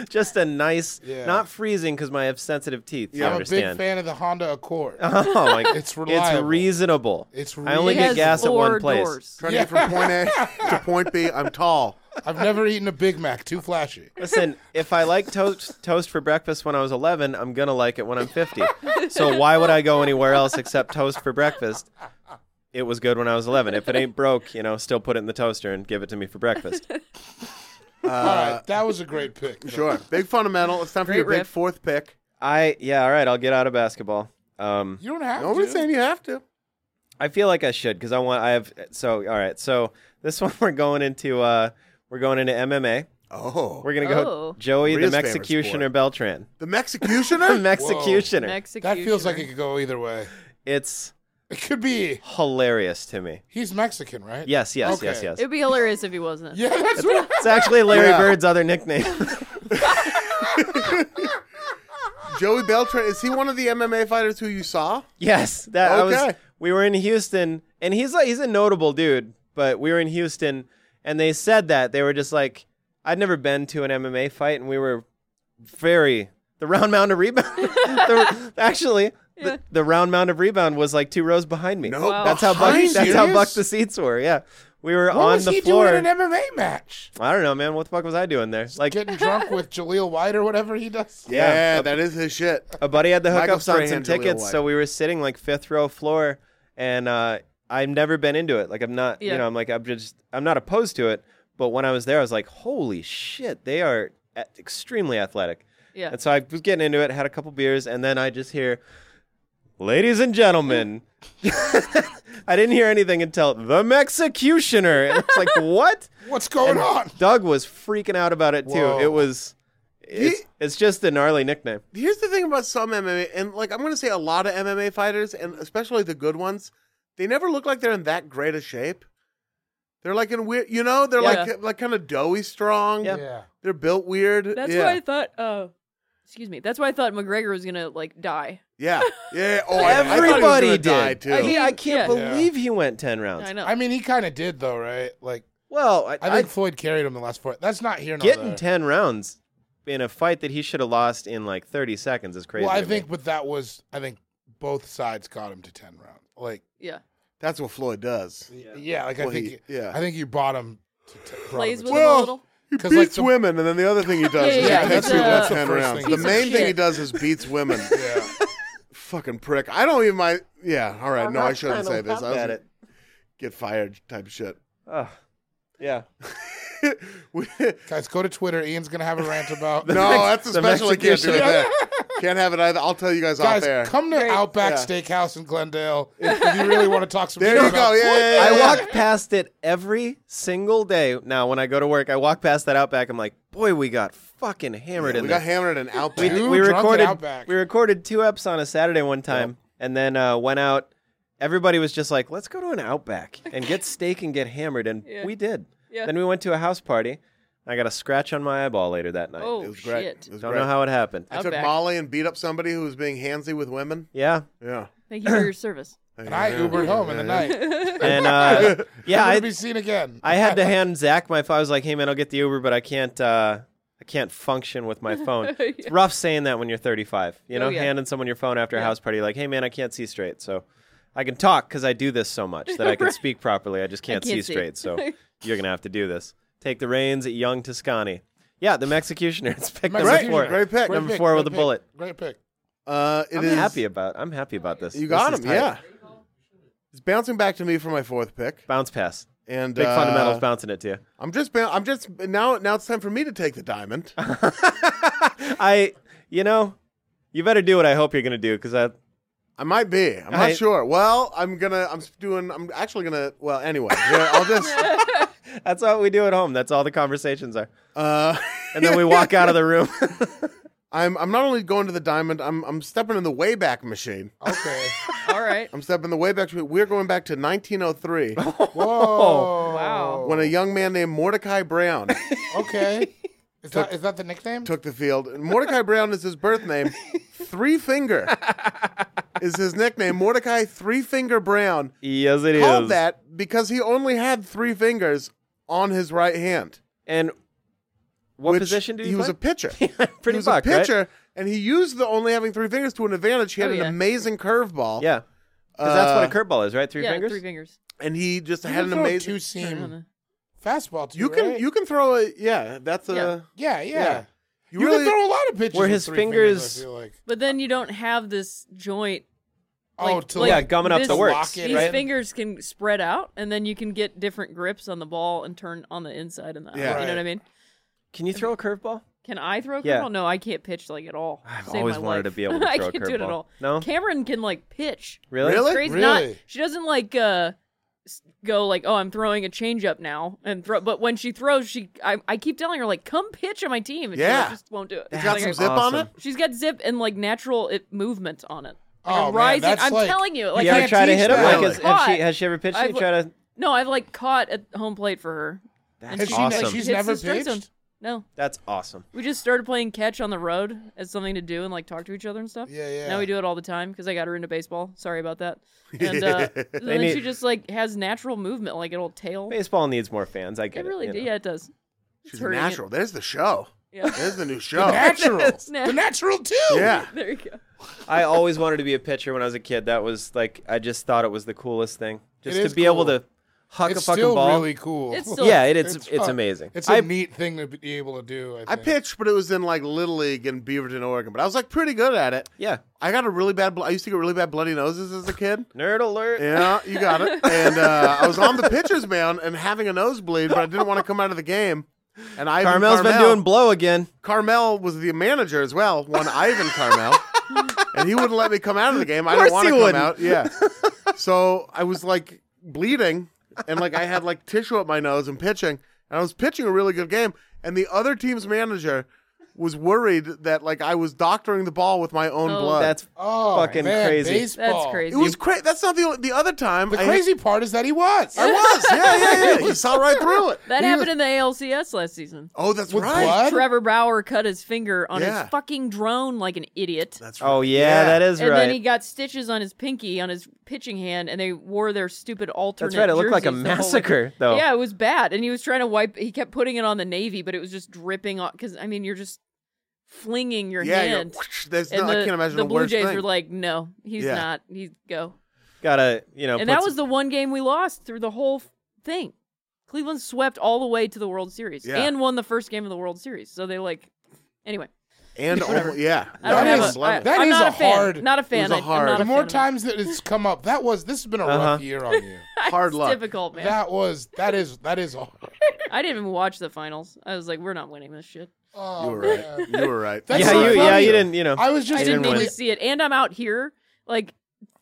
Speaker 2: Just a nice,
Speaker 4: Yeah.
Speaker 2: not freezing because I have sensitive teeth. you
Speaker 4: I'm a big
Speaker 2: understand?
Speaker 4: fan of the Honda Accord.
Speaker 2: Oh, my
Speaker 4: It's reliable.
Speaker 2: reasonable.
Speaker 4: It's
Speaker 2: I only
Speaker 3: He
Speaker 2: get
Speaker 3: has
Speaker 2: gas at
Speaker 3: four
Speaker 2: one place.
Speaker 3: doors.
Speaker 1: Trying to get from point A to point B. I'm tall.
Speaker 4: I've never eaten a Big Mac. Too flashy.
Speaker 2: Listen, if I like toast toast for breakfast when I was 11, I'm gonna like it when I'm 50. So why would I go anywhere else except toast for breakfast? It was good when I was 11. If it ain't broke, you know, still put it in the toaster and give it to me for breakfast.
Speaker 4: All right, that was a great pick.
Speaker 1: Sure. Big fundamental. It's time for
Speaker 3: Great
Speaker 1: your big
Speaker 3: riff.
Speaker 1: fourth pick.
Speaker 2: I yeah, all right, I'll get out of basketball. Um,
Speaker 4: You don't have
Speaker 1: Nobody's
Speaker 4: to.
Speaker 1: saying you have to.
Speaker 2: I feel like I should because I want. I have so all right. So this one we're going into. Uh, we're going into MMA.
Speaker 1: Oh.
Speaker 2: We're gonna go
Speaker 3: Oh.
Speaker 2: Joey the
Speaker 1: Rhea's favorite
Speaker 2: Mexicutioner
Speaker 1: sport.
Speaker 2: Beltran.
Speaker 1: The
Speaker 2: The
Speaker 1: Mexicutioner?
Speaker 2: Mexicutioner.
Speaker 3: Mexican.
Speaker 4: that feels like it could go either way.
Speaker 2: it's
Speaker 4: It could be
Speaker 2: hilarious to me.
Speaker 4: he's Mexican, right?
Speaker 2: Yes, yes,
Speaker 4: Okay.
Speaker 2: yes, yes.
Speaker 3: It'd be hilarious if he wasn't.
Speaker 4: Yeah, that's right.
Speaker 2: It's actually Larry
Speaker 1: Yeah.
Speaker 2: Bird's other nickname.
Speaker 1: Joey Beltran. Is he one of the MMA fighters who you saw?
Speaker 2: yes, that I was.
Speaker 1: Okay.
Speaker 2: We were in Houston, and he's like he's a notable dude, but we were in Houston, and they said that they were just like I'd never been to an MMA fight, and we were very the round mound of rebound. the, actually, the, the round mound of rebound was like two rows behind me.
Speaker 1: No,
Speaker 3: Wow.
Speaker 2: That's how Buck.
Speaker 4: Behind
Speaker 2: That's
Speaker 4: you?
Speaker 2: how Buck the seats were. Yeah, we were
Speaker 4: What
Speaker 2: on
Speaker 4: was
Speaker 2: the
Speaker 4: he
Speaker 2: floor.
Speaker 4: doing in an MMA match?
Speaker 2: I don't know, man. What the fuck was I doing there? Like,
Speaker 4: Getting drunk with Jaleel White or whatever he does.
Speaker 2: Yeah.
Speaker 1: Yeah, that is his shit.
Speaker 2: a buddy had the
Speaker 1: Michael
Speaker 2: hookups on some
Speaker 1: Strahan's a real
Speaker 2: tickets, so
Speaker 1: wife.
Speaker 2: we were sitting like fifth row floor, and uh, I've never been into it. Like I'm not, you
Speaker 3: Yeah.
Speaker 2: know, I'm like I'm just I'm not opposed to it. But when I was there, I was like, holy shit, they are a- extremely athletic.
Speaker 3: Yeah.
Speaker 2: And so I was getting into it, had a couple beers, and then I just hear, ladies and gentlemen. I didn't hear anything until the Mexicutioner. And it's like, what?
Speaker 4: What's going
Speaker 2: And
Speaker 4: on?
Speaker 2: Doug was freaking out about it too.
Speaker 4: Whoa.
Speaker 2: It was, it's, it's just a gnarly nickname.
Speaker 1: Here's the thing about some MMA, and like I'm going to say a lot of MMA fighters, and especially the good ones, they never look like they're in that great a shape. They're like in weird, you know, they're
Speaker 3: Yeah.
Speaker 1: like like kind of doughy strong.
Speaker 2: Yeah.
Speaker 4: Yeah.
Speaker 1: They're built weird.
Speaker 3: That's
Speaker 1: yeah.
Speaker 3: why I thought. Uh, excuse me. That's why I thought McGregor was gonna like die.
Speaker 1: yeah. Yeah. Oh, I- I thought he was
Speaker 2: Everybody
Speaker 1: gonna
Speaker 2: did.
Speaker 1: die, too.
Speaker 2: I, mean, I
Speaker 3: Yeah.
Speaker 2: can't
Speaker 4: Yeah.
Speaker 2: believe he went ten rounds.
Speaker 3: I know.
Speaker 4: I mean, he kind of did though, right? Like,
Speaker 2: Well, I,
Speaker 4: I think Floyd carried him the last four. That's not here.
Speaker 2: I-
Speaker 4: Nor
Speaker 2: getting
Speaker 4: there.
Speaker 2: ten rounds in a fight that he should have lost in like thirty seconds is crazy.
Speaker 4: Well, I
Speaker 2: to me.
Speaker 4: think, but that was, I think both sides got him to ten rounds. Like,
Speaker 3: yeah.
Speaker 1: That's what Floyd does.
Speaker 4: yeah, like I
Speaker 1: Well,
Speaker 4: think,
Speaker 1: he- yeah.
Speaker 4: I think you bought him. To t- brought
Speaker 3: Plays
Speaker 4: him
Speaker 3: with
Speaker 4: to-
Speaker 3: him
Speaker 1: Well,
Speaker 3: a little.
Speaker 1: He
Speaker 4: 'Cause,
Speaker 1: beats
Speaker 4: like, the-
Speaker 1: women, and then the other thing he does
Speaker 3: Yeah,
Speaker 1: is
Speaker 3: yeah,
Speaker 1: he
Speaker 3: yeah,
Speaker 1: takes
Speaker 3: that's,
Speaker 1: people to
Speaker 3: uh,
Speaker 1: ten
Speaker 4: Piece of
Speaker 1: rounds. The
Speaker 4: shit.
Speaker 1: main thing he does is beats women.
Speaker 4: Yeah.
Speaker 1: Fucking prick. I don't even my. Yeah. All right. no, I shouldn't say this. I was
Speaker 2: at
Speaker 1: gonna
Speaker 2: it.
Speaker 1: get fired type shit.
Speaker 2: Ugh. yeah,
Speaker 1: We-
Speaker 4: Guys, go to Twitter. Ian's gonna have a rant about.
Speaker 1: no, that's a
Speaker 2: the
Speaker 1: special. I can't do
Speaker 2: Mexican-
Speaker 1: that. Can't have it either. I'll tell you guys, off air.
Speaker 4: Guys, come to Outback
Speaker 1: Yeah.
Speaker 4: Steakhouse in Glendale if you really want to talk some
Speaker 1: there
Speaker 4: shit
Speaker 1: you
Speaker 4: about
Speaker 1: go. Yeah, yeah, yeah,
Speaker 2: I
Speaker 1: yeah.
Speaker 2: walk past it every single day now. When I go to work, I walk past that Outback. I'm like, boy, we got fucking hammered in
Speaker 1: We
Speaker 2: there.
Speaker 1: got hammered and out.
Speaker 2: we,
Speaker 1: back.
Speaker 4: Two
Speaker 2: we
Speaker 4: drunk at
Speaker 2: recorded
Speaker 4: Outback.
Speaker 2: we recorded two eps on a Saturday one time, and then uh, went out. Everybody was just like, "Let's go to an Outback and get steak and get hammered," and
Speaker 3: Yeah.
Speaker 2: we did.
Speaker 3: Yeah.
Speaker 2: Then we went to a house party. I got a scratch on my eyeball later that night.
Speaker 3: Oh
Speaker 1: It was great.
Speaker 3: shit!
Speaker 1: It was
Speaker 2: Don't
Speaker 1: great.
Speaker 2: know how it happened.
Speaker 1: I took
Speaker 3: Outback.
Speaker 1: Molly and beat up somebody who was being handsy with women.
Speaker 2: Yeah,
Speaker 1: Yeah.
Speaker 3: Thank you for your service.
Speaker 4: And I Ubered home in the night.
Speaker 2: and uh, yeah,
Speaker 4: Never
Speaker 2: I,
Speaker 4: to be seen again.
Speaker 2: I had to hand Zach my phone. I was like, "Hey man, I'll get the Uber, but I can't. Uh, I can't function with my phone." It's rough saying that when you're 35. You know,
Speaker 3: Oh, yeah.
Speaker 2: handing someone your phone after a house party, like, "Hey man, I can't see straight." So, I can talk because I do this so much that I can speak properly. I just can't, see,
Speaker 3: can't see.
Speaker 2: straight. So, you're gonna have to do this. Take the reins at young Toscani. Yeah, the Mexicutioner. It's picked number
Speaker 4: Great-
Speaker 2: four.
Speaker 1: great pick.
Speaker 4: Great
Speaker 2: Number
Speaker 4: pick,
Speaker 2: four
Speaker 4: great
Speaker 2: with a
Speaker 4: pick,
Speaker 2: bullet.
Speaker 4: Great pick.
Speaker 1: Uh, it
Speaker 2: I'm
Speaker 1: is-
Speaker 2: happy about. I'm happy about this.
Speaker 1: You got
Speaker 2: This is
Speaker 1: him.
Speaker 2: tight.
Speaker 1: Yeah. It's bouncing back to me for my fourth pick,
Speaker 2: Bounce pass.
Speaker 1: and
Speaker 2: Big
Speaker 1: uh,
Speaker 2: fundamentals bouncing it to you.
Speaker 1: I'm just. Ba- I'm just now. Now it's time for me to take the diamond.
Speaker 2: I, you know, you better do what I hope you're gonna do because I.
Speaker 1: I might be. I'm not
Speaker 2: I-
Speaker 1: sure. Well, I'm gonna. I'm doing. I'm actually gonna. Well, anyway, yeah, I'll just.
Speaker 2: That's what we do at home. That's all the conversations are.
Speaker 1: Uh,
Speaker 2: And then we walk out of the room.
Speaker 1: I'm. I'm not only going to the diamond. I'm. I'm stepping in the wayback machine.
Speaker 4: Okay.
Speaker 3: All right.
Speaker 1: I'm stepping in the wayback machine. We're going back to 1903 Oh.
Speaker 4: Whoa.
Speaker 3: Wow.
Speaker 1: when a young man named Mordecai Brown
Speaker 4: Okay. Is that is that the nickname?
Speaker 1: took the field. And Mordecai Brown is his birth name. Three Finger is his nickname. Mordecai Three Finger Brown.
Speaker 2: yes, it is.
Speaker 1: Called that because he only had three fingers on his right hand.
Speaker 2: And what
Speaker 1: which
Speaker 2: position did
Speaker 1: he
Speaker 2: he
Speaker 1: was
Speaker 2: play?
Speaker 1: a pitcher. he
Speaker 2: Pretty
Speaker 1: was
Speaker 2: fuck,
Speaker 1: a
Speaker 2: right?
Speaker 1: pitcher, and he used the only having three fingers to an advantage. He had
Speaker 3: Oh,
Speaker 1: an
Speaker 3: yeah.
Speaker 1: amazing curveball.
Speaker 2: Yeah, because that's what
Speaker 1: Uh,
Speaker 2: a curveball is, right? Three
Speaker 3: yeah,
Speaker 2: fingers.
Speaker 3: three fingers.
Speaker 1: and he just
Speaker 4: You
Speaker 1: had
Speaker 4: can
Speaker 1: an
Speaker 4: throw a
Speaker 1: amazing.
Speaker 4: two seam fastball. Too,
Speaker 1: You can
Speaker 4: right?
Speaker 1: you can throw a yeah. That's a
Speaker 3: Yeah.
Speaker 4: yeah yeah.
Speaker 1: yeah.
Speaker 4: You,
Speaker 1: You really-
Speaker 4: can throw a lot of pitches.
Speaker 2: Were
Speaker 4: with
Speaker 2: his
Speaker 4: three fingers,
Speaker 2: fingers-
Speaker 4: I feel like.
Speaker 3: But then you don't have this joint.
Speaker 4: Oh,
Speaker 3: like-
Speaker 4: to
Speaker 3: like
Speaker 2: yeah, gumming up
Speaker 3: this
Speaker 2: the
Speaker 4: lock
Speaker 2: works.
Speaker 4: it,
Speaker 3: These
Speaker 4: right?
Speaker 3: fingers can spread out, and then you can get different grips on the ball and turn on the inside and the
Speaker 1: Yeah.
Speaker 3: out. You know
Speaker 4: Right.
Speaker 3: what I mean?
Speaker 2: Can you throw a curveball?
Speaker 3: Can I throw a curveball?
Speaker 2: Yeah.
Speaker 3: No, I can't pitch like at all.
Speaker 2: I've
Speaker 3: Save
Speaker 2: always
Speaker 3: my
Speaker 2: wanted
Speaker 3: life.
Speaker 2: to be able to
Speaker 3: I
Speaker 2: throw a
Speaker 3: can't do it at
Speaker 2: curveball.
Speaker 3: all.
Speaker 2: No?
Speaker 3: Cameron can like pitch.
Speaker 2: Really?
Speaker 3: It's
Speaker 1: Really?
Speaker 3: crazy. Not
Speaker 4: Really?
Speaker 3: she doesn't like uh s- go like oh I'm throwing a changeup now and throw. But when she throws, she I, I keep telling her like come pitch on my team and she
Speaker 1: Yeah.
Speaker 3: like, just won't do it.
Speaker 1: It's
Speaker 3: She's
Speaker 1: got
Speaker 3: like,
Speaker 1: some
Speaker 3: I-
Speaker 1: zip
Speaker 2: Awesome.
Speaker 1: on it.
Speaker 3: She's got zip and like natural it, movement on it. Like,
Speaker 4: Oh,
Speaker 3: a
Speaker 4: man,
Speaker 3: rising.
Speaker 4: that's
Speaker 3: I'm
Speaker 4: like-
Speaker 3: telling you,
Speaker 2: You
Speaker 3: like
Speaker 2: ever
Speaker 3: I-
Speaker 4: can't
Speaker 2: try to
Speaker 4: teach
Speaker 2: hit him?
Speaker 4: that.
Speaker 2: Like, is,
Speaker 3: Really?
Speaker 2: has she has she ever pitched?
Speaker 3: I've
Speaker 2: you? Try to.
Speaker 3: no, I've like caught at home plate for her. And
Speaker 4: Has
Speaker 3: she,
Speaker 4: she ne-
Speaker 2: awesome.
Speaker 4: She's
Speaker 3: hits
Speaker 4: never
Speaker 3: the strike zone.
Speaker 4: pitched.
Speaker 3: No,
Speaker 2: That's awesome.
Speaker 3: we just started playing catch on the road as something to do and like talk to each other and stuff.
Speaker 4: Yeah, yeah.
Speaker 3: Now we do it all the time because I got her into baseball. Sorry about that. And uh, then
Speaker 2: need-
Speaker 3: she just like has natural movement, like an old tail.
Speaker 2: Baseball needs more fans. I get
Speaker 3: It really,
Speaker 2: you know.
Speaker 3: yeah, it does.
Speaker 1: She's
Speaker 3: hurting it.
Speaker 1: natural. There's the show.
Speaker 3: Yeah.
Speaker 1: There's the new show.
Speaker 4: Natural.
Speaker 3: Nah.
Speaker 4: the natural too.
Speaker 1: yeah.
Speaker 3: There you go.
Speaker 2: I always wanted to be a pitcher when I was a kid. That was like I just thought it was the coolest thing. Just
Speaker 4: It
Speaker 2: to
Speaker 4: is
Speaker 2: be able
Speaker 4: cool.
Speaker 2: to huck
Speaker 4: it's
Speaker 2: a fucking
Speaker 4: still
Speaker 2: ball.
Speaker 4: really cool.
Speaker 3: It's still-
Speaker 2: yeah, it, it's
Speaker 4: It's
Speaker 2: it's,
Speaker 4: fun.
Speaker 2: amazing.
Speaker 4: It's a
Speaker 2: I
Speaker 4: neat thing to be able to do. I,
Speaker 1: I
Speaker 4: think.
Speaker 1: pitched, but it was in like Little League in Beaverton, Oregon. But I was like pretty good at it.
Speaker 2: yeah,
Speaker 1: I got a really bad. Bl- I used to get really bad bloody noses as a kid.
Speaker 2: nerd alert.
Speaker 1: Yeah, you got it. And uh, I was on the pitcher's mound and having a nosebleed, but I didn't want to come out of the game. And Ivan
Speaker 2: Carmel's
Speaker 1: Carmel,
Speaker 2: been doing blow again.
Speaker 1: Carmel was the manager as well, one Ivan Carmel, and he wouldn't let me come out of the game. I
Speaker 2: Of
Speaker 1: didn't
Speaker 2: course
Speaker 1: want to
Speaker 2: he
Speaker 1: come
Speaker 2: wouldn't.
Speaker 1: out. Yeah, so I was like bleeding, and like I had like tissue up my nose and pitching, and I was pitching a really good game, and the other team's manager was worried that like I was doctoring the ball with my own
Speaker 3: Oh.
Speaker 1: blood.
Speaker 2: That's
Speaker 4: oh,
Speaker 2: fucking
Speaker 4: man,
Speaker 2: crazy.
Speaker 3: That's
Speaker 4: baseball.
Speaker 3: crazy.
Speaker 1: it was crazy. That's not the only- the other time.
Speaker 4: The
Speaker 1: I-
Speaker 4: crazy part is that he was.
Speaker 1: I was. Yeah, yeah, yeah. You saw right through it.
Speaker 3: That
Speaker 4: He
Speaker 3: happened in the ALCS last season.
Speaker 1: Oh, that's
Speaker 4: With
Speaker 1: right.
Speaker 4: blood?
Speaker 3: Trevor Bauer cut his finger on
Speaker 1: Yeah.
Speaker 3: his fucking drone like an idiot.
Speaker 1: That's right.
Speaker 2: oh yeah, that is
Speaker 3: and
Speaker 2: right.
Speaker 3: then he got stitches on his pinky on his pitching hand, and they wore their stupid alternate.
Speaker 2: That's right. It looked like a
Speaker 3: jerseys the whole way
Speaker 2: massacre,
Speaker 3: through.
Speaker 2: though.
Speaker 3: Yeah, it was bad, and he was trying to wipe. He kept putting it on the navy, but it was just dripping on. Because I mean, you're just flinging your
Speaker 1: yeah, you're-
Speaker 3: hand.
Speaker 1: there's no,
Speaker 3: and
Speaker 1: I
Speaker 3: the,
Speaker 1: can't imagine
Speaker 3: the
Speaker 1: a
Speaker 3: Blue
Speaker 1: worse
Speaker 3: Jays
Speaker 1: thing.
Speaker 3: were like, "No, he's
Speaker 1: Yeah.
Speaker 3: not. He's go."
Speaker 2: Gotta you know.
Speaker 3: and
Speaker 2: put
Speaker 3: that
Speaker 2: some-
Speaker 3: was the one game we lost through the whole f- thing. Cleveland swept all the way to the World Series
Speaker 1: Yeah.
Speaker 3: and won the first game of the World Series. So they like, anyway.
Speaker 1: and only, yeah,
Speaker 3: I don't
Speaker 4: That
Speaker 3: have
Speaker 4: is-
Speaker 3: a, I,
Speaker 4: that
Speaker 3: I'm
Speaker 4: is
Speaker 3: not
Speaker 4: a
Speaker 3: a, fan.
Speaker 4: hard-
Speaker 3: Not a
Speaker 1: was
Speaker 3: fan.
Speaker 1: a
Speaker 3: I- I'm
Speaker 1: hard-
Speaker 3: not
Speaker 4: The
Speaker 3: a
Speaker 4: more
Speaker 3: fan of it.
Speaker 4: times that it's come up, that was this has been a
Speaker 2: Uh-huh.
Speaker 4: rough year on you.
Speaker 1: hard
Speaker 3: it's
Speaker 1: luck.
Speaker 3: difficult, man.
Speaker 4: That was that is that is hard.
Speaker 3: I didn't even watch the finals. I was like, we're not winning this shit.
Speaker 4: Oh,
Speaker 1: you were right.
Speaker 4: man.
Speaker 1: You were right.
Speaker 4: That's
Speaker 2: yeah,
Speaker 4: so
Speaker 2: you yeah
Speaker 4: funny.
Speaker 2: you didn't you know.
Speaker 4: I was just
Speaker 3: I didn't
Speaker 2: didn't
Speaker 3: need
Speaker 2: win.
Speaker 3: to see it. And I'm out here, like,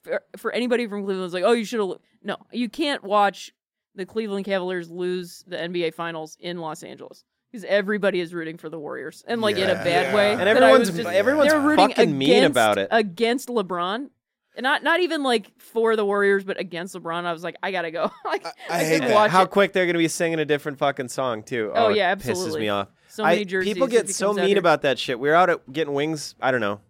Speaker 3: for, for anybody from Cleveland's like, oh, you should have. No, you can't watch the Cleveland Cavaliers lose the NBA Finals in Los Angeles because everybody is rooting for the Warriors and like in a
Speaker 1: Yeah.
Speaker 3: bad
Speaker 4: Yeah.
Speaker 3: way.
Speaker 4: And
Speaker 3: that I
Speaker 2: everyone's-
Speaker 3: was just-
Speaker 2: everyone's
Speaker 3: they're rooting
Speaker 2: fucking mean
Speaker 3: against-
Speaker 2: about it.
Speaker 3: against LeBron. And not not even like for the Warriors, but against LeBron. I was like, I gotta go. like, I,
Speaker 1: hate
Speaker 3: couldn't
Speaker 1: that.
Speaker 3: watch
Speaker 2: How
Speaker 3: it.
Speaker 2: quick they're gonna be singing a different fucking song too?
Speaker 3: Oh,
Speaker 2: it
Speaker 3: yeah,
Speaker 2: Pisses
Speaker 3: absolutely.
Speaker 2: me off.
Speaker 3: So
Speaker 2: I-
Speaker 3: many jerseys.
Speaker 2: people
Speaker 3: if
Speaker 2: get
Speaker 3: it
Speaker 2: so
Speaker 3: comes out
Speaker 2: mean
Speaker 3: here.
Speaker 2: about that shit. We were out at getting wings. I don't know,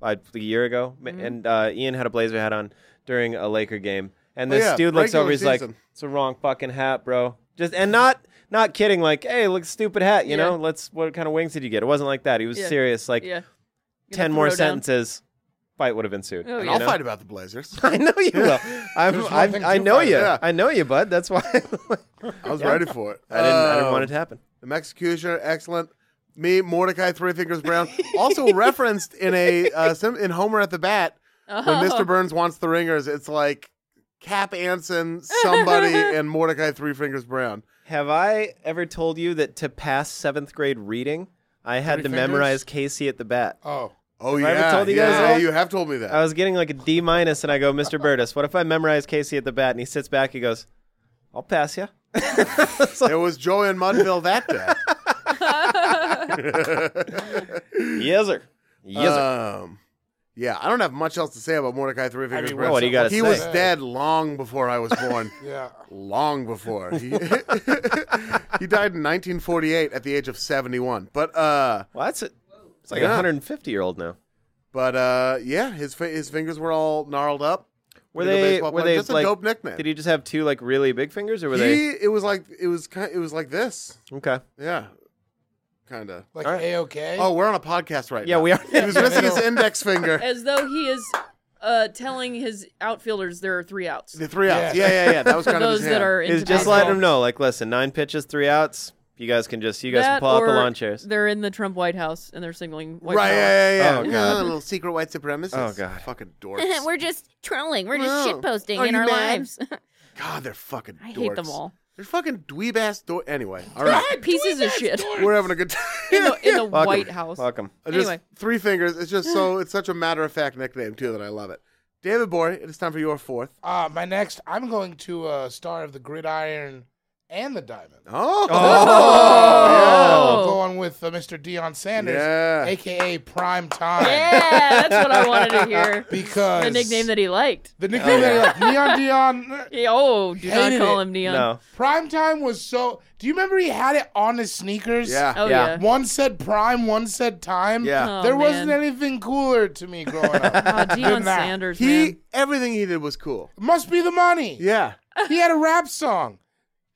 Speaker 2: like a year ago,
Speaker 3: Mm-hmm.
Speaker 2: m and uh, Ian had a blazer hat on during a Laker game, and
Speaker 1: Oh,
Speaker 2: this
Speaker 1: yeah,
Speaker 2: dude looks
Speaker 1: regular
Speaker 2: over. He's like,
Speaker 1: season.
Speaker 2: "It's a wrong fucking hat, bro." Just and not not kidding. Like, hey, look, stupid hat. You
Speaker 3: Yeah.
Speaker 2: know, let's. What kind of wings did you get? It wasn't like that. He was
Speaker 3: Yeah.
Speaker 2: serious. Like
Speaker 3: yeah. Gonna
Speaker 2: ten more
Speaker 3: throw down.
Speaker 2: sentences, fight would have ensued.
Speaker 3: Oh,
Speaker 2: you
Speaker 3: yeah.
Speaker 1: And I'll
Speaker 2: know?
Speaker 1: fight about the Blazers.
Speaker 2: I know you will. I'm,
Speaker 4: There's one
Speaker 2: I'm,
Speaker 4: thing
Speaker 2: I
Speaker 4: to
Speaker 2: know
Speaker 4: fight.
Speaker 2: you.
Speaker 1: Yeah.
Speaker 2: I know you, bud. That's why I didn't.
Speaker 1: I was ready for it.
Speaker 2: I didn't
Speaker 1: Um,
Speaker 2: want it to happen.
Speaker 1: The executioner, excellent. Me, Mordecai Three Fingers Brown, also referenced in a uh, sim- in Homer at the Bat when Mr. Burns wants the ringers. It's like Cap Anson, somebody, and Mordecai Three Fingers Brown.
Speaker 2: Have I ever told you that to pass seventh grade reading, I had to
Speaker 4: Three fingers?
Speaker 2: memorize Casey at the bat?
Speaker 4: Oh,
Speaker 1: Oh
Speaker 2: I ever
Speaker 1: yeah,
Speaker 2: told you
Speaker 1: yeah,
Speaker 2: guys
Speaker 1: yeah,
Speaker 2: that? Uh,
Speaker 1: you have told me that.
Speaker 2: I was getting like a D minus, and I go, Mr. Burtis, what if I memorize Casey at the bat? And he sits back, he goes, I'll pass you.
Speaker 1: It was Joey and Mudville that day.
Speaker 2: Yes, sir. Yes,
Speaker 3: Uh,
Speaker 2: sir.
Speaker 1: um, yeah, I don't have much else to say about Mordecai Three Fingers
Speaker 4: mean,
Speaker 1: Brown.
Speaker 2: what do you gotta
Speaker 1: he
Speaker 2: say?
Speaker 1: was dead long before I was born.
Speaker 4: yeah.
Speaker 1: long before. He, he died in 1948 at the age of 71. But uh,
Speaker 2: well, that's it. It's like a
Speaker 1: Yeah.
Speaker 2: 150 year old now.
Speaker 1: but uh, yeah, his fi- his fingers were all gnarled up.
Speaker 2: Were
Speaker 1: Like a
Speaker 2: they?
Speaker 1: baseball
Speaker 2: Were
Speaker 1: player.
Speaker 2: they
Speaker 1: Just a
Speaker 2: like?
Speaker 1: dope nickname.
Speaker 2: Did he just have two like really big fingers, or were
Speaker 1: He it was like it was kind it was like this.
Speaker 2: they? Okay.
Speaker 1: Yeah, kind of.
Speaker 4: Like
Speaker 2: All right.
Speaker 4: a okay.
Speaker 1: Oh, we're on a podcast right
Speaker 2: Yeah,
Speaker 1: now.
Speaker 2: we are.
Speaker 1: He was missing his index finger.
Speaker 3: as though he is uh, telling his outfielders there are three outs.
Speaker 1: The three outs.
Speaker 4: Yeah.
Speaker 1: Yeah, yeah, yeah. That was kind of
Speaker 3: Those
Speaker 1: his
Speaker 3: that
Speaker 1: hand.
Speaker 3: are
Speaker 2: Is
Speaker 3: in
Speaker 2: just
Speaker 3: baseball.
Speaker 2: let him know. Like, listen, nine pitches, three outs. You guys can just you guys can
Speaker 3: That
Speaker 2: pull out the
Speaker 3: or
Speaker 2: lawn chairs.
Speaker 3: They're in the Trump White House and they're singling white
Speaker 1: Right,
Speaker 3: power.
Speaker 1: yeah, yeah, yeah.
Speaker 2: Oh, God.
Speaker 1: Yeah, little secret white supremacists.
Speaker 2: Oh, God.
Speaker 1: Fucking dorks.
Speaker 3: We're just trolling. We're
Speaker 1: just No. shitposting Are in you our mad? lives. God, they're fucking dorks.
Speaker 3: I hate them all.
Speaker 1: They're fucking dweeb ass dorks. Anyway, all right.
Speaker 3: Pieces of shit
Speaker 1: We're having a good time.
Speaker 3: in the, in the
Speaker 2: Fuck 'em.
Speaker 3: White House.
Speaker 2: Fuck 'em.
Speaker 1: Uh, Just
Speaker 3: Anyway.
Speaker 1: three fingers. It's just so. It's such a matter of fact nickname too that I love it. David Bory, it is time for your fourth.
Speaker 4: Uh, my next, I'm going to uh, star of the gridiron and the diamond.
Speaker 1: Oh,
Speaker 4: I'm
Speaker 3: Oh.
Speaker 4: going with uh, Mr. Deion Sanders,
Speaker 1: Yeah.
Speaker 4: aka Prime Time,
Speaker 3: Yeah, that's what I wanted to hear.
Speaker 4: because
Speaker 3: The nickname that he liked.
Speaker 4: the nickname that he liked, Neon Dion.
Speaker 3: Yeah, Oh, do not
Speaker 4: Hated
Speaker 3: call
Speaker 4: it.
Speaker 3: him Neon.
Speaker 2: No.
Speaker 4: Prime Time was so. Do you remember he had it on his sneakers?
Speaker 1: yeah.
Speaker 3: Oh
Speaker 2: Yeah.
Speaker 3: yeah.
Speaker 4: One said Prime, one said Time.
Speaker 1: Yeah.
Speaker 3: Oh,
Speaker 4: there wasn't
Speaker 3: man.
Speaker 4: anything cooler to me growing up.
Speaker 3: Oh, Deion
Speaker 4: that.
Speaker 3: Sanders,
Speaker 1: He
Speaker 3: man.
Speaker 1: everything he did was cool.
Speaker 4: Must be the money.
Speaker 1: Yeah.
Speaker 4: He had a rap song.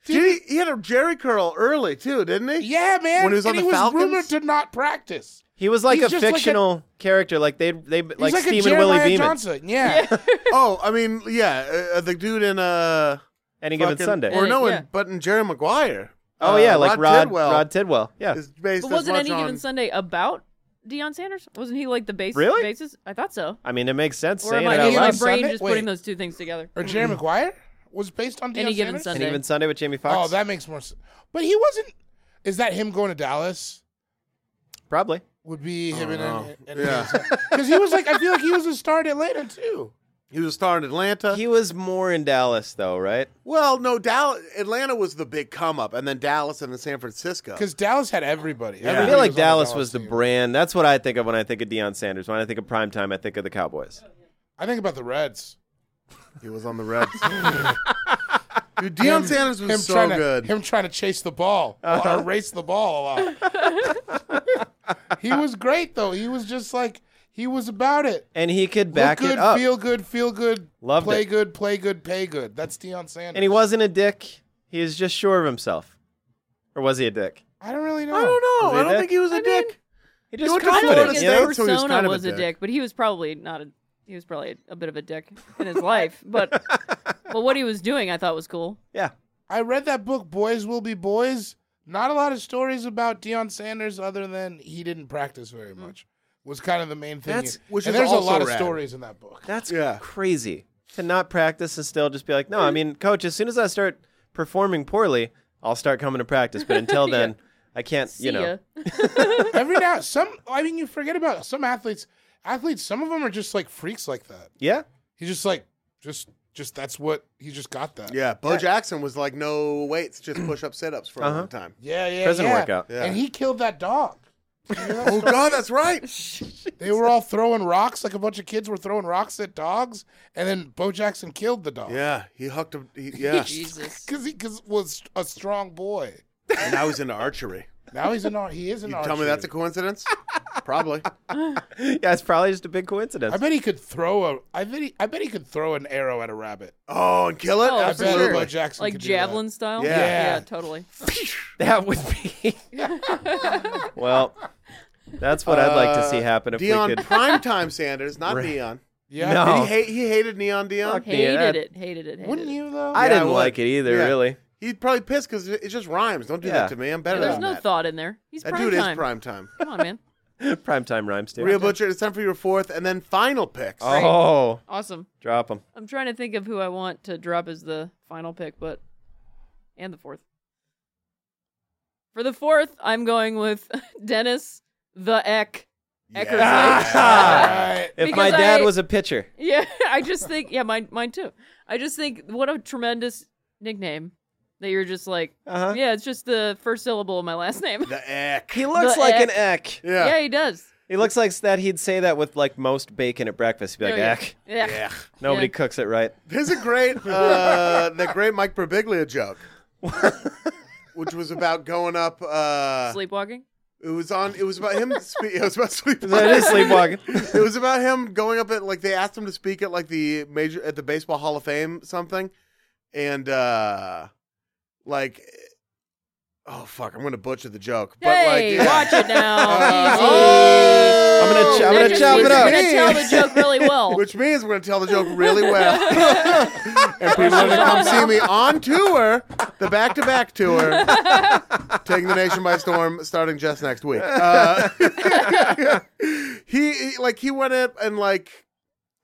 Speaker 1: Did he, he had a Jerry curl early too, didn't he?
Speaker 4: Yeah, man.
Speaker 1: When he was on
Speaker 4: and
Speaker 1: the
Speaker 4: he
Speaker 1: Falcons?
Speaker 4: was rumored to not practice.
Speaker 2: He was like
Speaker 4: He's
Speaker 2: a
Speaker 4: just like a-
Speaker 2: fictional character. Like they they like,
Speaker 4: He's like a
Speaker 2: Stephen
Speaker 4: Jeremiah
Speaker 2: Willie Beeman.
Speaker 4: Johnson. Yeah.
Speaker 1: Oh, I mean, yeah, uh, the dude in uh,
Speaker 2: Any given
Speaker 1: fucking-
Speaker 2: Sunday.
Speaker 1: Or no,
Speaker 3: Yeah.
Speaker 1: and, but in Jerry Maguire.
Speaker 2: oh
Speaker 1: uh,
Speaker 2: yeah, like Rod
Speaker 1: Tidwell
Speaker 2: Rod Tidwell. Yeah.
Speaker 1: is based as
Speaker 3: But wasn't
Speaker 1: much
Speaker 3: any
Speaker 1: on-
Speaker 3: given Sunday about Deion Sanders? Wasn't he like the base
Speaker 2: Really?
Speaker 3: basis? I thought so.
Speaker 2: I mean, it makes sense
Speaker 3: Or
Speaker 2: saying
Speaker 3: am
Speaker 2: it out
Speaker 3: I
Speaker 2: loud.
Speaker 3: my brain
Speaker 4: Given Sunday?
Speaker 3: just putting
Speaker 4: Wait.
Speaker 3: those two things together?
Speaker 4: or Jerry Maguire was based on Deion
Speaker 3: Any given
Speaker 4: Sanders?
Speaker 3: Sunday.
Speaker 2: Any given Sunday with Jamie Foxx.
Speaker 4: Oh, that makes more sense. But he wasn't. Is that him going to Dallas?
Speaker 2: probably.
Speaker 4: Would be him and,
Speaker 1: know.
Speaker 4: and
Speaker 1: Yeah.
Speaker 4: because he was like I feel like he was a star at Atlanta too.
Speaker 1: He was a star in Atlanta.
Speaker 2: He was more in Dallas though, right?
Speaker 1: well, no, Dallas, Atlanta was the big come up, and then Dallas and then San Francisco.
Speaker 4: Because Dallas had everybody.
Speaker 2: I
Speaker 4: Everybody
Speaker 2: feel like
Speaker 4: was on the
Speaker 2: Dallas was the
Speaker 4: team.
Speaker 2: brand. That's what I think of when I think of Deion Sanders. When I think of primetime, I think of the Cowboys.
Speaker 4: I think about the Reds.
Speaker 1: he was on the Reds. Dude, Deion Sanders was so
Speaker 4: trying to,
Speaker 1: good. Uh-huh.
Speaker 4: Him trying to chase the ball or race the ball a lot. he was great though. He was just like he was about it.
Speaker 2: And he could back
Speaker 4: Look
Speaker 2: it
Speaker 4: good,
Speaker 2: up.
Speaker 4: feel good, feel good,
Speaker 2: Loved
Speaker 4: play
Speaker 2: it.
Speaker 4: good, play good, pay good. That's Deion Sanders.
Speaker 2: and he wasn't a dick. He is just sure of himself. Or was he a dick?
Speaker 4: I don't really know.
Speaker 1: I don't
Speaker 2: Was he
Speaker 1: know. I
Speaker 2: a
Speaker 1: don't think
Speaker 2: dick?
Speaker 1: he was a
Speaker 3: I mean,
Speaker 1: dick. He
Speaker 2: He just
Speaker 1: went to
Speaker 3: I
Speaker 2: confident,
Speaker 3: don't
Speaker 1: Florida
Speaker 3: think
Speaker 1: State,
Speaker 2: you
Speaker 3: his
Speaker 2: know?
Speaker 1: so he's
Speaker 3: persona
Speaker 1: kind of a
Speaker 3: was a dick.
Speaker 1: dick,
Speaker 3: but he was probably not a he was probably a bit of a dick in his life. But but what he was doing, I thought was cool.
Speaker 2: Yeah.
Speaker 4: I read that book, Boys Will Be Boys. Not a lot of stories about Deion Sanders other than he didn't practice very much. Was kind of the main thing.
Speaker 1: Hmm. That's- which
Speaker 4: and
Speaker 1: is
Speaker 4: there's a
Speaker 1: also
Speaker 4: lot of
Speaker 1: rad.
Speaker 4: stories in that book.
Speaker 2: That's
Speaker 1: Yeah.
Speaker 2: crazy to not practice and still just be like, no, I mean, coach, as soon as I start performing poorly, I'll start coming to practice. But until then, I can't,
Speaker 3: See
Speaker 2: you know.
Speaker 3: ya.
Speaker 4: Every now some I mean you forget about some athletes athletes, some of them are just like freaks like that.
Speaker 2: Yeah.
Speaker 4: He's just like just just that's what he just got that.
Speaker 1: Yeah, Bo Jackson was like, no weights, just push up sit ups for
Speaker 2: Uh-huh.
Speaker 1: a long time.
Speaker 4: Yeah, yeah.
Speaker 2: Prison
Speaker 4: yeah.
Speaker 2: workout.
Speaker 1: Yeah.
Speaker 4: And he killed that dog.
Speaker 1: Oh, God, that's right.
Speaker 4: They were all throwing rocks, like a bunch of kids were throwing rocks at dogs, and then Bo Jackson killed the dog.
Speaker 1: Yeah, he hooked him. He, yeah.
Speaker 3: Jesus.
Speaker 4: Cause he cause was a strong boy.
Speaker 1: and now he's into archery.
Speaker 4: Now he's an ar- he is an
Speaker 1: You
Speaker 4: archer.
Speaker 1: tell me that's a coincidence? Probably.
Speaker 2: Yeah, it's probably just a big coincidence.
Speaker 4: I bet he could throw a. I bet he. I bet he could throw an arrow at a rabbit.
Speaker 1: Oh, and kill it?
Speaker 3: Oh,
Speaker 4: I bet
Speaker 3: sure.
Speaker 4: Bo Jackson
Speaker 3: Like
Speaker 4: could do that.
Speaker 3: javelin style?
Speaker 1: Yeah.
Speaker 4: Yeah.
Speaker 3: totally.
Speaker 2: that would be. well, that's what I'd like to see happen if
Speaker 1: Uh, Dion
Speaker 2: we could.
Speaker 1: primetime Sanders, not Neon.
Speaker 4: Yeah.
Speaker 2: No.
Speaker 1: Did
Speaker 2: Oh.
Speaker 1: he hate he hated Neon Dion?
Speaker 2: yeah,
Speaker 3: Hated
Speaker 2: that-
Speaker 3: it. Hated it. Hated
Speaker 4: Wouldn't
Speaker 3: it.
Speaker 4: you though?
Speaker 2: I
Speaker 1: Yeah,
Speaker 2: didn't
Speaker 1: would.
Speaker 2: like it either,
Speaker 1: Yeah.
Speaker 2: really.
Speaker 1: He'd probably piss because it it just rhymes. Don't do
Speaker 2: Yeah.
Speaker 1: that to me. I'm better
Speaker 3: There's
Speaker 1: than
Speaker 3: no
Speaker 1: that.
Speaker 3: thought in there. He's
Speaker 1: that
Speaker 3: prime
Speaker 1: dude
Speaker 3: time.
Speaker 1: is primetime.
Speaker 3: Come on, man.
Speaker 2: Primetime rhymes, too.
Speaker 1: Real Butcher, it's time for your fourth and then final picks.
Speaker 2: Oh,
Speaker 3: Awesome.
Speaker 2: drop him.
Speaker 3: I'm trying to think of who I want to drop as the final pick, but and the fourth. For the fourth, I'm going with Dennis the Eck. Eckersley.
Speaker 4: Alright.
Speaker 2: Ah. If
Speaker 3: Because
Speaker 2: my dad
Speaker 3: I-
Speaker 2: was a pitcher,
Speaker 3: Yeah, I just think yeah, mine mine too. I just think what a tremendous nickname that you're just like
Speaker 2: Uh-huh.
Speaker 3: yeah, it's just the first syllable of my last name.
Speaker 1: The Eck.
Speaker 2: he looks
Speaker 3: The
Speaker 2: like
Speaker 3: Eck.
Speaker 2: an eck.
Speaker 1: Yeah.
Speaker 3: yeah, he does.
Speaker 2: He looks like that he'd say that with like most bacon at breakfast. He'd be like,
Speaker 3: Oh, yeah.
Speaker 2: eck.
Speaker 3: Yeah.
Speaker 1: Eck.
Speaker 2: Nobody
Speaker 3: Yeah.
Speaker 2: cooks it right.
Speaker 1: There's a great uh, the great Mike Birbiglia joke. Which was about going up. Uh,
Speaker 3: Sleepwalking.
Speaker 1: it was on. It was about him. Spe- it was about sleep.
Speaker 2: That is sleepwalking.
Speaker 1: it was about him going up at like they asked him to speak at like the major at the baseball hall of fame something and uh like oh fuck i'm gonna butcher the joke but
Speaker 3: hey,
Speaker 1: like yeah.
Speaker 3: watch it now.
Speaker 1: Uh,
Speaker 3: Easy.
Speaker 1: oh!
Speaker 2: I'm gonna ch- I'm
Speaker 3: That
Speaker 2: gonna
Speaker 3: just
Speaker 2: chop
Speaker 3: means
Speaker 2: it up.
Speaker 3: You're gonna tell the joke really well.
Speaker 1: which means we're gonna tell the joke really well and people are gonna come see me on tour the back-to-back tour taking the nation by storm starting just next week uh, he, he- like he went up and like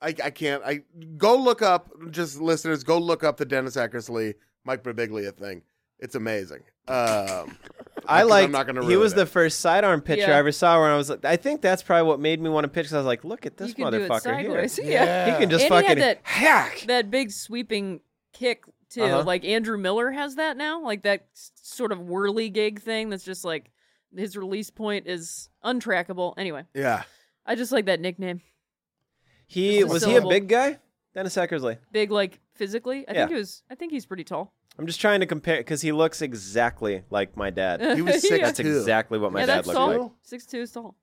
Speaker 1: I, I can't I go look up just listeners go look up the Dennis Eckersley Mike Birbiglia thing it's amazing um
Speaker 2: I
Speaker 1: I'm
Speaker 2: like.
Speaker 1: not gonna
Speaker 2: He
Speaker 1: ruin
Speaker 2: was
Speaker 1: it.
Speaker 2: the first sidearm pitcher
Speaker 3: Yeah.
Speaker 2: I ever saw. Where I was, like, I think that's probably what made me want to pitch. 'cause I was like, look at this
Speaker 3: you can do it
Speaker 2: motherfucker here.
Speaker 3: sideways. Yeah.
Speaker 4: Yeah.
Speaker 2: He can just
Speaker 3: And he had
Speaker 2: fucking
Speaker 3: that-
Speaker 2: hack.
Speaker 3: That big sweeping kick too.
Speaker 2: Uh-huh.
Speaker 3: Like Andrew Miller has that now. Like that s- sort of whirly gig thing that's just like his release point is untrackable. Anyway,
Speaker 1: yeah
Speaker 3: I just like that nickname.
Speaker 2: He
Speaker 3: Just a
Speaker 2: was he a
Speaker 3: syllable.
Speaker 2: big guy? Dennis Eckersley.
Speaker 3: Big like physically. I think
Speaker 2: Yeah.
Speaker 3: he was I think he's pretty tall.
Speaker 2: I'm just trying to compare because he looks exactly like my dad.
Speaker 1: he was six
Speaker 2: That's exactly what my
Speaker 3: yeah,
Speaker 2: dad
Speaker 3: that's
Speaker 2: looked
Speaker 3: tall.
Speaker 2: like.
Speaker 3: Six two is tall.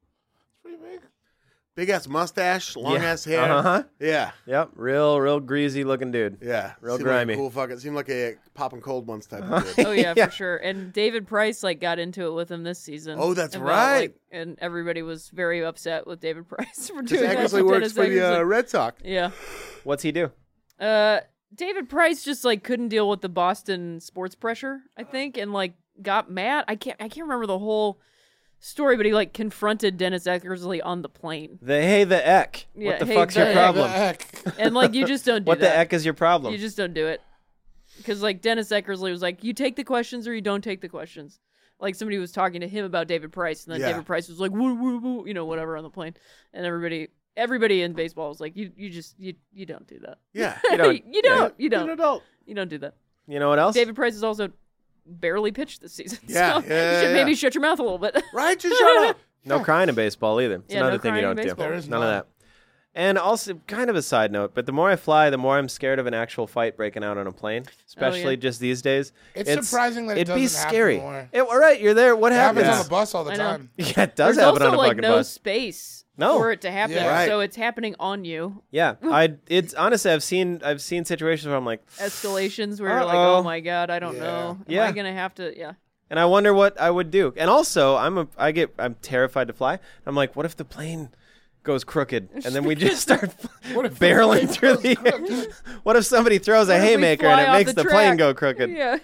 Speaker 1: big ass mustache long
Speaker 2: Yeah.
Speaker 1: ass hair
Speaker 2: Uh-huh.
Speaker 1: yeah
Speaker 2: Yep, real, real greasy looking dude.
Speaker 1: yeah
Speaker 2: Real
Speaker 1: Seemed like a
Speaker 2: grimy.
Speaker 1: cool fucking seemed like a popping cold ones type of dude
Speaker 3: Oh yeah,
Speaker 2: Yeah.
Speaker 3: for sure. And David Price like got into it with him this season.
Speaker 1: Oh, that's
Speaker 3: about,
Speaker 1: right.
Speaker 3: like- and everybody was very upset with David Price for doing
Speaker 1: Because
Speaker 3: that.
Speaker 1: Eckersley
Speaker 3: with
Speaker 1: works uh,
Speaker 3: Dennis
Speaker 1: for the uh,
Speaker 3: Eckersley.
Speaker 1: Red Sox
Speaker 3: yeah.
Speaker 2: What's he do?
Speaker 3: Uh, David Price just like couldn't deal with the Boston sports pressure, I think, and like got mad. I can't I can't remember the whole story, but he like confronted Dennis Eckersley on the plane.
Speaker 2: The hey the eck.
Speaker 3: Yeah,
Speaker 2: what the
Speaker 3: hey,
Speaker 2: fuck's
Speaker 3: the
Speaker 2: your
Speaker 3: eck.
Speaker 2: problem?
Speaker 4: The heck?
Speaker 3: And like you just don't do
Speaker 2: what
Speaker 3: that.
Speaker 2: the eck is your problem?
Speaker 3: You just don't do it. Because like Dennis Eckersley was like, you take the questions or you don't take the questions. Like somebody was talking to him about David Price, and then
Speaker 1: Yeah.
Speaker 3: David Price was like, woo woo woo, you know, whatever on the plane, and everybody, everybody in baseball was like, you you just you you don't do that.
Speaker 1: Yeah.
Speaker 3: You
Speaker 2: don't-
Speaker 3: you don't.
Speaker 2: yeah.
Speaker 3: You
Speaker 2: You're an
Speaker 3: don't.
Speaker 2: adult.
Speaker 3: You don't do that.
Speaker 2: You know what else?
Speaker 3: David Price has also barely pitched this season.
Speaker 1: Yeah,
Speaker 3: so
Speaker 1: yeah,
Speaker 3: you should
Speaker 1: yeah,
Speaker 3: maybe
Speaker 1: yeah.
Speaker 3: shut your mouth a little bit.
Speaker 1: Right? Just shut up.
Speaker 2: No crying in baseball either. It's
Speaker 3: Yeah, no
Speaker 2: another thing you
Speaker 3: crying
Speaker 2: don't
Speaker 3: in
Speaker 2: do.
Speaker 3: baseball. There
Speaker 4: is
Speaker 2: None of
Speaker 4: none.
Speaker 2: that. And also, kind of a side note, but the more I fly, the more I'm scared of an actual fight breaking out on a plane,
Speaker 3: Oh,
Speaker 2: especially just these days.
Speaker 4: It's surprising that it
Speaker 2: it'd be
Speaker 4: doesn't happen
Speaker 2: scary.
Speaker 4: more.
Speaker 2: It- all right, you're there. What
Speaker 4: It happens
Speaker 2: happens?
Speaker 4: on the bus all the
Speaker 3: I know.
Speaker 4: time.
Speaker 2: yeah, it does
Speaker 3: There's
Speaker 2: happen
Speaker 3: also
Speaker 2: on a
Speaker 3: like
Speaker 2: fucking
Speaker 3: no
Speaker 2: bus.
Speaker 3: space
Speaker 2: No.
Speaker 3: for it to happen,
Speaker 4: Yeah.
Speaker 1: Right.
Speaker 3: so it's happening on you.
Speaker 2: Yeah, I. It's honestly, I've seen, I've seen situations where I'm like,
Speaker 3: Escalations where you're like, oh
Speaker 2: Uh-oh.
Speaker 3: my god, I don't
Speaker 4: Yeah.
Speaker 3: know. Am
Speaker 2: Yeah.
Speaker 3: I gonna have to? Yeah.
Speaker 2: and I wonder what I would do. And also, I'm a, I get, I'm terrified to fly. I'm like, what if the plane goes crooked, and then we just start barreling through the air? What if somebody throws a
Speaker 3: What if we
Speaker 2: haymaker and
Speaker 3: fly
Speaker 2: it
Speaker 3: off
Speaker 2: makes
Speaker 3: the
Speaker 2: the, plane
Speaker 3: track?
Speaker 2: go crooked?
Speaker 3: Yeah.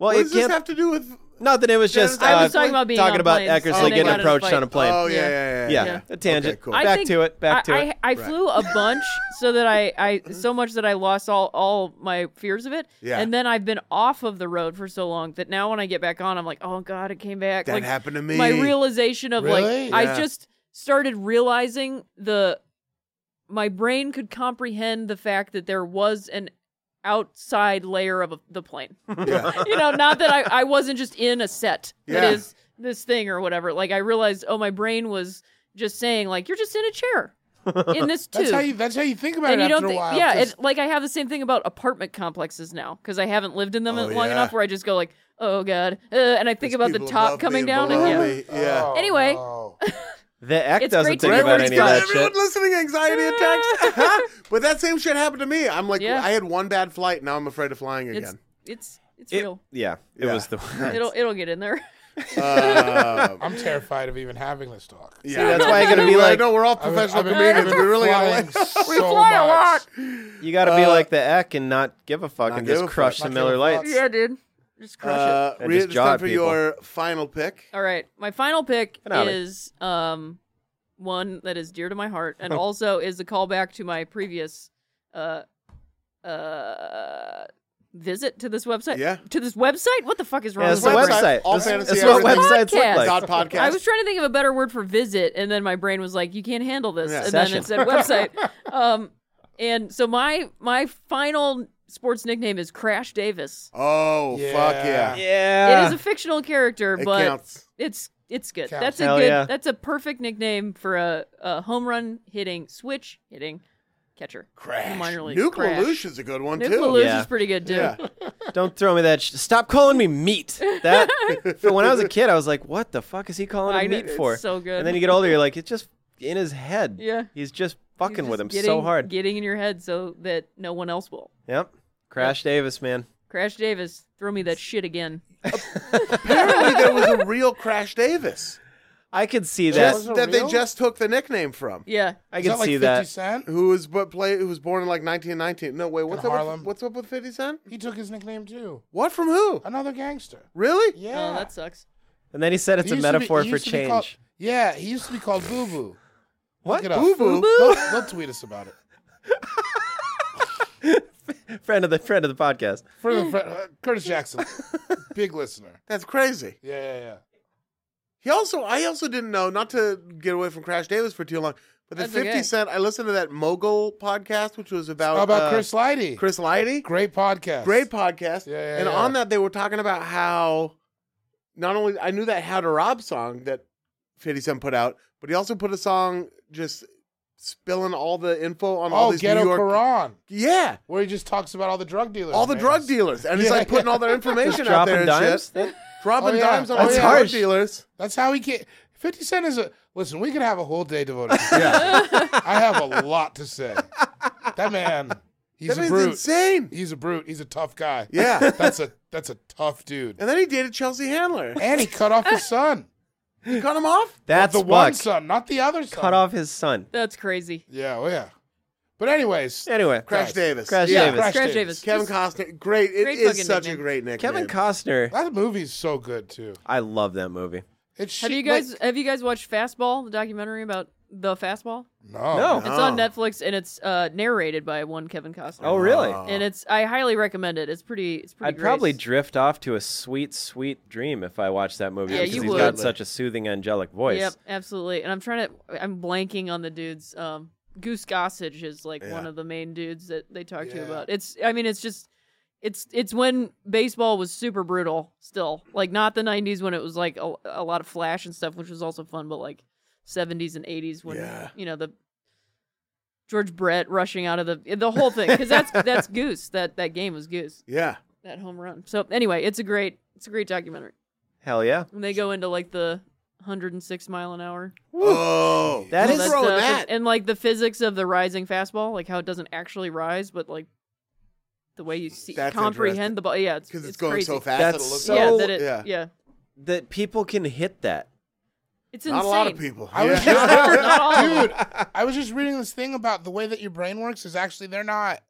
Speaker 2: Well,
Speaker 1: What
Speaker 2: it
Speaker 1: does this
Speaker 2: can't.
Speaker 1: have to do with?
Speaker 2: Nothing. It was just
Speaker 1: I
Speaker 2: uh,
Speaker 1: was talking
Speaker 3: about being on
Speaker 2: talking about
Speaker 3: planes.
Speaker 2: Eckersley
Speaker 1: Oh, they
Speaker 2: getting
Speaker 1: got in a
Speaker 2: approached
Speaker 3: fight.
Speaker 2: on a plane.
Speaker 1: Oh yeah, yeah,
Speaker 3: Yeah.
Speaker 1: yeah.
Speaker 2: yeah,
Speaker 3: yeah.
Speaker 2: a tangent.
Speaker 1: Okay, cool.
Speaker 2: Back to it. Back to
Speaker 3: I,
Speaker 2: it.
Speaker 3: I, I flew a bunch so that I, I so much that I lost all, all my fears of it.
Speaker 1: Yeah.
Speaker 3: And then I've been off of the road for so long that now when I get back on, I'm like, oh god, it came back.
Speaker 1: That
Speaker 3: like,
Speaker 1: happened to me.
Speaker 3: My realization of
Speaker 4: Really?
Speaker 3: like I
Speaker 1: Yeah.
Speaker 3: just started realizing the my brain could comprehend the fact that there was an outside layer of a, the plane.
Speaker 1: Yeah.
Speaker 3: you know, not that I, I wasn't just in a set
Speaker 1: Yeah.
Speaker 3: that is this thing or whatever. Like I realized, oh, my brain was just saying, like, you're just in a chair in this too.
Speaker 4: That's how you. That's how you think about
Speaker 3: and
Speaker 4: it
Speaker 3: you
Speaker 4: after
Speaker 3: don't
Speaker 4: a
Speaker 3: think,
Speaker 4: while.
Speaker 3: yeah.
Speaker 4: 'cause
Speaker 3: It, like I have the same thing about apartment complexes now because I haven't lived in them
Speaker 1: Oh,
Speaker 3: long
Speaker 1: yeah.
Speaker 3: enough where I just go like, oh god, uh, and I think about the
Speaker 1: People
Speaker 3: top
Speaker 1: above
Speaker 3: coming
Speaker 1: me
Speaker 3: down.
Speaker 1: below
Speaker 3: And, yeah.
Speaker 1: me. Yeah.
Speaker 4: oh,
Speaker 3: Anyway.
Speaker 4: no.
Speaker 2: the Eck
Speaker 3: it's
Speaker 2: doesn't
Speaker 3: great
Speaker 2: think
Speaker 3: to
Speaker 2: about
Speaker 3: everybody's
Speaker 2: any of
Speaker 3: got-
Speaker 2: that
Speaker 1: everyone
Speaker 2: shit.
Speaker 1: listening, anxiety attacks. but that same shit happened to me. I'm like,
Speaker 3: Yeah.
Speaker 1: I had one bad flight. Now I'm afraid of flying
Speaker 3: It's
Speaker 1: again.
Speaker 3: it's it's
Speaker 2: It-
Speaker 3: real.
Speaker 2: yeah, it
Speaker 1: Yeah.
Speaker 2: was the.
Speaker 3: It'll it'll get in there.
Speaker 1: Uh,
Speaker 4: I'm terrified of even having this talk.
Speaker 1: yeah,
Speaker 2: that's why I gotta be
Speaker 1: Well, I
Speaker 2: like-
Speaker 1: know we're all
Speaker 4: I've been-
Speaker 1: professional
Speaker 4: I've been- I've
Speaker 1: comedians.
Speaker 4: been
Speaker 1: We really
Speaker 4: flying
Speaker 1: gotta.
Speaker 4: so much.
Speaker 2: You got to be
Speaker 1: Uh,
Speaker 2: like the Eck and not give a fuck
Speaker 1: not
Speaker 2: and
Speaker 1: give
Speaker 2: just
Speaker 1: a
Speaker 2: crush
Speaker 4: fuck.
Speaker 2: the
Speaker 4: Not give
Speaker 2: Miller
Speaker 4: a
Speaker 2: Lights.
Speaker 4: fuck.
Speaker 3: yeah, dude, just crush it.
Speaker 1: Uh,
Speaker 2: And
Speaker 1: Rhea,
Speaker 2: just
Speaker 1: it's time
Speaker 2: jog
Speaker 1: for
Speaker 2: people.
Speaker 1: your final pick.
Speaker 3: All right, my final pick
Speaker 2: Finale.
Speaker 3: is um one that is dear to my heart, and also is a callback to my previous uh uh visit to this website.
Speaker 1: Yeah.
Speaker 3: to this website. What the fuck is wrong
Speaker 2: Yeah, it's
Speaker 3: with
Speaker 2: the
Speaker 3: my brain?
Speaker 2: website.
Speaker 1: All
Speaker 2: That's-
Speaker 1: fantasy
Speaker 2: that's what
Speaker 1: everything.
Speaker 2: websites look like.
Speaker 3: Podcast.
Speaker 1: Dot podcast.
Speaker 3: I was trying to think of a better word for visit, and then my brain was like, "You can't handle this,"
Speaker 1: Yeah.
Speaker 3: and
Speaker 2: Session.
Speaker 3: then it said website. um, and so my my final sports nickname is Crash Davis.
Speaker 1: oh
Speaker 4: Yeah.
Speaker 1: fuck yeah!
Speaker 3: it
Speaker 2: Yeah.
Speaker 3: is a fictional character,
Speaker 1: It
Speaker 3: but
Speaker 1: counts.
Speaker 3: it's it's good.
Speaker 4: Counts.
Speaker 3: That's a
Speaker 2: Hell
Speaker 3: good.
Speaker 2: yeah.
Speaker 3: That's a perfect nickname for a, a home run hitting, switch hitting catcher.
Speaker 1: Crash.
Speaker 3: Minor league.
Speaker 1: Nuke
Speaker 3: Crash.
Speaker 1: Lelouch is a good one
Speaker 3: Nuke
Speaker 1: too.
Speaker 3: Lelouch
Speaker 2: Yeah.
Speaker 3: is pretty good too.
Speaker 1: Yeah.
Speaker 2: Don't throw me that. Sh- Stop calling me meat. That for when I was a kid, I was like, "What the fuck is he calling
Speaker 3: I
Speaker 2: him
Speaker 3: know,
Speaker 2: meat
Speaker 3: it's
Speaker 2: for?"
Speaker 3: so good.
Speaker 2: And then you get older, you're like, "It's just in his head.
Speaker 3: Yeah.
Speaker 2: he's just fucking
Speaker 3: Just
Speaker 2: with him
Speaker 3: getting-
Speaker 2: so hard."
Speaker 3: getting in your head so that no one else will.
Speaker 2: Yep. Crash Davis, man.
Speaker 3: Crash Davis, throw me that shit again.
Speaker 1: Apparently, there was a real Crash Davis
Speaker 2: I could see that.
Speaker 4: was a
Speaker 1: just, that they
Speaker 4: real?
Speaker 1: just took the nickname from.
Speaker 3: Yeah,
Speaker 2: I
Speaker 4: Is
Speaker 2: could
Speaker 4: that like
Speaker 2: see
Speaker 4: 50
Speaker 2: that.
Speaker 4: Cent?
Speaker 1: Who was but play? Who was born in like 1919? No, wait, what's
Speaker 4: In
Speaker 1: up? With,
Speaker 4: Harlem.
Speaker 1: what's up with 50 Cent?
Speaker 4: He took his nickname too.
Speaker 1: What from who?
Speaker 4: Another gangster.
Speaker 1: Really?
Speaker 4: Yeah.
Speaker 3: Oh, that sucks.
Speaker 2: And then he said it's
Speaker 4: He
Speaker 2: a
Speaker 4: used to be-
Speaker 2: metaphor
Speaker 4: he
Speaker 2: for
Speaker 4: used to be called-
Speaker 2: change.
Speaker 4: yeah, he used to be called Boo Boo.
Speaker 2: What?
Speaker 4: Boo
Speaker 1: Boo Boo?
Speaker 4: They'll, they'll tweet us about it.
Speaker 2: friend of the friend of the podcast.
Speaker 4: For the, for, uh, Curtis Jackson, big listener.
Speaker 1: That's crazy.
Speaker 4: Yeah, yeah, yeah.
Speaker 1: He also, I also didn't know, not to get away from Crash Davis for too long, but the
Speaker 3: That's
Speaker 1: 50
Speaker 3: okay.
Speaker 1: Cent, I listened to that Mogul podcast, which was about,
Speaker 4: How about
Speaker 1: uh,
Speaker 4: Chris Lighty?
Speaker 1: Chris Lighty.
Speaker 4: Great podcast.
Speaker 1: Great podcast.
Speaker 4: Yeah, yeah,
Speaker 1: and
Speaker 4: yeah.
Speaker 1: on that, they were talking about how not only I knew that How to Rob song that 50 Cent put out, but he also put a song just spilling all the info on all
Speaker 4: Oh,
Speaker 1: these
Speaker 4: Ghetto
Speaker 1: New York.
Speaker 4: Quran,
Speaker 1: Yeah,
Speaker 4: where he just talks about all the drug dealers.
Speaker 1: all the
Speaker 4: names.
Speaker 1: drug dealers. And he's
Speaker 4: Yeah,
Speaker 1: like putting
Speaker 4: yeah.
Speaker 1: all their information out there
Speaker 2: Dropping
Speaker 1: and
Speaker 2: dimes.
Speaker 1: shit. Dropping
Speaker 4: Oh, yeah.
Speaker 1: dimes on all
Speaker 4: That's
Speaker 1: the drug
Speaker 2: harsh.
Speaker 1: dealers.
Speaker 4: That's how he get. Fifty Cent is a listen. We could have a whole day devoted. to yeah, I have a lot to say. That man, he's
Speaker 1: That
Speaker 4: a
Speaker 1: man's
Speaker 4: brute.
Speaker 1: insane.
Speaker 4: He's a brute. He's a tough guy.
Speaker 1: Yeah.
Speaker 4: that's a that's a tough dude.
Speaker 1: And then he dated Chelsea Handler.
Speaker 4: And he cut off his son.
Speaker 1: He cut him off?
Speaker 2: That's
Speaker 4: the one
Speaker 2: Buck.
Speaker 4: son, not the other son.
Speaker 2: Cut off his son.
Speaker 3: That's crazy.
Speaker 4: Yeah, oh yeah. But anyways,
Speaker 2: Anyway,
Speaker 1: Crash Davis.
Speaker 2: Crash
Speaker 4: Yeah,
Speaker 2: Davis.
Speaker 4: Crash
Speaker 3: Crash
Speaker 4: Davis.
Speaker 3: Davis.
Speaker 1: Kevin
Speaker 3: Just-
Speaker 1: Costner, great. It is
Speaker 3: Great fucking
Speaker 1: such a
Speaker 3: nickname.
Speaker 1: great nickname.
Speaker 2: Kevin Costner.
Speaker 4: that movie's so good too.
Speaker 2: I love that movie.
Speaker 4: It's
Speaker 3: Have
Speaker 4: shit,
Speaker 3: you guys
Speaker 4: like-
Speaker 3: have you guys watched Fastball, the documentary about the fastball?
Speaker 4: no,
Speaker 2: No.
Speaker 3: It's on
Speaker 1: Oh.
Speaker 3: Netflix and it's uh, narrated by one Kevin Costner.
Speaker 2: Oh, really?
Speaker 3: And it's I highly recommend it. It's pretty it's pretty
Speaker 2: I'd probably
Speaker 3: great.
Speaker 2: drift off to a sweet, sweet dream if I watched that movie
Speaker 3: Yeah,
Speaker 2: because
Speaker 3: you
Speaker 2: he's
Speaker 3: would.
Speaker 2: got such a soothing, angelic voice.
Speaker 3: Yep, absolutely. And I'm trying to I'm blanking on the dudes. Um, Goose Gossage is like one
Speaker 1: Yeah.
Speaker 3: of the main dudes that they talk to
Speaker 4: Yeah.
Speaker 3: you about. It's I mean it's just it's it's when baseball was super brutal still. Like not the 90s when it was like a, a lot of flash and stuff which was also fun but like 70s and 80s when
Speaker 1: Yeah.
Speaker 3: you know the George Brett rushing out of the the whole thing cuz that's that's Goose. That that game was Goose.
Speaker 1: Yeah.
Speaker 3: That home run. So anyway, it's a great it's a great documentary.
Speaker 2: Hell yeah.
Speaker 3: And they go into like the 106 mile an hour
Speaker 1: Oh,
Speaker 2: That
Speaker 1: who's
Speaker 2: is-
Speaker 3: all
Speaker 1: throwing
Speaker 3: stuff,
Speaker 1: that.
Speaker 3: And, and, like the physics of the rising fastball, like how it doesn't actually rise, but like the way you see
Speaker 1: That's interesting.
Speaker 3: comprehend the ball. Yeah, it's
Speaker 1: because it's,
Speaker 3: it's
Speaker 1: going
Speaker 3: crazy.
Speaker 1: so fast.
Speaker 2: That's
Speaker 1: it'll look
Speaker 2: so-
Speaker 3: yeah, that it,
Speaker 1: yeah.
Speaker 3: yeah.
Speaker 2: That people can hit that.
Speaker 3: it's insane.
Speaker 1: not a lot of people.
Speaker 4: I was
Speaker 1: Yeah.
Speaker 4: just,
Speaker 3: Not all of them.
Speaker 4: dude, I was just reading this thing about the way that your brain works is actually they're not.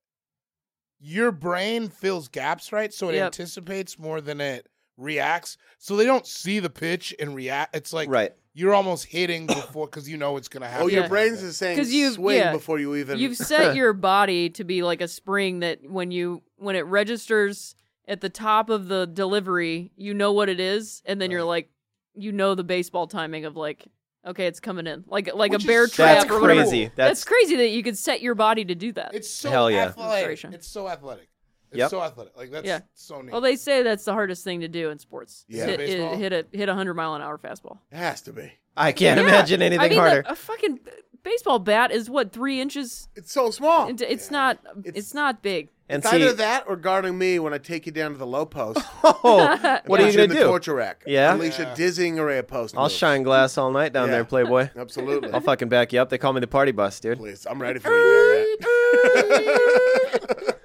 Speaker 4: Your brain fills gaps, right? So it
Speaker 3: Yep.
Speaker 4: anticipates more than it reacts. So they don't see the pitch and react. It's like
Speaker 2: Right.
Speaker 4: you're almost hitting before because you know it's gonna happen.
Speaker 1: oh, your
Speaker 3: Yeah.
Speaker 1: brain's just saying
Speaker 3: 'Cause you've-
Speaker 1: swing
Speaker 3: yeah.
Speaker 1: before you even.
Speaker 3: You've set your body to be like a spring that when you when it registers at the top of the delivery, you know what it is, and then you're like, you know the baseball timing of like, okay, it's coming in, like like
Speaker 4: Which
Speaker 3: a
Speaker 4: is
Speaker 3: bear
Speaker 4: so
Speaker 3: trap
Speaker 2: That's
Speaker 3: or whatever.
Speaker 2: crazy.
Speaker 3: That's,
Speaker 2: That's,
Speaker 3: crazy that you could set your body to do that.
Speaker 4: It's so
Speaker 2: Hell yeah.
Speaker 4: athletic.
Speaker 3: Illustration.
Speaker 4: It's so athletic. It's
Speaker 2: Yep.
Speaker 4: so athletic. Like that's
Speaker 3: Yeah.
Speaker 4: so neat.
Speaker 3: Well, they say that's the hardest thing to do in sports. is
Speaker 1: Yeah.
Speaker 3: hit,
Speaker 4: Baseball?
Speaker 3: hit a hit a hundred mile an hour fastball.
Speaker 1: it has to be.
Speaker 2: I can't
Speaker 3: Yeah.
Speaker 2: imagine anything
Speaker 3: I mean,
Speaker 2: harder.
Speaker 3: A, a fucking b- baseball bat is what three inches.
Speaker 1: It's so small.
Speaker 3: Into, it's not. It's, not big.
Speaker 2: and
Speaker 1: uh, It's
Speaker 2: see,
Speaker 1: either that or guarding me when I take you down to the low post.
Speaker 2: oh, what
Speaker 1: and put in
Speaker 2: are you gonna
Speaker 1: the
Speaker 2: do?
Speaker 1: Torture rack.
Speaker 2: Yeah?
Speaker 1: Unleash
Speaker 4: Yeah.
Speaker 1: a dizzying array of post.
Speaker 2: I'll
Speaker 1: moves.
Speaker 2: shine glass all night down
Speaker 1: Yeah.
Speaker 2: there, Playboy.
Speaker 1: Absolutely.
Speaker 2: I'll fucking back you up. They call me the party bus, dude.
Speaker 1: Please, I'm ready for you.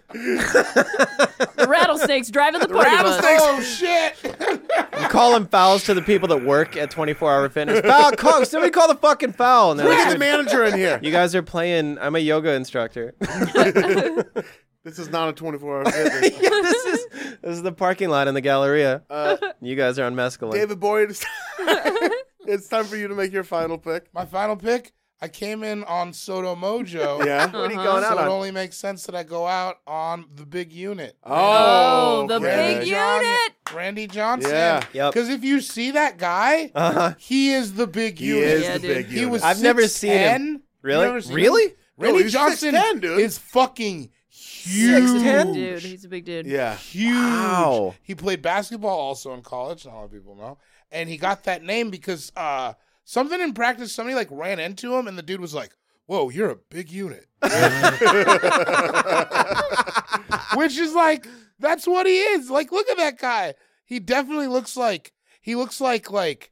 Speaker 3: The rattlesnakes driving the party bus.
Speaker 4: oh shit!
Speaker 2: You call them fouls to the people that work at 24 Hour Fitness. Foul, call, somebody call the fucking foul. And they're
Speaker 1: We
Speaker 2: like,
Speaker 1: get the manager in here.
Speaker 2: you guys are playing. I'm a yoga instructor.
Speaker 1: This is not a 24 hour fitness.
Speaker 2: Yeah, this is this is the parking lot in the Galleria.
Speaker 4: Uh,
Speaker 2: you guys are on mescaline.
Speaker 1: David Boyd, it's, it's time for you to make your final pick.
Speaker 4: My final pick. I came in on Soto Mojo.
Speaker 1: Yeah.
Speaker 3: Uh-huh.
Speaker 2: what are you going
Speaker 4: So
Speaker 2: out
Speaker 4: it
Speaker 2: on?
Speaker 4: only makes sense that I go out on the big unit.
Speaker 3: Oh, the
Speaker 1: okay.
Speaker 3: big
Speaker 4: John-
Speaker 3: unit.
Speaker 4: Randy Johnson.
Speaker 1: Yeah.
Speaker 2: Yep.
Speaker 4: Because if you see that guy,
Speaker 2: Uh-huh.
Speaker 4: he is the big
Speaker 1: He
Speaker 4: unit.
Speaker 1: is
Speaker 3: Yeah,
Speaker 1: the
Speaker 3: dude.
Speaker 1: big
Speaker 4: He
Speaker 1: unit.
Speaker 4: was.
Speaker 2: I've never seen him.
Speaker 4: 6'10"?
Speaker 2: Really?
Speaker 4: You never seen
Speaker 2: Really?
Speaker 4: him? Randy
Speaker 1: he's
Speaker 4: Johnson
Speaker 1: 6'10", dude.
Speaker 4: is fucking huge.
Speaker 2: 6'10"?
Speaker 3: Dude, he's a big dude.
Speaker 1: yeah.
Speaker 4: Huge.
Speaker 2: Wow.
Speaker 4: He played basketball also in college. Not a lot of people know. And he got that name because uh, something in practice, somebody like ran into him, and the dude was like, "Whoa, you're a big unit," which is like that's what he is. Like, look at that guy. He definitely looks like he looks like like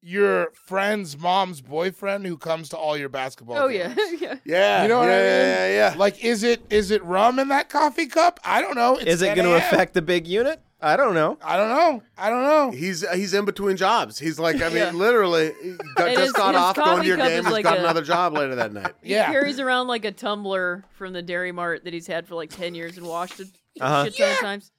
Speaker 4: your friend's mom's boyfriend who comes to all your basketball.
Speaker 3: Oh
Speaker 4: games.
Speaker 3: yeah. yeah.
Speaker 1: Yeah.
Speaker 4: You know what
Speaker 1: yeah,
Speaker 4: I mean?
Speaker 1: Yeah, yeah, yeah.
Speaker 4: Like, is it is it rum in that coffee cup? I don't know. It's
Speaker 2: Is it
Speaker 4: 10
Speaker 2: going to
Speaker 4: a.m..
Speaker 2: affect the big unit? I don't know.
Speaker 4: I don't know. I don't know.
Speaker 1: He's uh, he's in between jobs. He's like, I mean,
Speaker 3: Yeah.
Speaker 1: literally, he got,
Speaker 3: And
Speaker 1: just
Speaker 3: his-
Speaker 1: got
Speaker 3: his
Speaker 1: off going to
Speaker 3: coffee
Speaker 1: your
Speaker 3: cup
Speaker 1: game.
Speaker 3: is
Speaker 1: He's
Speaker 3: like
Speaker 1: got
Speaker 3: a-
Speaker 1: another job later that night.
Speaker 3: He
Speaker 4: Yeah.
Speaker 3: carries around like a tumbler from the Dairy Mart that he's had for like ten years and washed it
Speaker 2: Uh-huh.
Speaker 3: a shit ton of times.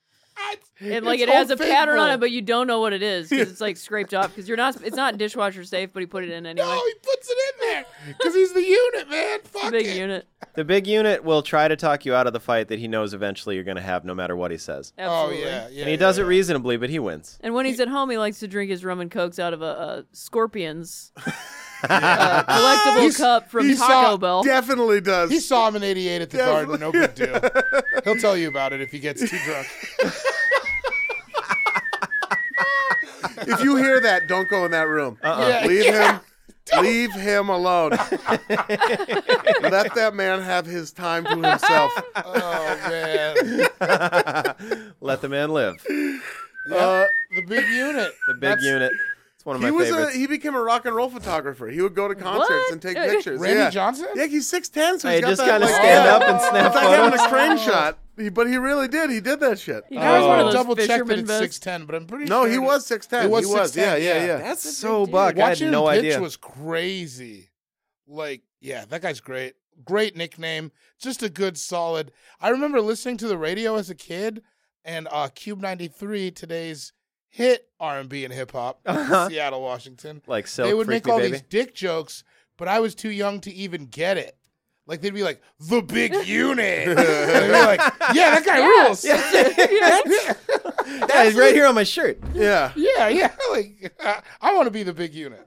Speaker 3: And like
Speaker 4: It's
Speaker 3: it has
Speaker 4: Old
Speaker 3: a pattern on
Speaker 4: Faithful.
Speaker 3: it, but you don't know what it is because it's like scraped off. Because you're not, it's not dishwasher safe, but he put it in anyway.
Speaker 4: No, he puts it in there because he's the unit, man. Fuck
Speaker 3: Big
Speaker 4: it.
Speaker 3: unit.
Speaker 2: The big unit will try to talk you out of the fight that he knows eventually you're going to have no matter what he says.
Speaker 4: Oh
Speaker 3: Absolutely.
Speaker 4: yeah, yeah.
Speaker 2: And he
Speaker 4: yeah,
Speaker 2: does it
Speaker 4: yeah.
Speaker 2: reasonably, but he wins.
Speaker 3: And when he's at home, he likes to drink his rum and cokes out of a, a scorpion's uh, collectible
Speaker 4: He's-
Speaker 3: cup from
Speaker 4: he
Speaker 3: Taco
Speaker 4: saw
Speaker 3: Bell.
Speaker 1: Definitely does.
Speaker 4: He saw him in '88 at the Garden. No big deal. He'll tell you about it if he gets too drunk.
Speaker 1: if you hear that, don't go in that room.
Speaker 4: Yeah.
Speaker 1: Leave him. Leave him alone. Let that man have his time to himself.
Speaker 4: Oh man,
Speaker 2: Let the man live. The
Speaker 4: uh, the big unit. The
Speaker 2: big unit. It's one of
Speaker 1: He
Speaker 2: my
Speaker 1: was
Speaker 2: favorites.
Speaker 1: a, he became a rock and roll photographer. He would go to concerts
Speaker 3: What?
Speaker 1: and take
Speaker 3: Uh,
Speaker 1: pictures.
Speaker 4: Randy
Speaker 1: yeah.
Speaker 4: Johnson.
Speaker 1: Yeah, he's six ten, so
Speaker 2: Hey,
Speaker 1: he's got
Speaker 2: just
Speaker 1: that,
Speaker 2: kinda
Speaker 1: like,
Speaker 2: stand
Speaker 1: yeah.
Speaker 2: up and snap
Speaker 1: It's like having
Speaker 2: photos.
Speaker 1: a crane shot, He- but he really did. He did that shit.
Speaker 3: He
Speaker 4: I
Speaker 3: got
Speaker 4: always
Speaker 3: one of
Speaker 4: want
Speaker 3: those
Speaker 4: to double check Oh. that
Speaker 3: fisherman
Speaker 4: it's
Speaker 3: vests.
Speaker 4: six ten, but I'm pretty
Speaker 1: No,
Speaker 4: sure
Speaker 1: he
Speaker 4: it-
Speaker 1: was six ten.
Speaker 4: He was
Speaker 1: He was.
Speaker 4: 6'10",
Speaker 1: yeah, yeah, yeah.
Speaker 2: That's so buck. I had
Speaker 4: Watching
Speaker 2: no
Speaker 4: pitch
Speaker 2: idea.
Speaker 4: was crazy. Like, yeah, that guy's great. great nickname. Just a good solid. I remember listening to the radio as a kid, and uh, Cube ninety three today's hit R and B and hip hop,
Speaker 2: Uh-huh.
Speaker 4: Seattle, Washington.
Speaker 2: Like Silk,
Speaker 4: they would
Speaker 2: Freak
Speaker 4: make
Speaker 2: Me
Speaker 4: all
Speaker 2: Baby.
Speaker 4: these dick jokes, but I was too young to even get it. Like they'd be like the big unit. and they'd be like, yeah, that guy rules. Yeah,
Speaker 2: Yeah, it's right here on my shirt.
Speaker 1: Yeah.
Speaker 4: yeah. Like I want to be the big unit.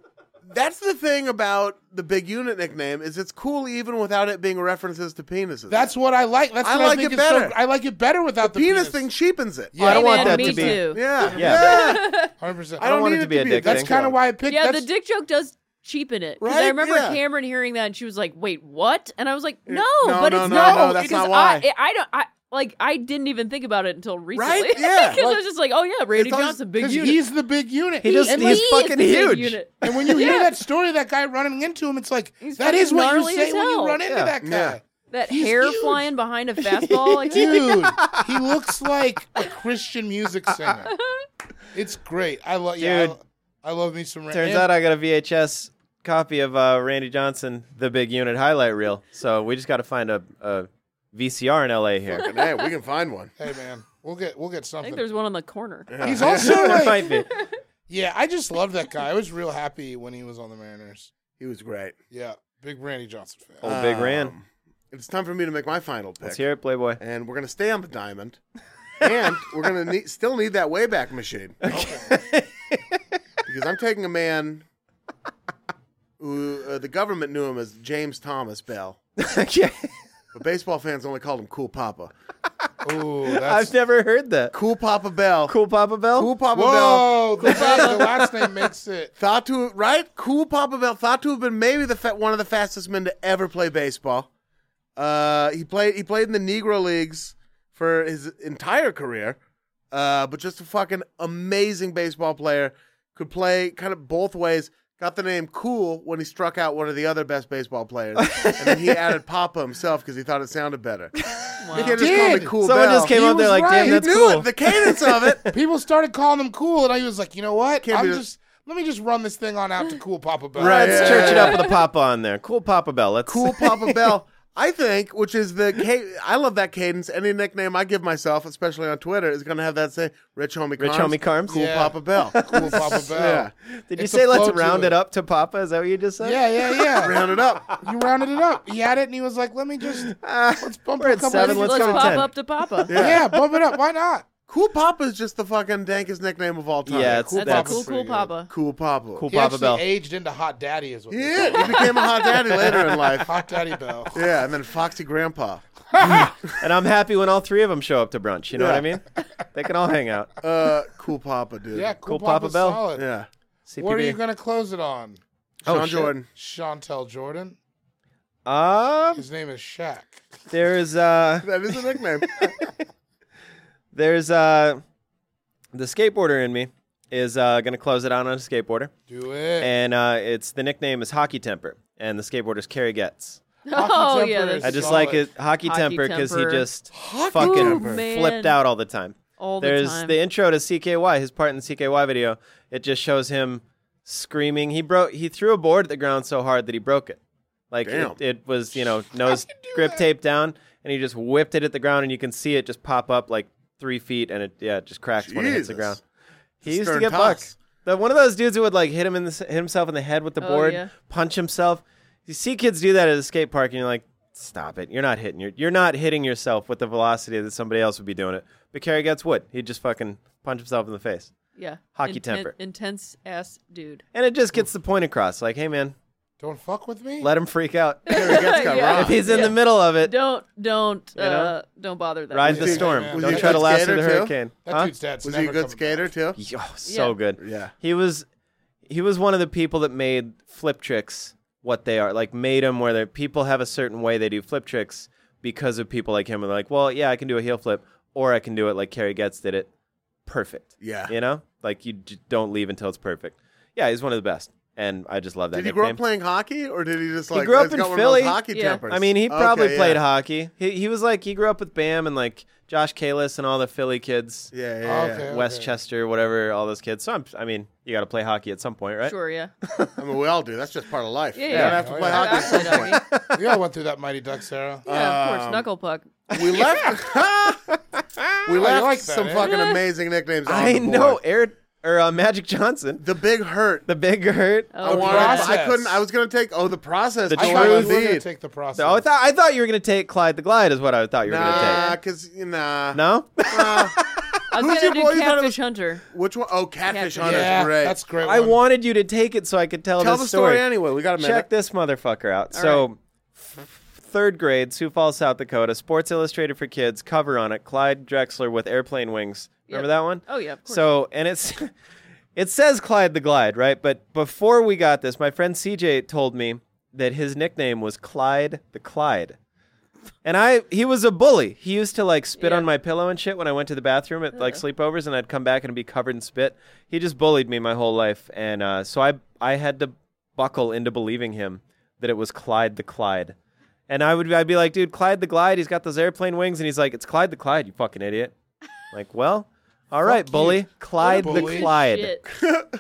Speaker 1: That's the thing about the big unit nickname is it's cool even without it being references to penises.
Speaker 4: That's what I like. That's
Speaker 1: I
Speaker 4: what I
Speaker 1: like
Speaker 4: think
Speaker 1: it
Speaker 4: is so-
Speaker 1: better.
Speaker 4: I like it better without
Speaker 1: the
Speaker 4: the,
Speaker 1: penis, thing cheapens it.
Speaker 2: Yeah, I don't
Speaker 3: Hey,
Speaker 2: want
Speaker 3: man,
Speaker 2: that
Speaker 3: me
Speaker 2: to be.
Speaker 3: too.
Speaker 1: Yeah.
Speaker 2: Yeah.
Speaker 4: Hundred percent.
Speaker 1: I don't,
Speaker 2: want
Speaker 1: need
Speaker 2: it to be a dick
Speaker 4: That's
Speaker 2: thing.
Speaker 4: kind of why I picked.
Speaker 3: Yeah,
Speaker 4: that's-
Speaker 3: the dick joke does cheapen it. 'Cause
Speaker 1: Right?
Speaker 3: I remember
Speaker 1: Yeah.
Speaker 3: Cameron hearing that and she was like, "Wait, what?" And I was like, "No,
Speaker 1: no,
Speaker 3: but
Speaker 1: no,
Speaker 3: it's
Speaker 1: no,
Speaker 3: not."
Speaker 1: no, that's
Speaker 3: because
Speaker 1: not why.
Speaker 3: I, I don't. I like. I didn't even think about it until recently.
Speaker 1: Right? Yeah.
Speaker 3: Because I
Speaker 1: Like-
Speaker 3: was just like, "Oh yeah, Randy
Speaker 1: It's on-
Speaker 3: Joe's a big
Speaker 4: 'cause
Speaker 3: unit."
Speaker 4: he's the big unit.
Speaker 2: He just-
Speaker 3: and
Speaker 2: he's
Speaker 3: he is
Speaker 2: fucking
Speaker 3: the big
Speaker 2: huge.
Speaker 3: unit.
Speaker 4: and when you hear
Speaker 3: Yeah.
Speaker 4: that story of that guy running into him, it's like
Speaker 3: He's
Speaker 4: that is
Speaker 3: fucking
Speaker 4: what you
Speaker 3: gnarly
Speaker 4: say
Speaker 3: as
Speaker 4: when you
Speaker 3: hell.
Speaker 4: run into
Speaker 2: Yeah.
Speaker 4: that
Speaker 1: Yeah.
Speaker 4: guy.
Speaker 3: That
Speaker 4: He's
Speaker 3: hair
Speaker 4: huge.
Speaker 3: flying behind a fastball. Like,
Speaker 4: Dude, he looks like a Christian music singer. It's great. I love. Yeah, I,
Speaker 2: Dude.
Speaker 4: lo- I love me some. Ra-
Speaker 2: Turns
Speaker 4: and-
Speaker 2: out I got a VHS copy of uh, Randy Johnson, the big unit highlight reel. So we just got to find a, a VCR in LA here.
Speaker 1: hey, we can find one.
Speaker 4: hey man, we'll get we'll get
Speaker 3: I
Speaker 4: something.
Speaker 3: think there's one on the corner.
Speaker 4: He's also
Speaker 2: There
Speaker 4: like,
Speaker 2: might be.
Speaker 4: yeah. I just love that guy. I was real happy when he was on the Mariners.
Speaker 1: He was great.
Speaker 4: Yeah, big Randy Johnson fan.
Speaker 2: Old Big Ran.
Speaker 1: Um, It's time for me to make my final pick.
Speaker 2: Let's hear it, Playboy.
Speaker 1: And we're going to stay on the diamond. and we're going to need, still need that Wayback Machine. because I'm taking a man who uh, the government knew him as James Thomas Bell.
Speaker 2: okay.
Speaker 1: But baseball fans only called him Cool Papa.
Speaker 4: Ooh, that's
Speaker 2: I've never heard that.
Speaker 1: Cool Papa Bell.
Speaker 2: Cool Papa Bell?
Speaker 1: Cool Papa Bell.
Speaker 4: Whoa, the, the last name makes it.
Speaker 1: Thought to right, cool Papa Bell. Thought to have been maybe the fa- one of the fastest men to ever play baseball. Uh, he played he played in the Negro Leagues for his entire career, uh, but just a fucking amazing baseball player. Could play kind of both ways. Got the name Cool when he struck out one of the other best baseball players, and then he added Papa himself because he thought it sounded better. You can't just call me
Speaker 4: Did.
Speaker 1: Cool
Speaker 2: Someone
Speaker 1: Bell.
Speaker 2: just came
Speaker 4: He
Speaker 2: up there
Speaker 4: was
Speaker 2: like,
Speaker 4: right.
Speaker 2: damn,
Speaker 4: He
Speaker 2: that's
Speaker 1: knew
Speaker 2: cool.
Speaker 1: it. The cadence of it.
Speaker 4: People started calling him cool, and I was like, you know what?
Speaker 1: Can't be
Speaker 4: I'm
Speaker 1: the-
Speaker 4: just let me just run this thing on out to cool Papa Bell.
Speaker 1: Right.
Speaker 2: Let's
Speaker 1: Yeah.
Speaker 2: church it up with a Papa on there. Cool Papa Bell. Let's
Speaker 1: cool Papa Bell. I think, which is the ca- I love that cadence. Any nickname I give myself, especially on Twitter, is going to have that say "Rich Homie."
Speaker 2: Rich
Speaker 1: Carnes,
Speaker 2: Homie Carnes.
Speaker 1: Cool
Speaker 4: Yeah.
Speaker 1: Papa Bell.
Speaker 4: Cool Papa Bell.
Speaker 1: Yeah.
Speaker 2: Did you
Speaker 4: It's a
Speaker 2: say let's
Speaker 4: flow to
Speaker 2: round it.
Speaker 4: it.
Speaker 2: up to Papa? Is that what you just said?
Speaker 4: Yeah, yeah, yeah.
Speaker 1: Round it up.
Speaker 4: You rounded it up. He had it, and he was like, "Let me just
Speaker 2: Ah.
Speaker 4: let's bump
Speaker 2: we're
Speaker 4: it a
Speaker 2: at
Speaker 4: couple
Speaker 2: seven,
Speaker 4: of
Speaker 3: Let's
Speaker 2: let's go to
Speaker 3: pop
Speaker 2: 10.
Speaker 3: up to Papa.
Speaker 4: yeah. bump it up. Why not?
Speaker 1: Cool Papa is just the fucking dankest nickname of all time.
Speaker 2: Yeah, it's-
Speaker 1: cool,
Speaker 3: That's
Speaker 2: That's
Speaker 3: a cool,
Speaker 4: pretty
Speaker 3: cool
Speaker 4: good.
Speaker 3: Papa.
Speaker 1: cool Papa.
Speaker 2: Cool
Speaker 4: He
Speaker 2: Papa
Speaker 4: actually
Speaker 2: Bell.
Speaker 4: aged into hot daddy, is what. they
Speaker 1: Yeah,
Speaker 4: call
Speaker 1: he became a hot daddy later in
Speaker 4: it.
Speaker 1: life.
Speaker 4: hot daddy Bell.
Speaker 1: Yeah, and then Foxy Grandpa.
Speaker 2: And I'm happy when all three of them show up to brunch. You know what I
Speaker 1: Yeah.
Speaker 2: mean? They can all hang out.
Speaker 1: Uh, cool Papa, dude.
Speaker 4: Yeah, cool,
Speaker 2: Cool Papa
Speaker 4: Papa's
Speaker 2: Bell.
Speaker 4: Solid.
Speaker 1: yeah.
Speaker 2: CPB.
Speaker 4: What are you gonna close it on?
Speaker 2: Oh,
Speaker 1: Sean
Speaker 2: shit.
Speaker 1: Jordan.
Speaker 4: Chantel Jordan.
Speaker 2: Um,
Speaker 4: His name is Shaq.
Speaker 2: there's uh,
Speaker 1: That is a nickname.
Speaker 2: there's uh, the skateboarder in me is uh gonna close it out on a skateboarder,
Speaker 4: Do it.
Speaker 2: and uh, it's the nickname is Hockey Temper, and the skateboarder's Kerry Getz.
Speaker 4: Hockey
Speaker 3: Oh
Speaker 4: temper
Speaker 3: yeah,
Speaker 4: is-
Speaker 3: that's
Speaker 2: I just
Speaker 4: Solid.
Speaker 2: like it, Hockey,
Speaker 3: Hockey
Speaker 2: Temper, because he
Speaker 3: Temper.
Speaker 2: just fucking
Speaker 3: Temper. Ooh,
Speaker 2: flipped
Speaker 3: man.
Speaker 2: out all the time.
Speaker 3: all the
Speaker 2: There's
Speaker 3: time.
Speaker 2: the intro to CKY, his part in the CKY video. It just shows him screaming. He broke. He threw a board at the ground so hard that he broke it. Like
Speaker 1: Damn.
Speaker 2: it, it was, you know, nose grip tape down, and he just whipped it at the ground, and you can see it just pop up like three feet, and it yeah, it just cracks when it hits the
Speaker 1: Jesus.
Speaker 2: ground.
Speaker 1: It's
Speaker 2: He used
Speaker 1: stern
Speaker 2: to get
Speaker 1: toss.
Speaker 2: bucked. The, one of those dudes who would like hit him in the, s- hit himself in the head with the
Speaker 3: Oh,
Speaker 2: board,
Speaker 3: yeah.
Speaker 2: punch himself. You see kids do that at a skate park, and you're like, "Stop it! You're not hitting your, you're not hitting yourself with the velocity that somebody else would be doing it." But Kerry gets wood. He just fucking punch himself in the face,
Speaker 3: yeah,
Speaker 2: Hockey
Speaker 3: Inten-
Speaker 2: temper.
Speaker 3: intense ass dude.
Speaker 2: and it just gets the point across. Like, hey man,
Speaker 4: Don't fuck with me.
Speaker 2: let him freak out.
Speaker 1: There he gets got
Speaker 3: Yeah.
Speaker 1: robbed.
Speaker 2: if he's in
Speaker 3: Yeah.
Speaker 2: the middle of it,
Speaker 3: Don't don't
Speaker 2: know?
Speaker 3: uh, don't bother that.
Speaker 2: ride the
Speaker 1: Was he-
Speaker 2: storm.
Speaker 4: was he
Speaker 2: Don't
Speaker 4: a
Speaker 2: try to
Speaker 1: good
Speaker 2: laugh through
Speaker 1: skater
Speaker 2: the
Speaker 1: too?
Speaker 2: hurricane.
Speaker 4: that
Speaker 2: Huh?
Speaker 4: dude's dad's
Speaker 1: Was he
Speaker 4: never
Speaker 1: a good
Speaker 4: coming back.
Speaker 1: skater too?
Speaker 2: Yo, oh, so
Speaker 3: Yeah.
Speaker 2: good.
Speaker 1: Yeah.
Speaker 2: He was he was one of the people that made flip tricks what they are. Like made them where the people have a certain way they do flip tricks because of people like him. And they're like, well, yeah, I can do a heel flip, or I can do it like Kerry Getz did it, perfect.
Speaker 1: Yeah.
Speaker 2: you know, like you j- don't leave until it's perfect. Yeah, he's one of the best. and I just love that.
Speaker 1: Did he
Speaker 2: nickname.
Speaker 1: grow up playing hockey, or did he just like
Speaker 2: grew up
Speaker 1: he's
Speaker 2: in
Speaker 1: got one of
Speaker 2: Philly.
Speaker 1: those hockey
Speaker 3: Yeah.
Speaker 1: tempers?
Speaker 2: I mean, he probably
Speaker 1: Okay,
Speaker 2: played
Speaker 1: yeah.
Speaker 2: hockey. He he was like he grew up with Bam and like Josh Kalis and all the Philly kids,
Speaker 1: Yeah, yeah, yeah.
Speaker 4: Okay.
Speaker 2: Westchester, whatever, all those kids. So I'm, I mean, you got to play hockey at some point, right?
Speaker 3: Sure, yeah.
Speaker 1: I mean, we all do. That's just part of life.
Speaker 3: Yeah,
Speaker 1: You're
Speaker 3: yeah.
Speaker 1: gonna have to
Speaker 4: Oh,
Speaker 1: play
Speaker 4: yeah.
Speaker 1: hockey.
Speaker 3: I
Speaker 1: at some
Speaker 3: played hockey.
Speaker 4: We all went through that Mighty Duck, Sarah.
Speaker 3: Yeah, of course.
Speaker 1: Um,
Speaker 3: Knuckle puck.
Speaker 1: We left. we left
Speaker 4: Oh, like that,
Speaker 1: some
Speaker 4: eh?
Speaker 1: fucking amazing nicknames. on
Speaker 2: I
Speaker 1: the board.
Speaker 2: know Eric or uh, Magic Johnson,
Speaker 1: The big hurt.
Speaker 2: the big hurt.
Speaker 3: Oh,
Speaker 1: I wanted.
Speaker 3: yeah.
Speaker 1: I couldn't. I was gonna take. Oh, the process.
Speaker 2: The
Speaker 4: I
Speaker 1: I
Speaker 2: True
Speaker 4: thought we were
Speaker 1: was
Speaker 4: gonna
Speaker 1: indeed.
Speaker 4: take the process.
Speaker 2: So I thought I thought you were gonna take Clyde the Glide is what I thought you were gonna
Speaker 1: Nah,
Speaker 2: take.
Speaker 1: cause nah.
Speaker 2: No,
Speaker 3: I was
Speaker 1: Who's
Speaker 3: gonna
Speaker 1: your boy you thought
Speaker 3: do
Speaker 1: it
Speaker 3: Catfish
Speaker 1: was-
Speaker 3: Hunter.
Speaker 1: Which one? Oh, catfish
Speaker 3: Catfish.
Speaker 1: hunter's
Speaker 4: yeah,
Speaker 1: great.
Speaker 4: that's a great.
Speaker 2: I
Speaker 4: one.
Speaker 2: wanted you to take it so I could tell,
Speaker 1: Tell
Speaker 2: this
Speaker 1: the story anyway. We got a minute.
Speaker 2: Check this motherfucker out. so, f- third grade, Sioux Falls, South Dakota, Sports Illustrated for Kids, cover on it, Clyde Drexler with airplane wings. Remember
Speaker 3: Yep.
Speaker 2: that one?
Speaker 3: Oh yeah, of course.
Speaker 2: So, and it's it says Clyde the Glide, right? But before we got this, my friend CJ told me that his nickname was Clyde the Clyde. And I he was a bully. He used to like spit
Speaker 3: Yeah.
Speaker 2: on my pillow and shit when I went to the bathroom at like sleepovers and I'd come back and it'd be covered in spit. He just bullied me my whole life and uh, so I I had to buckle into believing him that it was Clyde the Clyde. And I would I'd be like, "Dude, Clyde the Glide, he's got those airplane wings." And he's like, "It's Clyde the Clyde, you fucking idiot." like, "Well, all right,
Speaker 4: you.
Speaker 2: bully. Clyde
Speaker 4: What a
Speaker 2: the
Speaker 4: bully.
Speaker 2: Clyde."
Speaker 3: Shit.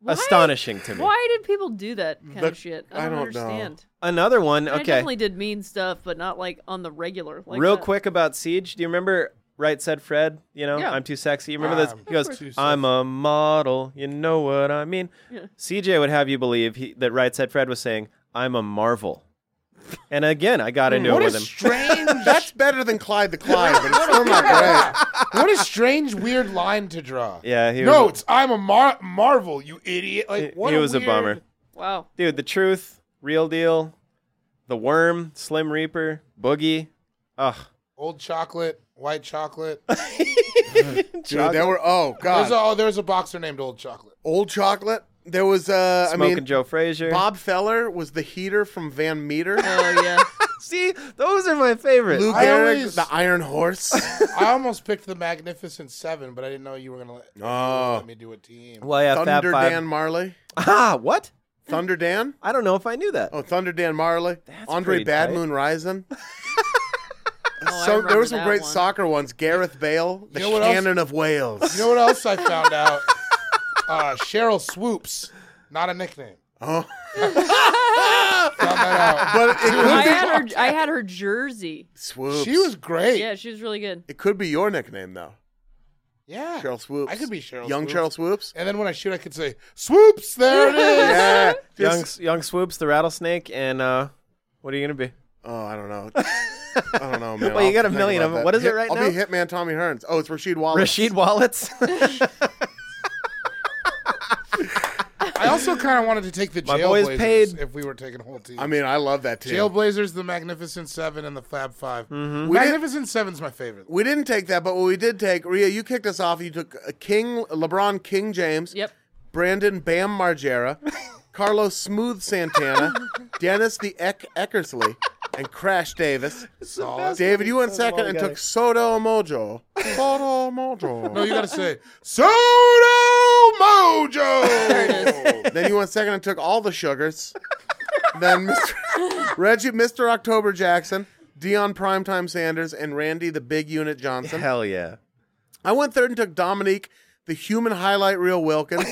Speaker 3: Why-
Speaker 2: Astonishing to me.
Speaker 3: Why did people do that kind
Speaker 1: The-
Speaker 3: of shit?
Speaker 1: I
Speaker 3: I don't,
Speaker 1: don't know.
Speaker 3: understand.
Speaker 2: Another one.
Speaker 3: I
Speaker 2: Okay.
Speaker 3: definitely did mean stuff, but not like on the regular. Like
Speaker 2: Real
Speaker 3: that.
Speaker 2: quick about Siege. Do you remember Right Said Fred? You know,
Speaker 3: Yeah.
Speaker 2: I'm too sexy. You remember this?
Speaker 4: I'm
Speaker 2: He goes,
Speaker 4: Ah, too sexy.
Speaker 2: I'm a model. You know what I mean? CJ would have you believe he, that Right Said Fred was saying, I'm a Marvel. And again, I got into
Speaker 4: Hmm. What
Speaker 2: it
Speaker 4: a
Speaker 2: with him.
Speaker 4: strange.
Speaker 1: That's better than Clyde the Clyde, but it's still not great.
Speaker 4: what a strange, weird line to draw.
Speaker 2: Yeah, he
Speaker 4: no,
Speaker 2: was
Speaker 4: it's I'm a Mar- Marvel, you idiot. Like
Speaker 2: he,
Speaker 4: what?
Speaker 2: he was a
Speaker 4: weird-
Speaker 2: bummer.
Speaker 3: Wow.
Speaker 2: Dude, the truth, real deal, the worm, Slim Reaper, Boogie. Ugh.
Speaker 4: Old chocolate, white chocolate.
Speaker 1: Dude, there were oh
Speaker 4: There's
Speaker 1: god,
Speaker 4: a, oh, there's a boxer named Old Chocolate.
Speaker 1: old chocolate. There was uh, I
Speaker 2: Smoking
Speaker 1: mean,
Speaker 2: Joe Frazier.
Speaker 1: Bob Feller was the heater from Van Meter.
Speaker 3: Oh yeah.
Speaker 2: See, those are my favorites.
Speaker 1: Lou
Speaker 4: I
Speaker 1: Gehrig,
Speaker 4: always-
Speaker 1: the Iron Horse.
Speaker 4: I almost picked the Magnificent Seven, but I didn't know you were gonna let, you were gonna
Speaker 1: Oh.
Speaker 4: let me do a team.
Speaker 2: Well, yeah, Fab
Speaker 1: Thunder
Speaker 2: Five.
Speaker 1: Dan Marley.
Speaker 2: Ah, what?
Speaker 1: Thunder Dan.
Speaker 2: I don't know if I knew that.
Speaker 1: Oh, Thunder Dan Marley. Andre
Speaker 2: pretty tight.
Speaker 1: Bad Moon Rising.
Speaker 3: Oh,
Speaker 1: So,
Speaker 3: I
Speaker 1: there
Speaker 3: remember
Speaker 1: were some
Speaker 3: that
Speaker 1: great
Speaker 3: one.
Speaker 1: soccer ones. Gareth Bale, the
Speaker 4: know what else-
Speaker 1: Cannon of Wales.
Speaker 4: You know what else I found out? Uh, Cheryl Swoops, not a nickname.
Speaker 1: Oh.
Speaker 4: Found that out.
Speaker 1: but it
Speaker 3: I
Speaker 1: could be
Speaker 3: had her. I had her jersey.
Speaker 1: Swoops.
Speaker 4: she was great.
Speaker 3: Yeah, she was really good.
Speaker 1: It could be your nickname though,
Speaker 4: Yeah.
Speaker 1: Cheryl Swoops.
Speaker 4: I could be Cheryl
Speaker 1: Young
Speaker 4: Swoops.
Speaker 1: Cheryl Swoops.
Speaker 4: And then when I shoot, I could say, "Swoops, there it is."
Speaker 1: Yeah.
Speaker 2: young,
Speaker 1: Just-
Speaker 2: young swoops the rattlesnake, and uh, what are you gonna be?
Speaker 1: Oh, I don't know. I don't know, man.
Speaker 2: Well, you
Speaker 1: I'll
Speaker 2: got a
Speaker 1: think
Speaker 2: million
Speaker 1: about
Speaker 2: of 'em.
Speaker 1: that.
Speaker 2: What is it
Speaker 1: Hit-
Speaker 2: right
Speaker 1: I'll
Speaker 2: now?
Speaker 1: be Hitman Tommy Hearns. Oh, it's Rashid Wallace.
Speaker 2: Rashid Wallets.
Speaker 4: I also kind of wanted to take the
Speaker 2: My boy's
Speaker 4: Jailblazers
Speaker 2: paid.
Speaker 4: if we were taking a whole team.
Speaker 1: I mean, I love that too.
Speaker 4: Jailblazers, the Magnificent Seven, and the Fab 5
Speaker 2: Mm-hmm.
Speaker 1: We didn't,
Speaker 4: Magnificent Seven's my favorite.
Speaker 1: we didn't take that, but what we did take, Rhea, you kicked us off. You took uh, King LeBron, King James,
Speaker 3: Yep.
Speaker 1: Brandon Bam Margera, Carlos Smooth Santana, Dennis the Eck Eckersley, and Crash Davis. David, you went second and took Soto Mojo. Soto Mojo.
Speaker 4: No, you gotta say Soto Mojo.
Speaker 1: Then you went second and took all the sugars. then Mr. Reggie, Mr. October Jackson, Dion Primetime Sanders, and Randy the Big Unit Johnson.
Speaker 2: Hell yeah.
Speaker 1: I went third and took Dominique, the human highlight reel Wilkins,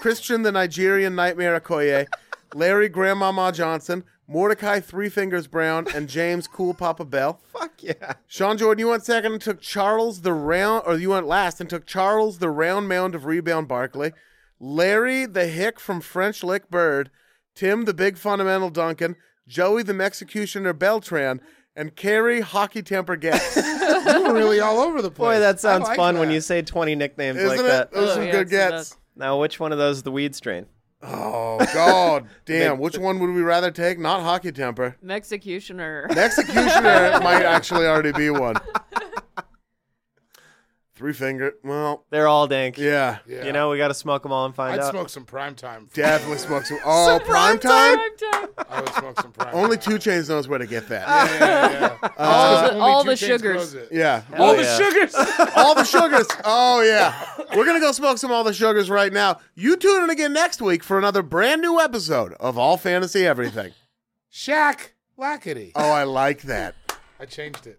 Speaker 1: Christian the Nigerian nightmare Okoye, Larry Grandmama Johnson, Mordecai Three Fingers Brown, and James Cool Papa Bell.
Speaker 2: Fuck yeah.
Speaker 1: Sean Jordan, you went second and took Charles the round, or you went last and took Charles the round mound of rebound Barkley, Larry the hick from French Lick Bird, Tim the big fundamental Duncan, Joey the executioner Beltran, and Carrie hockey temper Guest.
Speaker 4: you were really all over the place.
Speaker 2: Boy, that
Speaker 4: I
Speaker 2: sounds
Speaker 4: like
Speaker 2: fun
Speaker 4: that.
Speaker 2: when you say 20 nicknames
Speaker 1: Isn't
Speaker 2: like
Speaker 1: it?
Speaker 2: that.
Speaker 1: Those
Speaker 3: Oh,
Speaker 1: are some
Speaker 3: yeah,
Speaker 1: good
Speaker 3: it's the
Speaker 1: gets.
Speaker 3: best.
Speaker 2: Now, which one of those is the weed strain?
Speaker 1: Oh God, damn! Which one would we rather take? Not hockey temper.
Speaker 3: Executioner.
Speaker 1: Executioner might actually already be one. Three finger. Well,
Speaker 2: They're all dank.
Speaker 1: yeah.
Speaker 4: Yeah.
Speaker 2: You know, we got to smoke them all and find
Speaker 4: I'd
Speaker 2: out.
Speaker 4: smoke some prime time.
Speaker 1: Definitely smoke some. Oh, prime time?
Speaker 3: Prime time.
Speaker 4: I would smoke some prime.
Speaker 1: Only
Speaker 4: time.
Speaker 1: Two Chains knows where to get that.
Speaker 4: Yeah, yeah,
Speaker 2: Uh,
Speaker 4: yeah.
Speaker 3: all the,
Speaker 4: Only
Speaker 3: all
Speaker 4: Two
Speaker 3: the
Speaker 4: Chainz
Speaker 3: sugars.
Speaker 4: grows it.
Speaker 1: Yeah.
Speaker 2: Hell
Speaker 4: all
Speaker 2: yeah.
Speaker 4: the sugars.
Speaker 1: all the sugars. Oh yeah, we're gonna go smoke some all the sugars right now. You tune in again next week for another brand new episode of All Fantasy Everything.
Speaker 4: Shaq Lackady.
Speaker 1: Oh, I like that.
Speaker 4: I changed it.